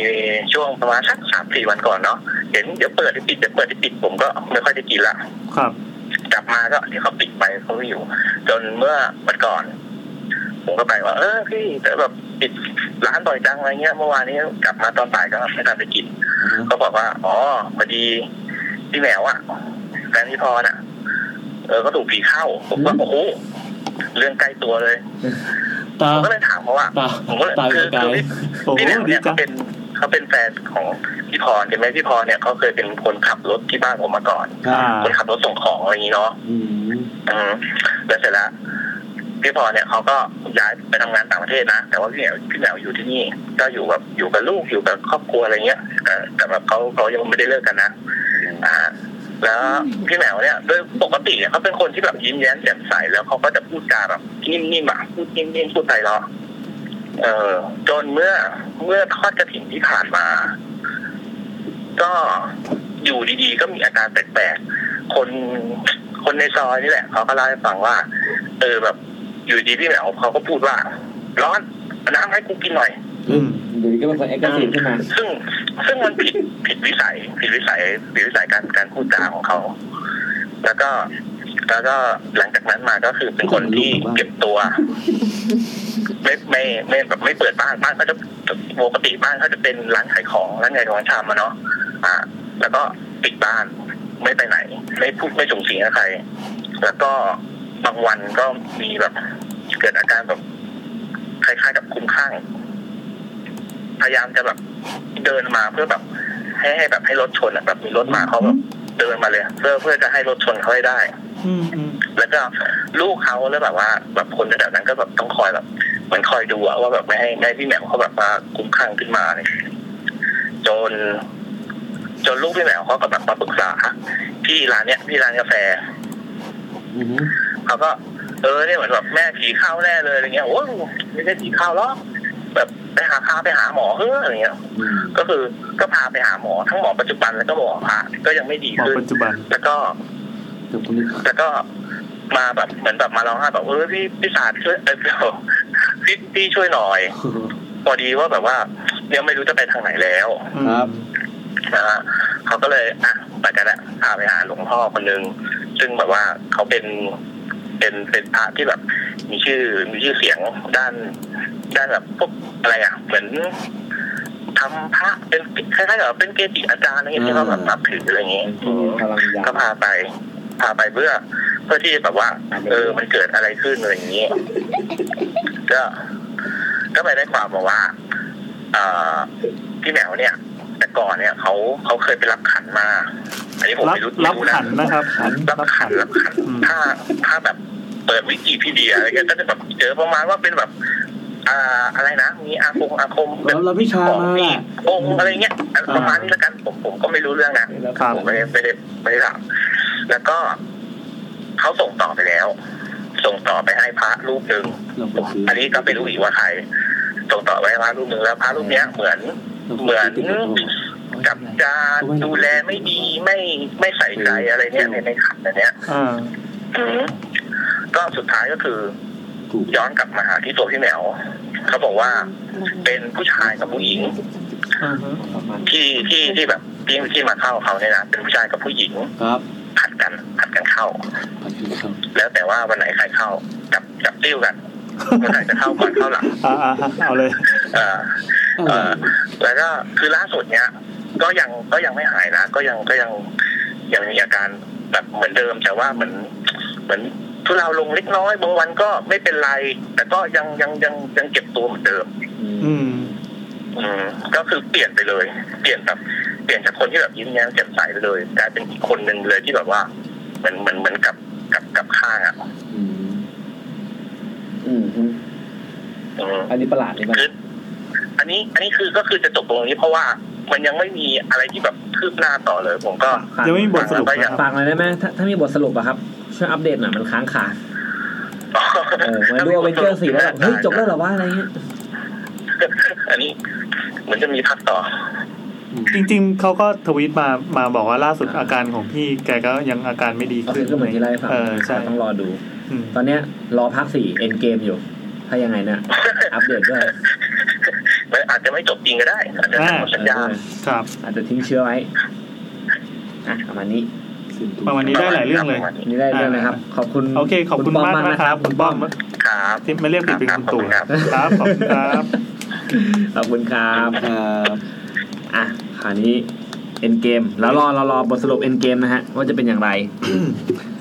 Speaker 12: ช่วงประมาณสักสามสี่วันก่อนเนาะเห็นเดี๋ยวเปิดเดี๋ยวปิดเดี๋ยวเปิดเดี๋ยวปิดผมก็ไม่ค่อยได้กินละ
Speaker 2: ครับ
Speaker 12: กลับมาก็เดี๋ยวเขาปิดไปเขาไม่อยู่ จนเมื่อวันก่อน ผมก็ไปว่า เออพี่แต่แบบปิดร้านบ่อยจังอะไรเงี้ยเมื่อวานนี้กลับมาตอนบ่ายก็ไม่ทันไปกินก็บอกว่า อ๋อพอดีพี่แมวอะแฟนพี่พรอ่ะ เออก็ถูกผีเข้า ผมก็โอ้โหเรื่องใกล้ตัวเลย
Speaker 3: ตา
Speaker 12: ผมก็เลยถามเขาว่า
Speaker 3: ตา
Speaker 12: ผมก็เลย
Speaker 3: ตา
Speaker 12: คือ
Speaker 3: ไกล
Speaker 12: คือ
Speaker 2: โอ้โห
Speaker 12: พี่แหนม
Speaker 2: ดี
Speaker 12: เนี่ย
Speaker 2: จั
Speaker 12: เขา
Speaker 2: ง
Speaker 12: เป็นเขาเป็นแฟนของพี่พรใช่ไหมพี่พรเนี่ยเขาเคยเป็นคนขับรถที่บ้านผมมาก่อน
Speaker 3: ๆครับ
Speaker 2: อ่า
Speaker 12: คนขับรถส่งของอะไรอย่างนี้เนาะ
Speaker 3: อืม
Speaker 12: อืมแล้วเสร็จแล้วพี่พรเนี่ยเขาก็ย้ายไปทำงานต่างประเทศนะแต่ว่าพี่แหนวพี่แหนวอยู่ที่นี่ ก็อยู่แบบอยู่กับลูกอยู่กับครอบครัวอะไรเงี้ยเออแต่แบบเขาเขายังไม่ได้เลิกกันนะอ่า แล้วพี่แหนวเนี่ยโดยปกติเนี่ยเขาเป็นคนที่แบบยิ้มแย้มแจ่มใสแล้วเขาก็จะพูดจาแบบนิ่มๆอ่ะพูดนิ่มๆพูดไพเราะ เออจนเมื่อเมื่อทอดกระถิ่นที่ผ่านมา ก็ อยู่ดีๆ ก็มีอาการแปลกๆ คนคนในซอยนี่แหละ เขาก็เล่าให้ฟังว่า เออแบบอยู่ดีพี่แหมวเขาก็พูดว่า ร้อนเอาน้ำให้กูกินหน่อย
Speaker 2: อืม
Speaker 6: เดี๋ยวนี้ก็เป็นคนแอคทีฟขึ้นมา
Speaker 12: ซึ่งซึ่งมันผิดผิดวิสัย ผิดวิสัยผิดวิสัยการการพูดจาของเขา แล้วก็แล้วก็หลังจากนั้นมาก็คือเป็นคนที่เก็บตัว ไม่ไม่ไม่แบบไม่เปิดบ้านบ้านเขาจะปกติบ้านเขาจะเป็นร้านขายของร้านขายของชำอะเนาะอ่า แล้วก็ปิดบ้านไม่ไปไหน ไม่พูดไม่ส่งเสียงกับใคร แล้วก็บางวันก็มีแบบ เกิดอาการแบบคล้ายๆกับคลุ้มคลั่ง พยายามจะแบบเดินมาเพื่อแบบ ให้ให้แบบให้รถชนอะแบบมีรถมาเขาแบบเดินมาเลยอะเพื่อเพื่อจะให้รถชนเขาให้ได้
Speaker 2: อืมอืม
Speaker 12: แล้วก็ลูกเขาแล้วแบบว่า แบบคนระดับนั้นก็แบบต้องคอยแบบเหมือนคอยดูอะว่าแบบไม่ให้ไม่ให้พี่แหม่มเขาแบบว่าคุ้มข้างขึ้นมาเลยจน จนลูกพี่แหม่มเขาก็แบบมาปรึกษาพี่ร้านเนี้ยพี่ร้านกาแฟ เขาก็เออเนี่ยเหมือนแบบแม่ผีเข้าแน่เลยอะไรเงี้ยโอ้ยไม่ใช่ผีเข้าหรอกแบบไปหาพาไปหาหมอเฮ้อะอะไรเงี้ย ก็คือก็พาไปหาหมอทั้งหมอปัจจุบันแล้วก็หมอผ่าก็ยังไม่ดี
Speaker 2: หมอ
Speaker 12: ขึ้น
Speaker 2: ปัจจุบัน
Speaker 12: แล้วก็ แล้วก็มาแบบเหมือนแบบมาร้องไห้แบบเออพี่พี่สาดช่วยเออเดี๋ยวพี่พี่ช่วยหน่อยพอดีว่าแบบว่าเนี่ยไม่รู้จะไปทางไหนแล้ว
Speaker 2: ครับ
Speaker 12: นะฮะเขาก็เลยอ่ะไปกันแหละพาไปหาหลวงพ่อคนหนึงซึ่งแบบว่าเขาเป็นเป็นเป็นพระที่แบบ มีชื่อมีชื่อเสียงด้านด้านแบบพวกอะไรอ่ะ เหมือนทำพระเป็นคล้ายๆกับเป็นเกจิอาจารย์อะไรเงี้ยที่เขาแบบนับถืออะไรเงี้ย
Speaker 6: ที่มีพลังยา
Speaker 12: ก็พาไป พาไปเพื่อเพื่อที่แบบว่า เออ มันเกิดอะไรขึ้นอะไรอย่างนี้ ก็ก็ไปได้ความมาว่าเอ่อพี่แหมวเนี่ย แต่ก่อนเนี่ยเขาเขาเคยไปรับขันมา อันนี้ผม
Speaker 2: รับ
Speaker 12: ไม่รู้
Speaker 2: รับ
Speaker 12: ไม่รู้นะ
Speaker 2: ขันนะครับขัน
Speaker 12: รับขันรับขัน
Speaker 2: อืม
Speaker 12: ถ้าถ้าแบบเปิดวิกิพีเดียอะไรเงี้ยก็จะแบบเจอประมาณว่าเป็นแบบ อ่าอะไรนะมีอาคมอาคมเป็น
Speaker 4: แล้วพี่ชา
Speaker 12: ของ
Speaker 4: มา
Speaker 12: นี่
Speaker 4: ล่ะ
Speaker 12: องค์อะไรเงี้ยประมาณนี้แล้วกันผมผมก็ไม่รู้เรื่องนะ
Speaker 2: ครับ
Speaker 12: ผมไม่ได้ไม่ได้ไม่ได้ถามแล้วก็เขาส่งต่อไปแล้ว ส่งต่อไปให้พระรูปหนึ่ง
Speaker 4: เราไปซื้อ
Speaker 12: อันนี้ก็ไม่รู้อีกว่าใคร ส่งต่อไปให้พระรูปหนึ่งแล้วพระรูปเนี้ยเหมือน เหมือน กับจะดูแลไม่ดีไม่ไม่ใส่ใจอะไรเนี่ยในในขันอันเนี้ย
Speaker 2: อ่า
Speaker 12: อืมก็สุดท้ายก็คือ ย้อนกลับมาหาที่ตัวพี่แหมวเขาบอกว่าเป็นผู้ชายกับผู้หญิง
Speaker 2: อ่าฮะ
Speaker 12: ที่ที่ที่แบบที่ที่มาเข้าเขาเนี่ยนะเป็นผู้ชายกับผู้หญิง
Speaker 4: ครับ
Speaker 12: ผัดกันผัดกันเข้า แล้วแต่ว่าวันไหนใครเข้าจับจับติ้วกันวันไหนจะเข้าก่อนเข้าหลัง
Speaker 2: อ่าอ่าอ่าเอาเลย
Speaker 12: เออเออแล้วก็คือล่าสุดเนี้ย ก็ยังก็ยังไม่หายนะก็ยังก็ยังยังมีอาการแบบเหมือนเดิม แต่ว่าเหมือนเหมือนทุเลาลงเล็กน้อยบางวันก็ไม่เป็นไร แต่ก็ยังยังยังยังเก็บตัวเหมือนเดิม
Speaker 2: อืม
Speaker 12: อืมก็คือเปลี่ยนไปเลย เปลี่ยนแบบเปลี่ยนจากคนที่แบบยิ้มแย้มแจ่มใสไปเลยกลายเป็นอีกคนหนึ่งเลยที่แบบว่าเหมือนเหมือนเหมือนกับกับกับข้างอ่ะ
Speaker 6: อืมอืม
Speaker 12: อืม
Speaker 6: อันนี้ประหลาดนี่มัน
Speaker 12: คืออันนี้อันนี้คือก็คือจะจบตรงนี้เพราะว่ามันยังไม่มีอะไรที่แบบคืบหน้าต่อเลย ผมก็
Speaker 2: ยังไม่มีบทสรุป
Speaker 12: ก็
Speaker 2: นะ
Speaker 12: ยั
Speaker 2: ค
Speaker 12: ง
Speaker 2: รับ
Speaker 4: ฝากหน่อยได้ไหมถ้าถ้ามีบทสรุปอะครับ ช่วยอัปเดตหน่อยมันค้างคาเออเหมือนดูเวนเจอร์
Speaker 12: [laughs]
Speaker 4: สี่แล้วแบบเฮ้ยจบแล้วเหรอวะอะไรเงี้ย
Speaker 12: อันนี้เหมือนจะมีพักต่อ
Speaker 2: จริง ๆ เขาก็ทวีตมา มาบอกว่าล่าสุดอาการของพี่แกก็ยังอาการไม่ดี
Speaker 4: ก็
Speaker 2: ขึ้
Speaker 4: คื
Speaker 2: น
Speaker 4: อก็เหมือนที่ไล่าให้ฟัง
Speaker 2: เออใช่
Speaker 4: ต้องรอดู
Speaker 2: อืม
Speaker 4: ตอนเนี้ยรอพักสี่เอ็นเกมอยู่ ถ้ายังไงเนี่ยอัปเดตด้วย
Speaker 12: มันอาจจะไม่จบจริงก็ได้ อาจจะหมดสัญญา
Speaker 2: ครับ
Speaker 4: อาจจะทิ้งเชื้อไว้อ่ะประมาณนี้
Speaker 2: ประมาณนี้ได้หลายเรื่องเลย
Speaker 4: อันนี่ได้เรื่องนะครับ ขอบคุณ
Speaker 2: โอเค ขอบคุณ
Speaker 4: ป้
Speaker 2: มาก
Speaker 4: นะ
Speaker 2: นะครับ คุณป้อม
Speaker 12: ครับ
Speaker 2: ที่ไม่เรียกผิดเป็นคุณตู่
Speaker 12: ค
Speaker 2: ค
Speaker 12: รั
Speaker 2: รั
Speaker 12: บบ ขอบคุณครับ
Speaker 2: ขอบคุณครับ
Speaker 4: ขอบคุณครับ
Speaker 3: ครับ
Speaker 4: อ่ะคราวนี้เอ็นเกมแล้วรอเรารอบทสรุปเอ็นเกมนะฮะ ว่าจะเป็น
Speaker 2: [clears throat]
Speaker 4: อย่างไร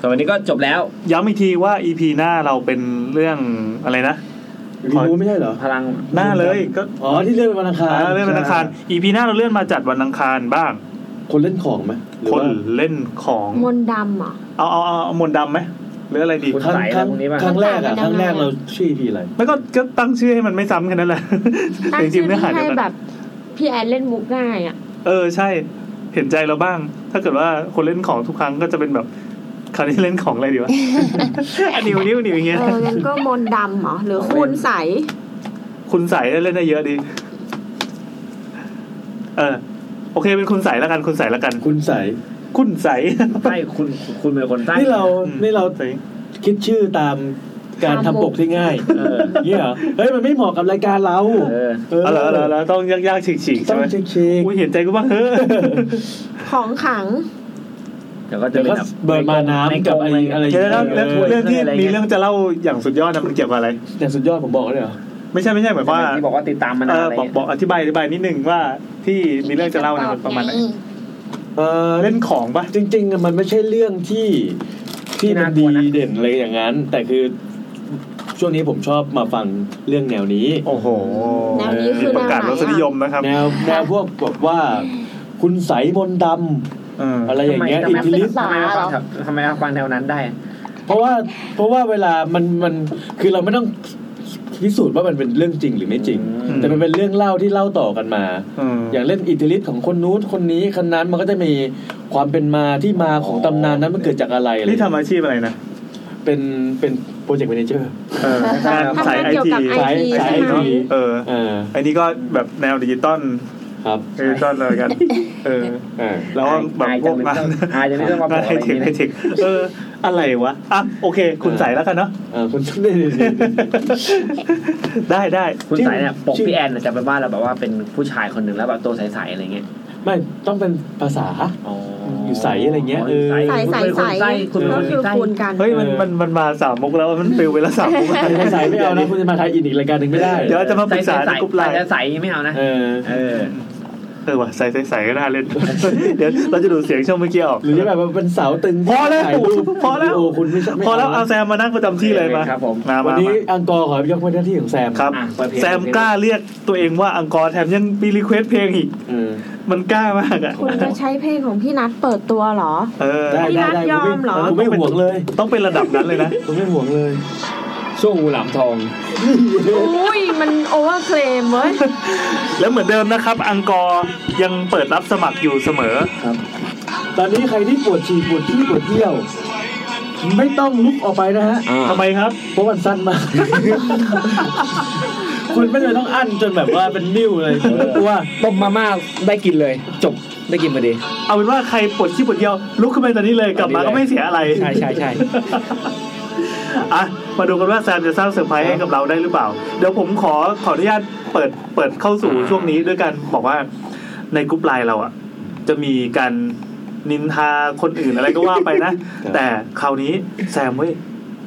Speaker 4: สำหรับวันนี้ก็จบแล้ว
Speaker 2: ย้ำอีกทีว่า EP หน้าเราเป็นเรื่องอะไรนะ
Speaker 3: รีบูไม่ใช่เหรอ
Speaker 4: พลัง
Speaker 2: หน้าเลยก็
Speaker 3: อ๋อที่เลื่อนไปวันอังคาร
Speaker 2: อ่าเลื่อนวันอังคาร EP หน้าเราเลื่อนมาจัดวันอังคารบ้าง
Speaker 3: คนเล่นของไหมหรือ
Speaker 2: คน
Speaker 3: ว่า
Speaker 2: เล่นของ
Speaker 1: มนต์ดำเหรอ
Speaker 2: เอาเอาเอาเอามนต์ดำไหมหรืออะไรดี
Speaker 3: ครั้งครั้งครั้งแรกอะครั้งแรกเราชื่อพีอะไร
Speaker 2: ไม่ก็ก็ตั้งชื่อให้มันไม่ซ้ำกันนั่นแหละ
Speaker 1: ตั้ง
Speaker 2: แต่จริ
Speaker 1: ชื่
Speaker 2: ง
Speaker 1: อ
Speaker 2: ๆเนื้อหา
Speaker 1: ที่
Speaker 2: เดีย
Speaker 1: ให้
Speaker 2: วกัน
Speaker 1: แบบพี่แอนเล่นมุกง่ายอ่ะ
Speaker 2: เออใช่ เห็นใจเราบ้าง ถ้าเกิดว่าคนเล่นของทุกครั้งก็จะเป็นแบบคราวนี้เล่นของอะไรดีว [laughs] ะ อันนิ้วนิ้วนิ้วอย่างเงี้ย
Speaker 1: เอองั้นก็มนต์ดำเหรอ หรือคุณใส
Speaker 2: คุณใส่เล่นได้เยอะดี เออ โอเคเป็นคุณใสแล้วกันคุณใสแล้วกัน
Speaker 3: คุณใส
Speaker 2: คุณใส
Speaker 4: ใต้คุณคุณเป็นคนใต้
Speaker 3: นี่เรา
Speaker 2: อืม
Speaker 3: นี่เราคิดชื่อตามการทำปกที่ง่าย
Speaker 4: เออ
Speaker 3: เงี้ยเหรอเฮ้ยมันไม่เหมาะกับรายการเรา
Speaker 4: เออ
Speaker 2: เอาเหรอเอาเหรอเอาเหรอต้องยากยากๆฉีกฉีกๆ
Speaker 3: ต้
Speaker 2: ใช่
Speaker 3: อง
Speaker 2: ไหม
Speaker 3: เช็คเช็ค
Speaker 2: อุ้ยเห็นใจกูบ้างเฮ้ย
Speaker 1: ของขัง
Speaker 4: เดี๋ยวก็จะ
Speaker 3: เดี๋ยว
Speaker 4: เป็น
Speaker 3: ก็
Speaker 4: แบบ
Speaker 3: เบิร์นมาน้ำกับอะไรอะไร
Speaker 2: เดี๋ยวนะครับ
Speaker 3: เอ
Speaker 2: แล้ว
Speaker 3: อ
Speaker 2: เรื่องที่มีเรื่องจะเล่าอย่างสุดยอดนะมันเกี่ยวกับอะไร
Speaker 3: แต่สุดยอดผมบอกเลยเหรอ
Speaker 2: ไม่ใช่ไม่ใช่หมายความว่า
Speaker 4: ที่บอกว่าติดตามมานาน
Speaker 2: เออ
Speaker 4: อะไร
Speaker 2: บอกบอกอธิบายอธิบายนิดนึงว่าที่มีเรื่องจะเล่าเนี่ยมันประมาณไหน
Speaker 3: เออ
Speaker 2: เล่นของปะ
Speaker 3: จริงๆอะมันไม่ใช่เรื่องที่ที่มันดีเด่นอะไรอย่างนั้น แต่คือช่วงนี้ผมชอบมาฟังเรื่องแนวนี้
Speaker 2: โอ้โห
Speaker 1: แนวนี้คือแนวไหนอะ
Speaker 2: ประกาศรสนิยมนะครับ
Speaker 3: แนวแนวพวกแบบว่า คุณใสมนต์ด
Speaker 2: เออ
Speaker 3: ำอะไรอย่างเงี้ย
Speaker 4: ทำ
Speaker 3: อิ
Speaker 4: ไม
Speaker 3: ทธิฤทธิ์
Speaker 4: ทำไมเอาฟังแถวทำไมเอาฟังแนวนั้นได้
Speaker 3: เพราะว่าเพราะว่าเวลามันมันคือเราไม่ต้องพิสูจน์ว่ามันเป็นเรื่องจริงหรือไม่จริง แต่มันเป็นเรื่องเล่าที่เล่าต่อกันมา
Speaker 2: เออ
Speaker 3: อย่างเล่นอิทธิฤทธิ์ของคนนู้นคนนี้คนนั้นมันก็จะมีความเป็นมาที่มาของตำนานนั้นมันเกิดจากอะไรอะไร
Speaker 2: นี่ทำอาชีพอะไรนะ
Speaker 3: เป็นเป็นโปรเจกต์แมเนเจอร์
Speaker 2: เอองานสาย
Speaker 1: ทำงาน
Speaker 2: ไอ
Speaker 1: เกี่ยว
Speaker 2: ที
Speaker 1: กับไอ
Speaker 3: สาย
Speaker 1: ที
Speaker 3: สาย
Speaker 1: ใช่ไหม
Speaker 3: ที
Speaker 1: คะ
Speaker 2: เออ
Speaker 3: อ่า
Speaker 2: ไอนี่ก็แบบแนวดิจิตอล
Speaker 3: ครับ
Speaker 2: ดิจิตอลเลยกันเออ
Speaker 3: อ่า
Speaker 2: แล้วก็แบบพวกงาน
Speaker 4: อายจะไม่ต้องมาบ
Speaker 2: งา
Speaker 4: อน ก
Speaker 2: ไฮ
Speaker 4: อะไร
Speaker 2: เท
Speaker 4: อ
Speaker 2: ค
Speaker 4: ย่างนี้
Speaker 2: ไฮ
Speaker 4: นะ
Speaker 2: เทคเออ อะไรวะอ่ะโอเค คุณใส่แล้วกันเนาะ
Speaker 3: อ่าคุณ [laughs] ได้ดี
Speaker 2: ได้ได้
Speaker 4: คุณสายเนี่ยปกพี่แอนจะเป็นว่าเราแบบว่าเป็นผู้ชายคนหนึ่งแล้วแบบตัวใสๆอะไรเงี้ย
Speaker 3: ไม่ต้องเป็นภาษา อยู่ใสอะไรเงี้ยเออ
Speaker 1: สายสายสาย
Speaker 4: คุณเป็น
Speaker 1: ก็
Speaker 4: คน
Speaker 1: คือ
Speaker 4: ใต้
Speaker 1: คูณกัน
Speaker 2: เฮ้ยมันมันมันมาสามมุกแล้วมันฟิลไปแล้วสามมุก
Speaker 3: ภ [laughs] าษาไม่
Speaker 2: [laughs]
Speaker 3: เอานะคุณจะมาไทยอินอีกรายการหนึ่งไม่ได้
Speaker 2: เดี๋ยวจะมาปรึกษาในกลุ่มไลน์
Speaker 4: ใสๆไม่เอานะ
Speaker 3: เออ
Speaker 4: เออ
Speaker 2: เออว่ะใส่ใส่ใส่ก็น่าเล่น เดี๋ยวเราจะดูดเสียงช่วงเมื่อกี้ออก
Speaker 3: หรือจะแบบว่าเป็นเสาตึง
Speaker 2: พอแล้ว
Speaker 3: ถ่ายรูป
Speaker 2: พอแล้ว
Speaker 3: วิดีโคุณไม่ใช่ไม่
Speaker 2: พอแล้วเอา
Speaker 3: เา
Speaker 2: แซมมานั่งประจำที่เลยมา
Speaker 4: ครับผม
Speaker 2: มา
Speaker 3: วัน
Speaker 2: มา
Speaker 3: นี้
Speaker 2: มา
Speaker 3: อังกอร์ขอยกเป็นหน้าที่ของแซม
Speaker 2: ครับ แซมกล้าเรียกตัวเองว่าอังกอร์แถมยังมีรีเควสเพลงอีก
Speaker 3: เออ
Speaker 2: มันกล้ามากอ่ะ
Speaker 1: คุณจะใช้เพลงของพี่นัทเปิดตัวเหรอ
Speaker 2: เออ
Speaker 3: ได้
Speaker 1: พี่
Speaker 3: ได้
Speaker 1: นัท
Speaker 3: ได้
Speaker 1: ยอมเหรอ
Speaker 3: ผมไม่ห่วงเลย
Speaker 2: ต้องเป็นระดับนั้นเลยนะ
Speaker 3: ผมไม่ห่วงเลย
Speaker 6: ช่วงงูหลามทอง
Speaker 1: อุ้ยมันโอเวอร์เคลมเว้ย
Speaker 2: แล้วเหมือนเดิมนะครับ อังกอร์ยังเปิดรับสมัครอยู่เสมอ
Speaker 3: ตอนนี้ใครที่ปวดฉี่ปวดที่ปวดเที่ยว ไม่ต้องลุกออกไปนะฮะ
Speaker 2: ทำไมครับ
Speaker 3: เพราะมันสั้นมาก [laughs] คุณไม่เลยต้องอั้นจนแบบว่าเป็นนิ้วเลยกลัว
Speaker 6: ต้มมาม่าได้กินเลย จบได้กินพอดี
Speaker 2: เอาเป็นว่าใครปวดขี้ปวดเยี่ยวลุกขึ้นมาตอนนี้เลยกลับมาก็ไม่เสียอะไร
Speaker 6: ใช่ใช่ใช่
Speaker 2: [laughs] อ่ะมาดูกันว่าแซมจะสร้างเซอร์ไพรส์ให้กับเราได้หรือเปล่า เดี๋ยวผมขอขออนุญาตเปิดเปิดเข้าสู่ช่วงนี้ด้วยการบอกว่าในกรุ๊ปไลน์เราอ่ะ จะมีการนินทาคนอื่นอะไรก็ว่าไป
Speaker 6: [laughs]
Speaker 2: นะ แต่คราวนี้แซมเว้ย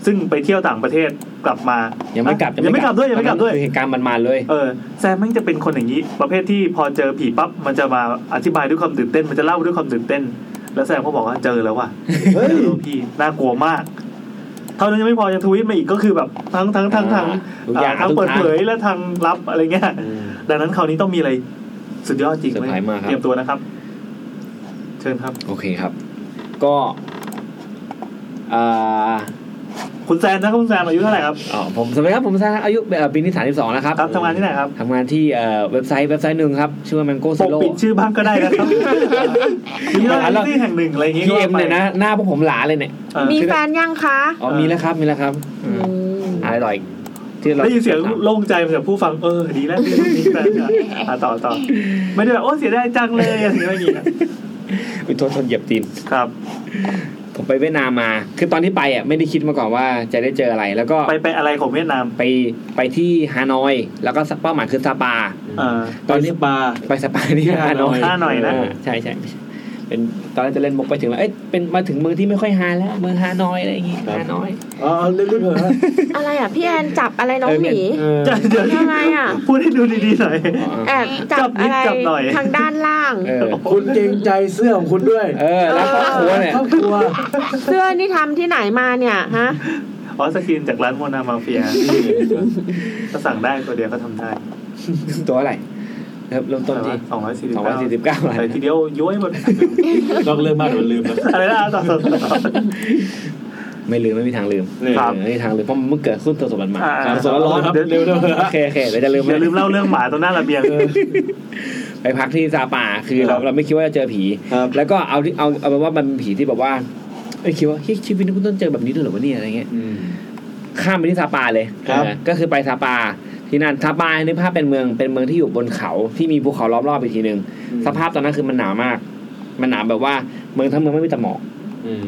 Speaker 2: ซึ่งไปเที่ยวต่างประเทศกลับมายั
Speaker 6: ยังไม่กลับ
Speaker 2: ยังไม่กลับด้วยยังไม่กลับด้วย
Speaker 6: คือเหตุการณ์มันมาเลย
Speaker 2: เออแซมแม่งจะเป็นคนอย่างนี้ ประเภทที่พอเจอผีปั๊บมันจะมาอธิบายด้วยความตื่นเต้นมันจะเล่าด้วยความตื่นเต้น แล้วแซมก็บอกว่าเจอแล้วว่ะ
Speaker 3: เฮ้ย
Speaker 2: เจอรูปพี่น่ากลัวมาก เท่านั้นยังไม่พอยังทวีตมาอีกก็คือแบบทั้งทั้งทั้งทั้ง
Speaker 6: ทุกอ
Speaker 2: อ่า
Speaker 6: ย่าง
Speaker 2: ทั้ง
Speaker 6: ทุก
Speaker 2: เปิด
Speaker 6: ทาง
Speaker 2: เผยและทางลับอะไรเงี้ยดังนั้นคราวนี้ต้องมีอะไรสุดยอดจริงไห
Speaker 6: เซ
Speaker 2: ม
Speaker 6: อร์ไพรส์มากครับ
Speaker 2: เตรียมตัวนะครับ เชิญครับ
Speaker 6: โอเคครับ ก็อ่า
Speaker 2: คุณแซมนะครับคุณแซมอายุเท่าไหร่ครับ
Speaker 6: อ๋อผมสวัสดีครับผมซาอายุเอ่อปีนี้32แล้วครับ
Speaker 2: ครับทำงานที่ไหนครับ
Speaker 6: ทำงานที่เอ่อเว็บไซต์เว็บไซต์หนึ่งครับ ชื่อว่า Mango
Speaker 2: ปก
Speaker 6: Zero
Speaker 2: ปิดชื่อบ้างก็ได้
Speaker 6: [laughs]
Speaker 2: นะครับมีร้านที่แห่งหนึ่งอะไรอย่างงี้ก็
Speaker 6: พี่เอ็
Speaker 2: ว่าม ไป
Speaker 6: เนี่ยนะ หน้าพวกผมหลาเลยเนี่ย
Speaker 2: เออ
Speaker 1: มีแฟนยังคะ
Speaker 6: อ๋อมีแล้วครับมีแล้วครับอืมอะไรต่ออีกที่เรา
Speaker 2: ได้ยินเสียงโล่งใจมาจากผู้ฟังเออดีแล้วที่มีแฟนอ่ะอ่ะต่อต่อไม่ได้แบบโอ้เสียดายจังเลยอะไรอย่างเงี้ยไม่มีนะ
Speaker 6: อุ๊ยโทษโทษเหยียบตีน
Speaker 2: ครับ
Speaker 6: ผมไปเวียดนามมา คือตอนที่ไปอ่ะไม่ได้คิดมาก่อนว่าจะได้เจออะไร แล้วก็
Speaker 2: ไปไปอะไรของเวียดนาม
Speaker 6: ไปไปที่ฮานอย แล้วก็เป้าหมายคือซาปา
Speaker 2: เออ
Speaker 6: ต
Speaker 3: ต
Speaker 6: อ
Speaker 3: อน น
Speaker 6: นี้
Speaker 3: นี้ปลา
Speaker 6: ไปสปา
Speaker 2: [laughs]
Speaker 6: ที่ฮานอย
Speaker 2: ฮานอยนะ
Speaker 6: เใช่ใช่เป็นตอนแรกจะเล่นมุกไปถึงว่าเอ้ยเป็นมาถึงเมืองที่ไม่ค่อยฮาแล้ว เมืองฮานอยอะไรอย่างงี้
Speaker 3: ครับ
Speaker 6: ฮานอย
Speaker 3: อ๋อเรื่อยๆเถอะ
Speaker 1: อะไรอ่ะ พี่แอนจับอะไรน้องหมี
Speaker 3: เออ
Speaker 2: จะเดี๋ยว
Speaker 1: ทำไมอ่ะ
Speaker 2: พูดให้ดูดีๆหน่อย
Speaker 1: แอบจับอะไร
Speaker 2: จับนิดจับหน่อย
Speaker 1: ทางด้านล่าง
Speaker 6: เออ
Speaker 3: คุณเกรงใจเสื้อของคุณด้วย
Speaker 6: เออแล้วครอบครัวเนี่ย
Speaker 3: ครอบครัว
Speaker 1: เสื้อนี่ทำที่ไหนมาเนี่ยฮะ
Speaker 2: อ๋อสกินจากร้านโมนามาเฟียก็สั่งได้ตัวเดียวก็ทำได้
Speaker 6: ตัวอะไรครับเริ่มต้นที่
Speaker 2: สองร้อยสี่สิบ
Speaker 6: สองร้อยสี่สิบเก้าอะไร
Speaker 2: ใส่ทีเดียวย้อยหมด [laughs]
Speaker 3: นอกเรื่องมากเดี๋ยวมันลืมนะ
Speaker 2: อะไรนะต่อต่อต่อ
Speaker 6: ไม่ลืมไม่มีทางลืม
Speaker 3: นี่
Speaker 2: ครับ
Speaker 6: เออไม่มีทางลืมเพราะมันเกิดขึ้นตัวสดมันมา
Speaker 2: อ่า
Speaker 6: ครับ
Speaker 3: สดร้อนครับเร็วๆเถอะ
Speaker 6: โอเคโอเคเดี๋ยวจะลืม
Speaker 2: อย่าลืม
Speaker 6: ไว้
Speaker 2: เล่าเรื่องหมาตัวหน้าระเบียง
Speaker 6: ไปพักที่ซาปาคือเราเราไม่คิดว่าจะเจอผี
Speaker 3: ครับ
Speaker 6: แล้วก็เอาที่เอาเอาเป็นว่ามันเป็นผีที่แบบว่าเอ้ยคิดว่าเฮ้ยชีวิตนี้กูต้องเจอแบบนี้ด้วยเหรอวะเนี่ยอะไรเงี้ย ข้ามไปที่ซาปาเลย
Speaker 3: ครับ
Speaker 6: เออก็คือไปซาปา
Speaker 4: ที่นั่นทับปายนึกภาพเป็นเมืองเป็นเมืองที่อยู่บนเขาที่มีภูเขาล้อมรอบอีกทีหนึ่งสภาพตอนนั้นคือมันหนาวมาก มันหนาวแบบว่าเมืองทั้งเมืองไม่มีแต่หมอก
Speaker 3: อืม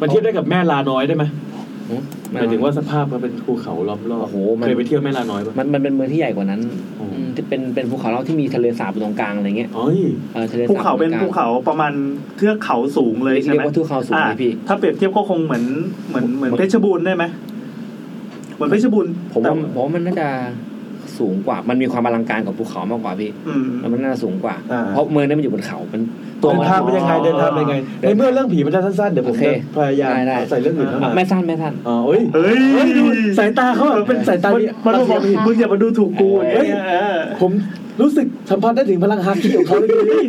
Speaker 3: มันเทียบได้กับแม่ลาน้อยได้ไหม
Speaker 4: หือ
Speaker 3: หมายถึงว่าสภาพมันเป็นภูเขาล้อมรอบ
Speaker 4: โอ้โหมัน
Speaker 3: เคยไปเที่ยวแม่ลาน้อยปะ
Speaker 4: มันมันเป็นเมืองที่ใหญ่กว่านั้น
Speaker 3: อืม
Speaker 4: อืมที่เป็นเป็นภูเขาล้อมที่มีทะเลสาบอยู่ตรงกลางอะไรเงี้ย
Speaker 3: เอ้ย
Speaker 4: เออทะเลสาบ
Speaker 2: ภูเขาเป็น
Speaker 4: อยู่
Speaker 2: ภู
Speaker 4: ตรงกลง
Speaker 2: เขาประมาณเทือกเขาสูงเลยใช่
Speaker 4: เรีย
Speaker 2: ไหม
Speaker 4: กว่าภูเขาสูง
Speaker 2: อ่ะ
Speaker 4: เลยพี่
Speaker 2: ถ้าเปรียบเทียบก็คงเหมือนเหมือนเหมือน
Speaker 4: เหมือน
Speaker 2: เพชรบูรณ์ได้ไหมเหมือนเพชรบูรณ์
Speaker 4: ผม
Speaker 2: แต่
Speaker 4: ว่าผมว่ามันน่าจะสูงกว่า มันมีความอลังการกว่าภูเขามากกว่าพี่
Speaker 2: อืม
Speaker 4: แล้วมันน่าจะสูงกว่า
Speaker 3: อ่า
Speaker 4: เพราะเมืองนั้นมันอยู่บนเขา มัน
Speaker 3: เดิน
Speaker 4: มั
Speaker 3: ทางเป็นยังไงเดินทางเป็นยังไง
Speaker 4: เดิน
Speaker 3: ในเมื่อเรื่องผีมันจะสั้นๆเดี๋ยวผม
Speaker 4: โอเค
Speaker 3: จะพยายาม
Speaker 4: ได้ได้
Speaker 3: ใส่เรื่องอื่นเข้ามา
Speaker 4: ไม่สั้นไม่สั้น
Speaker 3: อ๋อเอ้ย
Speaker 2: เฮ้ย
Speaker 3: เฮ้ยดูสายตาเขาแบบเป็นสายตาที่
Speaker 2: มันบอก
Speaker 3: รักเดียว
Speaker 2: มึงอย่ามาดูถูกกู
Speaker 4: เออ
Speaker 2: เฮ้ยเออ
Speaker 3: ผมรู้สึกสัมผัสได้ถึงพลังฮักที่ของเขาเลย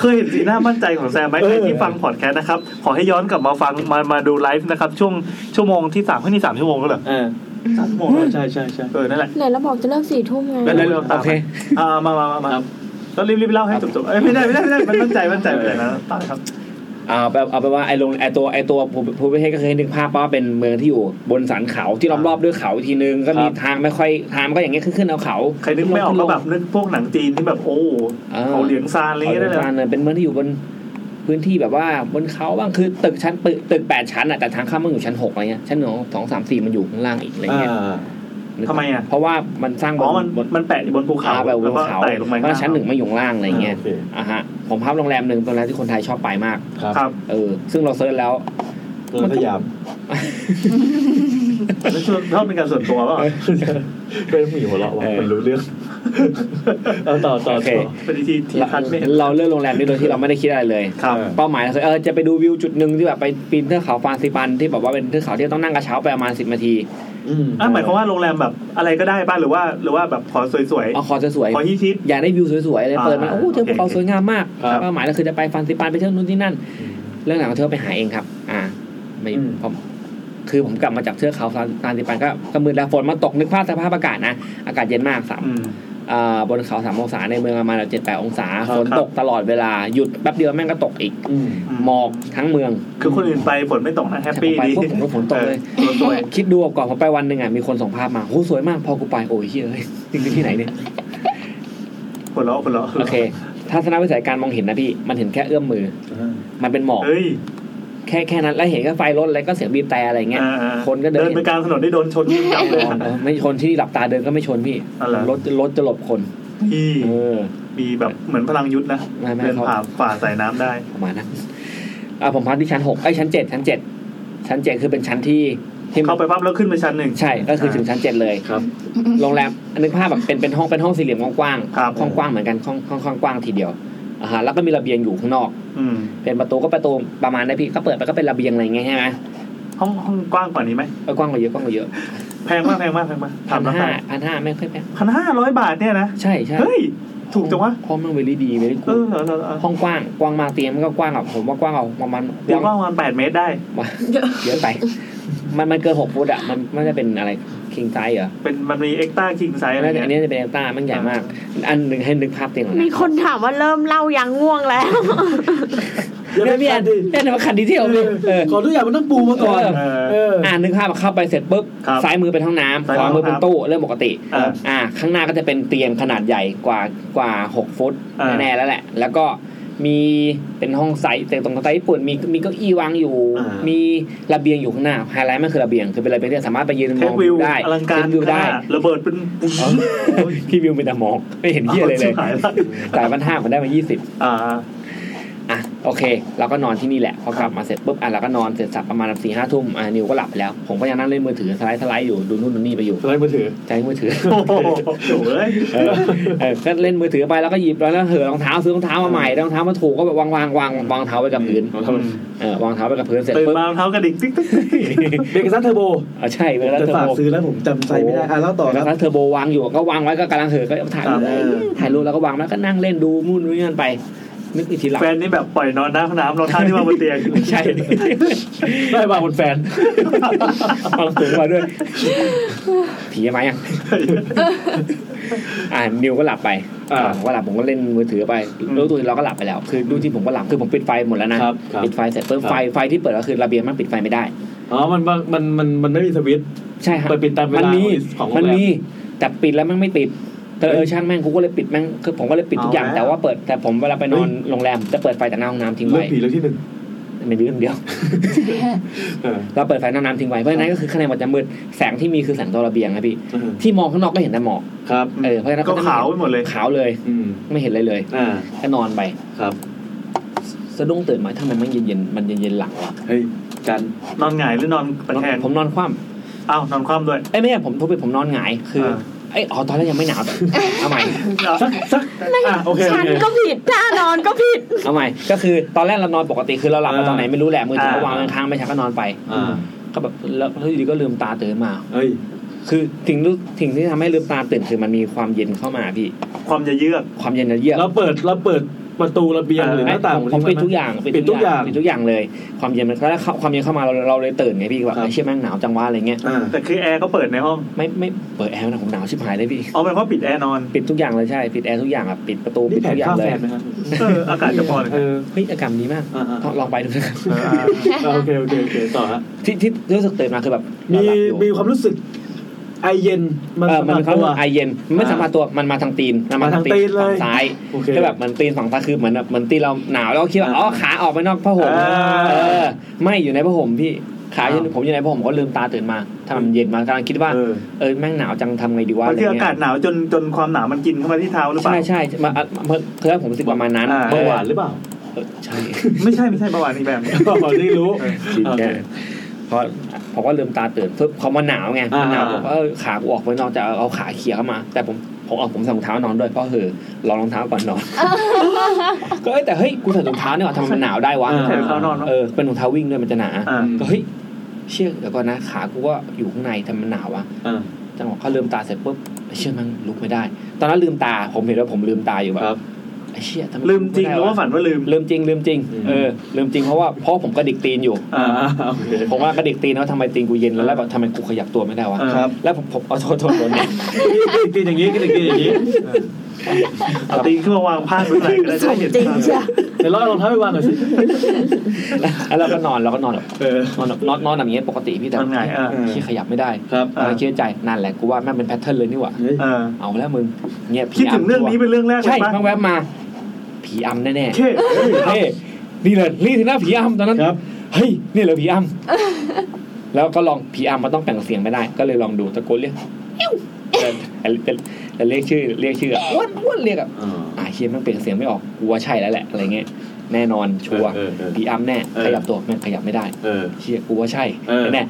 Speaker 2: เคยเห็นสีหน้ามั่นใจของแซมไหม
Speaker 3: เออ
Speaker 2: ใครที่ฟังพอดแคสต์นะครับ ขอให้ย้อนกลับมาฟังมามาดูไลฟ์นะครับ ช่วงชั่วโมงที่สามเพิ่งนี่สามชั่วโมงแล้วเหรอ
Speaker 3: อ่า
Speaker 2: สามชั่วโมงแล้ว
Speaker 3: ใช่ใช่ใช่
Speaker 2: เออนั่นแหละ
Speaker 1: ไหนเราบอกจะเลิกสี่ทุ่มไง
Speaker 2: แล้วเร็วๆตาม
Speaker 4: โอเค
Speaker 2: อ่ามามามามาก็รีบๆเล่าให้จบๆเอ้ยไม่ได้ไม่ได้ไม่ได้มันมั่นใจมั่นใจไปแล้วตามครับ
Speaker 4: เอาไปเอาไปนว่าไอ้ลงไอ้ตัวไอ้ตัวภูภูมิประเทศก็คือให้นึกภาพว่าเป็นเมืองที่อยู่บนสันเขาที่ล้อมรอบด้วยเขาอีกทีนึงก็มีทางไม่ค่อยทางมันก็อย่างเงี้ยขึ้นขึ้นเอาเขา
Speaker 2: ใครนึกไม่ออก
Speaker 4: ขึ้
Speaker 2: ก็
Speaker 4: ลง
Speaker 2: แบบนึกพวกหนังจีนที่แบบโอ้
Speaker 4: อ่
Speaker 2: เขาเหลียงซานอะไรอย่างเงี้ยได้
Speaker 4: เขาเห
Speaker 2: เลย
Speaker 4: ลียงซานเนี่ยเป็นเมืองที่อยู่บนพื้นที่แบบว่าบนเขาบ้างคือตึกชั้นตึกตึกแปดชั้นอ่ะแต่ทางเข้ามันอยู่ชั้นหกอะไรเงี้ยชั้นหนึ่งสองสามสี่มันอยู่ข้างล่างอีกอะไร
Speaker 3: อ่า
Speaker 4: เงี้ยนึกออก
Speaker 2: ทำไมอ่ะ
Speaker 4: เพราะว่ามันสร้างบ
Speaker 2: อ๋อน มัน
Speaker 4: บน
Speaker 2: มันแปะอยู่บนภูเขา
Speaker 4: อ่แบบบนเขา
Speaker 2: แวก็ไต่ลงมา
Speaker 4: เพราะว่าชั้นหนึ่งไม่อยู่ข้างล่างอะไรเงี้ย
Speaker 3: โค
Speaker 4: อ่ะฮะผมภาพโรงแรมหนึ่งโรงแรมที่คนไทยชอบไปมาก
Speaker 3: ครับ
Speaker 2: ครับ
Speaker 4: เออซึ่งเราเซิร์ชแล้ว
Speaker 3: มันพยายาม
Speaker 2: แล้วชอบชอบเป็นการส่วนตัวเปล่า
Speaker 3: เป็นผู้หญิงหัวเราะว่ะ
Speaker 4: เออ
Speaker 3: มันรู้เรื่องเอาต่อต่อ
Speaker 4: โอเค
Speaker 3: ต่อ
Speaker 2: เป็นที่ที่ที่พัดไม่เห็น
Speaker 4: เราเลือกโรงแรมนี้โดยที่เราไม่ได้คิดอะไรเลย
Speaker 2: ครับ
Speaker 4: เป้าหมายเราคือเออจะไปดูวิวจุดหนึ่งที่แบบไปปีนเทือกเขาฟานซิปันที่แบบว่าเป็นเทือกเขาที่ต้องนั่งกระเช้าไปประมาณสิบนาที
Speaker 3: อืม
Speaker 2: อ่ะหมายความว่าโรงแรมแบบอะไรก็ได้ป่ะหรือว่าหรือว่าแบบขอสวย
Speaker 4: เอาคอสวย
Speaker 2: ๆขอฮิชิต
Speaker 4: ๆอยากได้วิวสวยๆอะไรเปิดมา
Speaker 2: อ่า
Speaker 4: โอ้โหเทือกภูเขา
Speaker 2: โอเค
Speaker 4: สวยงามมาก
Speaker 3: ครับ
Speaker 4: เป้าหมายเราคือจะไปฟานซิปันไปเที่ยวนู่นที่นั่น เรื่องหนังของเธอไปหาเองครับ อ่า ไม่
Speaker 3: อืม
Speaker 4: ผมคือผมกลับมาจากเทือกเขาฟานซิปันก็ก็มืดแล้วฝนมาตกนึกภาพสภาพอากาศนะอากาศเย็นมากสาม
Speaker 2: อืม
Speaker 4: อ่าบนเขาสามองศาในเมืองประมาณเจ็ดแปดองศา
Speaker 2: ครับ
Speaker 4: ฝน
Speaker 2: ครับ
Speaker 4: ตกตลอดเวลาหยุดแป๊บเดียวแม่งก็ตกอีก
Speaker 3: อืม
Speaker 4: หมอกทั้งเมือง
Speaker 2: คือคนอื่นไปฝนไม่ตกนะแฮปปี้
Speaker 4: ไป
Speaker 2: ดี
Speaker 4: พวกผมก็ฝนตกเลย
Speaker 2: ออส
Speaker 4: [laughs]
Speaker 2: วย
Speaker 4: [coughs] คิดดูก่อนพอไปวันหนึ่งอ่ะมีคนส่งภาพมาโหสวยมากพอกูไปโอ้ยเฮ้ยเอ้ยนี่คือที่ไหนเนี่ย
Speaker 2: ๆหัวเราะหัวเราะ
Speaker 4: โอเคทัศนวิสัยการมองเห็นนะพี่มันเห็นแค่เอื้อมมือ มันเป็นหมอก
Speaker 2: เฮ้ย
Speaker 4: แค่แค่นั้นแล้วเห็นก็ไฟรถอะไรก็เสียงบีบแต่อะไรเงี้ย
Speaker 2: อ่าๆ
Speaker 4: คนก็เดิน
Speaker 2: เดินไปกลางถนนได้โดนชนจับเลย
Speaker 4: อ๋อไม่ชนที่หลับตาเดินก็ไม่ชนพี่
Speaker 2: อ๋อเหรอ
Speaker 4: รถรถจะหลบคน
Speaker 2: ที่
Speaker 4: เออ
Speaker 2: มีแบบเหมือนพลังยุทธนะ
Speaker 4: ไม่ไม่
Speaker 2: เดิน
Speaker 4: เขา
Speaker 2: ผ่าฝ่าสายน้ำได้
Speaker 4: ประมาณนั้นอ่ะผมพักที่ชั้นหกไอ้ยชั้นเจ็ดชั้นเจ็ดชั้นเจ็ดคือเป็นชั้นที่ที่มัน
Speaker 2: เข้าไปปั๊บแล้วขึ้นไปชั้นหนึ่ง
Speaker 4: ใช่ก็คือถึงชั้นเจ็ดเลย
Speaker 3: ครับ
Speaker 4: โรงแรมนึกภาพแบบเป็นเป็นห้องเป็นห้องสี่เหลี่ยมกว้าง
Speaker 2: ครับ
Speaker 4: ๆกว้างๆเหมือนกันห้องห้องห้องกว้างทีเดียวอ่าฮะแล้วก็มีระเบียงอยู่ข้างนอก
Speaker 2: อืม
Speaker 4: เป็นประตูก็ประตูประมาณนั้นพี่ก็เปิดไปก็เป็นระเบียงอะไรอย่างเงี้ยใช่ไหม
Speaker 2: ห้องห้องกว้างกว่านี้ไหม
Speaker 4: เออกว้างกว่าเยอะกว้างกว่าเยอะ
Speaker 2: แพงมากแพงมากแพงมากถา
Speaker 4: พั
Speaker 2: ม
Speaker 4: น
Speaker 2: รา
Speaker 4: ห้า
Speaker 2: คา
Speaker 4: พันห้าไม่ค่อยแพง
Speaker 2: พันห้าร้อยบาทเนี่ยนะ
Speaker 4: ใช่ใช่
Speaker 2: เฮ้ย ถูกจังวะ
Speaker 4: ห้องมันเวลี่ดีเวลี่
Speaker 2: เออ
Speaker 4: กู
Speaker 2: เออเออเออ
Speaker 4: ห้องกว้างกว้างมากเตียงมันก็กว้างอ่ะผมว่ากว้างเอาประมาณ
Speaker 2: เดี๋ยวก็ประมาณแปดเมตรได้
Speaker 4: ว่า เยอะไป มันมันเกินหกฟุตอ่ะมันมันจะเป็นอะไรคิงไซส์เหรอ
Speaker 2: เป็นมันมีเอ็กต้าคิงไซส์อะไร
Speaker 4: น่าจะอันนี้
Speaker 2: เงี้ย
Speaker 4: จะเป็นเอลต้ามันใหญ่มาก อันหนึ่งให้นึกภาพเตียงก่อนนะ
Speaker 1: มีคนถามว่าเริ่มเล่ายังง่วงแล้ว
Speaker 4: เนี่ยพี่แอน
Speaker 3: ดิ
Speaker 4: พี่แอนมาขันดีเทลเลยเออ
Speaker 3: ขอทุกอย่างมันต้องปูมาก่อน
Speaker 2: เออ
Speaker 3: เออ
Speaker 4: อ่านึกภาพเข้าไปเสร็จปุ๊บ
Speaker 2: ครับ
Speaker 4: ซ้ายมือเป็นห้องน้ำ
Speaker 2: ซ้าย
Speaker 4: ข
Speaker 2: มือ
Speaker 4: วามือเป็นตู้เรื่องปกติ
Speaker 2: อ่า
Speaker 4: อ่า ข้างหน้าก็จะเป็นเตียงขนาดใหญ่กว่ากว่าหกฟุต
Speaker 2: อ่า
Speaker 4: แน่ๆแล้วแหละ แล้วก็มีเป็นห้องไซส์แต่ตรงไซส์ญี่ปุ่นมีมีเก้าอี้วางอยู่
Speaker 2: อ่ามี
Speaker 4: มีระเบียงอยู่ข้างหน้าไฮไลท์มันคือระเบียงคือเป็นระเบียงที่สามารถไปยืนม
Speaker 2: เท
Speaker 4: อ
Speaker 2: ค
Speaker 4: ง
Speaker 2: วิ
Speaker 4: วิ
Speaker 2: ว
Speaker 4: วได้
Speaker 2: อลังการ
Speaker 4: เทควิวได้
Speaker 2: ข้างหน้าระเบิดเป็น
Speaker 4: พี่วิวเป็นแต่มอง [laughs] ไม่เห็นเหี้ยอะไรเล
Speaker 2: ชิ
Speaker 4: ย
Speaker 2: บหายละ
Speaker 4: จ่ายพันห้าผมได้มายี่สิบ
Speaker 2: อ่า
Speaker 4: อ่ะโอเค เราก็นอนที่นี่แหละ พอกลับมาเสร็จปุ๊บอ่ะเราก็นอนเสร็จสับประมาณสี่ห้าทุ่มอ่ะนิวก็หลับไปแล้ว ผมก็ยังนั่งเล่นมือถือสไลด์สไลด์อยู่ดูนู่นดูนี่ไปอยู่
Speaker 3: สไลด์มือถือ
Speaker 4: ใจมือ [laughs] ถือ
Speaker 2: โอ้โหเอ้ย
Speaker 4: เออเออก็เล่นมือถือไปแล้วก็หยิบแล้วก็เหอะรองเท้าซื้อรองเท้ามาใหม่ได้รองเท้ามาถูกก็แบบวางวางวางวางเท้าไว้กับพื้น
Speaker 3: รองเท้ามัน
Speaker 4: เออวางเท้าไว้กับพื้นเสร็จ
Speaker 2: ตื่น
Speaker 4: ปุ๊บ
Speaker 2: มารองเท้ากระดิกติ๊กติ๊กติ๊ก
Speaker 3: เบเกซัสเทอร์โบ
Speaker 4: อ่ะใช่เวลา
Speaker 3: จะ
Speaker 4: เทอร์
Speaker 3: ฝาก
Speaker 4: โบ
Speaker 3: ซื้อแล้วผมจำไซส์ไม่ได้อ่ะแล้วต่อ
Speaker 4: เว
Speaker 3: ค
Speaker 4: ลา
Speaker 3: รับ
Speaker 4: เทอร์โบวางอยู่ก็วางไว้ก็กำลังเหอะก็ถ่ายรู
Speaker 2: ค
Speaker 4: ป
Speaker 2: รับ
Speaker 4: เออถ่ายรูปแล้วก็วางแล้วก็นั่งเล่นดูมุ่นนู่นนี่นั่นไป นึกอีกทีหลัง
Speaker 2: แฟนนี่แบบปล่อยนอนหน้าห้องน้ำรองเท้าที่มางบนเตียง
Speaker 4: ไม่ใช่
Speaker 3: ได้มาบนแฟน
Speaker 4: เอาถุงมาด้วย ผีไหมอ่ะ อ่านิวก็หลับไป
Speaker 3: อ่า
Speaker 4: ผมก็หลับผมก็เล่นมือถือไปรู้ตัวเราก็หลับไปแล้ว คือดูที่ผมก็หลับคือผมปิดไฟหมดแล้วนะครับ
Speaker 3: ครับ
Speaker 4: ปิดไฟเสร็จเพิ่มไฟไฟที่เปิดก็คือระเบียงมันปิดไฟไม่ได้
Speaker 3: อ๋อมันมันมันมันมันไม่มีสวิตช์
Speaker 4: ใช่ครับ
Speaker 3: เปิดปิดตามเวลา
Speaker 4: มันมี
Speaker 3: ของโรงแรม
Speaker 4: มันมี แต่ปิดแล้วแม่งไม่ติดก็เลยเออช่างแม่งกูก็เลยปิดแม่งคือผมก็เลยปิดทุกอย่าง
Speaker 5: เอาแล้ว
Speaker 4: แต่ว่าเปิดแต่ผมเวลาไปนอนโรงแรมจะเปิดไฟแต่หน้าห้องน้ำทิ้ง
Speaker 5: เรื่อง
Speaker 4: ไว้
Speaker 5: ผีเรื่องที่หนึ่ง
Speaker 4: ไม่มีเรื่องเดียว
Speaker 5: เออ
Speaker 4: เราเปิดไฟหน้าน้ำทิ้งไว้เพราะฉะนั้นก็คือข้างในมันจะมืดแสงที่มีคือแสงตัวระเบียงครับพี่
Speaker 5: เออ
Speaker 4: ที่มองข้างนอกก็เห็นแต่หมอก
Speaker 5: ครับ
Speaker 4: เออเพราะฉะนั้น
Speaker 2: ก็
Speaker 4: จะ
Speaker 2: ขาวไปหมดเลย
Speaker 4: ขาวเลย
Speaker 5: อืม
Speaker 4: ไม่เห็นอะไรเลย
Speaker 5: อ่า
Speaker 4: ก็นอนไป
Speaker 5: ครับ
Speaker 4: สะดุ้งตื่นมาทำไมมันเย็นเย็นๆมันเย็นเย็นๆหลังวะ
Speaker 5: เฮ้ยการ
Speaker 2: นอนหงายหรือนอนตะแคง
Speaker 4: ผมนอนคว่ำ
Speaker 2: อ้าวนอนคว่ำด้วย
Speaker 4: เอ้ยไม่ใช่ผมทุบไปผมนอนหงายคืออา เอ้ยอ๋อตอนแรกยังไม่หนาว [laughs] เอาใหม่
Speaker 5: สักสักอ่ะโอเคโอ
Speaker 1: ฉัน
Speaker 5: เค
Speaker 1: ก็ผิดถ้านอนก็ผิด
Speaker 4: เอาใหม่ก็คือตอนแรกเรานอนปกติคือเราหลับมา
Speaker 5: อ่า
Speaker 4: ตอนไหนไม่รู้แหละมือถือ
Speaker 5: อ่า
Speaker 4: ก็วางข้างๆไม่ช้าก็นอนไป
Speaker 5: อ่า
Speaker 4: ก็แบบแล้วแล้วอยู่ดีก็ลืมตาตื่นมา
Speaker 5: เฮ้ย
Speaker 4: คือถึงรู้ถึงที่ทำให้ลืมตาตื่นคือมันมีความเย็นเข้ามาพี่
Speaker 2: ความจะเยือก
Speaker 4: ความเย็นนะเยือก
Speaker 5: เราเปิดเราเปิดประตูระเบียงหรือห
Speaker 4: ไอ้
Speaker 5: น้าต่าง
Speaker 4: ผมผมปิดทุกอย่าง
Speaker 5: ปิดทุกอย่าง
Speaker 4: ปิดทุกอย่างเลย ความเย็นมันตอนแรกเข้าความเย็นเข้ามาเราเราเลยตื่นไงพี่แบบ
Speaker 5: ครับ
Speaker 4: ไอ้เชี่ยแม่งหนาวจังวะอะไรเงี้ย
Speaker 5: อ่า
Speaker 2: แต่คือแอร์ก็เปิดในห้อง
Speaker 4: ไม่ไม่เปิดแอร์นะผมหนาวชิบหายเลยพี่
Speaker 2: เอาเป็นว่าปิดแอร์นอน
Speaker 4: ปิดทุกอย่างเลยใช่ปิดแอร์ทุกอย่างอ่ะปิดประตู
Speaker 5: นี่
Speaker 4: ปิด
Speaker 5: แผ
Speaker 4: ทุ
Speaker 5: น
Speaker 4: กอย่าง
Speaker 5: ข้าว
Speaker 4: เล
Speaker 5: แฟ
Speaker 4: ย
Speaker 5: นไหมครับ
Speaker 2: เอออากาศจะพอหนึ่ง
Speaker 5: เออ
Speaker 4: เฮ้ยอากาศดีมาก
Speaker 5: อ่าๆ
Speaker 4: ลองไปดูนะครับ
Speaker 5: เอออ่ะอ่ะโอเคโอเคโอเคต่อฮะ
Speaker 4: ที่ที่รู้สึกตื่นมาคือแบบ
Speaker 5: มี
Speaker 4: เราหลับอยู่
Speaker 5: มีความรู้สึกไอเย็นมัน
Speaker 4: เออมัน
Speaker 5: สัมผัส
Speaker 4: เป็นเขา
Speaker 5: ตัว
Speaker 4: ไอเย็นมันไม่
Speaker 5: อ่า
Speaker 4: สัมผัสตัวมันมาทางตีนมันมาทางตีน
Speaker 5: มาทางตีนเลย
Speaker 4: ฝั่งซ้าย
Speaker 5: โอเค
Speaker 4: ก็แบบเหมือนตีนฝั่งซ้ายคือเหมือนแบบเหมือนตีนเราหนาวแล้วก็คิดว่า
Speaker 5: อ่า
Speaker 4: อ๋อขาออกไปนอกผ้าห่ม
Speaker 5: อ่า
Speaker 4: เออ ไม่อยู่ในผ้าห่มพี่ขาอยู่ใน
Speaker 5: อ่า
Speaker 4: ผมอยู่ในผ้าห่มก็ลืมตาตื่นมาทำเย็นมากำลังคิดว่า
Speaker 5: เออ
Speaker 4: เออแม่งหนาวจังทำไงดีวะ
Speaker 2: มั
Speaker 4: อะ
Speaker 2: น
Speaker 4: ไร
Speaker 2: คืออา
Speaker 4: เงี้
Speaker 2: กาศ
Speaker 4: ย
Speaker 2: หนาวจนจนความหนาวมันกินเข้ามาที่เท้าหรือเปล่า
Speaker 4: ใช่ใช่มาอ่ะเพิ่งเพื่อนผมรู้สึกประมาณนั้น
Speaker 2: อ่า
Speaker 4: เอ
Speaker 5: เบา
Speaker 4: อ
Speaker 5: หวานหรือเปล่า [laughs]
Speaker 4: เออใช่
Speaker 2: ไม่ใช่ไม่ใช่ประวัติอีกแบบหนึ่ง
Speaker 5: บอกไม่รู้
Speaker 4: จริงแค่พอพอก็ลืมตาตื่นปุ๊บเขามาหนาวไง
Speaker 5: อ่า
Speaker 4: หนาวผมก็เออขากูออกไปนอกจะเอาขาเขี่ยเข้ามา แต่ผมผมเอาผมใส่รองเท้านอนด้วยเพราะเหอรองรองเท้าก่อนนอน ก็เอ้ยแต่เฮ้ยกูใส่รองเท้าเนี่ยว่ะทำไมมันหนาวได้วะ
Speaker 5: อ่า
Speaker 2: ใส่รองเท้านอนวะ
Speaker 4: เออเป็นรองเท้าวิ่งด้วยมันจะหนา
Speaker 2: อ่า
Speaker 4: ก็เฮ้ยเชี่ยเดี๋ยวก่อนนะขากูว่าอยู่ข้างในทำไมมันหนาววะ
Speaker 5: อ่า
Speaker 4: จังหวะเขาลืมตาเสร็จปุ๊บเชี่ยมันลุกไม่ได้ ตอนนั้นลืมตาผมเห็นว่าผมลืมตาอยู่แบ
Speaker 5: ครับ บ
Speaker 4: ไอ้เชี่ยทำไ
Speaker 2: ลืมจริง
Speaker 4: ก
Speaker 2: ห
Speaker 4: ไได้ะ
Speaker 2: รือว่าฝันว่าลืม
Speaker 4: ลืมจริงลืมจริง
Speaker 5: อืม
Speaker 4: เออลืมจริงเพราะว่าเพราะผมกระดิกตีนอยู่
Speaker 5: อ่าโอเค
Speaker 4: ผมว่ากระดิกตีนแล้วทำไมตีนกูเย็นแล้วแล้วแบบทำไมกูขยับตัวไม่ได้วะ
Speaker 2: เออ
Speaker 5: ครับ
Speaker 4: แล้วผม [laughs] ผมเอาโทษโทษโดนเนี่ย
Speaker 5: กินอย่างนี้กินอย่างนี้
Speaker 2: เอาตีนขึ้นมาวางผ้าดูไหนก็ได้จะได้เห็น
Speaker 1: จริงเชีย
Speaker 5: เดี๋ยวเราเอารองเท้าไปวางหน่อยสิ
Speaker 4: แล้วเราก็นอนเราก็นอนแบบ
Speaker 5: เออ
Speaker 4: นอนแบบนอนนอนแบบอย่างเงี้ยปกติพี่แต่
Speaker 2: ทำไงเออ
Speaker 4: ขี้ขยับไม่ได้
Speaker 5: ครับ
Speaker 4: เออเครียดใจนั่นแหละกูว่าแม่งเป็นแพทเทิร์นเลยนี่หว่า
Speaker 5: เฮ้ย
Speaker 2: เออ
Speaker 4: เอาแล้วมึงเงียบ
Speaker 2: คิดถึงเรื่องนี้เป็นเรื่องแรกเล
Speaker 4: ใช่
Speaker 2: ยปะ
Speaker 4: มันแวบมา ผีอำแน่แน่
Speaker 2: เท่เฮ้ย
Speaker 4: เฮ้ยนี่เลยนี่ถึงหน้าผีอำตอนนั้น
Speaker 5: ครับ
Speaker 4: เฮ้ยนี่เหรอผีอำแล้วก็ลองผีอำมันต้องแต่งเสียงไม่ได้ ก็เลยลองดูตะโกนเรียกเอ้วแต่แต่แต่เรียกชื่อเรียกชื่ออะอ้วนอ้วนเรียกอะ อ่าเฮียมันเปลี่ยนเสียงไม่ออกกูว่าใช่แล้วแหละอะไรเงี้ยแน่นอนชัวร์
Speaker 5: เออเออเออ
Speaker 4: พีอัมแน่ขยับตัวแม่งขยับไม่ได้
Speaker 5: เออ
Speaker 4: เฮียกูว่าใช่
Speaker 5: เออ
Speaker 4: แน่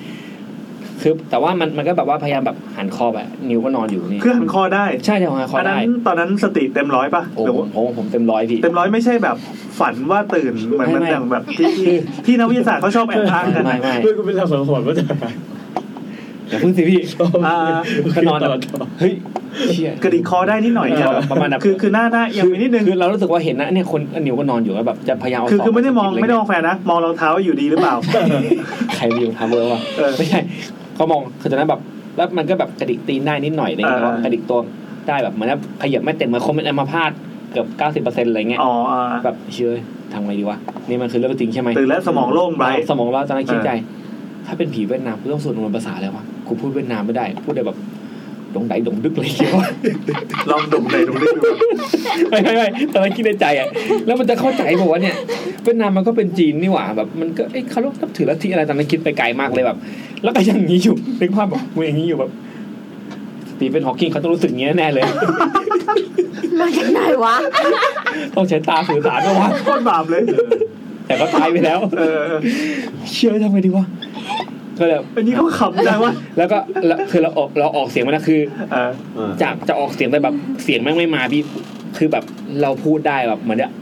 Speaker 4: คือแต่ว่ามันมันก็แบบว่าพยายามแบบหันคอแบบนิ้วก็นอนอยู่นี่
Speaker 2: คือหันคอได้
Speaker 4: ใช่ใช่หันคอ
Speaker 2: อันนั้น
Speaker 4: ได้
Speaker 2: ตอนนั้นสติเต็มร้อยปะ
Speaker 4: โอ้
Speaker 2: หรือ
Speaker 4: ผม
Speaker 2: ว่า
Speaker 4: ผมผมเต็มร้อยพี่
Speaker 2: เต็มร้อยไม่ใช่แบบฝันว่าตื่นเหมือน
Speaker 4: ไม่
Speaker 2: มัน
Speaker 4: ไม่
Speaker 2: อย่างแบบที่ที่ที่นักวิทยาศาสตร์เขาชอบแอบอ้างกั
Speaker 4: ไม่
Speaker 2: น
Speaker 4: ไม่ไม่
Speaker 5: เพื่อนกูเป็นเราสองคนว่าจะไป
Speaker 4: อย่าพึ่งสิพี่
Speaker 2: อ่า
Speaker 4: ก็นอนแบบเฮ้ยเชี่ย
Speaker 2: กระดิกคอได้นิดหน่อยเนี่ยเหอ
Speaker 4: ประมาณนั้น
Speaker 2: คือคือหน้าหน้าเอียงไปนิดนึง
Speaker 4: คือเรารู้สึกว่าเห็นนะเนี่ยคนนิ้วก็นอนอยู่แล้วแบบจะพยายามเา
Speaker 2: คือ
Speaker 4: ศก
Speaker 2: คือไม่ได้มอง
Speaker 4: ปสะกิะร
Speaker 2: ไม่ได้มองแฟนนะ มองรองเท้าว่าอยู่ดีหรือเปล่า
Speaker 4: ใครวิวทำเวอร์วะ
Speaker 2: เออ
Speaker 4: ไม่ใช่เขามองคือตอนนั้นแบบแล้วมันก็แบบกระดิกตีนได้นิดหน่อยอะไรเงี้ย
Speaker 2: อ่า
Speaker 4: แต่ว่ากระดิกตัวได้แบบเหมือนแบบขยับไม่เต็มเหมือนคนเป็นอัมพาตเกือบเก้าสิบเปอร์เซ็นต์อะไรเงี้ย
Speaker 2: อ๋ออ่า
Speaker 4: แบบเชื่อทำไงดีวะนี่มันคือเรื่องจริงใช่ไหม
Speaker 2: ตื่นแล้วสมองโล่งไบรท์
Speaker 4: สมองเราตอนนั้นคิด
Speaker 2: เออ
Speaker 4: ใจ ถ้าเป็นผีเวียดนามกูต้องสวดมนต์ภาษาอะไรวะกูพูดเวียดนามไม่ได้พูดได้แบบดงไดดงดึกเลยเงี้ยวะ
Speaker 2: ลองดมเลยดมดิดู
Speaker 4: ไม่ไม่ไม่ตอนนั้นคิดในใจอ่ะแล้วมันจะเข้าใจบอกว่าเนี่ยเวียดนามมันก็เป็นจีนนี่หว่าแบบมันก็เอ้ยเขานับถือลัทธิอะไรตอนนั้นคิดไปไกลมากเลยแบบ แล้วก็อย่างนี้อยู่นึกภาพแบบกูอย่างนี้อยู่แบบ ตีเป็นฮอว์กิงเขาต้องรู้สึกอย่างนี้แน่เลย
Speaker 1: มาจากไหนวะ
Speaker 4: ต้องใช้ตาสื่อสารด้วยวะ
Speaker 2: โคตรบาปเลย
Speaker 4: แต่ก็ตายไปแล้ว
Speaker 2: เออ
Speaker 4: เชื่อทำไงดีวะก็เลย
Speaker 2: อันนี้เขาขำใจว่า
Speaker 4: แล้วก็แล้วคือเราออกเราออกเสียงมันนะคือ
Speaker 2: เออ
Speaker 4: จากจะออกเสียงแต่แบบเสียงแม่งไม่มาพี่คือแบบเราพูดได้แบบเหมือนเนี่ย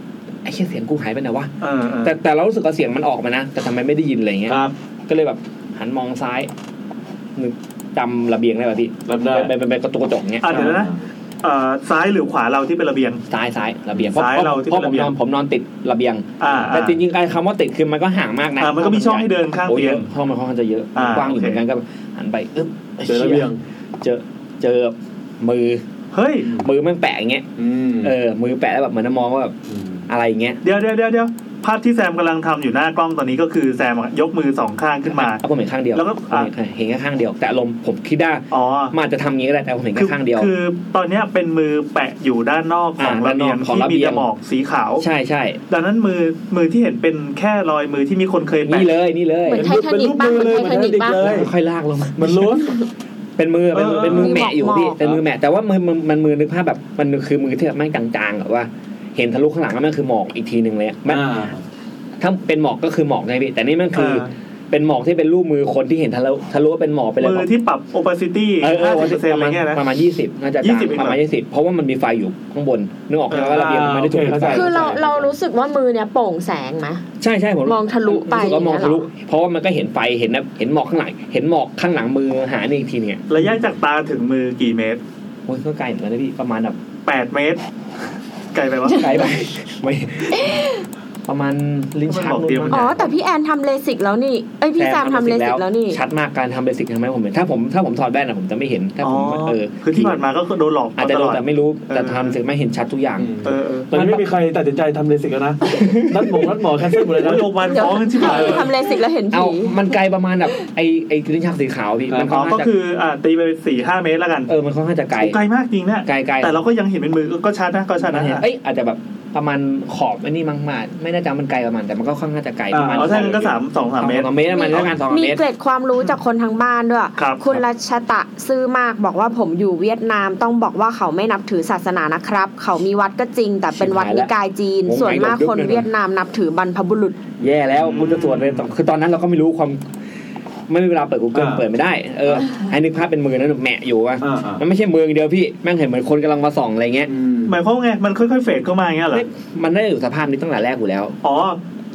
Speaker 4: ไอ้เหี้ยเสียงกูหายไปไหนวะ
Speaker 2: เออเออ
Speaker 4: แต่แต่เรารู้สึกว่าเสียงมันออกมานะแต่ทำไมไม่ได้ยินอะไรเงี้ย
Speaker 5: ครับ
Speaker 4: ก็เลยแบบหันมองซ้ายนึกจำระเบียงได้ป่ะพี่
Speaker 5: รับได้
Speaker 4: เป็นเป็นเป็นกระจกกระจกเงี้ย
Speaker 2: อ่ะเดี๋ยวนะเอ่อซ้ายหรือขวาเราที่เป็นระเบียง
Speaker 4: ซ้ายซ้ายระเบียงเพราะ
Speaker 2: ซ้ายเราที่
Speaker 4: เพราะ
Speaker 2: เป็นระ
Speaker 4: ผม
Speaker 2: เบีย
Speaker 4: น
Speaker 2: ง
Speaker 4: อนผมนอนติดระเบียง
Speaker 2: อ่า
Speaker 4: แต่
Speaker 2: อ่า
Speaker 4: จริงๆไอ้คำว่าติดคือมันก็ห่างมากนะ
Speaker 2: อ่ามันก็มีช่องให้เดินข้าง
Speaker 4: โอ้
Speaker 2: เตียง
Speaker 4: อะห้องมันค่อนข้างจะเยอะ
Speaker 2: อ่าก
Speaker 4: ว้างอยู่
Speaker 2: โอเค
Speaker 4: เหมือนกันก็หันไปอึ๊บไ
Speaker 5: เจอระเบียง
Speaker 4: เจอเจอมือ
Speaker 2: เฮ้ย
Speaker 4: มือมันแปะอย่างเงี้ย
Speaker 5: อืม
Speaker 4: เออมือแปะแล้วแบบเหมือนมองว่าแบบอะไรอย่างเงี้ย
Speaker 2: เดี๋ยวเดี๋ยวเดี๋ยวเดี๋ยว ภาพที่แซมกำลังทำอยู่หน้ากล้องตอนนี้ก็คือแซมอะยกมือสองข้างขึ้นมา
Speaker 4: เอาผมเห็นข้างเดียว
Speaker 2: แล้วก็
Speaker 4: ผมเห็นเห็นแค่ข้างเดียว แต่อารมณ์ผมคิดได้
Speaker 2: อ๋อ
Speaker 4: มันอาจจะทำอย่างนี้ก็ได้แต่ผมเห็น
Speaker 2: คื
Speaker 4: แค่ข้างเดียว
Speaker 2: คือตอนเนี้ยเป็นมือแปะอยู่ด้านนอกของ
Speaker 4: อ่า
Speaker 2: ระเบียง
Speaker 4: ด้านนอกของ
Speaker 2: ที่
Speaker 4: ระเบี
Speaker 2: มี
Speaker 4: ยง
Speaker 2: กระหมอกสีขาว
Speaker 4: ใช่ใช่
Speaker 2: ดังนั้นมือมือที่เห็นเป็นแค่รอยมือที่มีคนเคยแปะ
Speaker 4: นี่เลยนี่เลย
Speaker 1: เหมือนไททานิกป่ะเหมือนไททานิกป่ะ
Speaker 4: แล้วค่อยๆลากลงมา
Speaker 3: มันล้น
Speaker 4: เป็นมือเป็นมือเป็นมือแหมะอยู่พี่
Speaker 1: หมอก
Speaker 4: เป็นมือแหมะแต่ว่ามือมันมันมือนึกภาพแบบมันคือมือที่แบบไม่งจางๆแบบว่า เห็นทะลุข้างหลังแล้วมันคือหมอกอีกทีหนึ่งเลยอะมันถ้าเป็นหมอกก็คือหมอกไงพี่แต่นี่มันคืออา เป็นหมอกที่เป็นรูปมือคนที่เห็นทะลุทะลุว่าเป็นหมอกไปเลย
Speaker 2: มือที่ปรับ opacity
Speaker 4: เออเออ
Speaker 2: 50%อะไรเงี้ยนะ
Speaker 4: ประมาณยี่สิบน่าจะจาง
Speaker 2: 20เองเหรอ
Speaker 4: ประมาณยี่สิบเพราะว่ามันมีไฟอยู่ข้างบนนึกออกไหมว่าระเบียงมันไม่ได้ถูกปิดไฟ
Speaker 3: อ่าโอเคเข้าใจ
Speaker 1: คือเราเรารู้สึกว่ามือเนี่ยโปร่งแสงไหม
Speaker 4: ใช่ใช่ผม
Speaker 1: มองทะลุไป
Speaker 4: รู้สึกว่ามอง
Speaker 1: อย่างเงี้ย
Speaker 4: ทะลุ
Speaker 1: เหรอ
Speaker 4: เพราะว่ามันก็เห็นไฟเห็นนะเห็นหมอกข้างหลังเห็นหมอกข้างหลังมือหานี่อีกทีเนี่ย
Speaker 2: ระยะจากตาถึงมือกี่เมตร
Speaker 4: โอ้ยก็ไกลเหมือนกันนะพี่ประมาณแบบ
Speaker 2: 8 เมตร ไกลไปวะ
Speaker 4: ไกลไป [laughs] ไม่ประมาณลิ้นชัก
Speaker 2: มันบอกเตรียม
Speaker 1: อ๋อแต่พี่แอนทำเลสิกแล้วนี่เอ้ยพี่แซมทำเลสิกแล้วนี่
Speaker 4: ชัดมากการทำเบสิกทำให้ผมเห็นถ้าผมถ้าผมถอดแว่นอะผมจะไม่เห็นถ้า
Speaker 2: อ๋
Speaker 4: ผ
Speaker 2: อ
Speaker 4: มเออ
Speaker 2: คือที่ผ่านมาก็คือโดนหลอก
Speaker 4: อาจ
Speaker 2: มา
Speaker 4: จะ
Speaker 2: ต
Speaker 4: โด
Speaker 2: ลอ
Speaker 4: น
Speaker 2: ด
Speaker 4: แต่ไม่รู้แต่
Speaker 2: เออ
Speaker 4: ทำเสร็จไม่เห็นชัดทุกอย่าง
Speaker 2: เออเออ
Speaker 3: ตอนนี้ไม่มีใครตัดสินใจทำเลสิกแล้วนะ [laughs] นัดหมอนัดหมอแคนเซิลหมดเลย
Speaker 2: แล้
Speaker 3: นะ
Speaker 2: วโรงพยาบาล
Speaker 1: เดี๋ยว
Speaker 2: ฟ้องกันชิบหายเลย
Speaker 1: ทำเลสิกแล้วเห็น
Speaker 4: เอา
Speaker 1: ผี
Speaker 4: มันไกลประมาณแบบไอไอลิ้นชักสีขาวพี่มัน
Speaker 2: อ๋
Speaker 4: ค่
Speaker 2: อ
Speaker 4: อนข้าง
Speaker 2: ก็
Speaker 4: จะ
Speaker 2: คืออ่าตีไปสี่ห้าเมตรแล้วกัน
Speaker 4: เออมันค่อนข้างจะไกล
Speaker 2: ไกลมากจริงเนี่ย
Speaker 4: ไกลไกล
Speaker 2: แต่เราก็ยังเห็นเป็นมือก็ก็ชัดนะก็ชัดนะ
Speaker 4: เห็นเอ้ยอาจจะแบบประมาณขอบไอ้นี่มั้งมาไม่แน่ใจมันไกลประมาณแต่มันก็ค่อนข้างจะไกลประมาณ
Speaker 2: อ๋อถ้างั้นก็สามสอง
Speaker 4: สา
Speaker 2: สามมเมตร
Speaker 4: เมตรประมาณประมาณสอง
Speaker 1: มี
Speaker 4: เมตร
Speaker 1: เกร็ดความรู้จากคนทางบ้านด้วย
Speaker 2: ครับ
Speaker 1: คุณรัชตะซื่อมากบอกว่าผมอยู่เวียดนามต้องบอกว่าเขาไม่นับถือศาสนานะครับ เขามีวัดก็จริง แต่เป็นวัดนิกายจีน
Speaker 4: ชิบหายละ
Speaker 1: ส่วนมาก
Speaker 4: วงไหน
Speaker 1: คน
Speaker 4: หลบยุคเลยนะ
Speaker 1: เวียดนามนับถือบรรพบุรุษ
Speaker 4: แย่แล้วคุณจะตรวจเลยต่อคือตอนนั้นเราก็ไม่รู้ความ ไม่มีเวลาเปิด Google
Speaker 3: อ่า
Speaker 4: เปิดไม่ได้ เออ ให้นึกภาพเป็นมือนั้นแหมะอยู่อะ
Speaker 3: อ่าอ่า
Speaker 4: มันไม่ใช่มืออย่างเดียวพี่ แม่งเห็นเหมือนคนกำลังมาส่องอะไรเงี้ย
Speaker 3: อืม
Speaker 2: หมายความว่าไงมันค่อยๆเฟดเข้ามาอย่างเงี้ยเหรอ
Speaker 4: ไม่มันได้อยู่สภาพนี้ตั้งแต่แรกอยู่แล้ว
Speaker 2: อ๋อ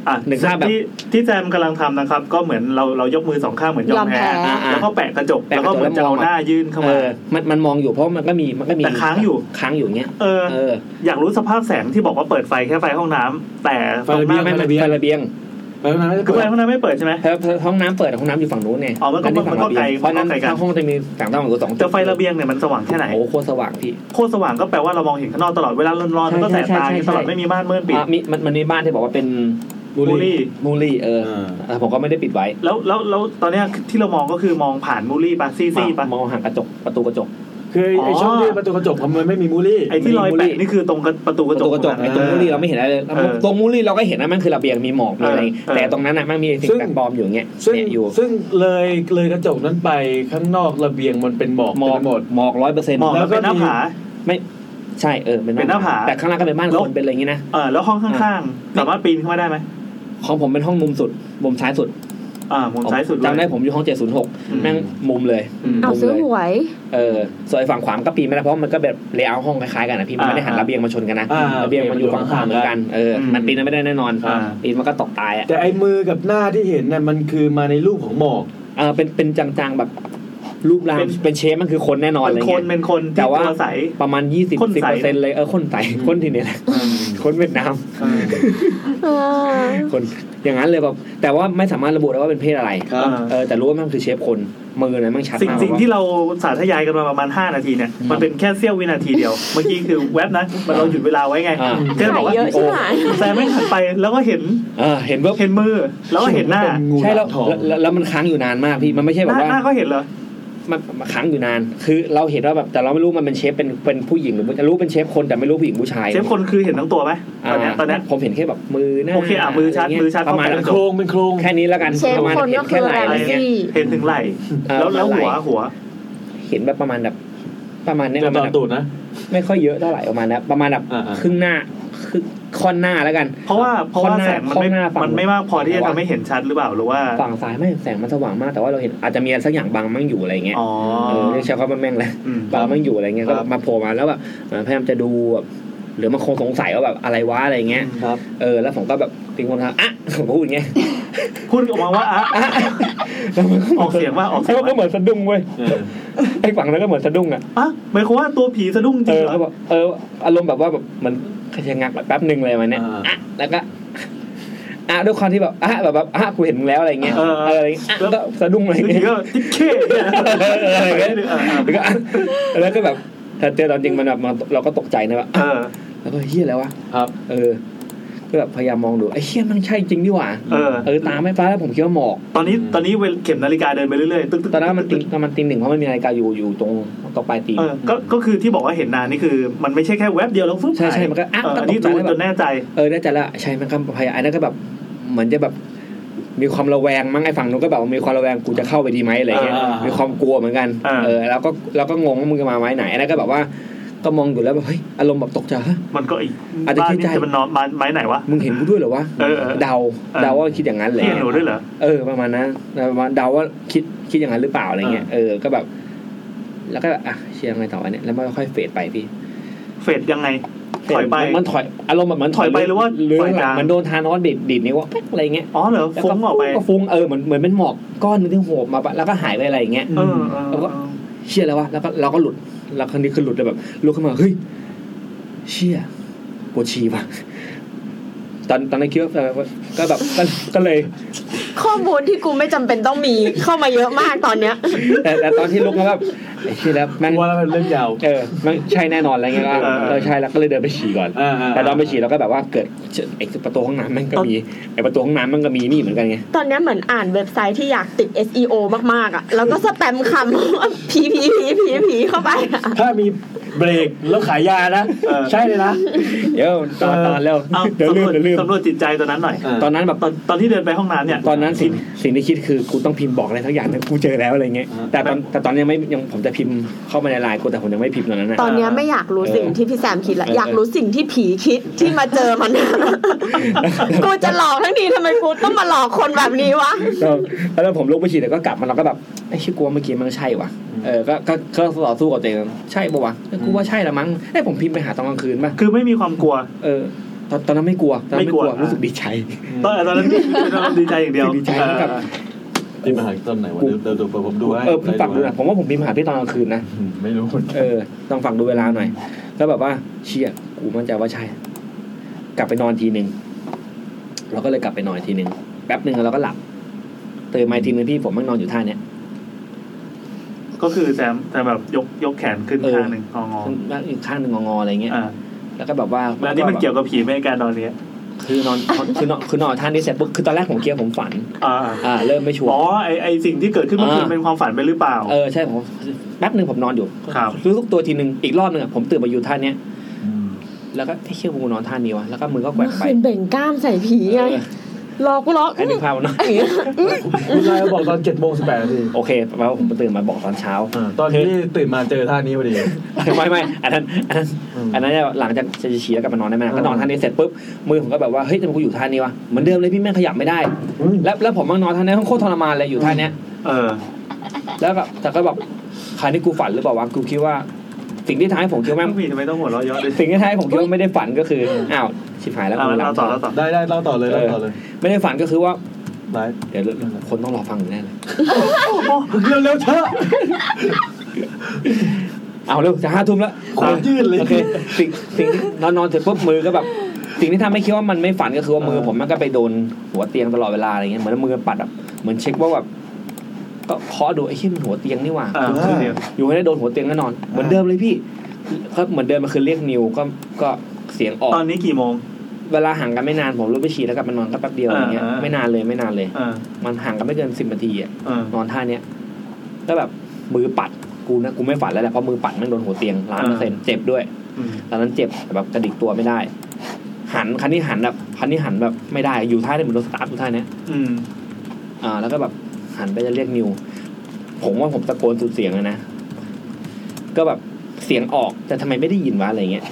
Speaker 2: อ่ะ
Speaker 4: หนึ่งภาพแบบ
Speaker 2: ที่ที่แจมกำลังทำนะครับ ก็เหมือนเราเรายกมือสองข้างเหมือน
Speaker 1: ย
Speaker 2: ยอ
Speaker 1: อ
Speaker 2: ม
Speaker 1: มแพ้
Speaker 2: แพ้
Speaker 4: อ่าๆ
Speaker 2: แล้วก็แปะกระจก
Speaker 4: แปะ
Speaker 2: แล้ว
Speaker 4: กระจ
Speaker 2: ก็
Speaker 4: ก
Speaker 2: เหมือนจะ
Speaker 4: แล้วมอ
Speaker 2: เอา
Speaker 4: ง
Speaker 2: หน้ายื่นเข้า
Speaker 4: เอ
Speaker 2: มา
Speaker 4: อมันมันมองอยู่เพราะมันก็มีมันก็มี
Speaker 2: แต่ค้างอยู่
Speaker 4: ค้างอยู่เงี้ย
Speaker 2: เออ
Speaker 4: เออ
Speaker 2: อยากรู้สภาพแสงที่บอกว่าเปิดไฟแค่ไฟห้องน้ำแต่ตรงหน้า
Speaker 4: ไม่
Speaker 2: ไม่
Speaker 4: ไม่ไฟระเบียง
Speaker 3: ไปแล้วนะไม่ได้
Speaker 2: คือ
Speaker 3: เกิด
Speaker 2: ไฟห้องน้ำไม่เปิดใช่ไหม
Speaker 4: เออห้องน้ำเปิดห้องน้ำอยู่ฝั่งนู้นไง
Speaker 2: อ๋อมันก็
Speaker 4: ที่ฝั่ง
Speaker 2: มันก็
Speaker 4: ระ
Speaker 2: ไก
Speaker 4: เบียง
Speaker 2: ล
Speaker 4: เพราะฉะนั้น
Speaker 2: มันก็ไกลกัน
Speaker 4: ทั้งห้องจะมีต่างต้องอยู่สอง
Speaker 2: แต่ไฟระเบียงเนี่ยมันสว่างแค่ไหน
Speaker 4: โอ้โหโคตรสว่างพี่
Speaker 2: โคตรสว่างก็แปลว่าเรามองเห็นข้างนอกตลอดเวลาร้อนๆมันก็แสบตาอย่างเงี้ยต
Speaker 4: ใช่ใช่
Speaker 2: ล
Speaker 4: ใช่
Speaker 2: อดไม่มีม่านมืดปิด
Speaker 4: อ่ะมีมันมันมีบ้านที่บอกว่าเป็น
Speaker 3: บุ
Speaker 2: มูล
Speaker 3: รี
Speaker 2: ลี่
Speaker 4: มูลลี่เออแต่ผมก็ไม่ได้ปิดไว้
Speaker 2: แล้วแล้วแล้วตอนเนี้ยที่เรามองก็คือมองผ่านมูลลี่ปะซี่ซี่ปะ
Speaker 4: มองห่างกระจกประตูกระจก
Speaker 3: คือไอ้
Speaker 2: อ๋อ
Speaker 3: ช่องที่ประตูกระจกมันไม่มีมูลลี่
Speaker 2: ไอ้ที่รอยแปะนี่คือตรงประตูก
Speaker 4: ประ ระ
Speaker 2: จ
Speaker 4: ตู
Speaker 2: ก
Speaker 4: กระจกไอ้ตรงมูลลี่เราไม่เห็นอะไรเลยแล้ว
Speaker 2: เออ
Speaker 4: ตรงมูลลี่เราก็เห็นนะมันคือระเบียงมีหมอกมีอะไร
Speaker 2: เออเออ
Speaker 4: แต่ตรงนั้นน่ะมันมีสิ่
Speaker 3: ซึ่
Speaker 4: ง
Speaker 3: ง
Speaker 4: แปลกปลอมอยู่อย่างเงี้ย
Speaker 3: ซึ่ง
Speaker 4: เนี่ยอยู่
Speaker 3: ซึ่งเลยเลยกระจกนั้นไปข้างนอกระเบียงมันเป็นหมอก
Speaker 4: หมอก
Speaker 3: เต็ไปหมด
Speaker 4: หมอกร้อยเปอร์เซ็นต์
Speaker 2: มองแล้วเป็นหน้าผา
Speaker 4: ใช่เออเป็น
Speaker 2: เป็นหน้าผา
Speaker 4: แต่ข้างล่างก็เป็นบ้าน
Speaker 2: แล้
Speaker 4: ค
Speaker 2: วน
Speaker 4: เป็นอะไรอย่างงี้นะ
Speaker 2: เออแล้วห้องข้างๆ สามารถปีนขึ้นมาได้ไหม
Speaker 4: ของผมเป็นห้องมุมสุดมุมซ้ายสุด
Speaker 2: อ่ามุมซ้ายสุดเลย
Speaker 4: จำได้ผมอยู่ห้องเจ็ดศูนย์หก
Speaker 2: อืม
Speaker 4: แม่งมุมเลย
Speaker 2: อืม
Speaker 1: เอาซื้อหวย
Speaker 4: เออส่วนไอ้ฝั่งขวามนก็ปีนไม่ได้เพราะมันก็แบบเลเยอร์ห้องคล้ายๆกันนะพี่มันไม่ได้หัน
Speaker 2: อ่า
Speaker 4: ระเบียงมาชนกันนะ
Speaker 3: อ่า
Speaker 4: ระเบียงมันอยู่ฝั่งขวาเหมือนกันเออมันปีนไม่ได้แน่นอน
Speaker 3: อ่า
Speaker 4: ปีนมันก็ตกตายอ่ะ
Speaker 3: แต่ไอ้มือกับหน้าที่เห็นน่ะมันคือมาในรูปของหมอก
Speaker 4: เออเป็นเป็นจางๆแบบรูปร่าง
Speaker 2: เป็น
Speaker 4: เป็นเชฟมันคือคนแน่นอนอะ
Speaker 2: เป็
Speaker 4: ไร
Speaker 2: น
Speaker 4: เงี้
Speaker 2: ค
Speaker 4: ย
Speaker 2: นเป็นคน
Speaker 4: แต่
Speaker 2: ที่
Speaker 4: ว่า
Speaker 2: ตัวใส
Speaker 4: ประมาณยี่สิบ
Speaker 2: คน
Speaker 4: สิบ
Speaker 2: ใส
Speaker 4: เปอร์เซ็นต์เลยเออคนใสคนที่
Speaker 2: [laughs]
Speaker 4: นี่แหละคนเวียดนาม
Speaker 1: เออ
Speaker 4: คนอย่างนั้นเลยแบบแต่ว่าไม่สามารถระบุได้ว่าเป็นเพศอะไร
Speaker 3: ครับ
Speaker 4: เออแต่รู้ว่ามันคือเชฟคนมือเนี่ยมันชัด
Speaker 2: สิ่ง
Speaker 4: มาก
Speaker 2: สิ่ง
Speaker 4: ว่า
Speaker 2: ที่เราสาธยายกันมาประมาณ 5 นาทีเนี่ย มันเป็นแค่เสี้ยววินาทีเดียว เมื่อกี้คือแว็บนะมันเราหยุดเวลาไว้ไง
Speaker 4: อ่า
Speaker 2: เจ๊บอกว่า
Speaker 1: เยอะใช่ไหม
Speaker 2: แต่ไม่หันไปแล้วก็เห็น
Speaker 4: เออเห็นว่า
Speaker 2: เห็นมือ แล้วก็เห็นหน้า
Speaker 3: ป็งู
Speaker 4: ใช่แล้ว
Speaker 3: ทอง
Speaker 4: แล้วแล้วแล้วมันค้างอยู่นานมากพี่มันไม่ใช่
Speaker 2: ห
Speaker 4: แบบ
Speaker 2: น้า
Speaker 4: ว่า
Speaker 2: หน้าก็เห็นเหรอ
Speaker 4: มันมันค้างอยู่นาน คือเราเห็นว่าแบบแต่เราไม่รู้มันเป็นเชฟเป็นเป็นผู้หญิงหรือจะรู้เป็นเชฟคนแต่ไม่รู้ผู้หญิงผู้ชาย
Speaker 2: เชฟคนคือเห็นทั้งตัวไหมตอนเนี้ยตอนเนี้ย
Speaker 4: าผมเห็นแค่แบบมือหน้า
Speaker 2: โอเคอ่ะมือชัด
Speaker 4: ะไรเงี้ย
Speaker 2: มือชัด
Speaker 4: ประมาณ
Speaker 2: เข้าไป
Speaker 3: เป็นโครงเป็นโครง
Speaker 4: แค่นี้แล้วกัน
Speaker 1: เชฟ
Speaker 4: ประมาณ
Speaker 1: คน
Speaker 4: เห็
Speaker 1: ก็
Speaker 4: น
Speaker 1: คื
Speaker 4: แค่
Speaker 1: อ
Speaker 4: ไหน
Speaker 1: แบ
Speaker 4: อะไร
Speaker 1: บ
Speaker 4: เงี้ย
Speaker 1: สี่
Speaker 2: เห็นถึงไหล่
Speaker 4: เออ
Speaker 2: แล้วแล้วหัว
Speaker 4: ไหล่
Speaker 2: หัว
Speaker 4: เห็นแบบประมาณแบบประมาณเนี้ย
Speaker 3: เป็
Speaker 4: ป
Speaker 3: น
Speaker 4: ระมา
Speaker 3: ต่อ
Speaker 4: ณแบบ
Speaker 3: ตูดนะ
Speaker 4: ไม่ค่อยเยอะเท่าไหร่ประมาณนะประมาณแบบ
Speaker 3: อ่าๆ
Speaker 4: ครึ่งหน้าครึ่งค่อนหน้าแล้วกัน
Speaker 2: เพราะว่าเพราะว่า
Speaker 4: ข้อหน้า
Speaker 2: แสงมันไม่
Speaker 4: ข้อหน้าฝั่ง
Speaker 2: มันไม่มากพอที่จะทำให้เห็นชัดหรือเปล่าหรือว่า
Speaker 4: ฝั่งซ้ายไม่แสงมันสว่างมากแต่ว่าเราเห็นอาจจะมีอะไรสักอย่างบังมั่งอยู่อะไรเงี้ย
Speaker 2: อ๋อ
Speaker 4: เออเรียกใช้คำว่าแม่งแหละ
Speaker 2: ม
Speaker 4: บังมั่งอยู่อะไรเงี้ยก็มาโผล่มาแล้วแบบเออพยายามจะดูแบบหรือมันคงสงสัยว่าแบบอะไรวะอะไรเงี้ย
Speaker 3: ครับ
Speaker 4: เออแล้วผมก็แบบติงคนทางอ่ะผมก็พูดอย่างเงี้ย
Speaker 2: พูดออกมาว่า
Speaker 4: [laughs]
Speaker 2: อะ
Speaker 4: อ่ะแล้วมัน
Speaker 2: ออกเสียงว่าออกเสียง
Speaker 4: [laughs] แล้วมันก็
Speaker 2: ว่า
Speaker 4: เหมือนสะดุ้งเว้ย
Speaker 3: เออ
Speaker 4: ไอ้ฝั่งนั้นก็เหมือนสะดุ้งอ่ะ
Speaker 2: อะหมายความว่าตัวผีสะดุ้งจ
Speaker 4: เอ
Speaker 2: ริง
Speaker 4: อ
Speaker 2: เหรอ
Speaker 4: เขาบอกเอออารมณ์แบบว่าแบบเหมันขยักงักแบบแป๊บหนึ่งเลยมันเนี้ย
Speaker 3: อ่า
Speaker 4: อ่ะแล้วก็อ่ะด้วยความที่แบบอ่ะแบบแบบอ่ะกูเห็นมึงแล้วอะไรเงี้ย
Speaker 2: เออ
Speaker 4: เอออะไรอย่างเงี้ยอ่ะก็สะดุ้งอะไรอ
Speaker 2: คือง
Speaker 4: ย่า
Speaker 2: ผี
Speaker 4: เงี้ย
Speaker 2: ก็จิ๊กเข้เนี่ย
Speaker 4: เอออะไรอย่างเงี้ย
Speaker 2: เออ
Speaker 4: แล้วก็อ่ะแล้วก็แบบถ้าเจอตอนจริงมันแบบมันเราก็ตกใจนะแบบ
Speaker 2: เออ
Speaker 4: แล้วก็เฮียแล้ววะ
Speaker 3: ครับ
Speaker 4: เออ ก็แบบพยายามมองดูไอ้เชี่ยมันใช่จริงดีหว่า
Speaker 2: เออ
Speaker 4: เออตาไม่ฟ้าแล้วผมคิดว่าหมอก
Speaker 2: ตอนนี้ตอนนี้เวลเข็มนาฬิกาเดินไปเรื่อยๆตึ๊กตึ๊ก
Speaker 4: ตอนนั้นมันตีตอนมันตีหนึ่งเพราะมันมีนาฬิกาอยู่อยู่ตรงตรงปลายตีน
Speaker 2: เออก็ก็คือที่บอกว่าเห็นนานนี่คือ มันไม่ใช่แค่แว็บเดียวแล้วฟึ๊บ
Speaker 4: ใช่ใช่มันก็อ่ะ
Speaker 2: เอออันนี้
Speaker 4: ต
Speaker 2: ดู
Speaker 4: กใจแล้วแบบ
Speaker 2: จนแน่ใจ
Speaker 4: เออได้ใจละใช่มันก็พยายามไอ้นั่นก็แบบเหมือนจะแบบ มีความระแวงมั้งไอ้ฝั่งนู้นก็แบบว่ามีความระแวงกูจะเข้าไปดีไหมอะไรเงี้ย
Speaker 2: อ่า
Speaker 4: มีความกลัวเหมือนกัน
Speaker 2: อ่า
Speaker 4: เออแล้วก็แล้วก็งงว่ามึงจะมาไม้ไหนไอ้นั่นก็แบบว่าก็มองอยู่แล้วแบบเฮ้ยอารมณ์แบบตกใจฮะ
Speaker 2: มันก็อีก
Speaker 4: อาจจะ
Speaker 2: บ้าน
Speaker 4: คิด
Speaker 2: นี่
Speaker 4: ใจ
Speaker 2: จะมันนอนบ้านไม้ไหนวะ
Speaker 4: มึงเห็นกูด้วยเหรอวะ
Speaker 2: เออเออ
Speaker 4: เดา
Speaker 2: เออ
Speaker 4: เดาว่าคิดอย่างนั้นแหละ
Speaker 2: เรียนหนูด้วยเหรอ
Speaker 4: เออประมาณนั้นประมาณเดาว่าคิดคิดอย่างนั้นหรือเปล่าอะไรเงี้ยเออก็แบบ แล้วก็แบบอ่ะเชียร์ไงต่อวะเนี่ยแล้วมันก็ค่อยเฟดไปพี่
Speaker 2: เฟดยังไง ถอยไป
Speaker 4: มันถอยอารมณ์แบบเหมือน
Speaker 2: ถอยไปหรือว่า
Speaker 4: หรือ
Speaker 2: ถอยกลาง
Speaker 4: เหมือนโดนทานอสดิดดิดนิ้วว่าป๊กอะไรเงี้ย
Speaker 2: อ๋อเหรอ
Speaker 4: แล้ว
Speaker 2: ฟุ้งออกไป
Speaker 4: ก็ฟุ้งเออเหมือนเหมือนเป็นหมอกก้อนหนึงที่โหมมาปะแล้วก็หายไปอะไรอย่างเงี้ย
Speaker 2: เออเออ
Speaker 4: แล้วก็ เชี่ยแล้ววะแล้วก็เราก็หลุดแล้วครั้งนี้คือหลุดเลยแบบลุกขึ้นมาเฮ้ยเชี่ยปวดฉี่ว่ะตอนตอนนั้นคิดว่าก็แบบ [laughs] ก็ก็เลย
Speaker 1: ข้อมูลที่กูไม่จำเป็นต้องมีเข้ามาเยอะมากตอนเนี้ย
Speaker 4: แต่แต่ตอนที่ลุกมาแบบไอ้เชี่ยแล้วแม่ง
Speaker 3: ว่าแล้วมันเรื่องยาว
Speaker 4: เออมันใช่แน่นอนอะไรเงี้ยก็
Speaker 3: เออเออ
Speaker 4: เราใช่แล้วก็เลยเดินไปฉี่ก่อน
Speaker 3: อ่าๆๆ
Speaker 4: แต่ตอนไปฉี่เราก็แบบว่าเกิดเชี่ยไอ้ประตูห้องน้ำมันก็มีไอ้ประตูห้องน้ำมันก็มีนี่เหมือนกันไง
Speaker 1: ตอนเนี้ยเหมือนอ่านเว็บไซต์ที่อยากติด SEO มากๆอ่ะ แล้วก็สแปมคำว่าผีผีผีผีผีเข้าไปอะ
Speaker 3: ถ้ามีเบรกแล้วขายยานะใช่เลยนะ
Speaker 4: เดี๋ยวตอนตอนแล้ว
Speaker 2: เอา
Speaker 4: เดี๋ยวลืม
Speaker 2: สำรวจ
Speaker 4: เดี๋ยวลืม
Speaker 2: สำรวจจิตใจตอนนั้นหน่อย
Speaker 3: เออ
Speaker 4: ตอนนั้นแบบ
Speaker 2: ตอนตอนที่เดินไปห้องน้ำเนี่ย
Speaker 4: ตอนนั้นสิ่งสิ่งที่คิดคือกูต้องพิมพ์บอกอะไรทั้งอย่างนะกูเจอแล้วอะไรเงี้ยแต่ตอนแต่ตอนนี้ยังไม่ยังผมจะพิมพ์เข้ามาในไลน์กูแต่ผมยังไม่พิมพ์ตอนนั้นนะ
Speaker 1: ตอนเนี้ยไม่อยากรู้สิ่งที่พี่แซมคิดละ
Speaker 4: เออ
Speaker 1: อยากรู้สิ่งที่ผีคิดที่มาเจอมัน
Speaker 4: [laughs]
Speaker 1: กูจะหลอกทั้งทีทำไมกูต้องมาหลอกคนแบบนี้วะ
Speaker 4: แล้วแล้วผมลุกไปฉี่แต่ก็กลับมาเราก็แบบไอ้ชื่อกลัวเมื่อกี้มันใช่วะเออก็ก็ก็ต่อสู้กับตัวเองใช่ปะวะเออกูว่าใช่ละมั้งไอ้ยผมพิมพ์ไปหาตอนกลางคืนป่ะ
Speaker 2: คือไม่มีความกลัว
Speaker 4: เออตอนตอนนั้นไม่กลัวตอนนั้นไม่กลัว
Speaker 2: ไม่กลัว
Speaker 4: รู้สึกดีใจ
Speaker 2: ตอนตอนนั้นตอนนั้นดีใจอย่างเดียว
Speaker 4: ดีใจกับ
Speaker 5: ที่มาหาตอนไหนวะเดี๋ยวเดี๋ยวเดี๋ยวผมดูให้
Speaker 4: เออพี่ฝังดูนะผมว่าผมมีปัญหาพี่ตอนกลางคืนนะ
Speaker 5: อืมไม่รู้
Speaker 4: เออต้องฝังดูเวลาหน่อย แล้วแบบว่าเชี่ยกูมั่นใจว่าใช่ กลับไปนอนทีหนึ่งเราก็เลยกลับไปนอนทีหนึ่งแป๊บหนึ่งเราก็หลับตื่นมาอีกทีหนึงพี่ผมมันนอนอยู่ท่าเนี้ย
Speaker 2: ก็คือแซมแต่แบบยกยกแขนขึ้น
Speaker 4: เออ
Speaker 2: ข้างหนึ่งงองอ
Speaker 4: อีกข้างหนึ่งงอๆอะไรเงี้ย
Speaker 2: อ่า
Speaker 4: แล้วก็แบบว่า
Speaker 2: แล้วอันนี่มันเกี่ยวกับผีไหมการนอนเนี้ย
Speaker 4: คือนอนคือนอนคือนอนท่านี้เสร็จปุ๊บคือตอนแรกผมเกียร์ผมฝัน
Speaker 2: อ่า
Speaker 4: อ่า เริ่มไม่ชัวร์
Speaker 2: อ๋อไอไอสิ่งที่เกิดขึ้นเมื่อคืน
Speaker 4: อ่า
Speaker 2: เป็นความฝันไปหรือเปล่า
Speaker 4: เออใช่ผมแป๊บหนึ่งผมนอนอยู่
Speaker 2: ครับ
Speaker 4: รู้สึกตัวทีหนึ่งอีกรอบหนึ่งอะผมตื่นมาอยู่ท่าเนี้ยแล้วก็ไอ้เชี่ยกูนอนท่านี้วะแล้วก็มือก็แกว่
Speaker 1: เมื่
Speaker 4: ง
Speaker 1: อ
Speaker 4: ไป
Speaker 1: คืนเบ่งกล้ามใส่ผีไงหลอกกูหลอก
Speaker 4: ไอ้นึกภาพมันเนอะ
Speaker 5: คุณนายบอกตอนเจ็ดโมงสิบแปดนาที
Speaker 4: โอเคแปลว่าผมตื่นมาบอกตอนเช้า
Speaker 5: อ่าตอนที่ตื่นมาเจอท่านี้พอดี
Speaker 4: ไม่ไม่อันนั้นอันนั้นอันนั้นเนี่ยหลังจากจะฉี่แล้วกลับมานอนได้ไหมนะก็นอนท่านี้เสร็จปุ๊บมือผมก็แบบว่าเฮ้ยทำไมกูอยู่ท่านี้วะเหมือนเดิมเลยพี่แม่งขยับไม่ได้
Speaker 5: อืม
Speaker 4: แล้วแล้วผมมานอนท่านี้โคตรทรมานเลยอยู่ท่าเนี้ย
Speaker 2: เออ
Speaker 4: แล้วก็แต่ก็แบบคราวนี้กูฝันหรือเปล่าวะกูคิดว่า สิ่งที่ทำให้ผมคิดว่า
Speaker 2: แม่ง
Speaker 4: แม่ง
Speaker 2: ผีทำไมต้องหัวเราะเยอะด้วย
Speaker 4: สิ่งที่ทำให้ผมคิดว่าไม่ได้ฝันก็คืออ้าวชิบหายแล้ว
Speaker 2: อ่า
Speaker 4: กูหลั
Speaker 2: เรา
Speaker 4: บ
Speaker 2: ต่อเราต่อ
Speaker 5: ได้ได้เล่าต่อเลยเล่าต่อเลย
Speaker 4: ไม่ได้ฝันก็คือว่า
Speaker 5: ไลฟ์
Speaker 4: เดี๋ยวคนต้องรอฟังอยู่แน่เลย
Speaker 5: เร็วเร็วๆเถอะ
Speaker 4: เอาเร็วจะห้าทุ่มแล้ว
Speaker 5: ขอยืดเลย
Speaker 4: โอเคสิ่งสิ่งที่นอนนอนเสร็จปุ๊บมือก็แบบ สิ่งที่ทำให้คิดว่ามันไม่ฝันก็คือว่ามือผมมันก็ไปโดนหัวเตียงตลอดเวลาอะไรเงี้ยเหมือนมือปัดแบบเหมือนเช็คว่าแบบก็เคาะดูไอ้ที่มันหัวเตียงนี่หว่า
Speaker 2: อ่าคือเดียว
Speaker 4: อยู่ให้ได้โดนหัวเตียงแน่นอนเหมือนเดิมเลยพี่ก็เหมือนเดิมมันคือเรียกนิวก็ก็เสียงออก
Speaker 2: ตอนนี้กี่โมง
Speaker 4: เวลาห่างกันไม่นานผมลุกไปฉี่แล้วกลับมานอนก็แป๊บเดียวอย่างเงี้ย
Speaker 2: อ่าอ่า
Speaker 4: ไม่นานเลยไม่นานเลย
Speaker 2: เออ
Speaker 4: มันห่างกันไม่เกินสิบนาทีอ่ะ
Speaker 2: เออน
Speaker 4: อนท่าเนี้ยแล้วแบบมือปัดกูนะกูไม่ฝันแล้วแหละเพราะมือปัดแมันโดนหัวเตียงล้านเปอร์เซ็นต์เจ็บด้วย
Speaker 2: อืม
Speaker 4: ตอนนั้นเจ็บแต่แบบกระดิกตัวไม่ได้ หันคันนี้หันแบบคันนี้หันแบบไม่ได้อยู่ท่าเนี้ยเหมือนรถสตาร์ทอยู่ท่าเนี้ย
Speaker 2: อืม
Speaker 4: อ่าแล้วก็แบบหันไปจะเรียกนิว ผมว่าผมตะโกนสุดเสียงเลยนะก็แบบเสียงออกแต่ทำไมไม่ได้ยินวะอะไรเงี้ย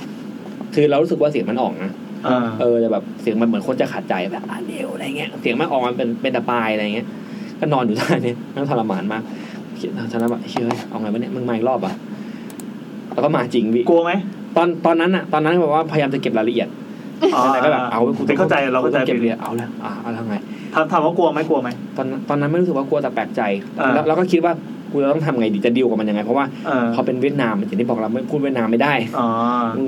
Speaker 4: คือเรารู้สึกว่าเสียงมันออกนะ
Speaker 2: เออ
Speaker 4: เออแต่แบบเสียงมันเหมือนคนจะขาดใจแบบอ่ะเร็วอะไรเงี้ยเสียงมันออกมาเป็นเป็นตะปายอะไรเงี้ย ก็นอนอยู่ท่าเนี้ยนั่งทรมานมากเขียนทรมานแบบเชื่อเอาไงวะเนี่ยมึงมาอีกรอบอ่ะแล้วก็มาจริงวิ
Speaker 2: กลัวไหม
Speaker 4: ตอนตอนนั้นอ่ะตอนนั้นแบบว่าพยายามจะเก็บรายละเอียด
Speaker 2: อ๋อ
Speaker 4: แต่ก็แบบเอาว้ยกู
Speaker 2: แต่เข้าใจเราเข้าใจ
Speaker 4: เก็บราย
Speaker 2: ไป
Speaker 4: ละเอียดเอาละอ่ะเอาละไง
Speaker 2: ถามถามว่ากลัวไหมกลัวไหม
Speaker 4: ตอนตอนนั้นไม่รู้สึกว่ากลัวแต่แปลกใจ
Speaker 2: อ่า
Speaker 4: แล้วเราก็คิดว่า กูจะต้องทำไงดีจะดีลกับมันยังไงเพราะว่า
Speaker 2: เออ
Speaker 4: พอเป็นเวียดนามมันอย่างที่บอกเราไม่พูดเวียดนามไม่ได้
Speaker 2: อ๋อ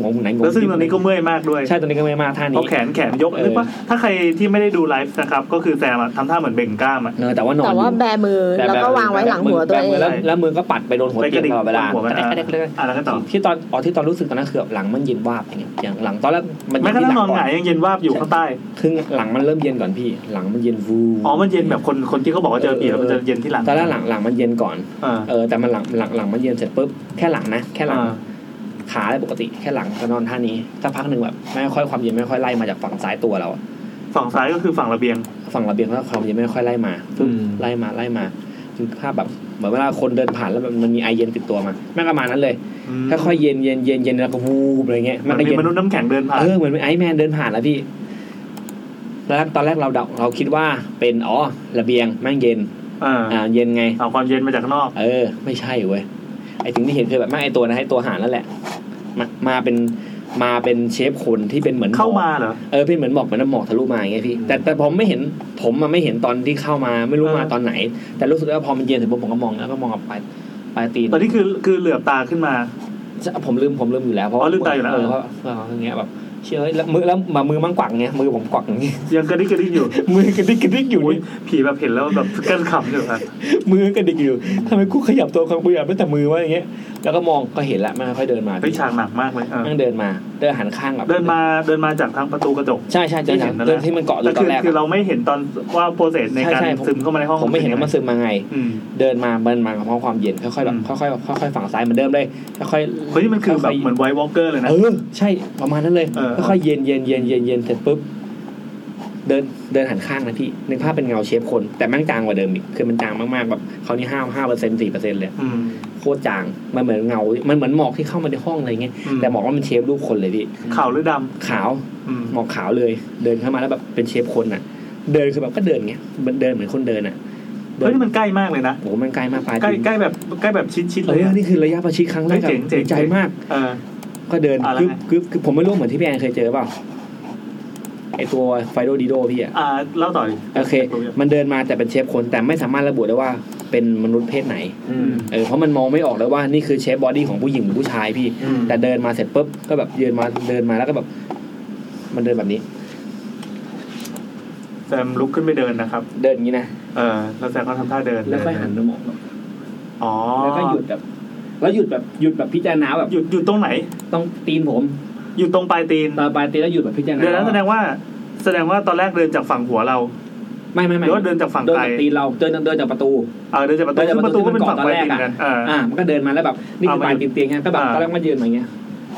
Speaker 4: งงไหนงง
Speaker 2: แล้วซึ่งตอนนี้ก็เมื่อยมากด้วย
Speaker 4: ใช่ตอนนี้ก็ไม่มากท่า
Speaker 2: เพราะ
Speaker 4: นี้
Speaker 2: แขนแขนยกนึกว่าถ้าใครที่ไม่ได้ดูไลฟ์นะครับ ก็คือแซมอะทำท่าเหมือนเบ่งกล้ามอะ
Speaker 4: เออแต่ว่านอน
Speaker 1: แต่ว่าแบมือแล้วก็วางไว้หลังหัวตัวเอง
Speaker 4: แบมืแล้วแล้วมือก็ปัดไปโดนหัว
Speaker 2: ไปก
Speaker 4: เตี
Speaker 2: ระ
Speaker 4: ยง
Speaker 2: ดิก
Speaker 4: ตลอดเวลา
Speaker 2: หัวมัน
Speaker 4: กระแดกกระแดกกระแดก
Speaker 2: อ่ะแล้วก็ต่อ
Speaker 4: ที่ตอนอ๋อที่ตอนรู้สึกตอนนั้นคือแบบหลังมันเย็นวาบอย่างเงี้ยอย่างหลังตอนแรกมัน
Speaker 2: แม้
Speaker 4: เย็
Speaker 2: ก
Speaker 4: น
Speaker 2: ระ
Speaker 4: ที่
Speaker 2: ทั่งนอนห
Speaker 4: หลังก่อง
Speaker 2: าย
Speaker 4: น
Speaker 2: ยังเย็นวาบอยู่ข้างใต้
Speaker 4: คือหลังมันเริ่มเย็นก่อนพี่ หลังมันเย็นวู
Speaker 2: อ๋อ มันเย็นแบบคนคนที่เขาบอกว่าเจอผีแล้วมันจะเย็นที่หลัง
Speaker 4: ตอนแรกหลังหลังมันเย็นก่อน
Speaker 2: อ่า
Speaker 4: เออแต่มันหลังหลังหลังมันเย็นเสร็จปุ๊บแค่หลังนะแค่หลัง
Speaker 2: อ่า
Speaker 4: ขาได้ปกติแค่หลังก็นอนท่านี้สักพักหนึ่งแบบไม่ค่อยความเย็นไม่ค่อยไล่มาจากฝั่งซ้ายตัวเราอะ
Speaker 2: ฝั่งซ้ายก็คือฝั่งระเบียง
Speaker 4: ฝั่งระเบียงแล้วความเย็นไม่ค่อยไล่มาปึ๊บ
Speaker 2: อืม
Speaker 4: ไล่มาไล่มาคือภาพแบบเหมือนเวลาคนเดินผ่านแล้วแบบมันมีไอเย็นติดตัวมาแม่งประมาณนั้นเลยค่อยๆเย็นเย็นเย็นเย็นแล้วก็วูบอะไรเงี้ย
Speaker 2: ๆมัน
Speaker 4: ก็
Speaker 2: มี
Speaker 4: เย็น
Speaker 2: มนุษย์น้ำแข็งเดินผ่าน
Speaker 4: เออเหมือนเป็นไอซ์แมนเดินผ่านแล้วพี่แล้วตอนแรกเราเดาเราคิดว่าเป็นอ๋อระเบียงแม่งเย็น
Speaker 2: อ่า
Speaker 4: อ่าเย็นไง
Speaker 2: เอาความเย็นมาจากข้างนอก
Speaker 4: เออ ไม่ใช่เว้ยไอสิ่งที่เห็นคือแบบไม่ไอตัวนะไอตัวหานนั่นแหละ มามาเป็นมาเป็นเชฟคนที่เป็นเหมือนหอก
Speaker 2: เข้ามาเหรอ
Speaker 4: เออเป็นเหมือนหมอกเหมือนน้ำหมอกทะลุมาอย่างเงี้ยพี่แต่แต่ผมไม่เห็นผมมาไม่เห็นตอนที่เข้ามาไม่รู้มา
Speaker 2: เออ
Speaker 4: ตอนไหน แต่รู้สึกว่าพอมันเย็นเสร็จปุ๊บผมก็มองแล้วก็มองออกไปปลายตีน
Speaker 2: ตอนนี้คือคือเหลือบตาขึ้นมา
Speaker 4: ผมลืมผมลืมอยู่แล้วเพราะ
Speaker 2: อ๋อลืมตาอยู่แล้ว
Speaker 4: เออเพราะเพราะอย่างเงี้ยแบบเชื่อแล้วมือแล้วมามือมั่งกวักเงี้ยมือผมกวักอย่างเงี้ย [laughs]
Speaker 2: ยังกระดิกกระดิกอยู่
Speaker 4: มือกระดิกกระดิกอยู่
Speaker 2: อุ๊ยผีแบบเห็นแล้วแบบกันขำอยู่อะ
Speaker 4: มือกระดิกอยู่ทำไมกูขยับตัวกูขยับไม่แต่มือวะอย่างเงี้ยแล้วก็มองก็เห็นละมันค่อยเดินมา
Speaker 2: เฮ้ยฉากหนักมากเลยเออ
Speaker 4: แม่งเดินมาเดินหันข้างแบบ
Speaker 2: เดินมาเดินมาจากทางประตูกระจก
Speaker 4: ใช่ใช่เดิน
Speaker 2: ที่เห็นนั่นแหละ
Speaker 4: เดินที่มันเกาะอยู่
Speaker 2: แต่คื
Speaker 4: ตอน
Speaker 2: อ
Speaker 4: แรก
Speaker 2: คือเราไม่เห็นตอนว่าโปรเซสในการ
Speaker 4: ช่ช่ผ
Speaker 2: ซึมเข้ามาในห้อง
Speaker 4: ผมไม่เห็นว่ามันซึมมาไง
Speaker 2: อืม
Speaker 4: เดินมาเดินมาพร้อมความเย็นค่อยๆแบบ
Speaker 2: อืม
Speaker 4: ค่อยๆค่อยๆฝั่งซ้ายเหมือนเดิมเลยค่อยๆ
Speaker 2: เฮ้ยมันคือแบบเหมือนไวท์วอลเกอร์เลยนะ
Speaker 4: เออใช่ประมาณนั้นเลย
Speaker 2: เออ
Speaker 4: ค่อยๆเย็นเย็นเย็นเย็นเย็นเสร็จปุ๊บเดินเดินหันข้างนะพี่นึกภาพเป็นเงาเชฟคน แต่แม่งจางกว่าเดิมอีกคือมันจางมากๆแบบเขาวนี่ห้าห้าเปอร์เซ็นต์สี่เปอร์เซ็นต์เลย
Speaker 2: อืม
Speaker 4: โคตรจางมันเหมือนเงา มันเหมือนหมอกที่เข้ามาในห้องอะไรเงี้ย
Speaker 2: อืม
Speaker 4: แต่หมอกว่ามันเชฟรูปคนเลยพี่
Speaker 2: ขาวหรือด
Speaker 4: ขาว
Speaker 2: ำอืม
Speaker 4: หมอกขาวเลย เดินเข้ามาแล้วแบบเป็นเชฟคนน่ะ เดินคือแบบก็เดินเงี้ยมันเดินเหมือนคนเดินอ่ะ
Speaker 2: เฮ้ยนี่มันใกล้มากเลยนะ
Speaker 4: โอ้โหมันไกลมากปลาย
Speaker 2: ใกล้
Speaker 4: ตีน
Speaker 2: ใกล้แบบใกล้แบบชิดชิดๆ
Speaker 4: เอ
Speaker 2: เลย
Speaker 4: อ
Speaker 2: อะ
Speaker 4: นี่คือระยะประชิดครั้งแรกอะ
Speaker 2: เจ๋งเจ๋ง
Speaker 4: ดีใจ
Speaker 2: เจ๋ง
Speaker 4: มาก
Speaker 2: เออ
Speaker 4: ก็เดิน
Speaker 2: อ่ะแล้ว
Speaker 4: คือ
Speaker 2: ไง
Speaker 4: คือคือผมไม่รู้เหมือนที่พี่แอนเคยเจอเปล่าไอตัวไฟโดดีโดพี่อะ
Speaker 2: อ่าเล่าต่อดิ
Speaker 4: โอเค มันเดินมาแต่เป็นเชฟคนแต่ไม่สามารถระบุได้ว่าเป็นมนุษย์เพศไหน
Speaker 2: อืม
Speaker 4: เออเพราะมันมองไม่ออกเลยว่านี่คือเชฟบอดี้ของผู้หญิงหรือผู้ชายพี่
Speaker 2: อืม
Speaker 4: แต่เดินมาเสร็จปุ๊บก็แบบเดินมาเดินมาแล้วก็แบบ มันเดินแบบนี้
Speaker 2: แซมลุกขึ้นไปเดินนะครับ
Speaker 4: เดินอย่างนี้นะ
Speaker 2: เออแล้วแซมก็ทำท่าเดิน
Speaker 6: แล้วค่อยหันมามอง
Speaker 2: อ๋อ
Speaker 6: แล้วก็หยุดแบบ แล้วหยุดแบบหยุดแบบพิจารณาแบบ
Speaker 2: หยุดหยุดตรงไหน
Speaker 6: ต้องตีนผม
Speaker 2: อยู่ตรงปลายตีน
Speaker 6: ตาปลายตีนแล้วหยุดแบบพิจารณา
Speaker 2: เดินแล้วแสดงว่า แสดงว่าตอนแรกเดินจากฝั่งหัวเรา
Speaker 6: ไม่ไม่
Speaker 2: ห
Speaker 6: ไม่
Speaker 2: รือว่าเดินจากฝั่ง
Speaker 6: เดิน
Speaker 2: ไกล
Speaker 6: จากตีนเราเดินเดินจากประตู
Speaker 2: เออเดินจากประตู
Speaker 6: เดินจาก
Speaker 2: ซึ่ง
Speaker 6: ป
Speaker 2: ประ ระ
Speaker 6: ตู
Speaker 2: ตูก็เป็น
Speaker 6: ที่มัน
Speaker 2: ฝั่งปลายตีน
Speaker 6: ก่อนตอนแรกอะ
Speaker 2: เหมือนกันเออ
Speaker 6: อ่า มันก็เดินมาแล้วแบบนี่คือปลายตีนเตียงไงก็แบบ
Speaker 2: อ่า
Speaker 6: ตอนแรกมันยืนมาอย่างเงี้ย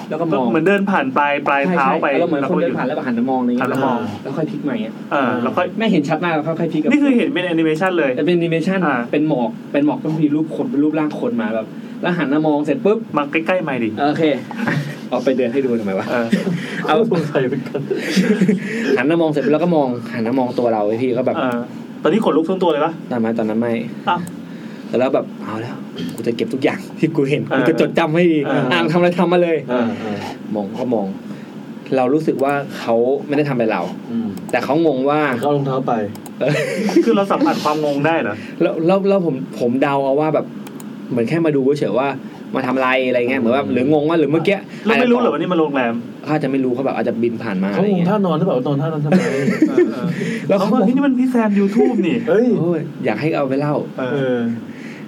Speaker 6: แล้วก็ม
Speaker 2: ก็
Speaker 6: อง
Speaker 2: เหมือนเดินผ่านปลายปลายเท้าไป
Speaker 6: ใช่ใช่แล้วเหมือน
Speaker 2: แล้ว
Speaker 6: คน
Speaker 2: ก็ห
Speaker 6: เดิน
Speaker 2: ยุด
Speaker 6: ผ่านแล้วก็หันมามองอะไรเงี้
Speaker 2: หัน
Speaker 6: ย
Speaker 2: มามอง
Speaker 6: แล้วค่อยพลิกมาอย่างเงี้ย
Speaker 2: เออแล้วค่อย
Speaker 6: แม่เห็นชัดมากแล้วค่อยๆพลิกกลับ
Speaker 2: นี่คือเห็นเป็นแอนิเมชันเลย
Speaker 6: แต่เป็นแอนิเมชัน
Speaker 2: อ่า
Speaker 6: เป็นหมอก เป็นหมอกก็มีรูปคนเป็นรูปร่างคนมาแบบ แล้วหันมามองเสร็จปุ๊บ
Speaker 2: มาใกล้ๆไม่ดิ
Speaker 6: โอเค [laughs] ออกไปเดินให้ดูทำไมวะ
Speaker 2: เออ
Speaker 6: เอา
Speaker 4: [laughs] หันมามองเสร็จปุ๊บแล้วก็มองหันมามองตัวเราไอพี่ก็แบบ
Speaker 2: เออตอนนี้ขนลุกทั้งตัวเลยปะ
Speaker 4: ตอนนั้นตอนนั้นไม่
Speaker 2: อ้าว
Speaker 4: แต่แล้วแบบเอาแล้วกูจะเก็บทุกอย่างที่กูเห็นกูจะ
Speaker 2: เออ
Speaker 4: จดจำให้ดี
Speaker 2: เอออ่
Speaker 4: อ่างทำอะไรทำมาเลย
Speaker 3: อ่าม
Speaker 4: องก็มอง เรารู้สึกว่าเขาไม่ได้ทำอะไรเรา
Speaker 3: อืม
Speaker 4: แต่เขางงว่า [laughs]
Speaker 3: เข้ารองเท้าไป
Speaker 4: เออ
Speaker 2: คือเราสัมผัสความงงได้เหรอ
Speaker 4: แล้วแล้วแล้วผมผมเดาเอาว่าแบบ เหมือนแค่มาดูเฉยๆว่ามาทำอะไรอะไรเงี้ยเหมือนว่าหรืองงว่าหรือเมื่อกี้
Speaker 2: เราไม่รู้เหรอว่านี่มันโรงแรม
Speaker 4: เขาอาจจะไม่รู้เขาแบบอาจจะบินผ่านมาอะ
Speaker 3: เขา
Speaker 4: ไร
Speaker 3: คง
Speaker 4: เงี้ย
Speaker 3: ท่านอนหรือเปล่านอนท่านอนทำไม
Speaker 2: เออเออ
Speaker 4: แล้ว
Speaker 2: เขา
Speaker 4: เขา
Speaker 2: บบ อ
Speaker 4: อก ก
Speaker 2: พี่นี่มันพี่แซมยูทูบนี่
Speaker 3: เฮ้ย
Speaker 4: โอ้ยอยากให้เอาไปเล่า
Speaker 2: เอ
Speaker 3: เอ
Speaker 2: อ
Speaker 3: อ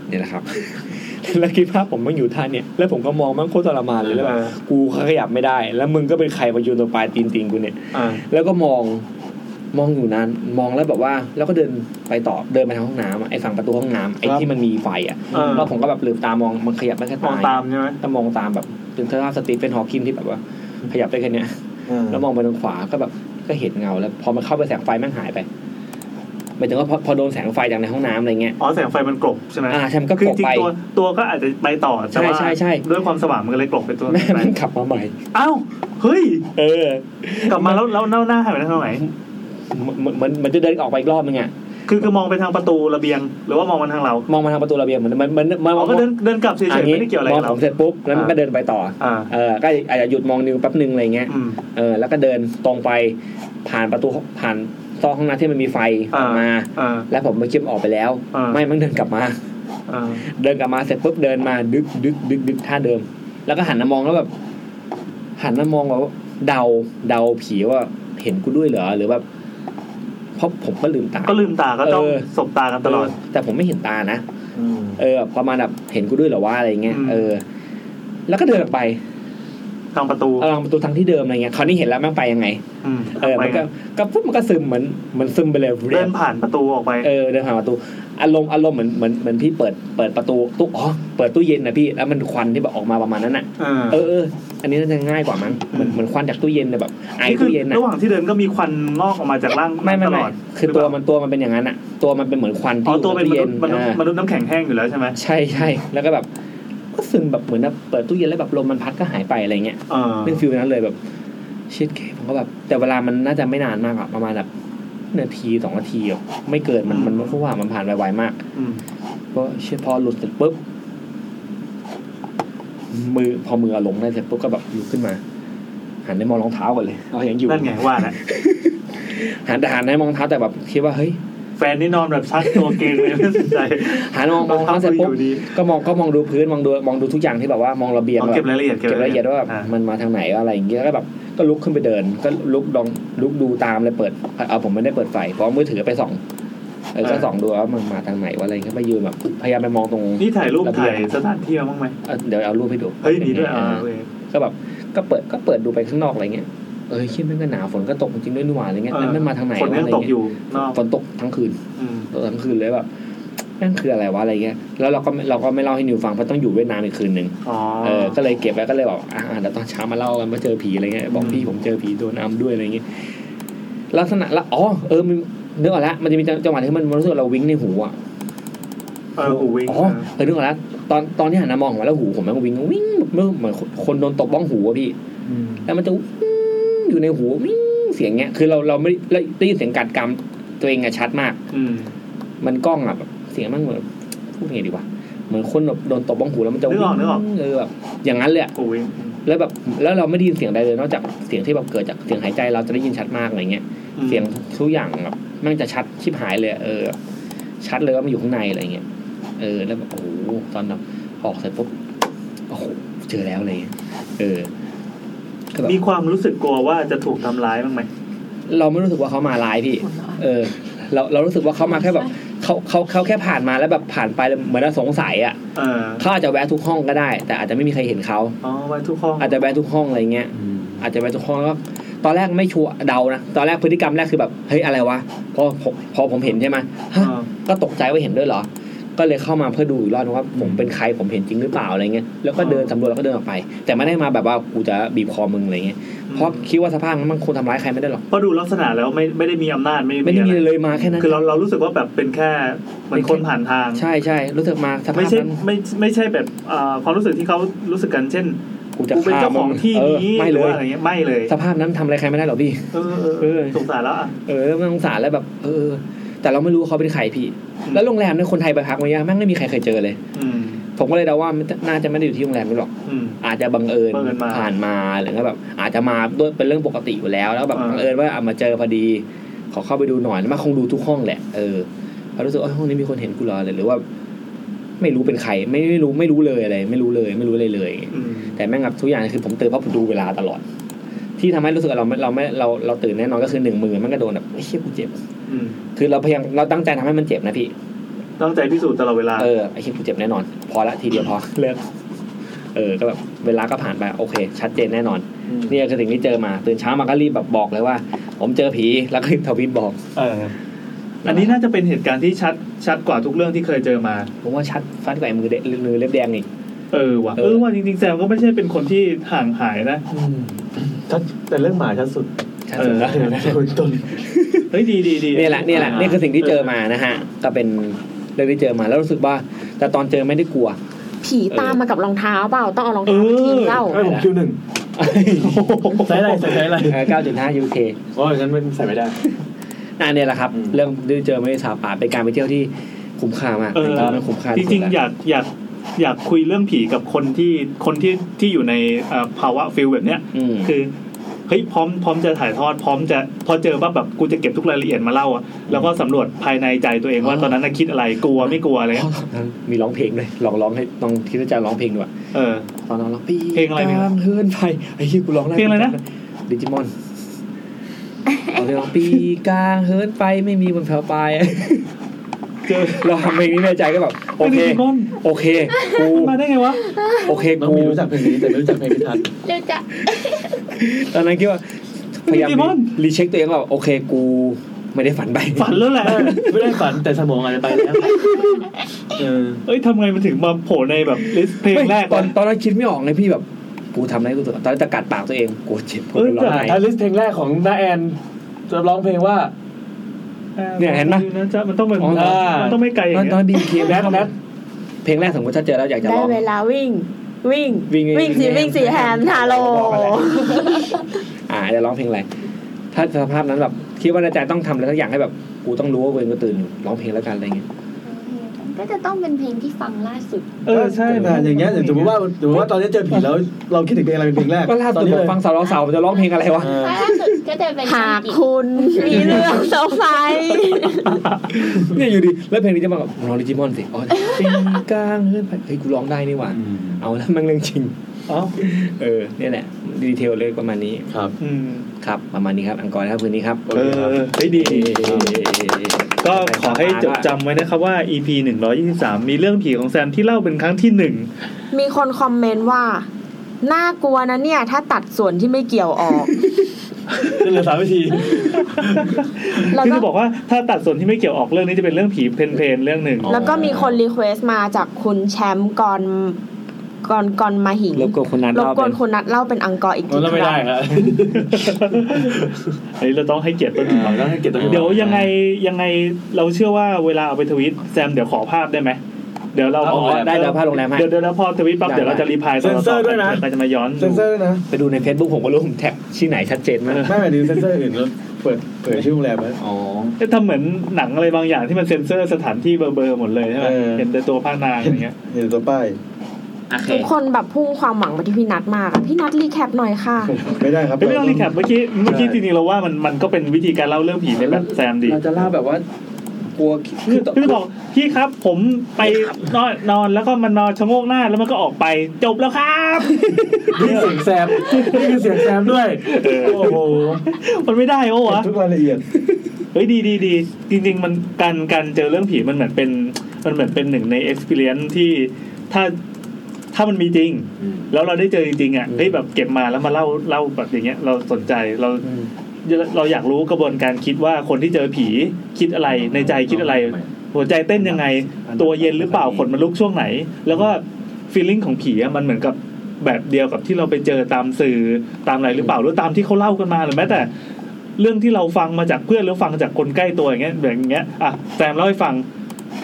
Speaker 4: เนี่ยแหละครับ [laughs] แล้วคิดภาพผมมันอยู่ท่าเนี่ยแล้วผมก็มองมันโคตรทรมานเลยแล้ว
Speaker 2: เอ
Speaker 4: แบบ
Speaker 2: อ
Speaker 4: กูขยับไม่ได้ แล้วมึงก็เป็นใครมายืนตรงปลายตีนตีนกูเนี่ย
Speaker 2: เออ
Speaker 4: แล้วก็มองมองอยู่นานมองแล้วแบบว่า แล้วก็เดินไปต่อเดินไปทางห้องน้ำอะไอ้ฝั่งประตูห้องน้ำไอ้
Speaker 3: ครับ
Speaker 4: ที่มันมีไฟอ่ะ
Speaker 2: เออ
Speaker 4: แล้วผมก็แบบลืมตามองมันขยับได้แค่
Speaker 2: ม
Speaker 4: ตา
Speaker 2: องตามใช่ไหม
Speaker 4: แต่มองตามแบบเป็นเท่าสตีเฟนฮอว์กินที่แบบว่า ขยับได้แค่เนี้ย
Speaker 3: อ่า
Speaker 4: แล้วมองไปทางขวาก็แบบก็เห็นเงาแล้ว พอมันเข้าไปแสงไฟแม่งหายไปหมายถึงว่าพอพอโดนแสงไฟจากในห้องน้ำอะไรเงี้ย
Speaker 2: อ๋อแสงไฟมันกลบใช่ไหม
Speaker 4: อ่าใช่มันก็
Speaker 2: คือ
Speaker 4: ตก
Speaker 2: จริง
Speaker 4: ไป
Speaker 2: ๆตัวตัวก็อาจจะไปต่อแต่ว่า
Speaker 4: ใช่ใช่ใช่
Speaker 2: ด้วยความสว่างมันก็เลยกลบไปตัว
Speaker 4: แม่
Speaker 2: ไป
Speaker 4: มันขับมาใหม่
Speaker 2: อ้าวเฮ้ย
Speaker 4: เออก
Speaker 2: ลับมาแล้วแล้วแล้วหน้าหายไปทางไหน
Speaker 4: เหมือนเหมือนเหมันจะเดินออกไปอีกรอบนึงอ่ะ
Speaker 2: คือคือมองไปทางประตูระเบียง หรือว่ามองมาทางเรา
Speaker 4: มองมาทางประตูระเบียงเหมือนมันมันมัน
Speaker 2: อ๋อก็เดินเดินกลับเฉยๆไม่ได้เกี่ยวอะไร
Speaker 4: ม
Speaker 2: กั
Speaker 4: อบ ง
Speaker 2: เรา
Speaker 4: ผมเสร็จปุ๊บแล้วมันก็เดินไปต่อ
Speaker 2: อ่า
Speaker 4: เออก็อาจจะหยุดมองนิวแป๊บนึงอะไรเงี้ย
Speaker 2: อืม
Speaker 4: เออ แล้วก็เดินตรงไปผ่านประตูผ่านซอกห้องน้ำที่มันมีไฟอ
Speaker 2: อ่า
Speaker 4: อกมา
Speaker 2: อ่า
Speaker 4: แล้วผมมาคิดว่าออกไปแล้ว
Speaker 2: อ่า
Speaker 4: ไม่มันเดินกลับมา
Speaker 2: อ่า
Speaker 4: เดินกลับมาเสร็จปุ๊บเดินมาดึกดึกดึกดึกท่าเดิม แล้วก็หันมามองแล้วแบบ หันมามองแบบเดาเดาผีว่าเห็นกูด้วยเหรอหรือแบบเพราะผมก็ลืมตา
Speaker 2: ก็ลืมตาก็จ้อง
Speaker 4: เออ
Speaker 2: สบตากันตลอด
Speaker 4: เแต่ผมไม่เห็นตานะ
Speaker 3: อืม
Speaker 4: เออประมาณแบบเห็นกูด้วยเหรอว่าอะไรเงี้ย
Speaker 2: อืม
Speaker 4: เออ แล้วก็เดินออกไป
Speaker 2: ทางประตู
Speaker 4: เอาทางประตูทางที่เดิมอะไรเงี้ยคราวนี้เห็นแล้วแม่งไปยังไง
Speaker 2: อืม
Speaker 4: เออ
Speaker 2: ไป
Speaker 4: มันก็ก็ปุ๊บมันก็ซึมเหมือนเหมันซึมไปเลย
Speaker 2: เดินผ่านประตูออกไป
Speaker 4: เออเดินผ่านประตู อารมณ์อารมณ์เหมือนเหมือนเหมือนพี่เปิดเปิดประตูตู้อ๋อเปิดตู้เย็นนะพี่แล้วมันควันที่แบบออกมาประมาณนั้นน่ะ
Speaker 2: เออ
Speaker 4: เออเอออันนี้น่าจะง่ายกว่ามั้งเหมือนเหมือนควันจากตู้เย็นน่ะแบบไอ
Speaker 2: นี่คื
Speaker 4: ตู้เย็นน่ะ
Speaker 2: ระหว่างที่เดินก็มีควันงอกออกมาจากร่าง
Speaker 4: ไม่ไม่
Speaker 2: ตล
Speaker 4: ไม่
Speaker 2: อด
Speaker 4: คือตัวมันตัวมันเป็นอย่างนั้นน่ะ ตัวมันเป็นเหมือนควัน
Speaker 2: อ๋อ
Speaker 4: ที่อยู่
Speaker 2: ตัวเป็นม
Speaker 4: ใน
Speaker 2: นุ
Speaker 4: ตู้เย็
Speaker 2: ษ
Speaker 4: น
Speaker 2: ย์มนุษย์
Speaker 4: อ่า
Speaker 2: มนุษย์น้ำแข็งแห้งอยู่แล้วใช่ไหม
Speaker 4: ใช่ใช่แล้วก็แบบก็ซึมแบบเหมือนแบบเปิดตู้เย็นแล้วแบบลมมันพัดก็หายไปอะไรเงี้ย
Speaker 2: เออ
Speaker 4: เรื่องฟิลนั้นเลยแบบเช็ดเคผมก็แบบ แต่เวลามันน่าจะไม่นานมากอะประมาณแบบนาทีสองนาทีอะไม่เกินมันมันเพราะว่ามันผ่านไปไวมาก
Speaker 2: อืม
Speaker 4: ก็เช็ดพอหลุดเสร็จปุ๊บมือพอมือเอาลงได้เสร็จปุ๊บก็แบบลุกขึ้นมา หันไปมองรองเท้าก่อนเลยเอายังอยู่
Speaker 2: นั่นไงว่าแหละ
Speaker 4: หันแต่หันไปมองรองเท้าแต่แบบคิดว่าเฮ้ย
Speaker 2: แฟนนี่นอนแบบชักตัวเก่งเลยไม่สนใจ
Speaker 4: หั [laughs] นมองมองรองเท้าเสร็จปุ๊บก็มองก็มองดูพื้นมองดูมองดูทุกอย่างที่แบบว่ามองระเบียง
Speaker 2: เอา
Speaker 4: แบบ
Speaker 2: เก็บรายละเอียด
Speaker 4: เก็บรายละเอียดว่าแบบ
Speaker 2: อ่ะ
Speaker 4: มันมาทางไหนอะไรอย่างเงี้ยแล้วก็แบบก็ลุกขึ้นไปเดิน ก็ลุกลองลุกดูตามเลยเปิดเอาผมไม่ได้เปิดไฟเพราะมือถือไปส่องเออก็ส่องดูว่ามันมาทางไหนว่าอะไรเงี้ยไปยืนแบบพยายามไปมองตรง
Speaker 2: นี่ถ่ายรูประ
Speaker 4: เบี
Speaker 2: ถ่าง ยสถานที่มาบ้างไหม
Speaker 4: เออเดี๋ยวเอารูปให้ดู
Speaker 2: เฮ้ยดีด้วยอ่า
Speaker 4: เอ
Speaker 2: โอ
Speaker 4: อ
Speaker 2: เค
Speaker 4: ก็แบบก็เปิดก็เปิดดูไปข้างนอกอะไรเงี้ยเออคิดมันก็หนาวฝนก็ตกจริงด้วยนี่หว่าอะไรเงี้ยแล้วมันมาทางไหน
Speaker 2: คน
Speaker 4: วะ
Speaker 2: ยั
Speaker 4: อะ
Speaker 2: ง
Speaker 4: ไร
Speaker 2: ตกอ
Speaker 4: เงี้ย
Speaker 2: ยู่นอก
Speaker 4: ฝนตกทั้งคืน
Speaker 2: อืม
Speaker 4: ตกทั้งคืนเลยแบบนั่นคืออะไรวะอะไรเงี้ยแล้วเราก็ไม่เราก็ไม่เล่าให้นิวฟังเพราะต้องอยู่เวียดนามอีกคืนหนึ่ง
Speaker 2: อ๋อ
Speaker 4: เออ ก็เลยเก็บไว้ก็เลยบอกอ่าเดี๋ยวตอนเช้ามาเล่ากันว่าเจอผีอะไรเงี้ย บอกพี่ผมเจอผีโดนอัมด้วยอะไรเงี้ย ลักษณะละ อ๋อ เออมันนึกออกละ มันจะมีจังหวะที่มันมันรู้สึกเราวิ่งในหูอ่ะ
Speaker 2: เออหูวิ่ง
Speaker 4: อ๋อ เออ นึกออกละ ตอนตอนที่หันมามองผมแล้วหูผมมันก็วิ่งวิ่งเหมือนเหมือนคนโดนตบบ้องหูอะพี่
Speaker 2: อืม
Speaker 4: แล้วมันจะวิ่งอยู่ในหูวิ่งเสียงเงี้ย คือเราเราไม่ได้ได้ยินเสียงกัดกรรมตัวเองอะชัดมาก
Speaker 2: อืม
Speaker 4: มันกล้องอะแบบเสียงมันเหมือนพูดยังไงดีวะ เหมือนคนแบบโดนตบบ้องหูแล้วมันจะวิ่งเออแบบอย่างนั้นเลยอะ
Speaker 2: หูวิ่ง
Speaker 4: แล้วแบบแล้วเราไม่ได้ยินเสียงใดเลยนอกจากเสียงที่แบบเกิดจากเสียงหายใจเราจะได้ยินชัดมากอะไรเงี้ย
Speaker 2: อืม
Speaker 4: เสียงทุกอย่างแบบแมันจะชัดชิบหายเลยเออ ชัดเลยว่ามันอยู่ข้างในอะไรเงี้ยเออแล้วแบบโอ้โหตอนแบบออกเสร็จปุ๊บโอ้โหเจอแล้วอะไรเลยเออก็แบบ
Speaker 2: มีความรู้สึกกลัวว่าจะถูกทำร้ายบ้างไหม
Speaker 4: เราไม่รู้สึกว่าเขามาร้ายพี่ เออ เราเรารู้สึกว่าเขามาแค่แบบเขาเขาเขาแค่ผ่านมาแล้วแบบผ่านไปแล้วเหมือนเราสงสัยอ่ะ
Speaker 2: เออ
Speaker 4: เขาอาจจะแวะทุกห้องก็ได้ แต่อาจจะไม่มีใครเห็นเขา
Speaker 2: อ๋อไว้ทุกห้อง
Speaker 4: อาจจะแวะทุกห้องอะไรเงี้ย อาจจะไปทุกห้องแล้วก็ตอนแรกไม่ชัวร์เดานะตอนแรกพฤติกรรมแรกคือแบบเฮ้ยอะไรวะพอผมพอผมเห็นใช่ไหม
Speaker 2: เอ
Speaker 4: ฮะ
Speaker 2: อ
Speaker 4: ก็ตกใจว่าเห็นด้วยเหรอ ก็เลยเข้ามาเพื่อดูอีกรอบนึงว่าผมเป็นใครผมเห็นจริงหรือเปล่าอะไรเงี้ยแล้วก็เดินสำรวจแล้วก็เดินออกไป แต่ไม่ได้มาแบบว่ากูจะบีบคอมึงอะไรเงี้ยเพราะคิดว่าสภาพนั้นมันคงทำร้ายใครไม่ได้หรอก
Speaker 2: เพราะดูลักษณะแล้วไม่ไม่ได้มีอำนาจไม่
Speaker 4: ไม่ได้มี
Speaker 2: อะ
Speaker 4: อะไร ไรเลยมาแค่นั้น
Speaker 2: คือเราเรารู้สึกว่าแบบเป็นแค่เหมือน
Speaker 4: เป็นแค่
Speaker 2: คนผ่านทาง
Speaker 4: ใช่ใช่รู้สึกมาสภา
Speaker 2: ไม่
Speaker 4: พ
Speaker 2: ใช่
Speaker 4: นั้น
Speaker 2: ไม่ไม่ใช่แบบเอ่อความรู้สึกที่เขารู้สึกกันเช่น
Speaker 4: กูจะ
Speaker 2: กูเป็น
Speaker 4: ฆ่า
Speaker 2: เจ้าข
Speaker 4: มึ
Speaker 2: อง
Speaker 4: ง
Speaker 2: ที่
Speaker 4: เออ
Speaker 2: นี้
Speaker 4: ไม่
Speaker 2: ห
Speaker 4: เล
Speaker 2: รือย อะไรเงี้ยไม่เลย
Speaker 4: สภาพนั้นทำอะไรใครไม่ได้หรอกพี่
Speaker 2: เออเออ
Speaker 4: เออ
Speaker 2: สงสารแล้วอ่ะ
Speaker 4: เออแล้วมันสงสารแล้วแบบเออ แต่เราไม่รู้ว่าเขาเป็นใครพี่ แล้วโรงแรมเนี่ยคนไทยไปพักมาเยอะแม่งไม่มีใครเคยเจอเลย
Speaker 2: อืม
Speaker 4: ผมก็เลยเดาว่ามันน่าจะไม่ได้อยู่ที่โรงแรมนี้หรอก
Speaker 2: อืม
Speaker 4: อาจจะบังเอิญ
Speaker 2: บังเอิญมา
Speaker 4: ผ่านมาหรือว่าแบบอาจจะมาด้วยเป็นเรื่องปกติอยู่แล้ว แล้วแบบ
Speaker 2: อ่า
Speaker 4: บังเอิญว่าเอามาเจอพอดี ขอเข้าไปดูหน่อยแล้วมันคงดูทุกห้องแหละเออพอรู้สึกว่าเอ้ยห้องนี้มีคนเห็นกูเหรอเลยหรือว่า ไม่รู้เป็นใครไม่ไม่รู้ไม่รู้เลยอะไร ไม่รู้เลยไม่รู้เลยเลย
Speaker 2: อืม
Speaker 4: แต่แม่งกับทุกอย่างคือผมตื่นเพราะผมดูเวลาตลอด ที่ทำให้รู้สึกว่าเราไม่เราไม่เราเราตื่นแน่นอนก็คือหนึ่งมือมันก็โดนแบบเฮ้ยเหี้ยกูเจ็บ
Speaker 2: อืม
Speaker 4: คือเราพยายามเราตั้งใจทำให้มันเจ็บนะพี่
Speaker 2: ต้องใจพิสูจน์ตลอดเวลา
Speaker 4: เออไอ้เหี้ยกูเจ็บแน่นอน พอละทีเดียวพอ เลิกเออ ก็แบบเวลาก็ผ่านไปโอเค ชัดเจนแน่นอน นี่คือสิ่งที่เจอมา ตื่นเช้ามาก็รีบแบบบอกเลยว่า ผมเจอผีแล้วก็รีบทวิตบอก
Speaker 2: เออ อันนี้น่าจะเป็นเหตุการณ์ที่ชัดชัดกว่าทุกเรื่องที่เคยเจอมา
Speaker 4: ผมว่าชัดฟัดกว่าไอ้มือเดมือเล็บแดงอีก
Speaker 2: เออว่ะ
Speaker 4: เอ
Speaker 2: เอ
Speaker 4: อ
Speaker 2: อว่าจริงๆแซมก็ไม่ใช่เป็นคนที่ห่างหายนะ
Speaker 3: ชัด [coughs] แต่เรื่องหมาชัดสุด
Speaker 4: ชัดสุดแล้ว
Speaker 2: เออ
Speaker 3: คุณต้น
Speaker 2: เฮ้ยดีดีดี
Speaker 4: นี่แหละนี่แหละ
Speaker 3: อ่า
Speaker 4: นี่คือสิ่งที่เจอมานะฮะ ก็เป็นเรื่องที่เจอมาแล้วรู้สึกว่า แต่ตอนเจอไม่ได้กลัว
Speaker 1: ผีตามมากับรองเท้าเปล่าต้องเอารอง
Speaker 2: เอ
Speaker 1: เท้าไปทิ้
Speaker 2: อง
Speaker 1: เล่า
Speaker 3: ไม่ผมคิวหนึ่งใส่อะไรใส่อะไร
Speaker 4: 9.5 UK
Speaker 3: โอ้ยงั้นมันใส่ไม่ได้
Speaker 4: นั่นเนี่ยแหละครับ
Speaker 3: อืม
Speaker 4: เรื่องที่เจอไม่ได้สาปาเป็นการไปเที่ยวที่คุ้มค่ามาก
Speaker 2: เออ
Speaker 4: ตอนนั้นคุ้มค่า
Speaker 2: จ
Speaker 4: ที่สุด
Speaker 2: ริง
Speaker 4: แล้
Speaker 2: ๆ
Speaker 4: ว
Speaker 2: อยากอยากอยากคุยเรื่องผีกับคนที่คนที่ที่อยู่ในเอ่อภาวะฟิลแบบเนี้ย
Speaker 4: อืม
Speaker 2: คือ เฮ้ยพร้อมพร้อมจะถ่ายทอดพร้อมจะพอเจอว่าแบบกูจะเก็บทุกรายละเอียดมาเล่าอะแล้วก็สำรวจภายในใจตัวเองว่าตอนนั้นน่ะคิดอะไรกลัวไม่กลัวอะไรเงี้ย
Speaker 4: มีร้องเพลงด้วยลองร้องให้ลองคิดว่าจะร้องเพลงดูอะ
Speaker 2: เออ
Speaker 4: ตอนนั้นร้องปี
Speaker 2: เพลงอะไรเนี่ย
Speaker 4: กลางเฮือนไปไอ้ที่กูร้องได้
Speaker 2: เพลงอะไรนะ
Speaker 4: ดิจิมอนเอาเลยร้องปีกลางเฮิร์นไปไม่มีบนแถวปลาย [laughs]
Speaker 2: เจอ
Speaker 4: เราทำเพลงนี้ในใจก็แบบโอเค
Speaker 2: ไม่ได้ดิจิมอน
Speaker 4: โอเคกู
Speaker 2: มาได้ไงวะ
Speaker 4: โอเค
Speaker 3: น้อง
Speaker 4: กู
Speaker 3: มีรู้จักเพลงนี้แต่ไม่รู้จักเพลงพิ [coughs] ทัศน์
Speaker 7: เดี๋ยวจะ
Speaker 4: ตอนนั้นคิดว่าพยายามรีเช็คตัวเองว่าโอเคกูไม่ได้ฝันไป
Speaker 2: ฝันแล้วแหละ
Speaker 3: ไม่ได้ฝันแต่สมองอาจจะไปแล้วเออ
Speaker 2: เอ้ยทำไงมันถึงมาโผล่ในแบบลิสต์เพลง
Speaker 4: ไม่
Speaker 2: แรก
Speaker 4: ตอน
Speaker 2: วะ
Speaker 4: ตอนนั้นคิดไม่ออกเลยพี่แบบกูทำอะไรกูตัวตอนนั้นจะกัดปากตัวเองกูเจ็บกู
Speaker 2: เอ้ย
Speaker 4: จะ
Speaker 2: แต่
Speaker 4: ร้องไห้
Speaker 5: ทายลิสต์เพลงแรกของน้าแอนจะร้องเพลงว่า
Speaker 4: เนี่ยเห็นปะ
Speaker 2: ะจ๊ะมันต้องเป็น
Speaker 4: อ๋อ
Speaker 2: มันต้องไม่ไกลอย่าง
Speaker 4: ต
Speaker 2: เงี้
Speaker 4: อนตอน
Speaker 2: ย
Speaker 4: บีเค
Speaker 5: แรดแรด
Speaker 4: เพลงแรกสมมติถ้าเจอแล้วอยากจะ
Speaker 1: ได้
Speaker 4: ร้อง
Speaker 1: เวลาวิ่ง วิ่ง
Speaker 4: วิ่ง
Speaker 1: วิ่งสิ
Speaker 4: วิ่
Speaker 1: วิ่
Speaker 4: ง
Speaker 1: ง
Speaker 4: สิ
Speaker 1: สิแฮม
Speaker 4: แฮม
Speaker 1: ทาโร่
Speaker 4: บอกไปแล้ว อ่าจะร้องเพลงอะไรถ้าสภาพนั้นแบบคิดว่าในใจต้องทำอะไรสักอย่างให้แบบกูต้องรู้ว่ากูเองก็ตื่นอยู่ร้องเพลงแล้วกันอะไรเงี้ย
Speaker 7: ก็จะต้องเป็นเพลงที่ฟังล่าสุด
Speaker 2: เออใช่
Speaker 3: นะอย่างเงี้ยสมมติว่าสมมติว่าตอนนี้เจอผีแล้ว เราคิดถึงเพลงอะไรเป็นเพลงแรก
Speaker 4: ก็ล่า
Speaker 3: ตอน
Speaker 4: สุด
Speaker 3: นี้
Speaker 4: ผ
Speaker 3: เล
Speaker 4: ม
Speaker 3: ย
Speaker 4: ฟังสาวร้องสาวมันจะร้องเพลงอะไรวะ
Speaker 3: เออ
Speaker 7: ล่าสุดก็จะเป็น
Speaker 1: หากคุณมีเรื่องเซอร์ไพรส์
Speaker 4: เนี่ยอยู่ดีแล้วเพลงนี้จะมากับร้องดิจิมอนสิอ๋อติงกลางเฮ้ยไปเฮ้ยกูร้องได้นี่หว่าเอาแล้วมันเรื่องจริง
Speaker 2: เอ้า
Speaker 4: เออเนี่ยแหละดีเทลเลยประมาณนี้
Speaker 3: ครับ
Speaker 2: อืม
Speaker 4: ครับ ประมาณนี้ครับอังกอร์นะครับคืนนี้ครับ
Speaker 2: เออเฮ้ยดี ก็ขอให้จดจำไว้นะครับว่า EP 123 มีเรื่องผีของแซมที่เล่าเป็นครั้งที่หนึ่ง
Speaker 1: [laughs] มีคนคอมเมนต์ว่าน่ากลัวนะเนี่ย ถ้าตัดส่วนที่ไม่เกี่ยวออก
Speaker 3: จะเหลือสามวิธี
Speaker 1: แล้ว
Speaker 2: คือ
Speaker 1: ก็
Speaker 2: จะบอกว่าถ้าตัดส่วนที่ไม่เกี่ยวออกเรื่องนี้จะเป็นเรื่องผีเพลนๆเรื่องหนึ่ง
Speaker 1: แล้วก็มีคนรีเควสต์มาจากคุณแชมป์กอนกอนกอนมาหิง
Speaker 4: รบกวนคนนั้น
Speaker 1: รบ
Speaker 4: เล่ากเป็
Speaker 1: วน
Speaker 4: น
Speaker 1: คุณนัดเล่าเป็นอังกอร์อีกที
Speaker 3: เราไม่ได้ครับ
Speaker 2: อันนี้เราต้องให้เกียรติต้น
Speaker 3: เราต้องให้เกียรติตัวอง
Speaker 2: เดี๋ยวยังไงยังไงเราเชื่อว่าเวลาเอาไปทวิตแซมเดี๋ยวขอภาพได้ไหมเดี๋ยวเรา
Speaker 4: เอาเอาได้เดี๋ยวภาพโรงแรมให้
Speaker 2: เดี๋ยวเดี๋ยวเราพอทวิตปั๊บ
Speaker 4: ได้
Speaker 2: เดี๋ยวเราจะรีพาย
Speaker 5: เซ็นเซอร์ด้วยนะ
Speaker 2: เราจะมาย้อน
Speaker 5: เซนเซอร์นะ
Speaker 4: ไปดูใน Facebook ผมก็รู้ผมแท็กชื่อไหนชัดเจนมาก
Speaker 5: ไม่หมายถึงเซนเซอร์อื่นแล้วเปิดเผยชื่อโรงแรมไหม
Speaker 4: อ๋อ
Speaker 2: จะทำเหมือนหนังอะไรบางอย่างที่มันเซ็นเซอร์สถานที่เบลอๆหมดเลยใช่ไหม
Speaker 5: เออ
Speaker 2: เห็นแต่ตัวพระนางอะไรเงี้ย
Speaker 5: เห็นตัวป้าย
Speaker 4: โอเค
Speaker 1: ทุกคนแบบพุ่งความหวังไปที่พี่นัดมากอะพี่นัดรีแคปหน่อยค่ะ
Speaker 5: ไม่ได้ครับ
Speaker 2: เป็นเรื่องรีแคปเมื่อกี้เมื่อกี้จริงๆเราว่ามันมันก็เป็นวิธีการเล่าเรื่องผีในแบบแซมดี
Speaker 4: เราจะเล่าแบบว่า กลัว
Speaker 2: คือพี่บอกพี่ครับผมไปนอนนอนแล้วก็มันนอนชะโงกหน้าแล้วมันก็ออกไปจบแล้วครับ
Speaker 3: นี่เสียงแซมนี่คือเสียงแซมด้วยโอ้โห
Speaker 2: มันไม่ได้โอ้วะ
Speaker 5: ทุกรายละเอียด
Speaker 2: เฮ้ยดีดีดีจริง ๆ มันการการเจอเรื่องผีมันเหมือนเป็นมันเหมือนเป็นหนึ่งใน experience ที่ถ้าถ้ามันมีจริง แล้วเราได้เจอจริงๆอ่ะเฮ้ยแบบเก็บมาแล้วมาเล่าเล่าแบบอย่างเงี้ย เราสนใจเราเราอยากรู้กระบวนการคิดว่าคนที่เจอผีคิดอะไรในใจคิดอะไร หัวใจเต้นยังไง ตัวเย็นหรือเปล่า ขนมันลุกช่วงไหน แล้วก็ฟีลลิ่งของผีอะมันเหมือนกับแบบเดียวกับที่เราไปเจอตามสื่อตามอะไรหรือเปล่า หรือตามที่เขาเล่ากันมาหรือแม้แต่ เรื่องที่เราฟังมาจากเพื่อนหรือฟังจากคนใกล้ตัวอย่างเงี้ยแบบอย่างเงี้ยอ่ะแซมเล่าให้ฟัง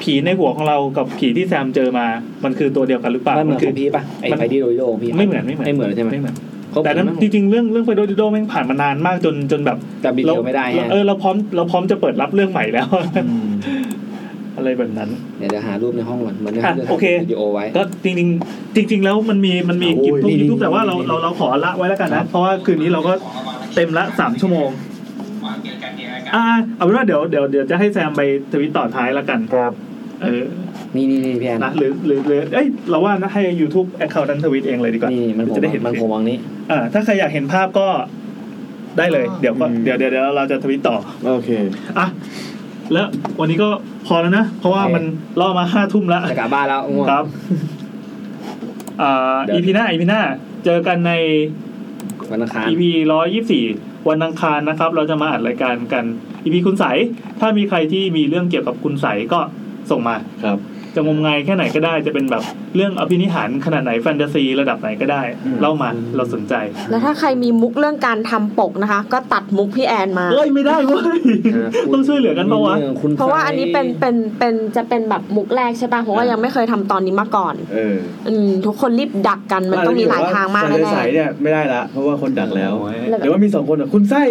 Speaker 2: ผีในหัวของเรากับผีที่แซมเจอมา มันคือตัวเดียวกันหรือเปล่า
Speaker 4: มันเหมือน
Speaker 2: คื
Speaker 4: ของพี่ป่ะไอ้
Speaker 2: มัน
Speaker 4: ไฟดีโรยโดของพี่
Speaker 2: ไม่เหมือนไม่เหมือน
Speaker 4: ไม่เหมือนใช่ไหม
Speaker 2: ไม่เหมือน
Speaker 4: ครบ
Speaker 2: แต่นั้น
Speaker 4: ผม
Speaker 2: จริงๆเรื่องเรื่องไฟโดดิโดแม่งผ่านมานานมากจนจนแบบ
Speaker 4: แต่บีเดียวไม่ได้ฮะ
Speaker 2: เออเราพร้อมเราพร้อมจะเปิดรับเรื่องใหม่แล้ว [laughs] อะไรแบบนั้น
Speaker 4: เดี๋ยวจะหารูปในห้องก่อนเหมือนในห้อง
Speaker 2: อ่ะโอเค
Speaker 4: วิดีโอไว้
Speaker 2: ก็จริงๆจริง ๆ แล้วมันมีมันมีคลิปทุกคลิปทุกแต่ว่าเราเราเราขอละไว้แล้วกันนะเพราะว่าคืนนี้เราก็เต็มละสามชั่วโมงอ่าเอาเป็นว่าเดี๋ยวเดี๋ยวเดี๋ยวจะให้แซมไปทวิตต่อท้ายแล้วกัน
Speaker 4: ครับ
Speaker 2: เออ
Speaker 4: นี่นี่นี่พี่แอน
Speaker 2: นะหรือหรือหรือเอ้ยเราว่านะให้ YouTube account นั้นทวิตเองเลยดีกว่า
Speaker 4: นี่มันผม
Speaker 2: จะได้เห็น
Speaker 4: มันผมวางนี้
Speaker 2: อ่าถ้าใครอยากเห็นภาพก็ได้เลยเดี๋ยวก็เดี๋ยวเดี๋ยวเดี๋ยวเราจะทวิตต่อ
Speaker 5: โอเค
Speaker 2: อ่ะแล้ววันนี้ก็พอแล้วนะ เพราะว่า
Speaker 4: โอเค
Speaker 2: มันล่อมาห้าทุ่มละ
Speaker 4: จะกลับบ้านแล้วง่วง
Speaker 2: ครับเอ่อ
Speaker 4: เดี๋ยว
Speaker 2: EP หน้า EP หน้า เจอกันใน
Speaker 4: วันอังคาร
Speaker 2: EP ร้อยยี่สี่วันอังคารนะครับ เราจะมาอัดรายการกัน EP คุณใส ถ้ามีใครที่มีเรื่องเกี่ยวกับคุณใสก็ส่งมา
Speaker 3: ครับ
Speaker 2: จะงมงายแค่ไหนก็ได้ จะเป็นแบบเรื่องอภินิหารขนาดไหนแฟนตาซีระดับไหนก็ได้ เล่ามาเราสนใจ
Speaker 1: แล้วถ้าใครมีมุกเรื่องการทำปกนะคะ ก็ตัดมุกพี่แอนมา
Speaker 2: เอ้ยไม่ได้เว้ย
Speaker 4: เออคุณ
Speaker 2: ต้องช่วยเหลือกันปะวะ
Speaker 4: คุณ
Speaker 1: เพราะว่าอันนี้เป็นเป็นเป็นจะเป็นแบบมุกแรกใช่ป่ะเพราะว่ายังไม่เคยทำตอนนี้มาก่อน
Speaker 5: เออ
Speaker 1: อืมทุกคนรีบดักกันมันต้องมีหลายทางมาก
Speaker 5: แต่ใน
Speaker 1: แน่
Speaker 5: สายเนี่ยไม่ได้ละเพราะว่าคนดักแล้ว
Speaker 1: ๆแล้ว
Speaker 5: หรื
Speaker 1: ก็
Speaker 5: อว่ามีสองคนอ่ะคุณไส้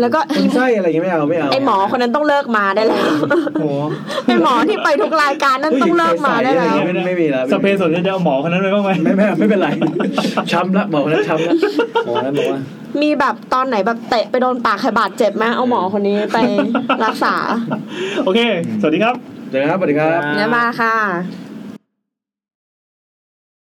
Speaker 1: แล้วก็
Speaker 5: คุณไส้อะไรอย่างเงี้ยไม่เอาไม่เอา
Speaker 1: ไอหมอคนนั้นต้องเลิกมาได้แล้ว
Speaker 5: [laughs] โอ้โห
Speaker 1: ไอหมอที่ไปทุกรายการนั่นต้องเลิกมาได้
Speaker 5: ผู้หญิงใส่ๆอะไรอย่าง
Speaker 1: แล้ว
Speaker 5: เงี้ยไม่ไม่มีแล้ว
Speaker 2: สเปนสนใจจะเอาหมอคนนั้นไปบ้างไหม
Speaker 5: [laughs] ไม่ไม่ไม่เป็นไรช้ำละหมอคนนั้นช้ำละ
Speaker 4: หมอนั้นบอกว่า
Speaker 1: มีแบบตอนไหนแบบเตะไปโดนปากใครบาดเจ็บไหมเอาหมอคนนี้ไปรักษา
Speaker 5: [laughs]
Speaker 2: โอเค สวัสดีครับ
Speaker 3: เจอกันครับสวัสดีครับ
Speaker 1: เนี่ยมาค่ะ
Speaker 2: ค